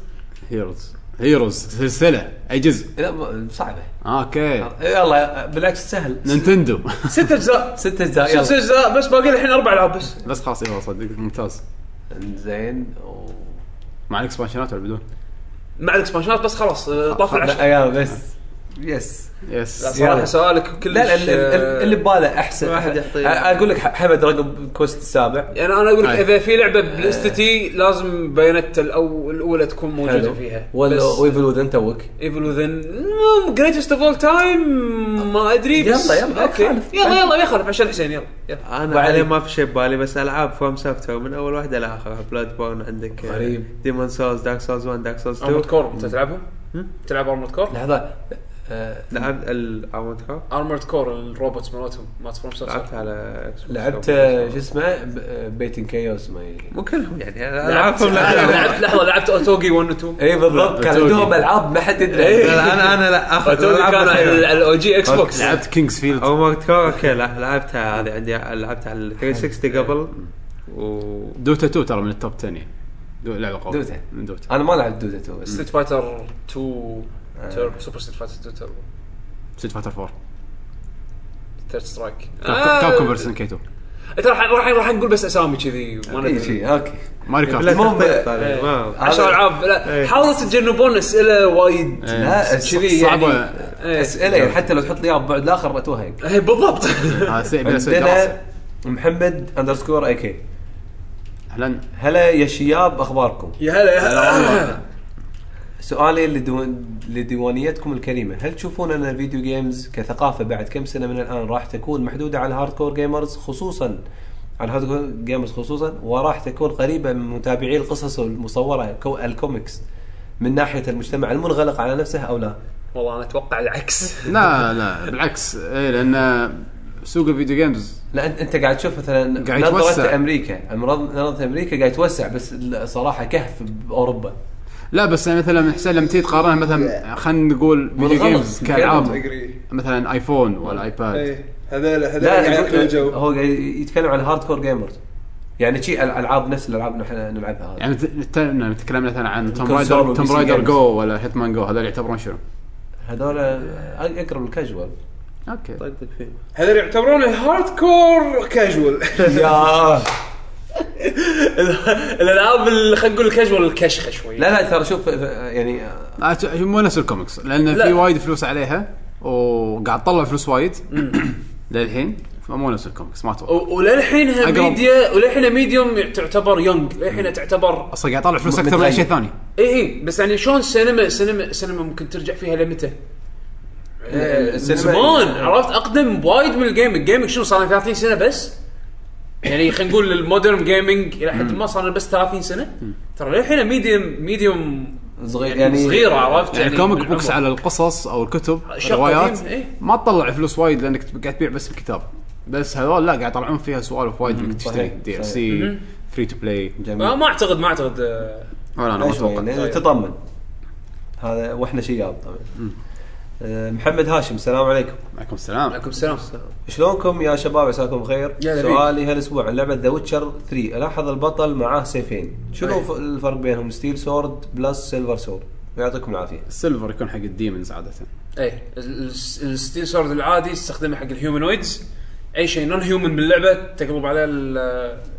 هيروز هيروز سلسله اي جزء لا م- صعبه اوكي يلا بالعكس سهل نينتندو ست اجزاء ست اجزاء ست يلا اجزاء بس باقي الحين اربع العاب بس بس خلاص يلا صدق ممتاز زين مع الاكسبانشنات ولا بدون؟ مع الاكسبانشنات بس خلاص آه، طاف العشر ايام بس يس لا يس صراحه يلا. سؤالك كلش لا لا ال- ال- آه، اللي بباله احسن واحد يعطي- أ- اقول لك ح- حمد رقم كوست السابع يعني انا اقول لك أي. اذا في لعبه بالاستتي لازم بيانات الأو... الاولى تكون موجوده حلو. فيها ولا بس ويفل وذن توك ايفل وذن جريتست اوف اول تايم ما ادري بس يلا، يلا، اوكي يخالف. يلا يلا ما يخالف عشان حسين يلا يلا انا وعلي. عليه ما في شيء ببالي بس العاب فروم سوفت وير من اول واحده لاخرها بلاد بورن عندك آه، غريب. ديمون سولز دارك سولز 1 دارك سولز ارمود 2 كور انت تلعبهم؟ تلعب ارمود كور؟ لحظه آه، لعبت الارمود كور ارمورد كور الروبوتس مالتهم مالت فروم سوفت لعبت على Xbox لعبت آه، Store. شو اسمه ب- آه، بيتن كيوس ما ي- مو كلهم يعني لعبت العابهم لا- لا- لعبت لحظه لعبت اوتوجي 1 و 2 اي بالضبط كان توقي. عندهم العاب ما حد يدري لا، انا انا لا اخذ اوتوجي العاب كان على الخير. ال- على الاو جي اكس بوكس لعبت كينجز فيلد او ماركت كور اوكي لا، لعبتها هذه عندي لعبتها على 360 قبل و دوتا 2 ترى من التوب 10 يعني دو- لعبه قويه دوتا. آه. من دوتا انا ما لعبت دوتا تو بس ستريت فايتر 2 تيربو سوبر ستريت فايتر 2 تيربو ست فاتر 4 ثيرد سترايك آه. كاب كوم فيرسن كيتو آه. إيه، راح راح راح نقول بس اسامي كذي إيه. وانا اي أدري. شيء اوكي ماري لا كارت إيه. المهم- تختلف هذه، ما- عشر آه. هذا- العاب لا إيه. حاولوا تتجنبون اسئله وايد لا إيه. كذي يعني صعبه إيه. اسئله يعني حتى لو تحط لي اياها ببعد الاخر بتوهق إيه، بالضبط هذا آه، سيء بلا سوء دراسة. عندنا محمد اندرسكور اي كي اهلا هلا يا شياب اخباركم يا هلا يا هلا سؤالي لديوان- لديوانيتكم الكريمه هل تشوفون ان الفيديو جيمز كثقافه بعد كم سنه من الان راح تكون محدوده على الهاردكور جيمرز خصوصا على الهاردكور جيمرز خصوصا وراح تكون قريبه من متابعي القصص المصوره كو- الكوميكس من ناحيه المجتمع المنغلق على نفسه او لا والله انا اتوقع العكس لا لا بالعكس اي لان سوق الفيديو جيمز لا انت انت قاعد تشوف مثلا قاعد نظره يتوسع. امريكا أمراض- نظره امريكا قاعد يتوسع بس صراحه كهف باوروبا لا بس يعني مثلا من حسين لما تيجي تقارنها مثلا خلينا نقول فيديو بالغلط. جيمز كالعاب اجري مثلا ايفون ولا إيه. ايباد اي هذول هذول لا قاعد ياكلون يقول- الجو هو قاعد يتكلم عن الهارد كور جيمرز يعني شي ال- العاب نفس الالعاب اللي احنا نلعبها هذه يعني نتكلم مثلا عن توم كونسول رايدر وبي توم سي رايدر games. جو ولا هيتمان جو هذول يعتبرون شنو؟ هذول اقرب الكاجوال اوكي طقطق فيه هذول يعتبرون الهارد كور كاجوال يا الالعاب اللي خلينا نقول الكاجوال الكشخه شوي لا لا ترى شوف يعني آه، ت- مو نفس الكوميكس لان لا. في وايد فلوس عليها وقاعد تطلع فلوس وايد للحين فمو نفس الكوميكس ما توقع و- وللحينها أقرب. ميديا وللحينها ميديوم تعتبر يونج للحينها تعتبر اصلا قاعد يطلع فلوس اكثر من متغير. اي شيء ثاني اي اي بس يعني شلون سينما سينما سينما ممكن ترجع فيها لمتى؟ آه، من السينما- يعني زمان عرفت اقدم وايد من الجيمنج جيمنج شنو صار لنا 30 سنه بس يعني خلينا نقول المودرن جيمنج الى حد ما صار لنا بس 30 سنه ترى للحين ميديوم ميديوم صغير يعني يعني صغيره عرفت يعني الكوميك بالعمر. بوكس على القصص او الكتب أشياء الروايات قديمة، إيه. ما تطلع فلوس وايد لانك تب- قاعد تبيع بس الكتاب بس هذول لا قاعد يطلعون فيها سوالف وايد انك تشتري صحيح، دي ال صحيح. سي فري تو بلاي آه، جميل ما اعتقد ما اعتقد آه، ولا انا ما أيوة، اتوقع يعني تطمن هذا واحنا شياب طبعا آه، محمد هاشم السلام عليكم عليكم السلام عليكم السلام شلونكم يا شباب عساكم بخير يا لبيك. سؤالي هالاسبوع عن لعبه ذا ويتشر 3 الاحظ البطل معاه سيفين شنو أي. ف- الفرق بينهم ستيل سورد بلس سيلفر سورد ويعطيكم العافيه السيلفر يكون حق الديمونز عاده اي الستيل سورد إيه، العادي استخدمه حق الهيومنويدز اي شيء نون هيومن باللعبه تقلب عليه ال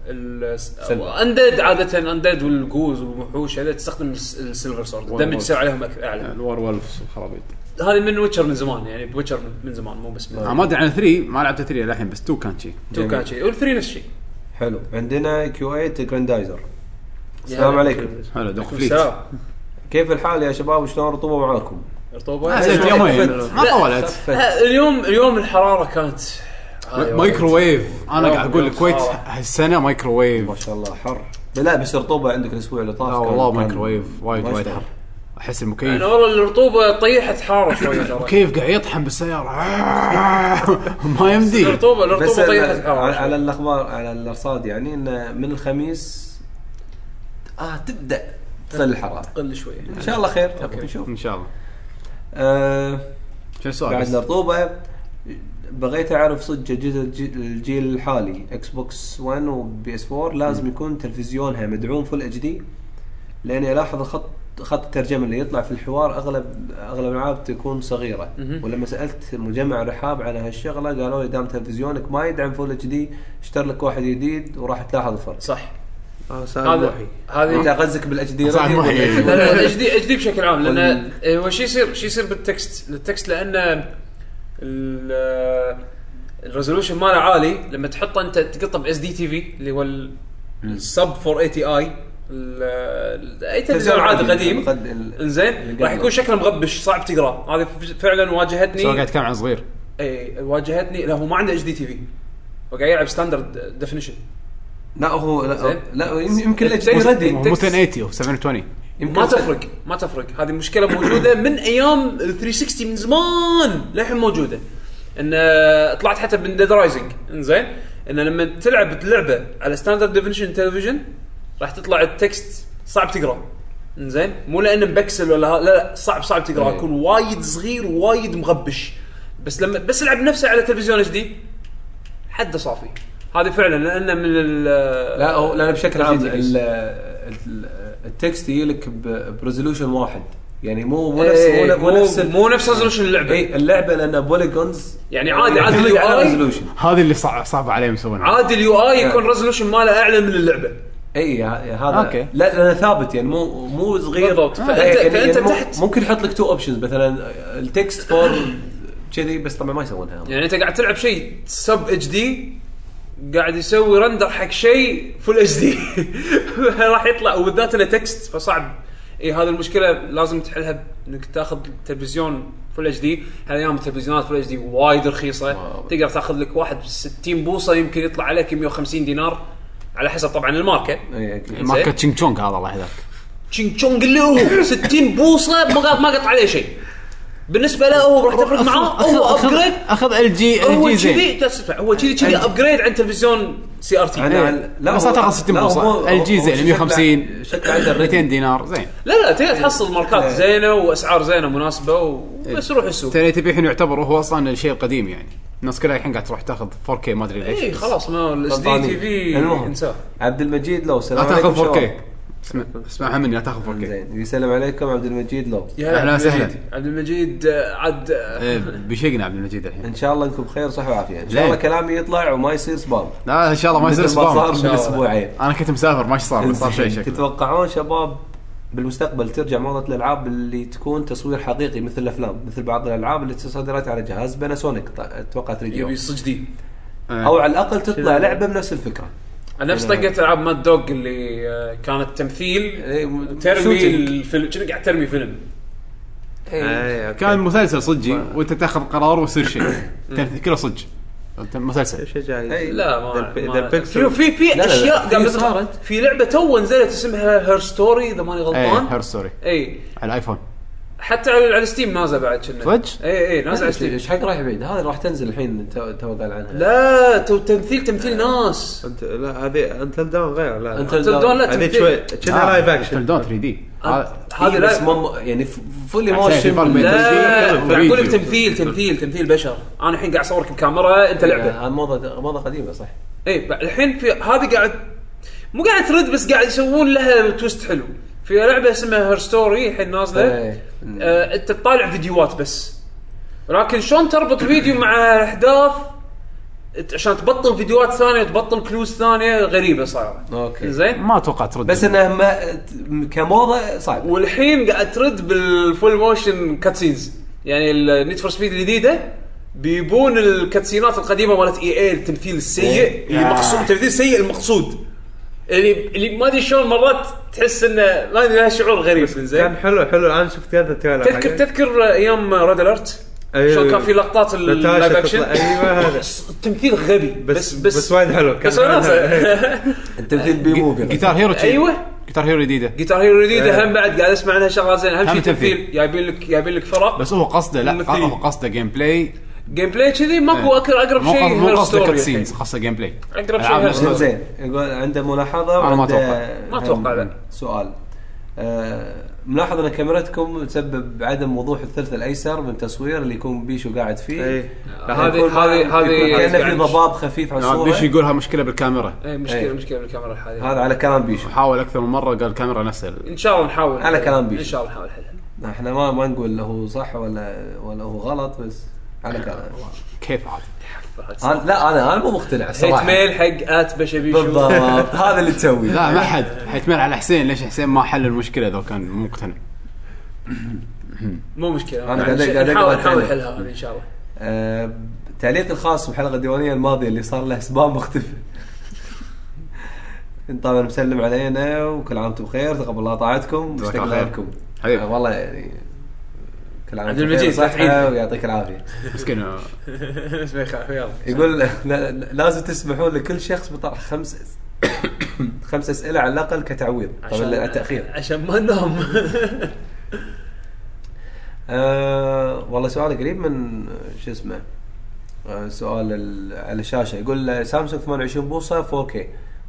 ال سلبر. اندد عاده اندد والجوز والوحوش هذا تستخدم الس- السيلفر سورد الدمج يصير عليهم أك- آه. اعلى الوار وولفز والخرابيط هذه من ويتشر من زمان يعني بويتشر من زمان مو بس من آه، ما ادري عن 3 ما لعبت 3 للحين بس 2 كان شي تو كان شيء والثري نفس الشيء حلو عندنا كيو 8 جراندايزر السلام عليكم هلا دوخ فليت سلام كيف الحال يا شباب وشلون الرطوبه معاكم رطوبه آه، زيت يومين ما طولت ها، اليوم اليوم الحراره كانت آه، مايكروويف انا قاعد اقول الكويت هالسنه مايكروويف ما شاء الله حر لا بس رطوبه عندك الاسبوع اللي طاف لا كان- والله كان- مايكروويف وايد ما وايد يستاهل. حر احس انا المكيف والله الرطوبه طيحت حاره شويه ترى كيف قاعد يطحن بالسياره ما يمدي الرطوبه بس الرطوبه طيحت آه، على, على, حاره على الاخبار على الارصاد يعني انه من الخميس اه تبدا تقل الحراره قل شوي ان شاء الله خير نشوف ان شاء الله آه شو السؤال بعد بس؟ رطوبه بغيت اعرف صدق أجهزة الج- الجيل الحالي اكس بوكس 1 وبي اس 4 لازم يكون تلفزيونها مدعوم فل اتش دي لاني الاحظ الخط خط الترجمه اللي يطلع في الحوار اغلب اغلب الالعاب تكون صغيره ولما سالت مجمع رحاب على هالشغله قالوا لي دام تلفزيونك ما يدعم فل اتش دي اشتر لك واحد جديد وراح تلاحظ الفرق صح اه آه، سالم هذا وحي انت هذه غزك بالاتش دي صح، مو حقيقي. لا، لا، اتش دي اتش دي بشكل عام لان وال- آه، هو شو يصير شو يصير بالتكست التكست لانه الريزولوشن ماله عالي لما تحطه انت تقطه باس دي تي في اللي هو ال- السب 480 اي ال- آه، اي تلفزيون عادي قديم انزين اللي راح قبله. يكون شكله مغبش صعب تقراه هذه ف- فعلا واجهتني سؤال قاعد يتكلم عن صغير اي واجهتني لا هو ما عنده اتش دي تي في هو قاعد يلعب ستاندرد ديفينيشن لا هو لا, زين. لا يمكن الاتش دي التكست- ردي هو مو 1080 هو 720 ما تفرق ما تفرق هذه مشكله موجوده من ايام ال 360 من زمان للحين موجوده ان آه، طلعت حتى من ديد رايزنج انزين ان لما تلعب اللعبه على ستاندرد ديفينيشن تلفزيون راح تطلع التكست صعب تقراه انزين مو لانه مبكسل ولا ها- لا لا صعب صعب إيه. تقراه يكون وايد صغير وايد مغبش بس لما بس العب نفسه على تلفزيون اتش دي حده صافي هذه فعلا لانه من ال آه، لا هو لا بشكل عام ال- ال- ال- التكست يجي لك ب- بريزولوشن واحد يعني مو مو نفس إيه، مو- مو نفس مو ال- إيه، مو نفس إيه. ريزولوشن اللعبه اي اللعبه لانها بوليجونز يعني عادي عادي يعتمد على اليو اي ريزولوشن هذه اللي صع- صعبه عليهم يسوونها عادي اليو اي يكون آه. ريزولوشن ماله اعلى من اللعبه اي ه- إيه، هذا أوكي. لا لانه ثابت يعني مو مو صغير بالضبط. آه. فأنت- يعني- فأنت يعني مو- تحت. ممكن يحط لك تو اوبشنز مثلا التكست فور كذي بس طبعا ما يسوونها يعني انت قاعد تلعب شيء سب اتش دي قاعد يسوي رندر حق شيء فل اتش دي راح يطلع وبالذات انه تكست فصعب اي هذه المشكله لازم تحلها ب- انك تاخذ تلفزيون فل اتش دي هالايام التلفزيونات فل اتش دي وايد رخيصه تقدر تاخذ لك واحد 60 بوصه يمكن يطلع عليك 150 دينار على حسب طبعا الماركه اي إيه. اكيد ماركة تشينج تشونغ هذا الله يهداك تشينج تشونج اللي هو 60 بوصه ما قط ما قط عليه شيء بالنسبه له هو راح تفرق معاه هو ابجريد اخذ ال جي ال هو جي زين كذي تسمع هو كذي كذي ابجريد عن تلفزيون سي ار تي يعني لا لا إيه، بس هو- لا تاخذ 60 لا، هو- بوصه هو- ال جي هو زين شكله- 150 شكله عنده الريتم. 200 دينار زين لا تقدر تحصل ماركات زينه واسعار زينه مناسبه إيه. وبس روح السوق ترى تبي الحين يعتبر هو اصلا الشيء القديم يعني الناس كلها الحين قاعد تروح تاخذ 4K ما ادري ليش إيه، اي إيه، خلاص ما الاس دي طبعاً. تي في المهم. انساه عبد المجيد لو سلام لا عليكم تاخذ 4K شباب. اسمع- اسمعها مني لا تاخذ 4K زين يسلم عليكم عبد المجيد لو يا هلا أهلاً عبد وسهلاً. المجيد. عبد المجيد آه، عاد آه، إيه، بيشقنا عبد المجيد الحين ان شاء الله انكم بخير وصحه وعافيه ان شاء زين. الله كلامي يطلع وما يصير سبام لا ان شاء الله ما يصير مثل ما صار سبام من اسبوعين انا كنت مسافر ما إيش صار بس صار شيء شكله تتوقعون شباب بالمستقبل ترجع موضة الالعاب اللي تكون تصوير حقيقي مثل الافلام مثل بعض الالعاب اللي صدرت على جهاز باناسونيك ط- اتوقع 3 أيوه. يبي دي صج دي إيه. او على الاقل تطلع لعبه بنفس الفكره نفس أيوه. طقه العاب ماد دوغ اللي آه، كانت تمثيل إيه، م- ترمي shooting. الفيلم كأنك قاعد ترمي فيلم إيه. اي اوكي كان مسلسل صجي وانت تاخذ قرار ويصير شيء تمثيل- كله صج أنت إيه. مسلسل شيء جاي إي. إيه، لا ما The- ما- the pixel. في في في لا، لا، اشياء في قاعد صارت. صارت في لعبه تو نزلت اسمها هير ستوري اذا ماني ايه هير غلطان ستوري اي على الايفون حتى على على ستيم نازله بعد كنا صدق؟ اي اي نازله على ستيم ايش حق رايح بعيد هذا راح تنزل الحين تو تو قال عنها لا تو تمثيل تمثيل ناس انت لا هذه انت داون غير لا أنت انت Until Dawn لا آه. هذه تمثيل شوي كنا لايف اكشن دون 3 دي هذه إيه، بس لا مو يعني فولي عشان في فرق موشن بين لا تمثيل اقول لك وفيديو. تمثيل تمثيل تمثيل بشر انا الحين قاعد اصورك بكاميرا انت لعبه هذا موضه موضه قديمه صح اي ب- إيه، الحين في هذه قاعد مو قاعد ترد بس قاعد يسوون لها تويست حلو في لعبه اسمها هير ستوري الحين نازله إيه. آه انت تطالع فيديوهات بس ولكن شلون تربط فيديو مع احداث ت- عشان تبطل فيديوهات ثانيه وتبطل كلوز ثانيه غريبه صايره اوكي زين ما اتوقع ترد بس انه ما ت- كموضه صعب والحين قاعد ترد بالفول موشن كاتسينز يعني النيد فور سبيد الجديده بيبون الكاتسينات القديمه مالت اي اي التمثيل إيه. السيء اللي آه. مقصود التمثيل السيء المقصود اللي اللي ما ادري شلون مرات تحس انه ما ادري لها شعور غريب زين كان حلو حلو الان شفت هذا التريلر تذكر تذكر ايام ريد الرت أيوة. شلون كان في لقطات ناتاشا اللايف اكشن تطلع- ايوه هذا تمثيل غبي بس بس بس, بس وايد حلو إيه. كان بس وناسه التمثيل بي موفي جيتار هيرو أيوه. ايوه جيتار هيرو جديده جيتار هيرو إيه. جديده هم بعد قاعد اسمع عنها شغلات زينه اهم هم شيء تمثيل. تمثيل جايبين لك جايبين لك فرق بس هو قصده لا ممثلين. هو قصده جيم بلاي جيم بلاي كذي ماكو إيه. اقرب اقرب مو قصده شيء مو هير قصده ستوري كت الحين. سينز قصده جيم بلاي اقرب شيء ألعاب هير نفس ستوري. زين يقول عنده ملاحظه أنا ما وعنده أتوقع. ما أتوقع لا. سؤال آه، ملاحظ ان كاميرتكم تسبب عدم وضوح الثلث الايسر من تصوير اللي يكون بيشو قاعد فيه يعني اي إيه. هذه هذه هذه يعني كان في ضباب خفيف على الصوره بيش يقولها مشكله بالكاميرا إيه، إيه. مشكله مشكله بالكاميرا الحاليه هذا على كلام بيشو حاول اكثر من مره قال الكاميرا نفسها ان شاء الله نحاول على كلام بيشو. ان شاء الله نحاول نحلها احنا ما ما نقول هو صح ولا ولا هو غلط بس على كلام كيف عاد أنا- لا انا انا مو مقتنع هيت صراحه ميل حق ات بشبيشو بالضبط هذا اللي تسوي لا ما حد حيتمر على حسين ليش حسين ما حل المشكله ذو كان مو مقتنع مو مشكله أنا قاعد- قاعد أقرأ نحاول نحاول ثاني. نحلها هذه ان شاء الله آه، تعليق الخاص بالحلقه الديوانيه الماضيه اللي صار له سبام مختفي انت طبعا مسلم علينا وكل عام وانتم بخير تقبل الله طاعتكم جزاك اشتقنا الله خير. لكم حبيبي. آه، والله يعني كل عام طيب. عبد وأنتم بخير المجيد، لا وصحة تعيد. ويعطيك العافيه مسكين آه، ما يخاف يلا يقول لا- لا- لازم تسمحون لكل شخص بطرح خمس خمس اسئله على الاقل كتعويض طبعا التاخير عشان ما ننام آه والله سؤال قريب من آه، شو اسمه آه سؤال ال- على الشاشه يقول آه، سامسونج 28 بوصه 4K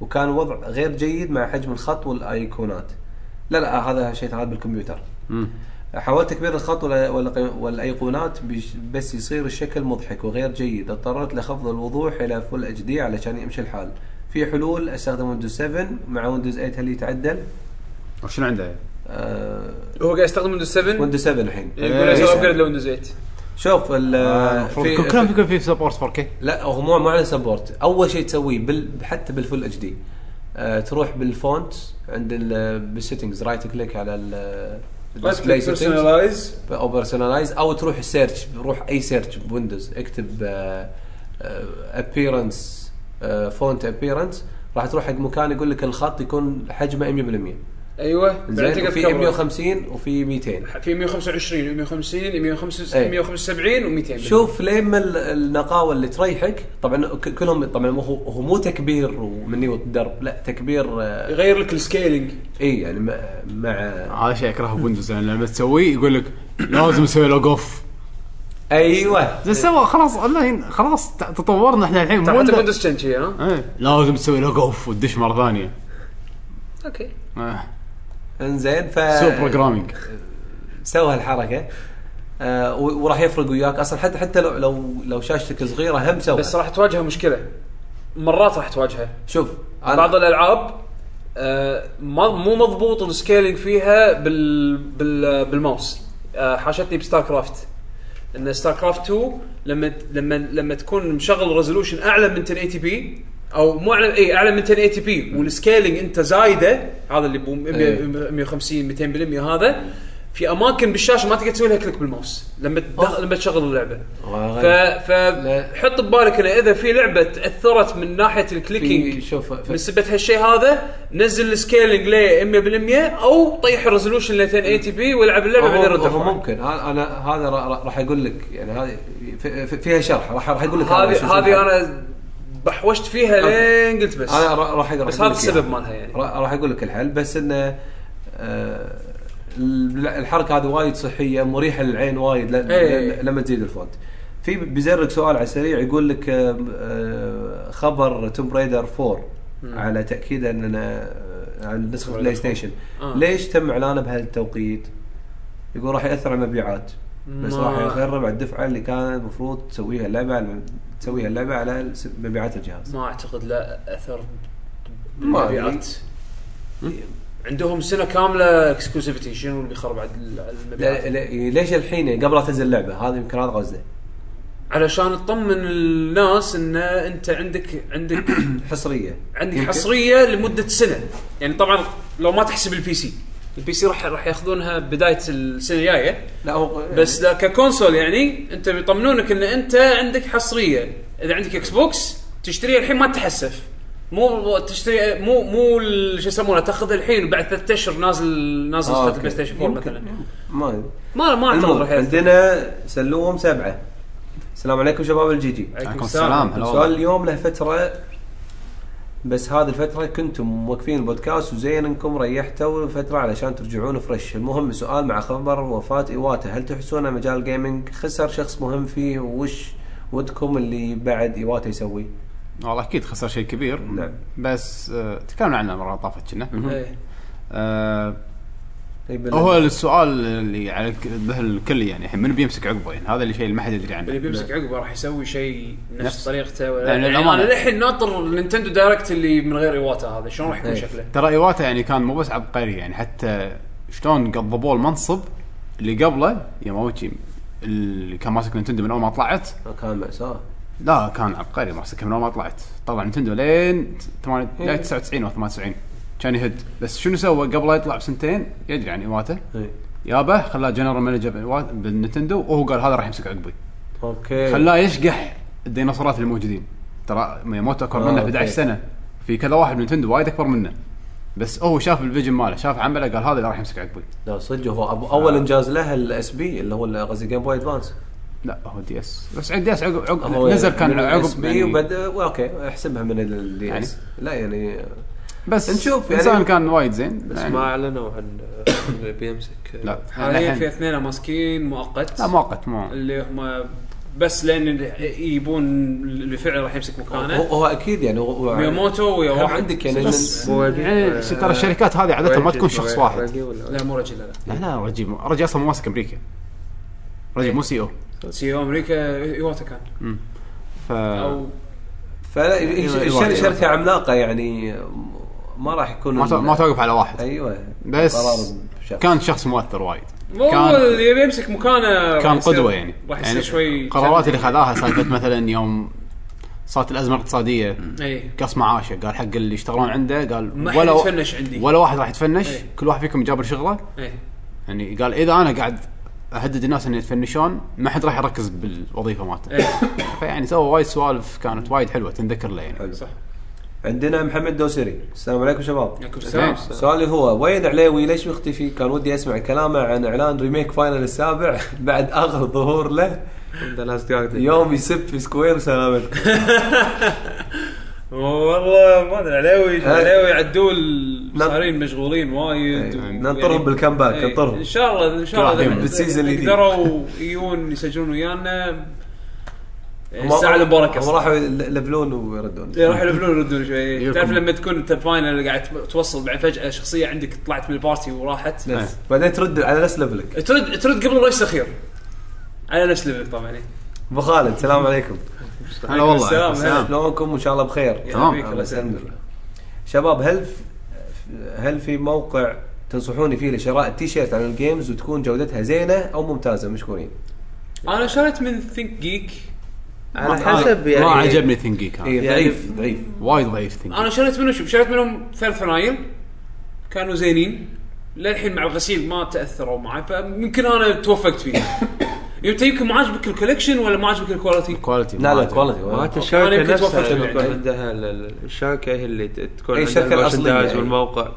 وكان وضع غير جيد مع حجم الخط والايقونات لا لا آه، هذا شيء هذا بالكمبيوتر مم. حاولت تكبير الخط ولا- والأيق- والايقونات بش- بس يصير الشكل مضحك وغير جيد اضطريت لخفض الوضوح الى فول اتش دي علشان يمشي الحال في حلول استخدم ويندوز 7 مع ويندوز 8 هل يتعدل؟ وشنو عنده؟ آه هو قاعد يستخدم ويندوز إيه. 7 ويندوز 7 الحين يقول اسوي ابجريد لويندوز 8 شوف ال- آه، المفروض آه، في- كل- كلهم يكون في سبورت 4K لا هو مو معنى سبورت اول شيء تسويه بال... حتى بالفول اتش دي آه تروح بالفونت عند ال... بالسيتنجز رايت كليك على ال display settings بيرسونلايز او بيرسونالايز او تروح السيرش روح اي سيرش بويندوز اكتب آه، ابيرنس فونت ابيرنس آه، راح تروح حق مكان يقول لك الخط يكون حجمه 100% ايوه بعدين زين تقدر في تكبره. 150 وفي 200 في 125 150 إيه. 175 و200 شوف لين ما ال- النقاوه اللي تريحك طبعا ك- كلهم طبعا مو- هو هو مو تكبير ومني والدرب لا تكبير آه، يغير لك السكيلينج اي يعني مع, مع هذا شيء اكرهه بويندوز لان لما تسويه يقول لك لازم نسوي لوج اوف ايوه زين سوى خلاص والله خلاص ت- تطورنا احنا الحين مو حتى إلا- ويندوز 10 شي ها إيه، لازم تسوي لوج اوف وتدش مره ثانيه اوكي آه، انزين ف سوى بروجرامينج سوى هالحركه آه و- وراح يفرق وياك اصلا حتى حتى لو لو, لو شاشتك صغيره هم سوى بس راح تواجهه مشكله مرات راح تواجهه شوف بعض الالعاب آه، ما- مو مضبوط السكيلينج فيها بال بال بالماوس آه، حاشتني بستار كرافت ان ستار كرافت 2 لما ت- لما لما تكون مشغل ريزولوشن اعلى من 1080 بي او مو اعلى اي اعلى من 1080 بي والسكيلينج انت زايده هذا اللي بو 150 200% هذا في اماكن بالشاشه ما تقدر تسوي لها كليك بالماوس لما تدخل- لما تشغل اللعبه ف لا. فحط ببالك انه اذا في لعبه تاثرت من ناحيه الكليكينج في شوف من سبة هالشيء هذا نزل السكيلينج ل 100% او طيح الريزولوشن ل 1080 بي والعب اللعبه هو- بعدين رد هو رفعه. ممكن ها- انا هذا را- را- راح اقول لك يعني هذه في- في- فيها شرح راح راح اقول لك أنا شو- هذه شو هذه الحل. انا بحوشت فيها أوكي. لين قلت بس انا را- راح راح بس أقول هذا لك السبب إياها. مالها يعني را- راح اقول لك الحل بس انه آه، ال- الحركه هذه وايد صحيه مريحه للعين وايد ل- إيه. ل- لما تزيد الفونت في بيزرك سؤال على السريع يقول لك آه، آه، خبر توم رايدر 4 على تاكيد اننا آه، على نسخه بلاي ستيشن آه. ليش تم اعلانه بهالتوقيت؟ يقول راح ياثر على المبيعات بس ما- راح يخرب على الدفعه اللي كان المفروض تسويها اللعبه على تسويها اللعبه على الس- مبيعات الجهاز. ما اعتقد لا اثر ما أدري. بالمبيعات عندهم سنه كامله اكسكلوسيفيتي شنو اللي بيخرب على لا المبيعات لا ليش الحين يعني قبل لا تنزل اللعبه هذا يمكن هذا قصده علشان تطمن الناس ان انت عندك عندك حصريه عندك يمكن. حصريه لمده سنه يعني طبعا لو ما تحسب البي سي البي سي راح راح ياخذونها بدايه السنه الجايه لا هو بس لا ككونسول يعني انت بيطمنونك ان انت عندك حصريه اذا عندك اكس بوكس تشتريها الحين ما تتحسف مو تشتري مو مو ال- شو يسمونه تاخذ الحين وبعد ثلاث اشهر نازل نازل آه، آه أوكي. بلاي ستيشن 4 يمكن، مثلا يمكن. ما أدري. ما ما اعتبر المهم، راح يأثر. عندنا سلوم سبعه السلام عليكم شباب الجي جي عليكم السلام هلا سؤال والله. اليوم له فتره بس هذه الفتره كنتم موقفين البودكاست وزين انكم ريحتوا فتره علشان ترجعون فريش المهم سؤال مع خبر وفاه ايواتا هل تحسون إن مجال جيمنج خسر شخص مهم فيه وش ودكم اللي بعد ايواتا يسوي والله اكيد خسر شيء كبير نعم. بس آه، تكلمنا عنه المره اللي طافت كنا إيه. آه، طيب هو السؤال اللي على الك- به الكل يعني الحين من بيمسك عقبه يعني هذا الشيء اللي ما حد يدري عنه اللي بيمسك عقبه راح يسوي شيء نفس, نفس- طريقته ولا يعني يعني للأمانة. انا للحين ناطر النينتندو دايركت اللي من غير ايواتا هذا شلون راح يكون إيه. شكله؟ ترى ايواتا يعني كان مو بس عبقري يعني حتى شلون قضبوه المنصب اللي قبله ياماوتشي اللي كان ماسك نينتندو من اول ما طلعت كان مأساة لا كان عبقري ماسكها من اول ما طلعت طلع نينتندو لين 8 لين 99 او 98 كان يهد بس شنو سوى قبل لا يطلع بسنتين يدري عن ايواتا إيه. يابا خلاه جنرال مانجر بإيوا- بالنتندو وهو قال هذا راح يمسك عقبي اوكي خلاه يشقح الديناصورات الموجودين ترى ميموتو اكبر آه، منه ب أوكي. 11 سنه في كذا واحد من نتندو وايد اكبر منه بس هو شاف الفيجن ماله شاف عمله قال هذا اللي راح يمسك عقبي لا صدق هو أب- اول انجاز له الاس بي اللي هو قصدي جيم بوي ادفانس لا هو دي اس بس عقب دي اس عقب, عقب هو نزل كان من ال عقب USB يعني وبدا اوكي احسبها من الدي اس لا يعني بس نشوف نشوف يعني- انسان كان وايد زين بس يعني ما اعلنوا عن اللي بيمسك آه، لا حاليا الحين- يعني في اثنين ماسكين مؤقت لا مؤقت مو اللي هم بس لين يجيبون اللي فعلا راح يمسك هو, مكانه هو اكيد يعني هو هو- مياموتو ويا هم واحد عندك يعني بس من- يعني ش- ترى الشركات هذه عاده ما تكون شخص واحد لا مو رجل لا لا لا رجل مو- رجل اصلا مو ماسك امريكا رجل مو E سي او سي او امريكا ايواتا كان ف او فلا هي- هي- أيوة، الشر- أيوة. شركه عملاقه يعني ما راح يكون ما ت- ال- ما توقف على واحد ايوه بس قرار بشخص. كان شخص مؤثر وايد هو كان اللي يبي يمسك مكانه راح كان يصير- قدوه يعني راح يصير يعني شوي القرارات اللي خذاها سالفه مثلا يوم صارت الازمه الاقتصاديه اي قص معاشه قال حق اللي يشتغلون عنده قال إيه. ما حد ولا يتفنش عندي. ولا واحد راح يتفنش إيه. كل واحد فيكم جابر شغله اي يعني قال اذا انا قاعد اهدد الناس ان يتفنشون ما حد راح يركز بالوظيفه مالته إيه. فيعني سوى وايد سوالف كانت وايد حلوه تنذكر له يعني حلو. عندنا محمد دوسري السلام عليكم شباب عليكم السلام سؤالي هو وين عليوي ليش مختفي؟ كان ودي اسمع كلامه عن اعلان ريميك فاينل السابع بعد اخر ظهور له ذا لاست جاردن يوم يسب في سكوير سلامتكم والله ما ادري علاوي هاي. علاوي عدول صارين مشغولين وايد أيوة. و- ننطرهم يعني- بالكم باك، أي. ننطرهم. ان شاء الله ان شاء كل واحد الله يبي. بالسيزون الجديد. قدروا يجون يسجلون ويانا الساعه هم المباركه راحوا يلفلون ويردون إيه، راح يلفلون يردون شوي يلكم. تعرف لما تكون انت فاينل قاعد توصل بعد فجاه شخصيه عندك طلعت من البارتي وراحت بس. بعدين ترد على نفس ليفلك ترد ترد قبل الرئيس الاخير على نفس ليفلك طبعا يعني. ابو خالد السلام عليكم هلا والله السلام، عليكم السلام. شلونكم ان شاء الله بخير يا تمام. حبيبي، الله الله يسلمك. يسلمك شباب هل ف- هل في موقع تنصحوني فيه لشراء التيشيرت عن الجيمز وتكون جودتها زينه او ممتازه مشكورين انا شريت من ثينك جيك على ما- حسب يعني ما عجبني ثينكي كان اي يعني- إيه، ضعيف ضعيف وايد ضعيف ثينكي انا شريت منهم شوف شريت منهم ثلاث فنايل كانوا زينين للحين مع الغسيل ما تاثروا معي فيمكن انا توفقت فيه انت يمكن ما عاجبك الكوليكشن ولا ما عاجبك الكواليتي كواليتي لا لا ما أدري. كواليتي مالت والله. أنا الشركه يمكن نفسها توفرت اللي يعني. يكون عندها ال- ال- الشركه هي اللي ت- تكون أي عندها الشركة الأصلية المرشندايز يعني. والموقع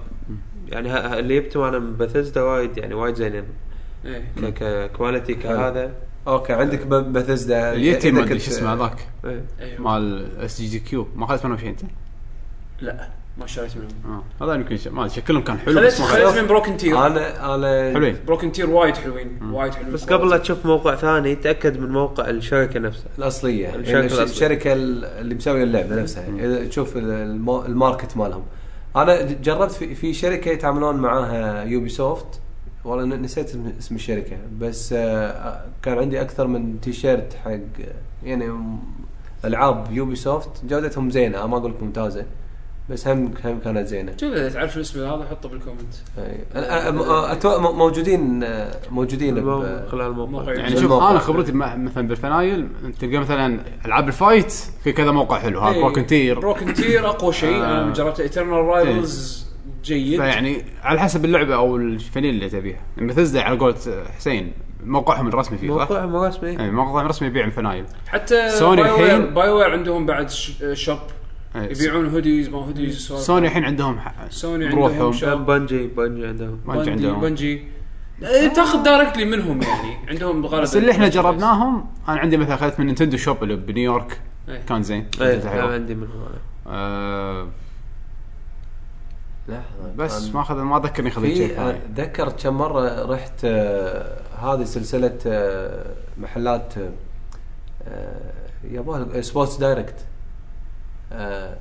يعني ه- ه- اللي جبته انا من بثزدا وايد يعني وايد زينين إيه. ك- ككواليتي كهذا اوكي عندك ب- بثزدا اليتي إذا ما ادري كنت- شو اسمه هذاك إيه. ايوه مال اس جي جي كيو ما اخذت منهم شيء انت؟ لا ما شريت منهم آه. هذا يمكن شيء- ما ادري شكلهم كان حلو خليت بس ما أخذت. خليت من بروكن تير انا انا حلوين بروكن تير وايد حلوين وايد حلوين بس قبل لا تشوف موقع ثاني تاكد من موقع الشركه نفسها الاصليه يعني الشركة الش- الأصلية. الشركه ال- اللي مسويه اللعبه نفسها اذا تشوف ال- المو- الماركت مالهم انا ج- جربت في, في شركه يتعاملون معاها يوبي سوفت والله ن- نسيت اسم- اسم الشركه بس آه، كان عندي اكثر من تيشيرت حق يعني م- العاب يوبي سوفت جودتهم زينه ما اقول لك ممتازه بس هم هم كانت زينه شوف اذا تعرف الاسم هذا حطه بالكومنت أي. أنا- أنا- م- آه، أتوقع م- موجودين آه، موجودين المو- ب- خلال الموقع موقع. يعني شوف الموقع. انا خبرتي مع- مثلا بالفنايل تلقى مثلا العاب الفايت في كذا موقع حلو إيه. هذا بروكن تير بروكن تير اقوى شيء انا آه. إيه. جربت ايترنال رايفلز جيد فيعني على حسب اللعبه او الفنيل اللي تبيها بثزدا على قولة حسين موقعهم الرسمي فيه صح؟ موقعهم رسمي إيه. اي موقعهم الرسمي يبيع الفنايل حتى سوني باي وير الحين- باي وير عندهم بعد ش- شوب إيه، يبيعون هوديز ما هوديز السوالف. سوني الحين عندهم ح- سوني بروحهم. عندهم شاب بنجي بنجي عندهم ما أنت بنجي عندهم بنجي إيه، تاخذ دايركتلي منهم يعني عندهم غالبا بس اللي احنا جربناهم انا عندي مثلا اخذت من نينتندو شوب اللي بنيويورك إيه. كان زين ايه جدا أنا حلو. عندي منهم انا آه، لحظه بس كان ما اخذ ما اذكرني خذيت شيء في آه، ثاني اتذكر كم مره رحت آه، هذه سلسله آه، محلات آه، آه، يبوها سبورتس دايركت آه،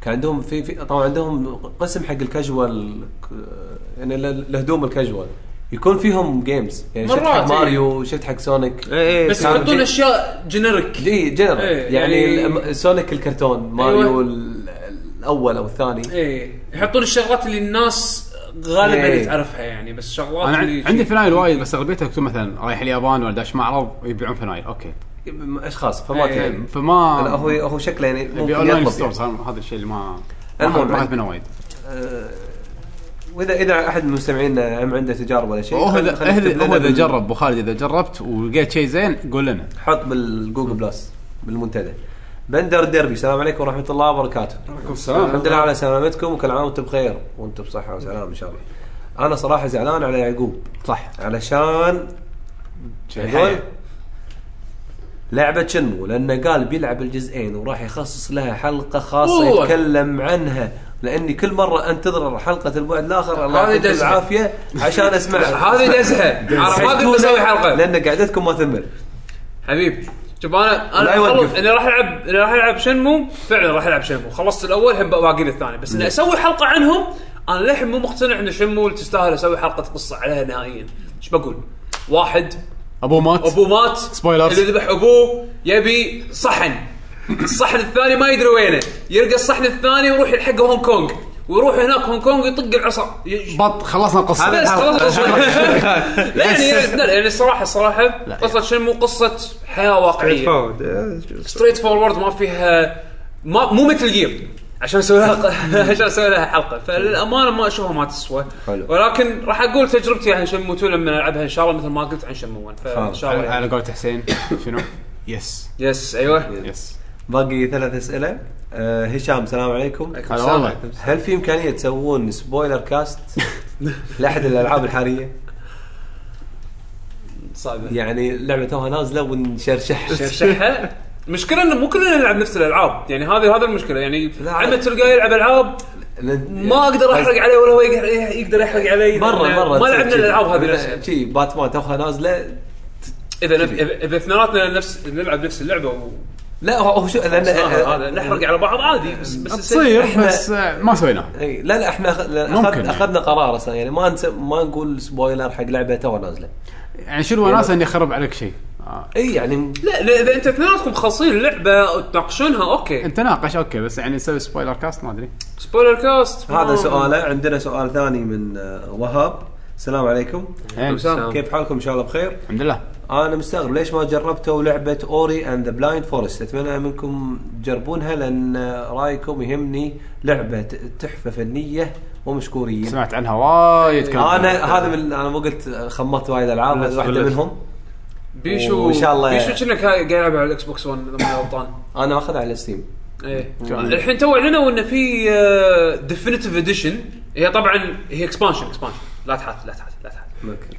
كان عندهم في في طبعا عندهم قسم حق الكاجوال ك- يعني ال- الهدوم الكاجوال يكون فيهم جيمز يعني شفت مرات، حق إيه. ماريو شفت حق سونيك ايه بس كان يحطون جي- اشياء جنريك دي جنرال إيه، يعني يعني- أيوة. الم- سونيك الكرتون ماريو ال- الاول او الثاني ايه يحطون الشغلات اللي الناس غالبا إيه. تعرفها يعني بس شغلات انا اللي عن- عندي فنايل وايد بس اغلبيتها مكتوب مثلا رايح اليابان ولا داش معرض ويبيعون فنايل اوكي اشخاص فما إيه. تدري فما لا هو هو شكله يعني ممكن يبي اونلاين يطلب يعني. ستورز هذا هذا الشيء اللي ما ما المهم، أخذ- ما يعني. اخذ منه وايد آه، واذا اذا احد من مستمعينا هم عنده تجارب ولا شيء هو خل- إذا- خل يكتب إذا- لنا هو اذا بال- جرب ابو خالد اذا جربت ولقيت شيء زين قول لنا حط بالجوجل بلس بالمنتدى بندر الدربي السلام عليكم ورحمه الله وبركاته وعليكم الحمد لله على سلامتكم وكل عام وانتم بخير وانتم بصحه وسلام ان شاء الله انا صراحه زعلان على يعقوب صح علشان يقول لعبة شنمو لأنه قال بيلعب الجزئين وراح يخصص لها حلقة خاصة والله. يتكلم عنها لأني كل مرة أنتظر حلقة البعد الآخر الله هذه يعطيك دزة. العافية عشان أسمع هذه دزها عرفت ما تقدر تسوي حلقه لأن قعدتكم ما تمل حبيبي شوف انا لا انا يوقف. خلص اني راح العب اني راح العب شنمو فعلا راح العب شنمو خلصت الاول هم باقي لي الثاني بس اني اسوي حلقه عنهم انا للحين مو مقتنع ان شنمو تستاهل اسوي حلقه قصه عليها نهائيا ايش بقول؟ واحد ابو مات ابوه مات سبويلرز. اللي ذبح ابوه يبي صحن الصحن الثاني ما يدري وينه يلقى الصحن الثاني ويروح يلحق هونغ كونغ ويروح هناك هونغ كونغ يطق العصا ي- بط خلصنا القصه بس خلاص لا يعني لا، يعني الصراحه الصراحه قصه شنو قصه حياه واقعيه فورد ستريت فورورد ما فيها ما مو مثل جير عشان اسوي لها عشان اسوي لها حلقه فللامانه ما اشوفها ما تسوى حلو. ولكن راح اقول تجربتي عن شنمو 2 لما العبها ان شاء الله مثل ما قلت عن شنمو 1 فان شاء على الله يعني. على قولة حسين شنو؟ يس يس ايوه يس باقي ثلاث أسئلة أه هشام السلام عليكم هلا والله هل في إمكانية تسوون سبويلر كاست لأحد الألعاب الحالية؟ صعبه يعني اللعبة توها نازلة ونشرشح شرشحها المشكله انه مو كلنا نلعب نفس الالعاب يعني هذه هذا المشكله يعني لا. عمه تلقاه يلعب العاب ما اقدر احرق عليه ولا هو يقدر- يقدر يحرق علي مره لأن مره ما لعبنا الالعاب هذه نفسها. نفسها شي باتمان توها نازله اذا اذا إذا اثنيناتنا نفس نلعب نفس اللعبه و... آه، لا هو هو شو أه، لان هذا هذا نحرق على بعض عادي بس بس تصير إحنا- بس آه، ما سويناها إي، لا لا احنا أخ- لا، ممكن أخذ يعني. اخذنا قرار اصلا يعني ما نس... ما نقول سبويلر حق لعبه توها نازله يعني شو الوناسه اني اخرب عليك شيء آه، اي يعني لا لا، اذا انت اثنيناتكم خلصين اللعبه وتناقشونها اوكي انت ناقش اوكي بس يعني نسوي سبويلر كاست ما ادري سبويلر كاست هذا سؤاله عندنا سؤال ثاني من آه، وهاب السلام عليكم إيه، سلام. كيف حالكم ان شاء الله بخير الحمد لله انا مستغرب ليش ما جربتوا لعبه اوري اند ذا بلايند فورست اتمنى منكم تجربونها لان رايكم يهمني لعبه تحفه فنيه ومشكورين سمعت عنها وايد كلام انا هذا من انا مو قلت خمطت وايد العاب هذه واحده منهم بيشو وإن شاء الله يعني. بيشو كأنك قاعد يلعب على الاكس بوكس 1 اذا ماني غلطان انا اخذها على ستيم ايه كان- الحين تو اعلنوا انه في ديفينيتيف اديشن هي طبعا هي اكسبانشن اكسبانشن لا تحات لا تحات لا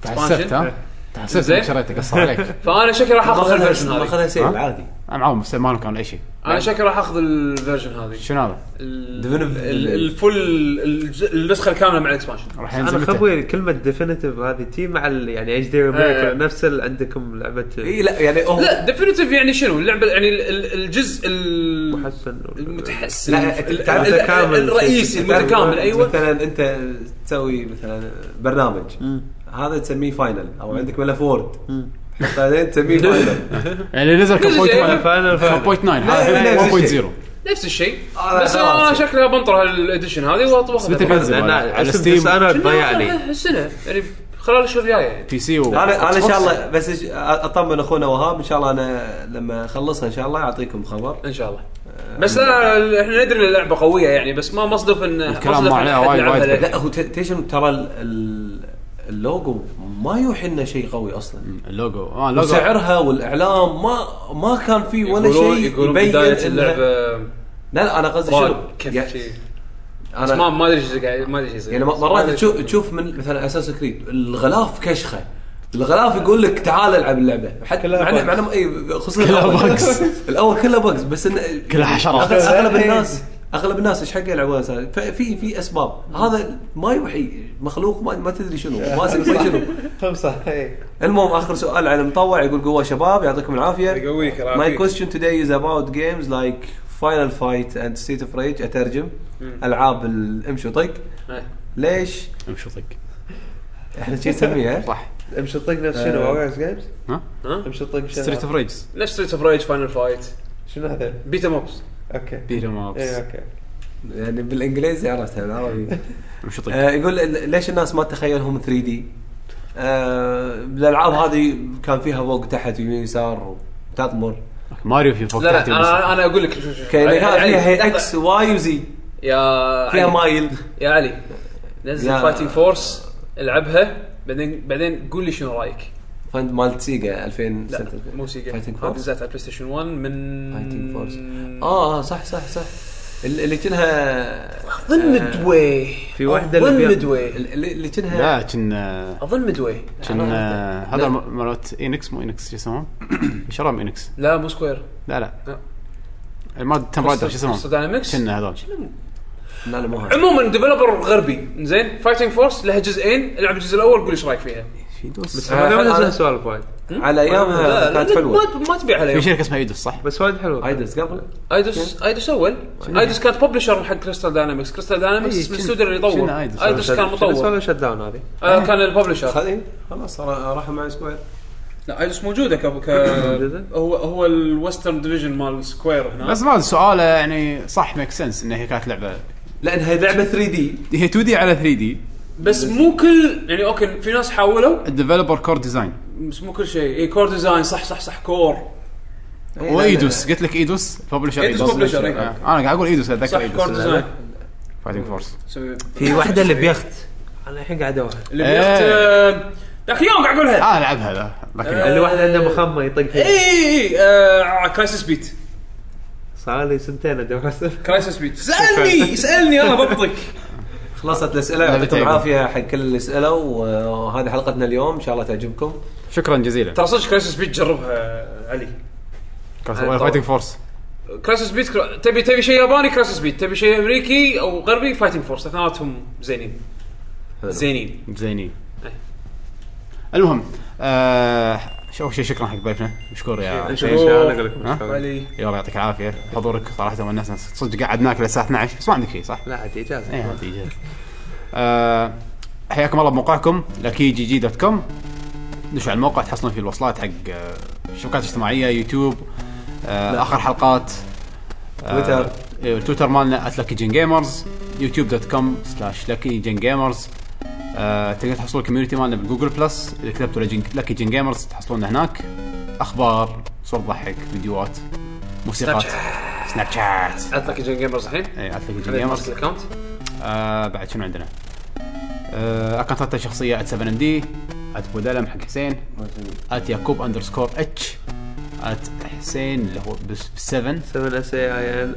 تحات تحسبت ها تحسبت زين. انك شريتك قصة عليك فانا شكلي راح اخذ الفيرجن ما هذه اخذها سيل ها؟ عادي انا معاهم بس ما لهم كان اي شيء انا شكلي راح اخذ الفيرجن هذه شنو هذا؟ ال- Definitive- ال- الفل الج- النسخه الكامله مع الاكسبانشن راح ينزل انا متى؟ خبوي كلمه ديفينيتيف هذه تي مع ال- يعني اتش دي إيه. امريكا نفس ال- عندكم لعبه اي لا يعني هو لا ديفينيتيف يعني شنو اللعبه يعني ال- ال- الجزء ال- محسن المتحسن لا، ال- ال- تعرف- ال- الرئيسي تعرف- المتكامل ايوه مثلا انت تسوي مثلا برنامج هذا تسميه فاينل او عندك ملف وورد بعدين تسميه فاينل يعني نزل كان نزل بوينت شيء. ناين. فاينل كان فاينل بوينت 9 هذا 1.0 لا، نفس الشيء. نفس الشيء آه، بس خلاص. انا شكلها بنطر هالاديشن هذه متى واطبخها بينزل؟ على ستيم انا شنو ضيع علي هذا السنه يعني خلال الشهر الجاي يعني بي سي و انا انا ان شاء Xbox. الله بس إيش- اطمن اخونا وهاب ان شاء الله انا لما اخلصها ان شاء الله اعطيكم خبر ان شاء الله بس أنا احنا ندري ان اللعبه قويه يعني بس ما مصدف ان الكلام مصدف ما إن عليها أحد وايد- يلعبها وايد. لعبة. لا هو ت- تيشن ترى ال- ال- اللوجو ما يوحي لنا شيء قوي اصلا اللوجو اه اللوجو وسعرها والاعلام ما ما كان فيه ولا يقولون- شيء يقولون يبين بدايه إنها- اللعبه لا لا انا قصدي شنو يعني- بس ما انا ما ادري ايش قاعد- ما ادري ايش يصير يعني مرات تشوف تشوف من مثلا اساس كريد الغلاف كشخه الغلاف يقول لك تعال العب اللعبه حتى كلها مع bugs. إنه- مع إنه- اي خصوصا كلها إيه، الأول. bugs. الاول كله بجز بس إن كلها حشرات. إيه. أغل- اغلب الناس اغلب الناس ايش حق يلعبون أساساً؟ ففي في اسباب هذا ما يوحي مخلوق ما, ما تدري شنو ما تدري شنو يعني. تمسح اي المهم اخر سؤال على المطوع يقول قوه شباب يعطيكم العافيه يقويك الله My يعافيك. question today is about games like Final Fight and Street of Rage اترجم العاب الامشي وطق إيه. ليش امشي طق احنا شي نسميها صح امشي طق نفس شنو آه. اوغاز جيمز ها؟ امشي طق شنو ستريت اوف ريجز نفس ستريت اوف ريج فاينل فايت شنو هذا بيتا موبس اوكي بيت ام اي إيه. ابس اوكي يعني بالانجليزي عرفتها بالعربي امشي طق آه، يقول ال- ليش الناس ما تخيلهم 3 دي؟ الالعاب آه، هذه كان فيها فوق تحت يمين يسار وتطمر ماريو في فوق لا لا تحت يمسح. انا انا اقول لك شوف شوف شوف. كان علي- كان علي، فيها اكس واي وزي يا فيها علي. مايل يا علي نزل يا- فايتنج فورس العبها بعدين بعدين قول لي شنو رايك فند مالت سيجا 2000 لا سنة. مو سيجا Fighting Force؟ هذه نزلت على بلاي ستيشن 1 من Fighting Force. اه آه، صح صح صح ال- اللي كانها اظن آه، مدوي في واحده اظن اللي بي- مدوي ال- اللي اللي كانها لا كنا اظن مدوي كنا هذا م- مالت انكس مو انكس شو يسمون؟ شرام انكس لا مو سكوير لا لا لا. الماد تم رايدر شو Crystal يسمون؟ Dynamics؟ كنا هذول لا لا مو هذا. عموما ديفلوبر غربي زين فايتنج فورس لها جزئين العب الجزء الاول قول ايش رايك فيها بس آه، ما أنا- نزل سوالف وايد على ايامها كانت حلوه ما- ما تبيع في عليهم شركه اسمها ايدوس صح؟ بس وايد حلوه ايدلز قبل ايدوس ايدوس اول ايدوس كانت ببلشر حق كريستال داينامكس كريستال داينامكس من الاستوديو اللي يطور شنو Eidos؟ ايدوس كان مطور سوالف شت داون هذه آه، كان الببلشر خذي إيه؟ خلاص را- راحوا مع سكوير لا ايدوس موجوده كابو ك موجودة؟ هو هو الويسترن ديفيجن مال سكوير هنا بس ما سؤاله يعني صح ميك سنس انها كانت لعبه لانها لعبه 3 دي هي 2 دي على 3 دي بس مو كل يعني اوكي في ناس حاولوا الديفلوبر كور ديزاين بس مو كل شيء اي كور ديزاين صح صح صح كور إيه، وايدوس قلت لك ايدوس ببلشر Eidos publisher، آه، إيه. انا قاعد اقول ايدوس اتذكر صح كور ايدوس ديزاين فايتنج فورس سوي- في واحده اللي بيخت انا الحين قاعد ادورها اللي إيه. بيخت آه، ذاك اليوم قاعد إيه، اقولها اه العبها لا لكن إيه. اللي واحد عنده مخمه يطق اي فيه اي اي كرايسس بيت صار لي سنتين ادور كرايسس بيت اسالني اسالني انا بضبطك خلصت الاسئله لعبة يعطيكم عيب. العافيه حق كل الاسئله وهذه حلقتنا اليوم ان شاء الله تعجبكم شكرا جزيلا ترى صدق كرايسس بيت جربها علي فايتنج طيب. فورس كراسس بيت كرا... تبي تبي شيء ياباني كراسس بيت تبي شيء امريكي او غربي فايتنج فورس اثنيناتهم زينين زينين زينين إيه. المهم آه شو شيء شكرا حق ضيفنا مشكور يا شيء انا اقول لكم شلون. علي يلا يعطيك العافيه حضورك صراحه ونسنا صدق قعدناك للساعه 12 بس ما عندك شيء صح؟ لا عاد اجازه ايه نتيجة آه، حياكم الله بموقعكم لكي جي جي دوت كوم دشوا على الموقع تحصلون فيه الوصلات حق آه، الشبكات الاجتماعيه يوتيوب آه، اخر حلقات تويتر. آه، تويتر مالنا @lucky جن جيمرز يوتيوب دوت كوم سلاش لكي جن جيمرز آه، تقدر تحصلون الكوميونتي مالنا بالجوجل بلس اذا كتبتوا لكي جن جيمرز تحصلوننا هناك اخبار صور ضحك فيديوهات موسيقات سناب شات اتلك جن جيمرز الحين اي إيه، @lucky جن خلينا جيمرز نمسك الاكونت آه بعد شنو عندنا؟ آه اكونتاتنا الشخصيه ات 7 دي ات بودلم حق حسين ات يعقوب اندرسكور اتش ات حسين اللي هو بس 7 7 اس اي اي ان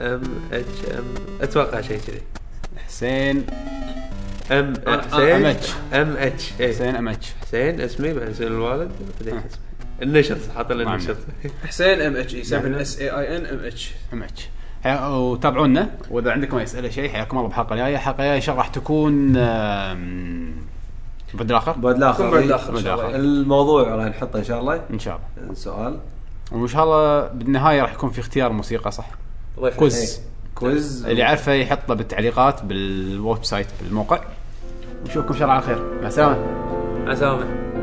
ام اتش ام اتوقع شيء كذي حسين ام أنا- آه، حسين أنا- أمتش. ام اتش إيه. حسين ام اتش حسين اسمي بعدين اسم الوالد بعدين اسمي النشط حاط له آه. ما النشط حسين ام اتش اي 7 اس اي اي ان ام اتش ام اتش حيا- وتابعونا واذا عندكم اي اسئله شيء حياكم الله بحلقه جايه الحلقه جايه ان شاء الله راح تكون آم، بعد الاخر بعد كم بعد الاخر الاخر ان شاء الله الموضوع راح نحطه ان شاء الله ان شاء الله سؤال وان شاء الله بالنهايه راح يكون في اختيار موسيقى صح ضيف كوز إيه. كويز اللي يعرفه يحطه بالتعليقات بالويب سايت بالموقع نشوفكم ان شاء الله على خير مع السلامه مع السلامه